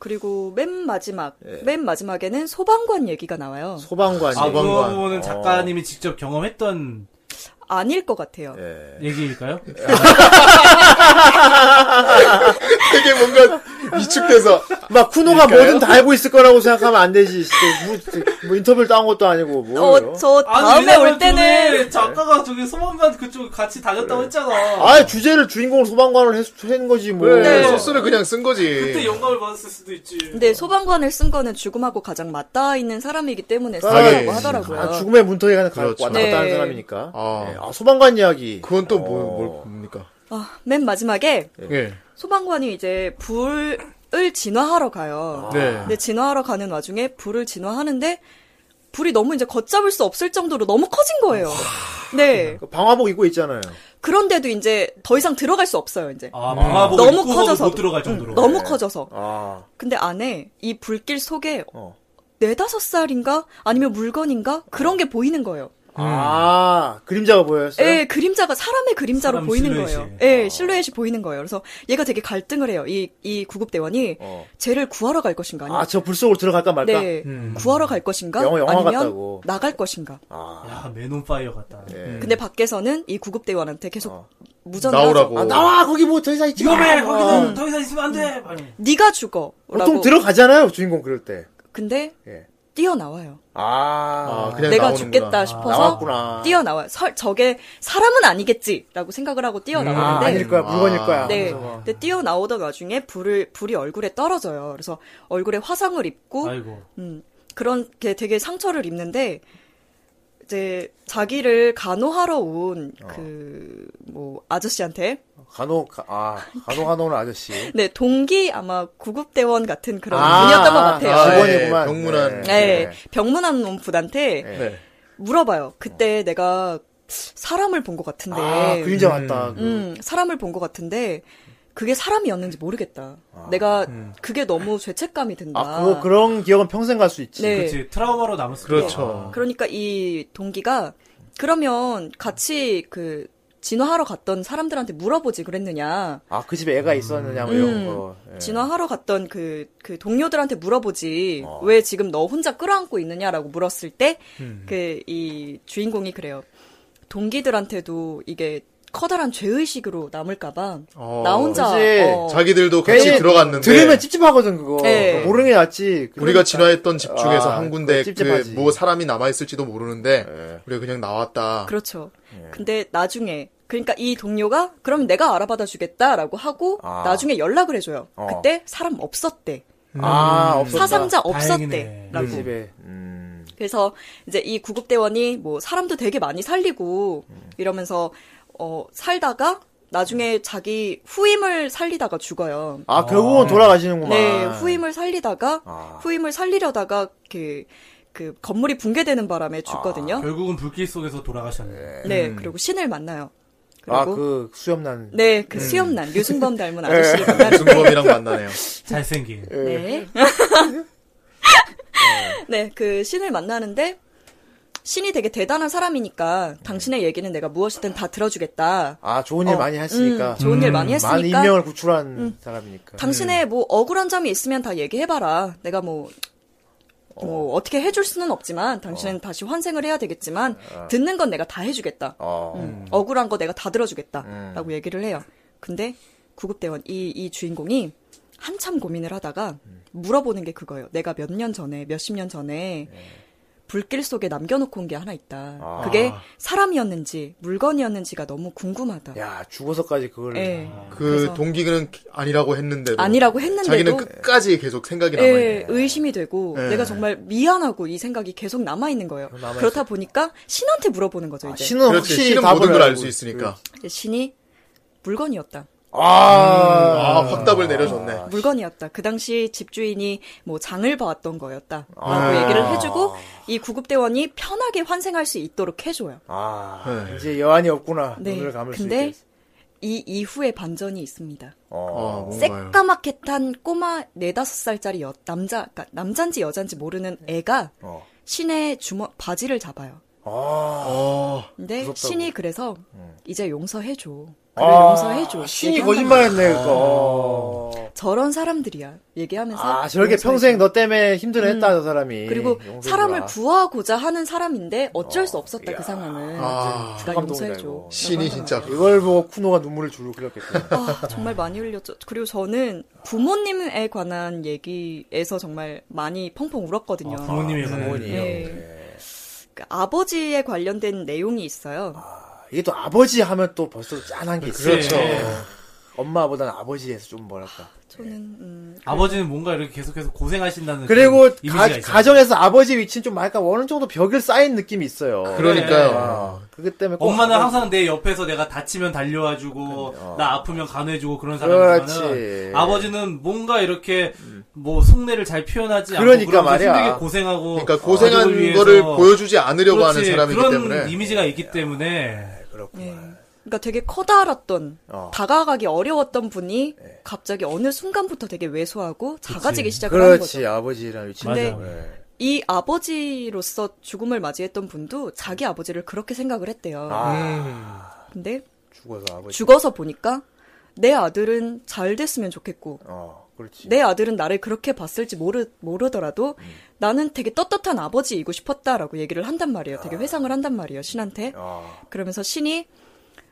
그리고 맨 마지막, 맨 마지막에는 소방관 얘기가 나와요.
소방관.
아, 그거 부분은
어.
작가님이 직접 경험했던
아닐 것 같아요.
예.
얘기일까요?
되게
[LAUGHS]
뭔가 위축돼서
막 쿠노가 뭐든 다 알고 있을 거라고 생각하면 안 되지. 진짜 뭐, 뭐 인터뷰를 따온 것도
[LAUGHS]
아니고 뭐.
어,
예요
저 다음에 올 때는
작가가 저기 소방관 그쪽 같이 다녔다고 했잖아.
아 주제를 주인공을 소방관을 했, 했는 거지 뭐.
그래,
네.
소스를 그냥 쓴
네.
거지.
영감을 받았을 수도 있지.
근데 네, 소방관을 쓴 거는 죽음하고 가장 맞닿아 있는 사람이기 때문에
아,
쓰라고
예.
하더라고요.
아, 죽음의 문턱에 가는
그렇죠.
왔다 갔다 하는
네.
사람이니까.
아.
예. 아, 소방관 이야기.
그건 또
어.
뭐, 뭘 봅니까?
아, 맨 마지막에
예.
소방관이 이제 불을 진화하러 가요.
네.
근데 진화하러 가는 와중에 불을 진화하는데 불이 너무 이제 걷잡을 수 없을 정도로 너무 커진 거예요. 네.
그 방화복 입고 있잖아요.
그런데 이제 더 이상 들어갈 수 없어요, 이제.
아, 방화복
너무
입고
커져서.
못
음,
들어갈 정도로.
너무 커져서.
아.
근데 안에 이 불길 속에
어.
네다섯 살인가 아니면 물건인가 그런 게 보이는 거예요.
음.
아, 그림자가 보였어요? 아.
예, 그림자가 사람의 그림자로
사람
보이는
실루엣이.
거예요. 예, 실루엣이 보이는 거예요. 그래서 얘가 되게 갈등을 해요. 이, 이 구급대원이
어.
쟤를 구하러 갈 것인가 아니면
아, 저 불속으로 들어갈까 말까?
네, 구하러 갈 것인가
영화- 영화
아니면
같다고.
나갈 것인가.
아.
야, 맨온 파이어 같다.
예.
근데 밖에서는 이 구급대원한테 계속
어.
무전을
나오라고.
하죠.
아, 나와! 거기 뭐 더 이상 있지
위험해!
마.
거기는
어.
더 이상 있으면 안 돼!
음.
아니.
네가 죽어라고.
보통 들어가잖아요, 주인공 그럴 때.
근데
예.
뛰어나와요.
아,
아, 그냥
내가
나오는구나.
죽겠다 싶어서
나왔구나.
뛰어나와요. 설, 저게 사람은 아니겠지라고 생각을 하고
아,
뛰어나오는데
아닐 거야, 물건일 거야.
네. 근데 뛰어나오던 와중에 불을 불이 얼굴에 떨어져요. 그래서 얼굴에 화상을 입고
아이고.
음, 그런 게 되게 상처를 입는데 이제 자기를 간호하러
어.
온 그 뭐 아저씨한테
간호, 가- 아, 간호 간호는 아저씨.
네 동기 아마 구급대원 같은 그런
아,
분이었던 것 같아요.
아,
네.
직원이구만.
예, 병문안.
네, 병문안 온 분한테
네.
네.
물어봐요. 그때 내가 사람을 본 것 같은데,
아, 그림자 왔다.
음, 사람을 본 것 같은데 그게 사람이었는지 모르겠다. 내가 그게 너무 죄책감이 든다.
아, 그거, 그런 기억은 평생 갈 수 있지.
네.
그렇지. 트라우마로 남을 아, 수
그렇죠.
그러니까 이 동기가 그러면 같이 그 진화하러 갔던 사람들한테 물어보지 그랬느냐.
아, 그 집에 애가 있었느냐, 뭐 이런
음.
거. 예.
진화하러 갔던 그, 그 동료들한테 물어보지. 왜 지금 너 혼자 끌어안고 있느냐라고 물었을 때, 그, 이 주인공이 그래요. 동기들한테도 이게 커다란 죄의식으로 남을까봐,
어,
나 혼자.
그치.
어,
자기들도 같이
괜히
들어갔는데.
들으면 찝찝하거든, 그거.
네.
모르는 게 낫지.
우리가
그러니까.
진화했던 집 중에서
아,
한 군데
그거
그
찝찝하지. 네.
뭐 사람이 남아 있을지도 모르는데 우리가 그냥 나왔다.
그렇죠. 근데 나중에, 그러니까 이 동료가, 그럼 내가 알아받아 주겠다라고 하고,
아.
나중에 연락을 해줘요.
어.
그때 사람 없었대.
아, 없었다.
사상자
그렇죠. 다행이네.
없었대.
그 집에. 음.
그래서 이제 이 구급대원이 뭐 사람도 되게 많이 살리고 이러면서 어 살다가 나중에 자기 후임을 살리다가 죽어요.
아, 결국은 돌아가시는구만.
네, 후임을 살리다가
아.
후임을 살리려다가 그, 그 건물이 붕괴되는
아,
바람에
네.
죽거든요.
결국은 불길 속에서 돌아가셨네.
네, 그리고 신을 만나요. 그리고
아, 그 수염난.
네,
음.
그 수염난 유승범
네.
닮은 아저씨를 만나요.
승범이랑
[LAUGHS]
만나네요.
잘생긴.
예.
네. 네, 그 신을 만나는데 신이 되게 대단한 사람이니까 당신의 얘기는 내가 무엇이든 다 들어주겠다.
아, 좋은 일
어,
많이 했으니까.
음, 좋은 일
많은
많이 했으니까 음.
인명을 구출한 사람이니까.
당신의 뭐 억울한 점이 있으면 다 얘기해봐라. 내가 뭐, 뭐 어. 떻게 해줄 수는 없지만 당신은 다시 환생을 해야 되겠지만 듣는 건 내가 다 해주겠다.
어.
음, 억울한 거 내가 다 들어주겠다라고 얘기를 해요. 근데 구급대원 이, 이 주인공이 한참 고민을 하다가 물어보는 게 그거예요. 내가 몇 년 전에 몇십 년 전에 불길 속에 남겨놓고 온 게 하나 있다.
아.
그게 사람이었는지 물건이었는지가 너무 궁금하다.
예. 야, 죽어서까지 그걸. 아,
예.
그 동기는 아니라고 했는데도
아니라고 했는데도
자기는 그 끝까지 계속 생각이 남아 있네.
예, 의심이 되고
예.
내가 정말 미안하고 이 생각이 계속 남아 있는 거예요.
남아있어.
그렇다 보니까 신한테 물어보는 거죠.
아,
이제
신은
그렇지.
확실히
신은
답을
모든 걸 알
알고
수 있으니까. 음.
신이 물건이었다.
아,
아, 확답을 내려줬네.
물건이었다. 그 당시 집주인이 뭐 장을 봐왔던 거였다라고
아.
얘기를 해주고 이 구급대원이 편하게 환생할 수 있도록 해줘요.
아,
네.
이제 여한이 없구나.
네.
눈을 감을 수
근데
있게.
이 이후에 반전이 있습니다.
아,
어.
뭔가요?
새까맣게 탄 꼬마 네다섯 살짜리 여- 남자, 그러니까 남잔지 여잔지 모르는 애가
어.
신의 주머 바지를 잡아요.
아.
어,
근데
무섭다고. 음.
신이 그래서 이제 용서해줘. 그를
아,
용서해줘.
신이
얘기한단
거짓말했네, 그거.
저런 사람들이야. 얘기하면서.
아, 저렇게
용서해줘. 음.
평생 너 때문에 힘들어했다, 저 사람이.
그리고
용서해줘라. 아.
사람을 구하고자 하는 사람인데 어쩔 수 없었다
야.
그 상황을.
아,
나
감동이다,
용서해줘.
이거.
신이 진짜.
이걸 보고 쿠노가 눈물을 주르 흘렸겠구나.
아, 정말 많이 흘렸죠. 그리고 저는 부모님에 관한 얘기에서 정말 많이 펑펑 울었거든요.
음,
부모님이
아, 부모님.
네. 그 아버지에 관련된 내용이 있어요.
이게 또 아버지 하면 또 벌써 짠한 게 있어요.
그렇죠.
엄마보다는 아버지에서 좀 뭐랄까.
저는 음,
아버지는 뭔가 이렇게 계속해서 고생하신다는
그리고
그런 이미지가
가,
있어요.
가정에서 아버지 위치는 좀 말까 어느 정도 벽을 쌓인 느낌이 있어요.
그러니까요.
아, 그것 때문에
뭐
꼭
엄마는
아버-
항상 내 옆에서 내가 다치면 달려와주고 나 아프면 간호해주고 그런
그렇지.
사람이지만 아버지는 뭔가 이렇게
음.
뭐 속내를 잘 표현하지
그러니까
않고 그러면서
말이야.
힘들게 고생하고
그러니까
가족을
고생한
위해서
거를 보여주지 않으려고 하는
그렇지.
사람이기
그런
때문에.
이미지가 있기 때문에
그렇구만.
예. 그러니까 되게 커다랐던
어. 네.
다가가기 어려웠던 분이 갑자기 어느 순간부터 되게 왜소하고 작아지기 시작을 하는 거죠.
그렇지 아버지랑 네. 위치.
맞아.
이 아버지로서 죽음을 맞이했던 분도 자기 아버지를 그렇게
음.
생각을 했대요.
아
근데
죽어서 아버지.
죽어서 보니까 내 아들은 잘 됐으면 좋겠고
어 그렇지. 음.
내 아들은 나를 그렇게 봤을지 모르, 모르더라도 나는 되게 떳떳한 아버지이고 싶었다라고 얘기를 한단 말이에요. 되게 회상을 한단 말이에요, 신한테.
아. 어,
그러면서 신이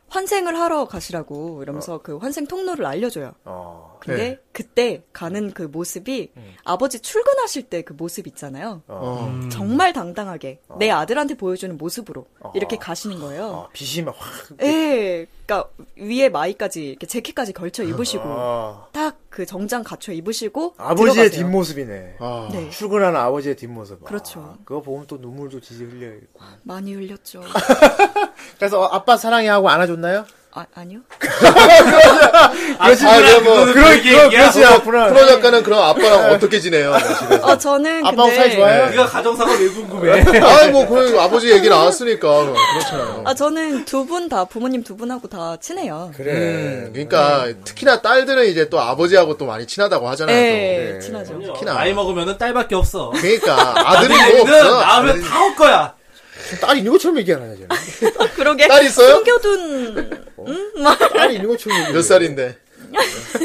환생을 하러 가시라고 이러면서 그 환생 통로를 알려줘요.
어,
근데
네.
그때 가는 그 모습이
음.
아버지 출근하실 때 그 모습 있잖아요.
어.
음.
정말 당당하게 내 아들한테 보여주는 모습으로 이렇게 가시는 거예요.
어 빛이 막 확. 네.
예, 그러니까 위에 마이까지 이렇게 재킷까지 걸쳐 입으시고
어,
딱 그 정장 갖춰 입으시고
아버지의
들어가세요.
뒷모습이네.
아.
네,
출근하는 아버지의 뒷모습. 아,
그렇죠.
그거 보면 또 눈물도 지지 흘려야겠고.
많이 흘렸죠.
그래서 어, 아빠 사랑해 하고 안아줬나요?
아,
[LAUGHS]
아니요.
그렇지,
아, 그래, 뭐,
그거는 그
그럴- 그럴-
얘기야.
그렇지
네.
않구나.
프로 작가는 그럼 아빠랑 어떻게 지내요? 집에서?
어, 저는
아빠하고
근데
사이 좋아요?
네가 가정사가 왜 궁금해?
아이 뭐 그, 아버지 얘기 나왔으니까 그렇잖아요.
아, 저는 두 분 다 부모님 두 분하고 다 친해요. 네.
음, 그러니까 특히나 딸들은 이제 또 아버지하고 또 많이 친하다고 하잖아요. 또.
네.
예, 친하죠.
특히나.
나이 먹으면은 딸밖에 없어.
그러니까 아들이 뭐
얘는
없어.
나오면
아들이-
다 올 거야.
딸이 있는 것처럼 얘기하나 쟤.
[LAUGHS] 그러게.
딸 있어요?
숨겨둔
딸이 있는 것처럼 얘기해.
몇
네.
살인데?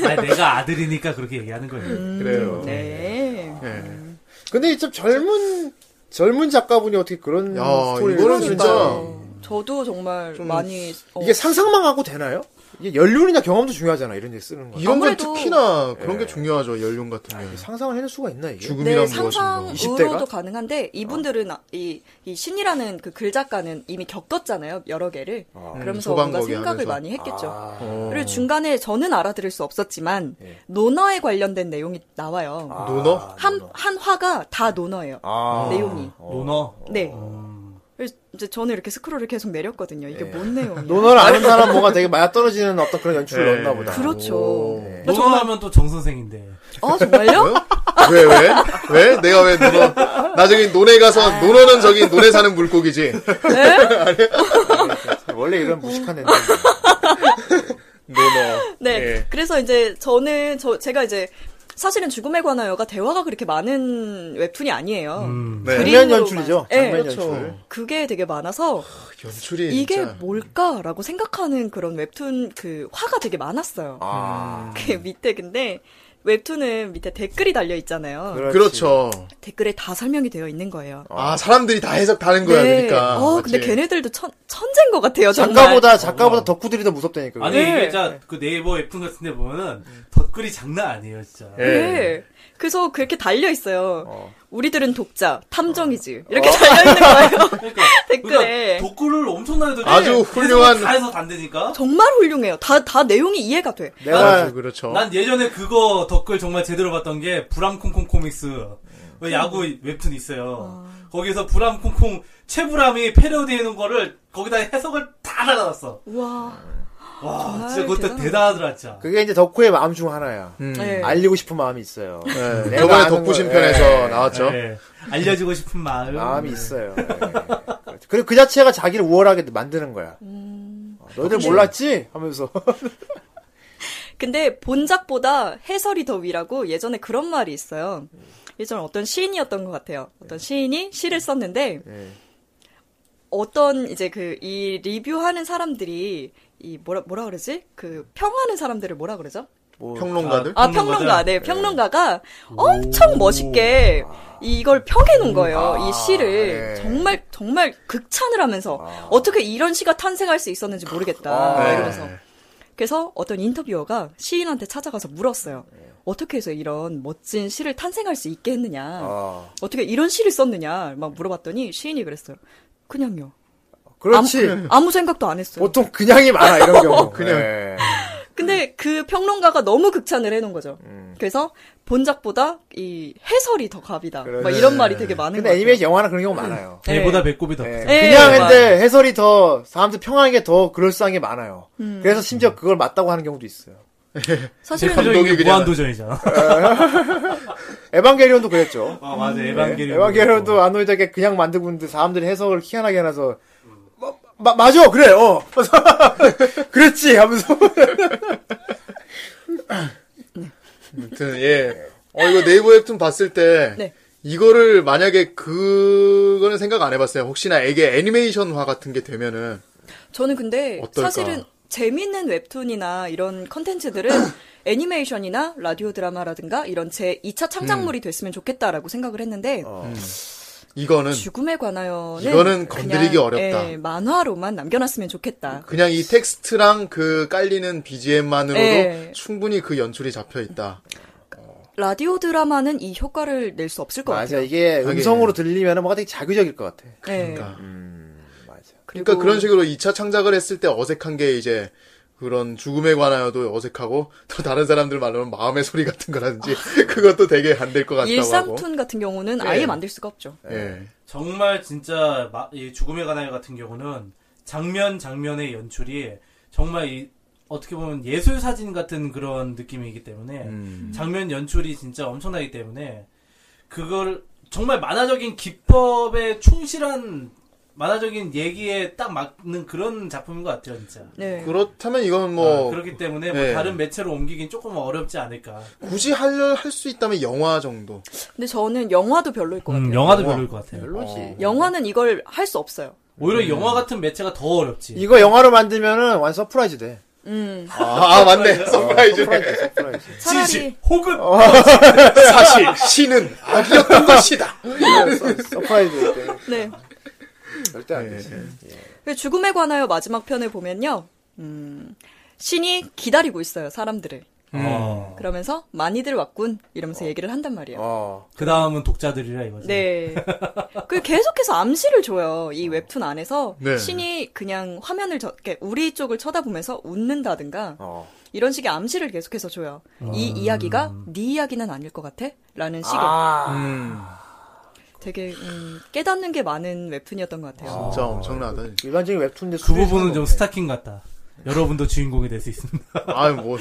아니, 내가 아들이니까 그렇게 얘기하는 거예요.
그래요.
네.
예.
음, 근데 좀 젊은 젊은 작가분이 어떻게 그런
야,
스토리를
이거는
쓰실까요?
진짜
그렇죠. 네. 저도 정말 많이 어,
이게 상상만 하고 되나요? 이게 연륜이나 경험도 중요하잖아 이런 데 쓰는 거. 아,
이런 건
아무래도-
특히나 그런 게 중요하죠. 연륜 같은 게.
상상을 해낼 수가 있나 이게?
죽음이란
네,
무엇인가.
상상으로도 가능한데 이분들은 아- 이, 이 신이라는 그 글 작가는 이미 겪었잖아요 여러 개를 그러면서
음,
뭔가
소방거기
생각을
하면서.
많이 했겠죠.
어.
그리고 중간에 저는 알아들을 수 없었지만 논어에 관련된 내용이 나와요.
아, 노너?
네.
한 한 화가 다 논어예요.
아.
내용이.
노너.
어.
네. 그래서 이제 저는 이렇게 스크롤을 계속 내렸거든요. 이게 뭔 내용이야?
논어를 아는 사람 뭔가 되게 맞아 떨어지는 어떤 그런 연출을
네.
넣었나 보다. 네.
그렇죠.
노너 하면 또 정선생인데.
아 정말요?
왜, 왜? 왜? 내가 왜 노너? 나중에 논에 가서
아.
노너는 저기 논에 사는 물고기지.
원래 이런 무식한 애들.
[LAUGHS] 노너.
네.
예.
그래서 이제 저는 저 제가 이제 사실은 죽음에 관한 여가 대화가 그렇게 많은 웹툰이 아니에요.
음.
네.
장면
그림으로만.
연출이죠.
예,
장면
그렇죠.
연출.
그게 되게 많아서
연출이
이게 뭐-
진짜.
뭘까라고 생각하는 그런 웹툰 그 화가 되게 많았어요.
아.
그 밑에 근데 웹툰은 밑에 댓글이 달려 있잖아요.
그렇지.
그렇죠.
댓글에 다 설명이 되어 있는 거예요.
아, 사람들이 다 해석 다른 거야, 그러니까.
어, 근데
맞지?
걔네들도 천, 천재인 것 같아요, 정말.
작가보다 작가보다 덕후들이 더 무섭다니까.
아니
그게.
네.
이게 진짜 그 네이버 웹툰 같은데 보면은 덧글이 장난 아니에요 진짜.
네. 그래서 그렇게 달려 있어요. 우리들은 독자, 탐정이지. 이렇게 달려 있는 거예요.
그러니까,
댓글에.
그러니까 덧글을 엄청나게 덧글.
아주 훌륭한-
다 해서 안 되니까.
정말 훌륭해요. 다, 다 내용이 이해가 돼.
내가
아주
어.
그렇죠.
난 예전에 그거 덧글 정말 제대로 봤던 게 불암콩콩 코믹스
음.
그 야구 웹툰 있어요. 거기서 불암콩콩 최불암이 패러디해놓은 거를 거기다 해석을 다 달아놨어.
우와.
와
정말
진짜 그것도
음. 아, 대단하다.
대단하더라 진짜.
그게 이제 덕후의 마음 중 하나야.
네.
알리고 싶은 마음이 있어요.
예,
내가
저번에
아는
덕구신
걸-
편에서
예.
나왔죠.
예. 알려주고 싶은 마음.
마음이 있어요. 예. 그렇죠. 그리고 그 자체가 자기를 우월하게 만드는 거야.
음.
어, 너희들 몰랐지? 하면서.
근데 본작보다 해설이 더 위라고 예전에 그런 말이 있어요. 예전에 어떤 시인이었던 것 같아요.
네.
어떤 시인이 시를 썼는데
[LAUGHS] 네.
어떤 이제 그 이 리뷰하는 사람들이 이 뭐라 뭐라 그러지? 그 평하는 사람들을 뭐라 그러죠?
뭐
평론가들?
아,
평론가들?
평론가, 네, 평론가가 엄청 멋있게 이걸 펴개놓은 거예요. 이 시를.
아, 네. 아.
정말, 정말 극찬을 하면서 어떻게 이런 시가 탄생할 수 있었는지 모르겠다.
네.
아,
이러면서. 그래서 어떤 인터뷰어가 시인한테 찾아가서 물었어요. 어떻게 해서 이런 멋진 시를 탄생할 수 있게 했느냐.
아.
어떻게 이런 시를 썼느냐. 막 물어봤더니 시인이 그랬어요. 그냥요.
그렇지. 뭐,
아무, 아무 생각도 안 했어요.
보통 그냥이 많아 이런 경우.
그냥.
예.
근데 그 평론가가 너무 극찬을 해놓은 거죠.
음.
그래서 본작보다 이 해설이 더 갑이다. 막
그래.
이런 말이 되게 많은
근데
거 같아요.
애니메이션 영화나 그런 경우 많아요.
네.
배보다 배꼽이 더.
예.
크다.
예,
그냥
맞아요.
근데 해설이 더 사람들 평하는 게 더 그럴싸한 게 많아요.
음.
그래서 심지어 그걸 맞다고 하는 경우도 있어요.
제
사실은
표정이
감독이
무한 도전이잖아.
음.
에반게리온도 그랬죠.
아 맞아.
예,
에반게리온.
에반게리온도 안노이자게 그냥 만들고 있는데 사람들이 해석을 희한하게 해놔서 마, 마, 맞아 그래 어 [LAUGHS] 그랬지 하면서
아무튼 예. 어 이거 네이버 웹툰 봤을 때
네.
이거를 만약에 그거는 생각 안 해봤어요. 혹시나 이게 애니메이션화 같은 게 되면은
저는 근데
어떨까?
사실은 재밌는 웹툰이나
[CLEARS THROAT]
이런 컨텐츠들은 애니메이션이나 라디오 드라마라든가 이런 제 2차
음.
창작물이 됐으면 좋겠다라고 생각을 했는데
어,
음.
이거는
죽음에 관하여는
이거는 건드리기
그냥,
어렵다. 그러니까.
예, 만화로만 남겨놨으면 좋겠다.
그냥 이 텍스트랑 그 깔리는 BGM만으로도
예.
충분히 그 연출이 잡혀 있다.
라디오 드라마는 이 효과를 낼 수 없을 것
맞아
같아요.
이게 음성으로 들리면 뭔가 되게 자극적일 것 같아
예.
그러니까.
맞아
그러니까 그런 식으로 2차 창작을 했을 때 어색한 게 이제 그런 죽음에 관하여도 어색하고 또 다른 사람들 말로는 마음의 소리 같은 거라든지 그것도 되게 안 될 것 같다고 하고.
일상툰 같은 경우는
예.
아예 만들 수가 없죠.
예.
정말 진짜 마- 이 죽음의 가나요 같은 경우는 장면 장면의 연출이 정말 이- 어떻게 보면 예술 사진 같은 그런 느낌이기
음.
때문에
음.
장면 연출이 진짜 엄청나기 때문에 그걸 정말 만화적인 기법에 충실한 만화적인 얘기에 딱 맞는 그런 작품인 것 같아요 진짜.
네.
그렇다면 이건 뭐
아, 그렇기 때문에 뭐
네.
다른 매체로 옮기긴 조금 어렵지 않을까.
굳이 할할수 있다면 영화 정도.
근데 저는 영화도 별로일 것 같아요.
음, 영화도
영화.
별로일 것 같아요.
별로지
영화는 이걸 할 수 없어요.
오히려 영화 같은 매체가 더 어렵지.
이거 영화로 만들면은 완 서프라이즈 돼
음.
아, 아, 맞네. 서프라이즈.
서프라이즈 서프라이즈
차라리
혹은 어.
사실 [LAUGHS] 신은 악이었던 것이다.
서- 서프라이즈 돼.
네.
절대
예,
안 되지
그 죽음에 관하여 마지막 편을 보면요. 음. 신이 기다리고 있어요, 사람들을.
어.
그러면서 많이들 왔군 이러면서 얘기를 한단 말이에요.
어
그 다음은 독자들이라 이거지.
네. 그 계속해서 암시를 줘요. 이 웹툰 안에서
네.
신이 그냥 화면을 저, 이렇게 우리 쪽을 쳐다보면서 웃는다든가
어.
이런 식의 암시를 계속해서 줘요. 이 이야기가 네 이야기는 아닐 것 같아? 라는 식의 되게 음, 깨닫는 게 많은 웹툰이었던 것 같아요.
진짜 엄청나다.
일반적인 웹툰인데 뭐
그 부분은
네.
좀 스타킹 같다. 여러분도 주인공이 될 수 있습니다.
아유, 뭐,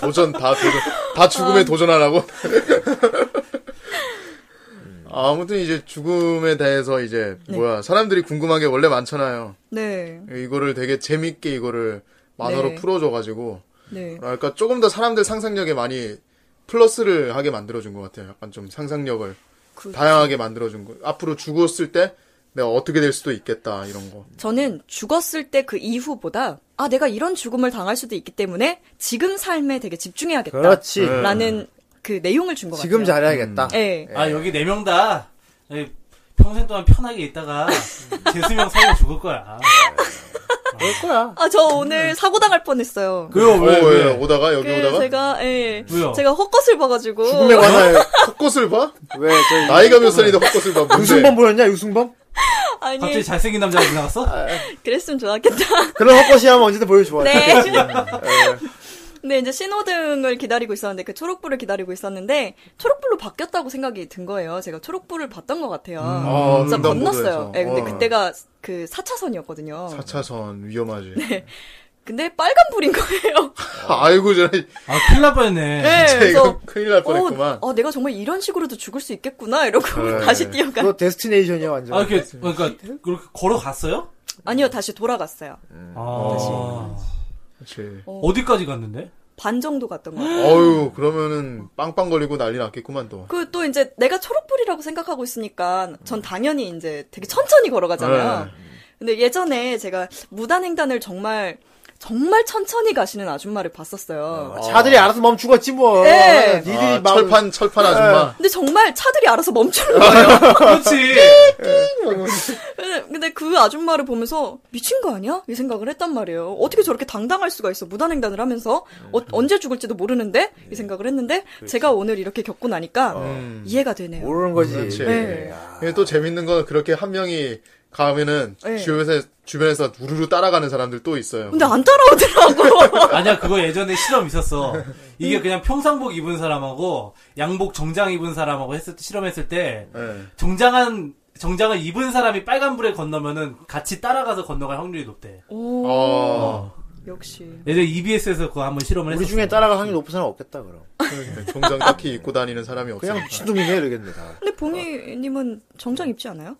도전, 다 도전, 다 죽음에
아.
도전하라고? [LAUGHS] 아무튼 이제 죽음에 대해서 이제, 뭐야, 사람들이 궁금한 게 원래 많잖아요.
네.
이거를 되게 재밌게 이거를 만화로
네.
풀어줘가지고,
네.
그러니까 조금 더 사람들 상상력에 많이 플러스를 하게 만들어준 것 같아요. 약간 좀 상상력을
그-
다양하게 만들어준 거. 앞으로 죽었을 때 내가 어떻게 될 수도 있겠다, 이런 거.
저는 죽었을 때 그 이후보다 아 내가 이런 죽음을 당할 수도 있기 때문에 지금 삶에 되게 집중해야겠다.
그렇지
라는 그 내용을 준 것 같아요.
지금 잘해야겠다
음.
예.
아 여기 네 명 다. 여기 평생 동안 편하게 있다가 재수명 사고 죽을 거야.
그럴 거야
아 저 오늘 사고 당할 뻔했어요.
그래요
어,
왜
예,
왜?
오다가, 여기
그
오다가.
제가 예.
왜요?
제가 헛것을 봐가지고
죽음에 관하여
헛것을 봐?
왜 저희
나이가 몇 살인데 헛것을 봐? 뭔데?
유승범 보였냐 유승범?
아니
갑자기 잘생긴 남자가 지나갔어? 아,
그랬으면 좋았겠다.
[LAUGHS] 그런 헛것이 하면 언제든 보여줘
네. 근데 이제 신호등을 기다리고 있었는데 그 초록불을 기다리고 있었는데 초록불로 바뀌었다고 생각이 든 거예요. 제가 초록불을 봤던 것 같아요.
아,
그래서
횡단보도에서.
건넜어요. 예, 근데
어.
그때가 그 4차선이었거든요.
4차선 위험하지.
네. 근데 빨간불인 거예요.
아이고 저
아 큰일 날 뻔했네.
네,
진짜
그래서
이거 큰일 날 뻔했구만.
어, 아, 내가 정말 이런 식으로도 죽을 수 있겠구나 이러고
네.
다시 뛰어가.
그거 데스티네이션이야 완전
아 이렇게 그러니까 그렇게 걸어갔어요?
아니요, 다시 돌아갔어요.
아
그렇지.
어디까지 갔는데?
반 정도 갔던 것 같아요.
어유 그러면은 빵빵 걸리고 난리 났겠구만 또.
그 또 이제 내가 초록불이라고 생각하고 있으니까 전 당연히
네.
이제 되게 천천히 걸어가잖아요. 근데 예전에 제가 무단횡단을 정말 정말 천천히 가시는 아줌마를
네,
봤었어요.
차들이 알아서 멈추겠지 뭐.
네.
니들이
아,
막-
철판 철판 아줌마.
근데 정말 차들이 알아서 멈추는 거예요.
그렇지.
근데- 근데 그 아줌마를 보면서 미친 거 아니야? 이 생각을 했단 말이에요. 어떻게 저렇게 당당할 수가 있어? 무단횡단을 하면서 어- 언제 죽을지도 모르는데 이 생각을 했는데 제가 오늘 이렇게 겪고 나니까 이해가 되네요.
모르는 거지.
그렇지.
네.
이게 또 재밌는 건 그렇게 한 명이 가면은
네.
주변에서 주변에서 우르르 따라가는 사람들 또 있어요.
근데 안 따라오더라고.
아니야 그거 예전에 실험 있었어. 이게 그냥 평상복 입은 사람하고 양복 정장 입은 사람하고 했을 때 실험했을 때
네.
정장한 정장을 입은 사람이 빨간불에 건너면은 같이 따라가서 건너갈 확률이 높대.
오,
어,
역시.
예전에 EBS에서 그거 한번 실험을
우리
했었어.
중에 따라갈 확률 높은 사람 없겠다 그럼.
종장 네, 딱히 입고 다니는 사람이 없어요.
그냥 미친놈이네 이러겠네. 다.
근데 봉이님은 정장 입지 않아요?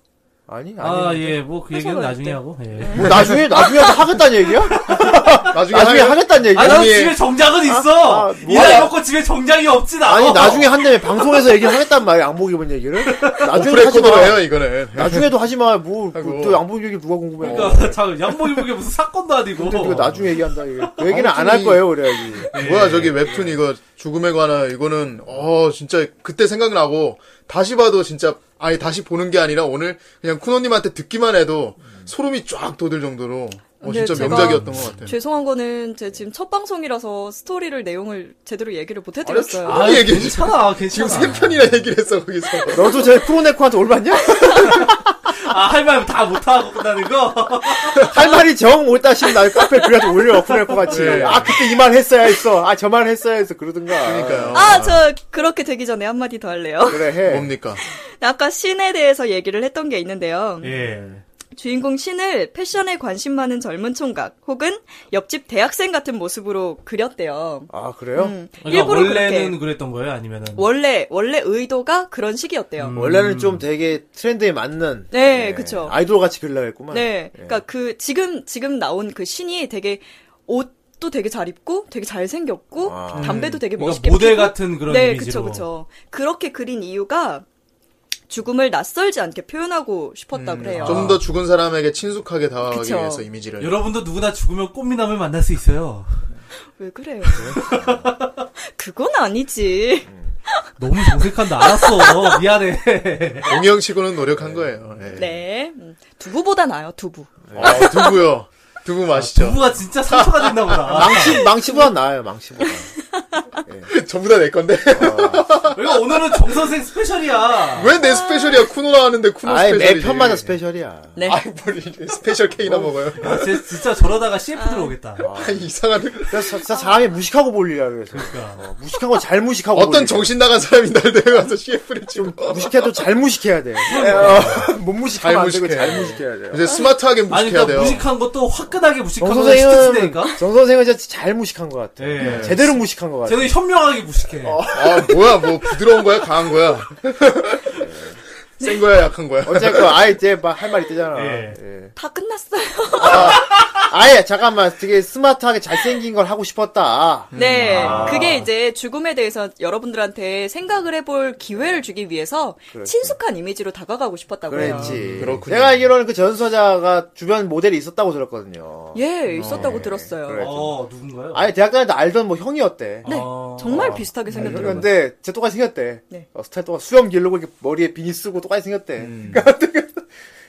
아니 아니.
아, 예, 뭐, 그 얘기는
회사가
나중에
있대.
하고, 예.
뭐 나중에 나중에 하겠다는 얘기야?
나중에
나중에
하면-
하겠다는 얘기야?
아, 나도
아니,
집에 정장은 있어!
아, 아,
이 나이
뭐야.
먹고 집에 정장이 없지, 나
어.
아니 나중에 한다며 방송에서 얘기를 하겠단 말이야 양복 입은 얘기를 나중에 하지
오프레코드로 해요
마
이거는.
나중에도 하지
아이고.
마뭐또 양복 얘기 누가 궁금해
[LAUGHS] 그러니까, 참, 양복 입은 게 무슨 사건도 아니고.
어. 근데 이거 나중에 얘기한다 이게 그 얘기는 안
아무튼
할
이-
거예요 우리 여기
뭐야 저기 웹툰 이거 죽음에 관한 이거는 어 진짜 그때 생각나고 다시 봐도 진짜 아니 다시 보는 게 아니라 오늘 그냥 쿠노님한테 듣기만 해도 소름이 쫙 돋을 정도로 어,
근데
진짜
제가
명작이었던 것 같아요.
죄송한 거는 제 지금 첫 방송이라서 스토리를 내용을 제대로 얘기를 못 해드렸어요.
아니,
아유,
얘기해.
괜찮아,
지금
괜찮아.
세 편이나 얘기를 했어 거기서.
너도 제 프로네코한테 올봤냐?
아, 할 말 다 못하고 끝나는 거? [LAUGHS]
할 말이 정 못다 싶으면 나 카페 그래도 올려 프로네코 같이
네.
아 그때 이 말 했어야 했어 아 저 말 했어야 했어 그러든가
그러니까요. 네.
아, 저 그렇게 되기 전에 한마디 더 할래요. [LAUGHS]
그래 해
뭡니까?
아까 신에 대해서 얘기를 했던 게 있는데요.
예.
주인공 신을 패션에 관심 많은 젊은 총각 혹은 옆집 대학생 같은 모습으로 그렸대요.
아 그래요?
음,
그러니까
일부러
원래는
그렇게.
그랬던 거예요? 아니면은?
원래 원래 의도가 그런 식이었대요.
음.
원래는 좀 되게 트렌드에 맞는
네,
예.
그쵸.
아이돌 같이 그려야 했구만
네. 그러니까 그 지금 지금 나온 그 신이 되게 옷도 되게 잘 입고 되게 잘 생겼고
아.
담배도 되게
그러니까
멋있게
모델
피고.
같은 그런
네,
이미지로.
그쵸, 그쵸. 그렇게 그린 이유가 죽음을 낯설지 않게 표현하고 싶었다
음.
그래요.
좀 더 죽은 사람에게 친숙하게 다가가기
그쵸.
위해서 이미지를.
여러분도 누구나 죽으면 꽃미남을 만날 수 있어요.
왜 그래요? [LAUGHS] 그건 아니지.
너무 정색한다, 알았어. 미안해.
공영 치고는 노력한 거예요. 예.
네. 음, 두부보다 나아요, 두부.
어, 두부요. 두부 맛있죠.
아,
부부가 진짜 상처가 됐나 보다.
망치 망치보다 나아요 망치보다
[LAUGHS] 전부 다 내 건데.
왜냐 오늘은 정선생 스페셜이야.
왜 내 스페셜이야? 쿠노 나왔는데 쿠노
아예
뭐 스페셜이지.
매 편마다 스페셜이야
네.
아이 뭘 이렇게 스페셜 K나 먹어요.
아, 쟤 진짜 저러다가 CF 들어오겠다.
[LAUGHS] 아, 이상한
그래서 진짜 사람이 무식하고 볼일이야 그래서
그러니까.
어, 무식한 거 잘 무식하고
어떤
볼일.
정신 나간 사람이 날 데려가서 CF를 찍어.
무식해도 잘 무식해야 돼 어, [LAUGHS] 못 무식하면
잘
안 되고
무식해.
잘 무식해야 돼요
이제 스마트하게
아니,
무식해야
그러니까
돼요.
무식한 것도 화끈하게 무식한
정
것도
선생은 네.
시트치니까
정 선생은 진짜 잘 무식한 것 같아
예.
네.
제대로 무식한 것 같아
쟤는 현명하게 무식해.
아 뭐야 뭐 부드러운 거야 강한 거야. 센 거야 약한 거야.
어쨌건 아예 이제 막 할 말이 뜨잖아
네.
예.
예.
다 끝났어요.
아예 잠깐만 되게 스마트하게 잘생긴 걸 하고 싶었다
네.
아.
그게 이제 죽음에 대해서 여러분들한테 생각을 해볼 기회를 주기 위해서 친숙한 이미지로 다가가고 싶었다고 해요.
그랬지
그렇군요.
내가 알기로는 그 전서자가 주변 모델이 있었다고 들었거든요
예, 있었다고 들었어요.
어. 네. 그래.
어, 누군가요?
아예 대학 다닐 때 알던 뭐 형이었대
네.
어.
정말 비슷하게
네.
생겼더라고요.
근데 쟤 똑같이 생겼대.
네.
어, 스타일 똑같 수염 길르고 이렇게 머리에 비니 쓰고 똑같이 생겼대.
음.
[LAUGHS]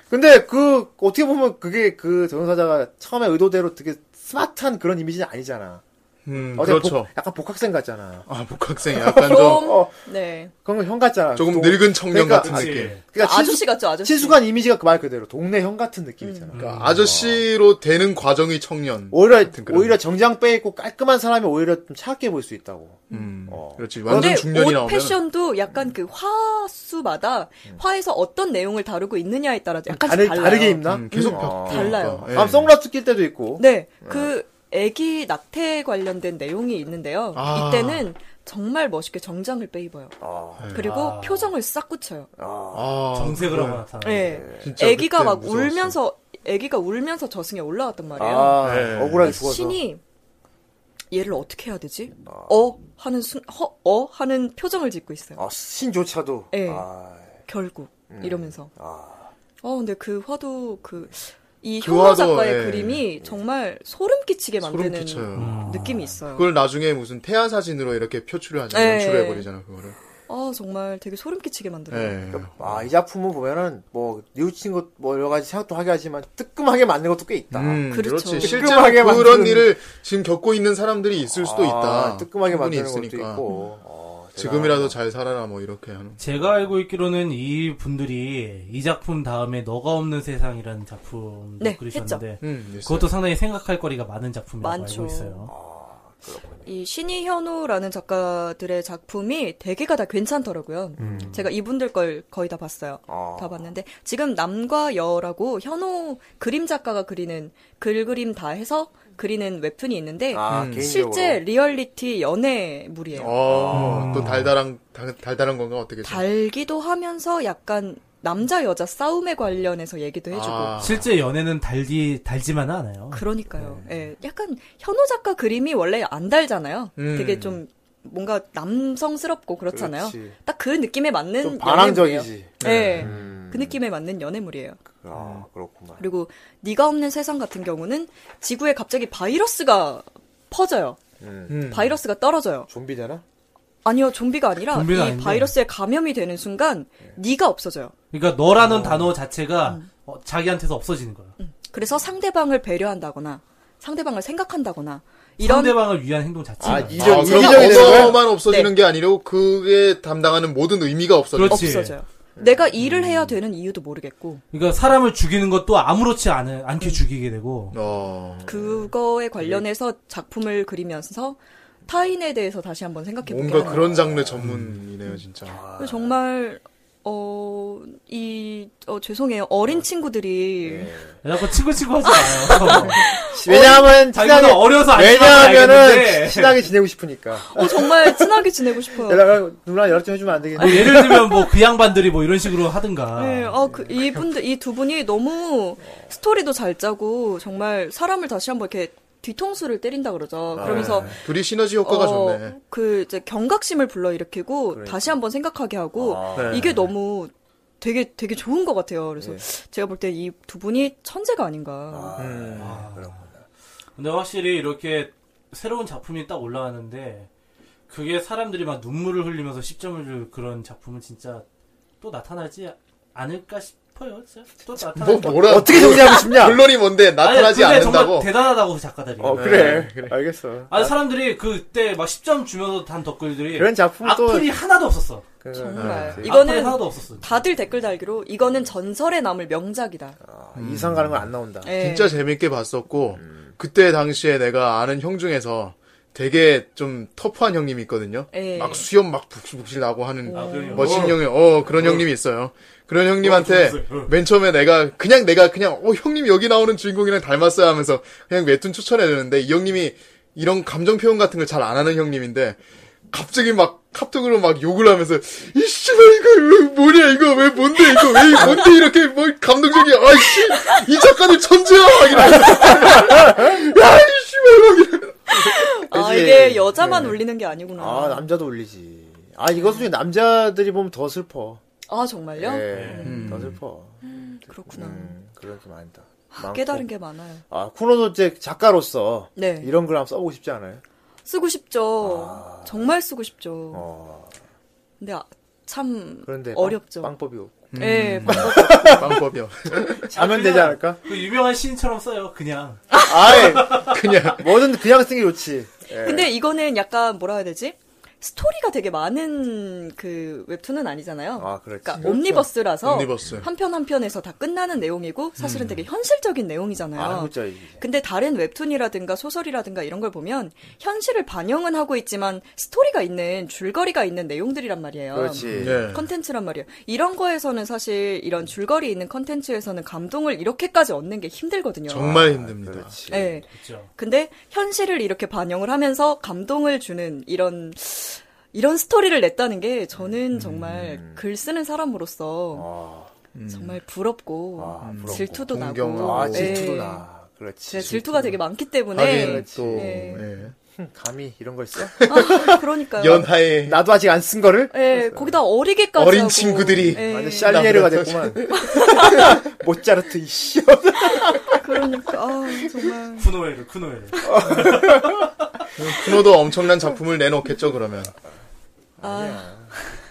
근데 그 어떻게 보면 그게 그 전사자가 처음에 의도대로 되게 스마트한 그런 이미지는 아니잖아.
음
어제
그렇죠.
복- 약간 복학생 같잖아.
아 복학생 약간 좀
좀,
어,
네.
그런 형 같잖아.
조금
동-
늙은 청년
그러니까
같은
그치.
느낌.
그러니까 친숙-
아저씨 같죠, 아저씨.
친숙한 이미지가 그 말 그대로 동네 형 같은 느낌이잖아.
그러니까 아저씨로 되는 과정이 청년.
오히려
그런-
오히려 정장 빼 입고 깔끔한 사람이 오히려 좀 차갑게 보일 수 있다고.
음,
어.
그렇지
근데
완전 중년이
옷
나오면.
패션도 약간 그 화수마다 화에서 어떤 내용을 다루고 있느냐에 따라 약간
음. 다르,
씩 달라요.
다르게 입나?
음, 계속
음.
바뀌니까.
달라요.
예.
아,
다음 선글라스 낄 때도 있고.
네, 그 아기 낙태 관련된 내용이 있는데요.
아.
이때는 정말 멋있게 정장을 빼입어요.
아,
그리고
아.
표정을 싹 굳혀요.
예. 네. 아,
정색을
그래.
하고 나타나.
네,
진짜
아기가
그때
막
무서웠어.
울면서 아기가 울면서 저승에 올라왔단 말이에요.
아,
네.
억울하게
그래서
죽어서.
신이 얘를 어떻게 해야 되지?
아.
어 하는 순, 허, 어 하는 표정을 짓고 있어요.
아, 신조차도.
예.
아,
음.
결국 이러면서.
아.
어 근데 그 화도 그 이
교화도,
효화 작가의
예.
그림이 정말 소름 끼치게
소름
만드는
끼쳐요.
느낌이 있어요.
그걸 나중에 무슨 태아 사진으로 이렇게 표출을 하냐,
네.
연출해 버리잖아 그거를.
아 정말 되게 소름 끼치게 만들어요.
예.
아, 이 작품을 보면은, 뭐, 뉘우친 것, 뭐, 여러 가지 생각도 하게 하지만, 뜨끔하게 만든 것도 꽤 있다.
음,
그렇죠.
그렇지. 실제로
뜨끔하게
그런
만드는-
일을 지금 겪고 있는 사람들이 있을 수도
아,
있다.
뜨끔하게
충분히
만드는 것도
음.
있고. 어, 대단하다.
지금이라도 잘 살아라 뭐 이렇게 하는.
제가 알고 있기로는 이 분들이 이 작품 다음에 너가 없는 세상이라는 작품도
네,
그리셨는데
음, 있어요.
그것도 상당히 생각할 거리가 많은 작품이라고
많죠.
알고 있어요.
이 신이현우라는 작가들의 작품이 대개가 다 괜찮더라고요. 제가 이분들 걸 거의 다 봤어요.
아.
다 봤는데 지금 남과 여라고 현우 그림 작가가 그리는 글 그림 다 해서 그리는 웹툰이 있는데
아,
음.
개인적으로.
실제 리얼리티 연애물이에요.
어,
아.
또 달달한 달, 달달한 건가 어떻게?
그렇죠.
좀-
달기도 하면서 약간 남자 여자 싸움에 관련해서 얘기도 해주고
아,
실제 연애는 달지 달지만은 않아요.
그러니까요. 예, 약간 현호 작가 그림이 원래 안 달잖아요.
음.
되게 좀 뭔가 남성스럽고 그렇잖아요.
그렇지.
딱 그 느낌에 맞는
좀 반항적이지.
연애물이에요. 예.
음.
그 느낌에 맞는 연애물이에요.
아, 그렇구만.
그리고 네가 없는 세상 같은 경우는 지구에 갑자기 바이러스가 퍼져요.
음.
음.
바이러스가 떨어져요.
좀비 되나?
아니요, 좀비가 아니라
좀비는
이
아닌데.
바이러스에 감염이 되는 순간 네가 없어져요.
그러니까 너라는 단어 자체가
음.
어, 자기한테서 없어지는 거예요.
그래서 상대방을 배려한다거나 상대방을 생각한다거나 이런
상대방을 위한 행동 자체가
아,
아,
이전,
그럼
이전이 되는 거야?
언어만 없어지는
네.
게 아니고 그게 담당하는 모든 의미가 없어져.
그렇지.
없어져요. 내가 일을 해야 되는 이유도 모르겠고
그러니까 사람을 죽이는 것도 아무렇지 않은,
음.
않게 죽이게 되고
어.
그거에 관련해서 작품을 그리면서 타인에 대해서 다시 한번 생각해 보게
뭔가
하는
그런 장르 전문이네요, 진짜.
아.
거예요. 정말 어, 어이 죄송해요
아.
어린 친구들이
네.
자꾸 친구 친구 하지
[LAUGHS]
않아요.
왜냐하면, 친하게,
자기가 어려서 안
왜냐하면은, 친하게 지내고 싶으니까.
어, 정말 친하게 지내고
[LAUGHS] 네.
싶어요.
연락, 누나 연락 좀 해주면 안 되겠니?
예를 들면 뭐 그 양반들이 뭐 이런 식으로 하든가.
네, 아, 그, 이분들, 이 두 분이 너무 스토리도 잘 짜고, 정말 사람을 다시 한번 이렇게 뒤통수를 때린다 그러죠. 그러면서
네. 둘이 시너지 아, 효과가
어,
좋네. 그러니까.
그 이제 경각심을 불러일으키고 다시 한번 생각하게 하고
아,
네.
이게 너무 되게 되게 좋은 것 같아요. 그래서
네.
제가 볼 때 이 두 분이 천재가 아닌가.
음.
근데 확실히 이렇게 새로운 작품이 딱 올라왔는데 그게 사람들이 막 눈물을 흘리면서 10점을 줄 그런 작품은 진짜 또 나타나지 않을까 싶어요. 진짜 또
뭐
나타나지
뭐라
어떻게 정리하고 싶냐?
결론이 뭔데
아니,
나타나지
근데
않는다고.
정말 대단하다고 그 작가들이.
어,
네,
그래.
그래.
알겠어.
아니 사람들이 그때 막 10점 주면서 단 댓글들이
그런 작품 또.
악플이 하나도 없었어.
그-
정말
그렇지.
악플이
이거는
하나도 없었어.
다들 댓글 달기로 이거는 전설에 남을 명작이다.
아, 이상 가는 건 안 나온다.
예.
진짜 재밌게 봤었고 그때 당시에 내가 아는 형 중에서 되게 좀 터프한 형님이 있거든요.
예.
막 수염 막 북실북실 나고 하는
아, 그래요?
멋진
어.
형이 어 그런 형님이 있어요. 그런 형님한테
좋았어요. 어.
맨 처음에 내가 그냥 내가 그냥 어 형님 여기 나오는 주인공이랑 닮았어요 하면서 그냥 웹툰 추천해 드는데 이 형님이 이런 감정 표현 같은 걸 잘 안 하는 형님인데 갑자기 막 카톡으로 막 욕을 하면서 이씨 이거 왜 뭐냐 이거 왜 뭔데 이거 왜 이- 뭔데 이렇게 뭐 감동적이야 아이씨 이 작가들 천재야 막 이러면서 야이씨 막 이러면서
아
그지?
이게 여자만
네.
울리는 게 아니구나.
아,
아,
남자도 울리지. 아, 이거 솔직히 남자들이 보면 더 슬퍼.
아, 정말요?
예.
음.
더 슬퍼.
그렇구나.
음, 그런 게 많다.
아, 깨달은 게 많아요.
아, 쿠노도 이제 작가로서
네.
이런 글 한번 써보고 싶지 않아요?
쓰고 싶죠. 정말 쓰고 싶죠.
어.
근데 아, 참
그런데 빵- 음.
어렵죠.
빵법이 없고.
예, 방법-
방법이요
자면
그냥-
되지 않을까?
그 유명한 시인처럼 써요. 그냥
아이,
그냥
뭐든 [LAUGHS] 그냥 쓰는 게 좋지. 예.
근데 이거는 약간 뭐라 해야 되지? 스토리가 되게 많은 그 웹툰은 아니잖아요.
아, 그렇지.
그러니까 옴니버스라서
옴니버스.
한 편 한 편에서 다 끝나는 내용이고 사실은 되게 현실적인 내용이잖아요.
음. 아, 그죠, 이게.
근데 다른 웹툰이라든가 소설이라든가 이런 걸 보면 현실을 반영은 하고 있지만 스토리가 있는 줄거리가 있는 내용들이란 말이에요.
그렇지.
예.
컨텐츠란 말이에요. 이런 거에서는 사실 이런 줄거리 있는 컨텐츠에서는 감동을 이렇게까지 얻는 게 힘들거든요.
정말 힘듭니다
아, 그렇지.
예.
그렇죠.
근데 현실을 이렇게 반영을 하면서 감동을 주는 이런 이런 스토리를 냈다는 게 저는 정말 글 쓰는 사람으로서 음.
아,
정말 부럽고,
아, 부럽고,
질투도 나고
동경하고.
아, 질투도
예.
나. 그렇지.
제가 질투가 되게 많기 때문에
하긴 또
예.
예.
감히 이런 걸 써?
아, 그러니까요. 네.
연하의
나도 아직 안 쓴 거를?
예, 거기다 어리게까지
어린
하고.
친구들이.
예,
완전 샬리에르가 됐구만. [LAUGHS] 모짜르트 이씨.
[LAUGHS] 그러니까 아, 정말
쿠노에르, 쿠노에르.
쿠노도 엄청난 작품을 내놓겠죠 그러면
아,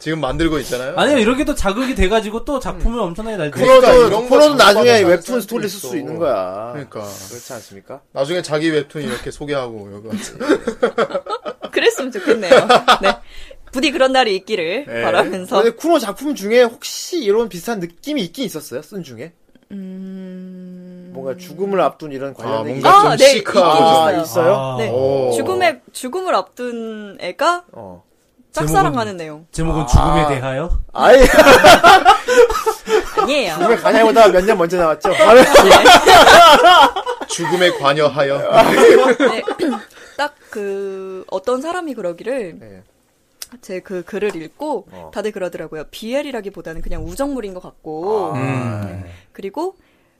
지금 만들고 있잖아요.
아니요, 이렇게 또 자극이 돼가지고 또 작품을 엄청나게 날리고.
그러니까 이런
코로도
거
코로도 나중에
장바구니
웹툰
사는
스토리
사람도
쓸수
있어.
있는 거야.
그러니까
그렇지 않습니까?
나중에 자기 웹툰 이렇게 소개하고 이거
그랬으면 좋겠네요. 네. 부디 그런 날이 있기를
예.
바라면서.
근데 쿠노 작품 중에 혹시 이런 비슷한 느낌이 있긴 있었어요? 쓴 중에?
음.
뭔가 죽음을 앞둔 이런 관련
아,
얘기.
뭔가
아,
좀
네,
시크하고
아,
있긴 있어요.
있어요?
네.
오.
죽음의 죽음을 앞둔 애가
어.
짝사랑하는 내용.
제목은 죽음에 대하여.
아예
아니에요.
죽음에 가냐보다 몇 년 먼저 나왔죠?
아,
[LAUGHS]
죽음에
아,
관여하여
네. [LAUGHS] 딱 그 어떤 사람이 그러기를
네.
제 그 글을 읽고
어.
다들 그러더라고요. 비엘이라기보다는 그냥 우정물인 것
아.
음.
같고 그리고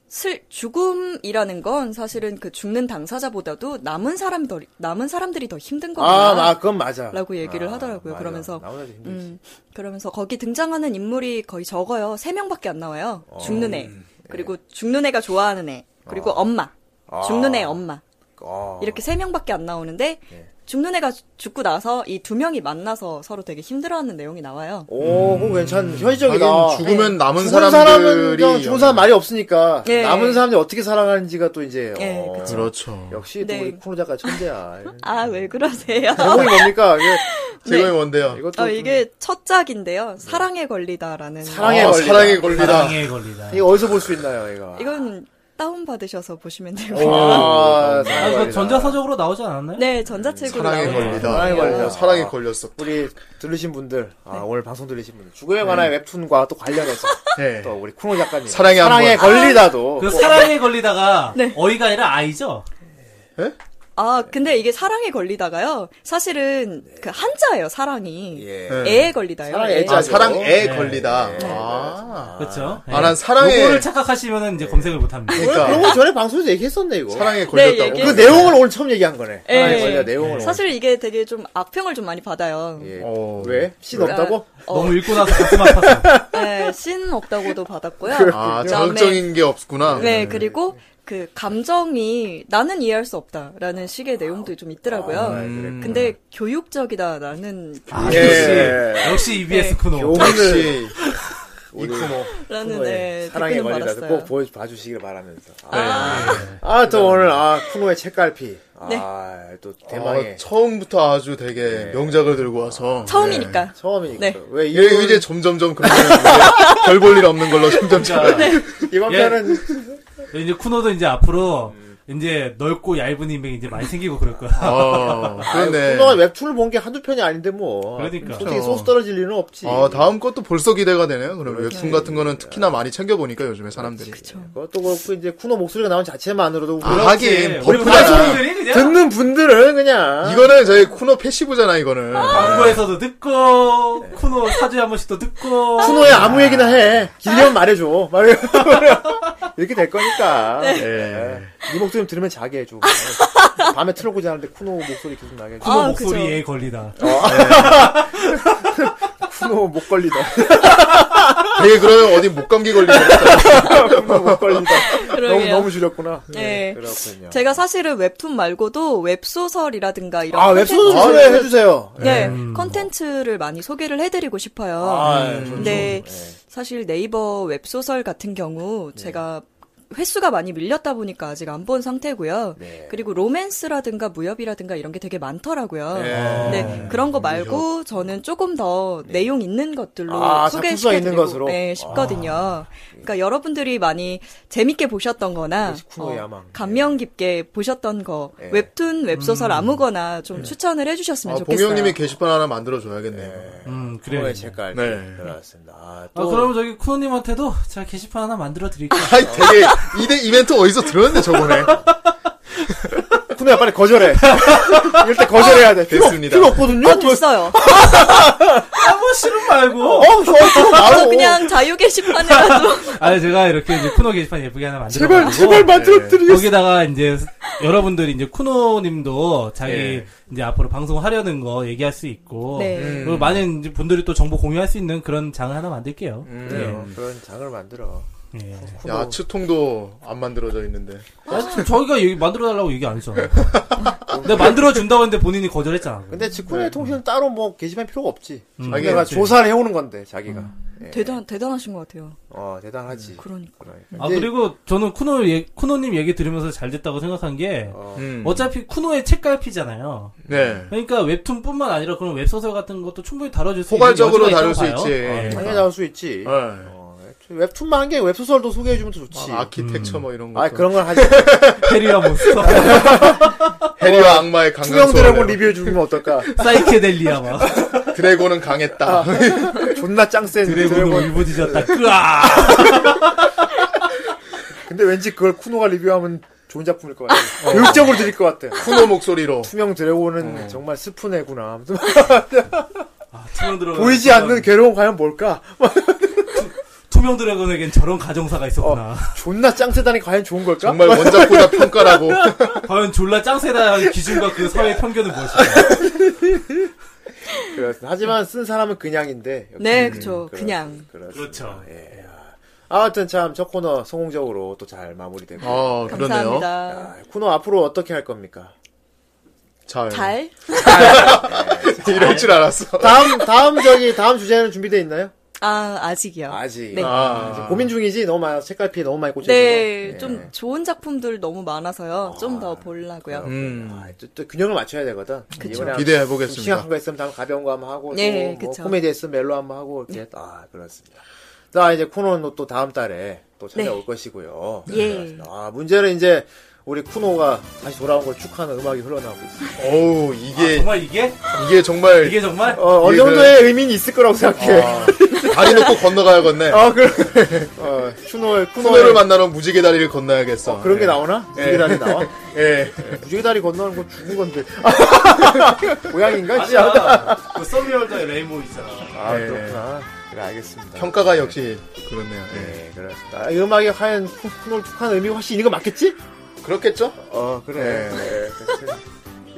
슬 죽음이라는 건 사실은 그 죽는 당사자보다도 남은 사람이 더 남은 사람들이 더 힘든 거구나.
아, 나 그건 맞아.
라고 얘기를 하더라고요.
맞아.
그러면서
나보다도 힘들지.
음, 그러면서 거기 등장하는 인물이 거의 적어요. 세 명밖에 안 나와요.
어.
죽는 애.
음.
그리고 죽는 애가 좋아하는 애. 그리고 엄마.
아.
죽는 애 엄마.
어.
이렇게 세 명밖에 안 나오는데
예.
죽는 애가 죽고 나서 이 두 명이 만나서 서로 되게 힘들어하는 내용이 나와요.
오, 그거 괜찮.
하긴
현실적이다.
아, 죽으면 남은
죽은 사람은
사람들이
그냥 죽은 사람 말이 없으니까
예.
남은 사람들이 어떻게 살아가는지가 또 이제 어,
예, 그치.
그렇죠.
역시
네.
또 우리 코노 작가
[LAUGHS]
천재야.
아, 왜 그러세요?
[LAUGHS] 제목이 뭡니까? 이게
제목이 뭔데요?
네. 이것도
어, 이게 첫 작인데요. 사랑에 걸리다라는.
음. 사랑에
아,
걸리다.
사랑에 걸리다.
사랑에 걸리다.
좀- 이거 어디서 볼 수 있나요, 이거?
이건 뭐, 다운받으셔서 보시면
아,
되고요.
사랑에
아,
뭐,
그거
걸리다.
전자서적으로 나오지 않았나요?
네, 전자책으로
사랑에
나온
걸리다.
음, 사랑에 걸리다.
어, 사랑에 걸렸어.
우리 들으신 분들,
네.
아, 오늘 방송 들으신 분들, 죽음에 관한 웹툰과 또 관련해서
네.
또 우리 쿠노 작가님
사랑에 한
사랑에
번.
걸리다도 어,
그 사랑에 걸리다가
네.
어이가 아니라 아이죠.
아, 근데 이게 사랑에 걸리다가요. 사실은 그 한자예요, 사랑이.
네. 예.
애에 걸리다요. 예.
사랑의
애.
애자.
아, 사랑에
네.
걸리다.
네.
아.
그렇죠.
아, 난 사랑에-
요거를 착각하시면은 이제 검색을 못 합니다.
그런
그러니까
거 전에 방송에서 네, 얘기했었네 이거.
사랑에 예. 걸렸다고.
얘기해.
그 내용을 오늘 처음 얘기한 거네.
예.
사랑에 걸려 내용을.
사실 이게 되게 좀 악평을 좀 많이 받아요.
오늘. 예.
어.
왜? 씬 없다고?
어,
너무 읽고 나서 가슴 아팠어.
네, 씬 없다고도 받았고요.
아,
그다음에-
자극적인 게 없구나.
네, 그리고 그 감정이 나는 이해할 수 없다라는
아,
식의 내용도 좀 있더라고요.
네.
음.
근데 교육적이다 라는
아,
예.
역시 역시 EBS
네.
쿠노.
역시 [LAUGHS] 이 쿠노.
라는
쿠노의
네,
사랑에
댓글을
걸리다도
받았어요.
꼭 보여 봐주시길 바라면서.
네.
아 또 오늘 아 쿠노의 책갈피.
네.
아또 대망의
아, 처음부터 아주 되게
네.
명작을 들고 와서
처음이니까.
처음이니까.
네.
왜
예,
이거
이제 점점점 그러면 [LAUGHS] 별볼 일 없는 걸로 점점
[LAUGHS]
점
네. 이번
예.
편은
이제 쿠노도 이제 앞으로 이제 넓고 얇은 인맥이 이제 많이 생기고 그럴 거야.
아, 그렇네.
쿠노가 웹툰을 본 게 한두 편이 아닌데 뭐.
그러니까.
솔직히 소스 떨어질 일은 없지.
아, 다음 것도 벌써 기대가 되네요. 그러면 웹툰 같은 거는 특히나 많이 챙겨 보니까 요즘에 사람들이.
그것도 그렇고 이제 쿠노 목소리가 나온 자체만으로도
아,
그렇지.
하긴
네, 우리
버프다.
방송들이 그냥
듣는 분들은 그냥
이거는 저희 쿠노 패시브잖아, 이거는.
광고에서도 듣고 쿠노 사주에 한 번씩 또 듣고
쿠노에 아무 얘기나 해. 길면 말해줘. [LAUGHS] 말해. 이렇게 될 거니까. 네.
예.
목소리 좀 들으면 자게
[LAUGHS]
해줘. 밤에 틀어고 자는데 쿠노 목소리 계속 나게 해줘.
쿠노
아,
목소리에 걸리다.
쿠노 목
[LAUGHS]
걸리다.
되게 그러면 어디 목감기 걸리는 것 같아.
쿠노 목 [LAUGHS] 걸리다. 너무,
그러게요.
너무 줄였구나.
네.
그렇군요.
제가 사실은 웹툰 말고도 웹소설이라든가 이런
아,
컨텐츠-
웹소설 소개해 주세요.
네,
음.
컨텐츠를 많이 소개를 해드리고 싶어요.
아,
음,
그렇죠.
근데 네.
네.
사실 네이버 웹소설 같은 경우 제가 횟수가 많이 밀렸다 보니까 아직 안 본 상태고요.
네.
그리고 로맨스라든가 무협이라든가 이런 게 되게 많더라고요.
네.
근데 그런 거 말고 저는 조금 더 내용 있는 것들로
그렇죠. 아, 작품성
소개시켜
있는 것으로? 아. 네.
드리고 네, 싶거든요. 그러니까 여러분들이 많이 재밌게 보셨던 거나 어,
역시 쿠노의 네, 야망.
감명 깊게 보셨던 거
네.
웹툰 웹소설 아무거나 좀 추천을 해 주셨으면
아,
좋겠어요.
봉영님이 게시판 하나 만들어 줘야겠네요.
음 그래.
쿠노의
요
색깔.
네.
네. 그렇습니다. 아,
아
또.
그럼 저기 쿠노님한테도 제가 게시판 하나 만들어 드릴게요.
아이, 되게 이대 이벤트 어디서 들었는데 저번에.
쿠노야 빨리 [LAUGHS] 거절해. 이럴 때 거절해야 돼. 필요,
됐습니다.
필요 없거든요. [LAUGHS]
아, 됐어요.
뭐
아무 싫은 말고.
어, 저, 저,
저도
나로.
그냥
[LAUGHS]
자유 게시판에라도
[LAUGHS] 아 제가 이렇게 이제 쿠노 게시판 예쁘게 하나 만들어
제발, 제발 만들어 드리겠어.
거기다가 이제 여러분들이 이제 쿠노님도 자기
예.
이제 앞으로 방송하려는 거 얘기할 수 있고
네.
그리고 많은 이제 분들이 또 정보 공유할 수 있는 그런 장을 하나 만들게요.
네. 뭐 그래요. 그런 장을 만들어.
예.
네.
야, 치통도 안 만들어져 있는데.
아, 저- 저희가 얘기 만들어 달라고 얘기 안 했잖아. 근데 만들어 준다고 했는데 본인이 거절했잖아.
근데 직군의 통신은 따로 뭐 게시판 필요가 없지.
음.
자기가
그렇지.
조사를 해오는 건데 자기가. 예.
대단 대단하신 것 같아요.
어 대단하지.
그러니까.
아
이제-
그리고 저는 쿠노 얘- 쿠노님 얘기 들으면서 잘 됐다고 생각한 게
어.
음.
어차피 쿠노의 책갈피잖아요.
네.
그러니까 웹툰뿐만 아니라 그런 웹소설 같은 것도 충분히 다뤄줄 수
포괄적으로
있는
다룰
여지가
수
있다고
있지.
봐요.
예.
예.
당연히 나올 수 있지.
어.
어, 웹툰만 한 게 웹소설도 소개해주면 또 좋지.
아, 아키텍처 뭐 이런 거.
아, [LAUGHS] 그런 걸 하지.
페리와 몬스터, [LAUGHS]
해리와 악마의 강강
어, 투명
소
드래곤 리뷰해주면 어떨까?
사이케델리아 막
드래곤은
아.
강했다.
존나 짱센
드래곤으로
드래곤.
네.
울부짖었다. 끄아.
근데 왠지 그걸 쿠노가 리뷰하면 좋은 작품일 것 같아. 교육적으로 드릴 것 같아.
쿠노 목소리로.
투명 드래곤은 정말 슬픈 애구나. 아무튼
아, 투명 드래곤
[LAUGHS] 보이지 않는 괴로움 과연 뭘까?
투명 드래곤에겐 저런 가정사가
어.
있었구나.
존나 짱세단이 과연 좋은 걸까?
정말 원작보다 평가라고.
[LAUGHS]
[LAUGHS]
아,
과연 졸라 짱세다 기준과 그 사회 의 편견은 무엇인가?
그렇습니다. 음. 하지만 쓴 사람은 그냥인데. 역시.
네, 그쵸.
음, 그렇-
그냥.
그렇습니다.
그렇죠.
예. 아무튼 참 저 코너 성공적으로 또 잘 마무리되고.
어, 그러네요.
감사합니다.
아, 코너 앞으로 어떻게 할 겁니까?
잘.
잘?
[LAUGHS] 이럴 줄 알았어.
다음 다음 저기 다음 주제는 준비돼 있나요?
아, 아직이요.
아직.
네.
아.
지금 고민 중이지 너무 많아 책갈피 너무 많이 예. 꽂혀서.
네, 좀 좋은 작품들 너무 많아서요. 좀 더 보려고요.
음.
아, 또, 또 균형을 맞춰야 되거든. 이번에
기대해
좀
보겠습니다.
심각한 거 있으면 다음 가벼운 거 한번 하고,
네,
또 뭐
그쵸. 네.
코미디 있으면 멜로 한번 하고 이렇게 아 그렇습니다. 자 이제 쿠노는 또 다음 달에 또 찾아올
네.
것이고요.
예.
그렇습니다. 아 문제는 이제 우리 쿠노가 다시 돌아온 걸 축하하는 음악이 흘러나오고 있어요.
어우,
아,
이게,
정말 이게
이게 정말.
이게 정말
어, 어느
이게
정도의 의미는 있을 거라고 생각해.
예, 그 아, 다리 놓고 건너가야겠네.
[LAUGHS] 아, 그래. 어, 쿠노의
쿠노를
쿠노의
만나러 무지개 다리를 건너야겠어.
그런 게
예.
나오나? 무지개 다리 나와?
[LAUGHS] 예.
무지개 다리 건너는 거
[LAUGHS]
죽은 건데. 고양인가? 진짜.
아니야. 그 서미월드의 레이모 있잖아.
아,
예.
그렇구나. 그래, 알겠습니다.
평가가 역시 그렇네요. 예.
네, 그렇습니다. 이 음악에 하얀 쿠노를 축하하는 의미가 훨씬 있는 거 맞겠지?
그렇겠죠?
어, 그래.
네.
네, 그렇지.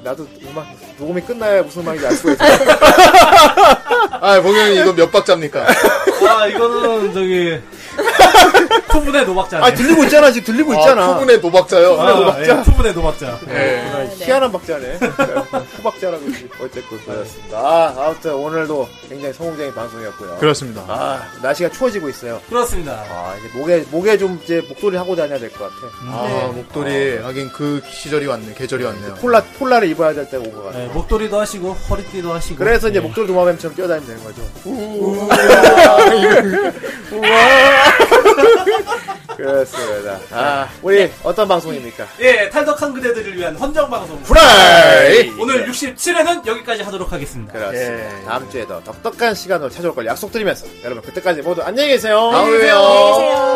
나도 음악, 녹음이 끝나야 무슨 음악인지 알 수가 있어.
아, 봉현이 이거 몇
[LAUGHS]
박자입니까?
아 이거는 저기 [LAUGHS] 투분의 노박자네.
아, 들리고 있잖아, 지금 들리고 있잖아.
아, 분의 노박자요.
아, 예, 투분의 노박자.
예.
아, 희한한 박자네. 후박자라고 그러지. 어쨌건. 그렇습니다. 아, 아무튼 오늘도 굉장히 성공적인 방송이었고요.
그렇습니다.
아, 날씨가 추워지고 있어요.
그렇습니다.
아, 이제 목에, 목에 좀 이제 목도리 하고 다녀야 될 것 같아.
아,
네.
목도리. 하긴 그 시절이 왔네. 계절이 왔네요.
폴라, 폴라를 입어야 될 때가 온 것 같아.
네, 목도리도 하시고 허리띠도 하시고.
그래서 이제
예.
목도리 도마뱀처럼 뛰어다니면 되는 거죠. 우와. [LAUGHS] 그렇습니다. 아, 우리 어떤 방송입니까?
예 탈덕한 그대들을 위한 헌정 방송.
프라이!
오늘 67회는 여기까지 하도록 하겠습니다.
네, 그렇습니다. 다음 주에 더 덕덕한 시간으로 찾아올 걸 약속드리면서 여러분 그때까지 모두 안녕히 계세요.
다음에 봬요.
안녕히 계세요.
그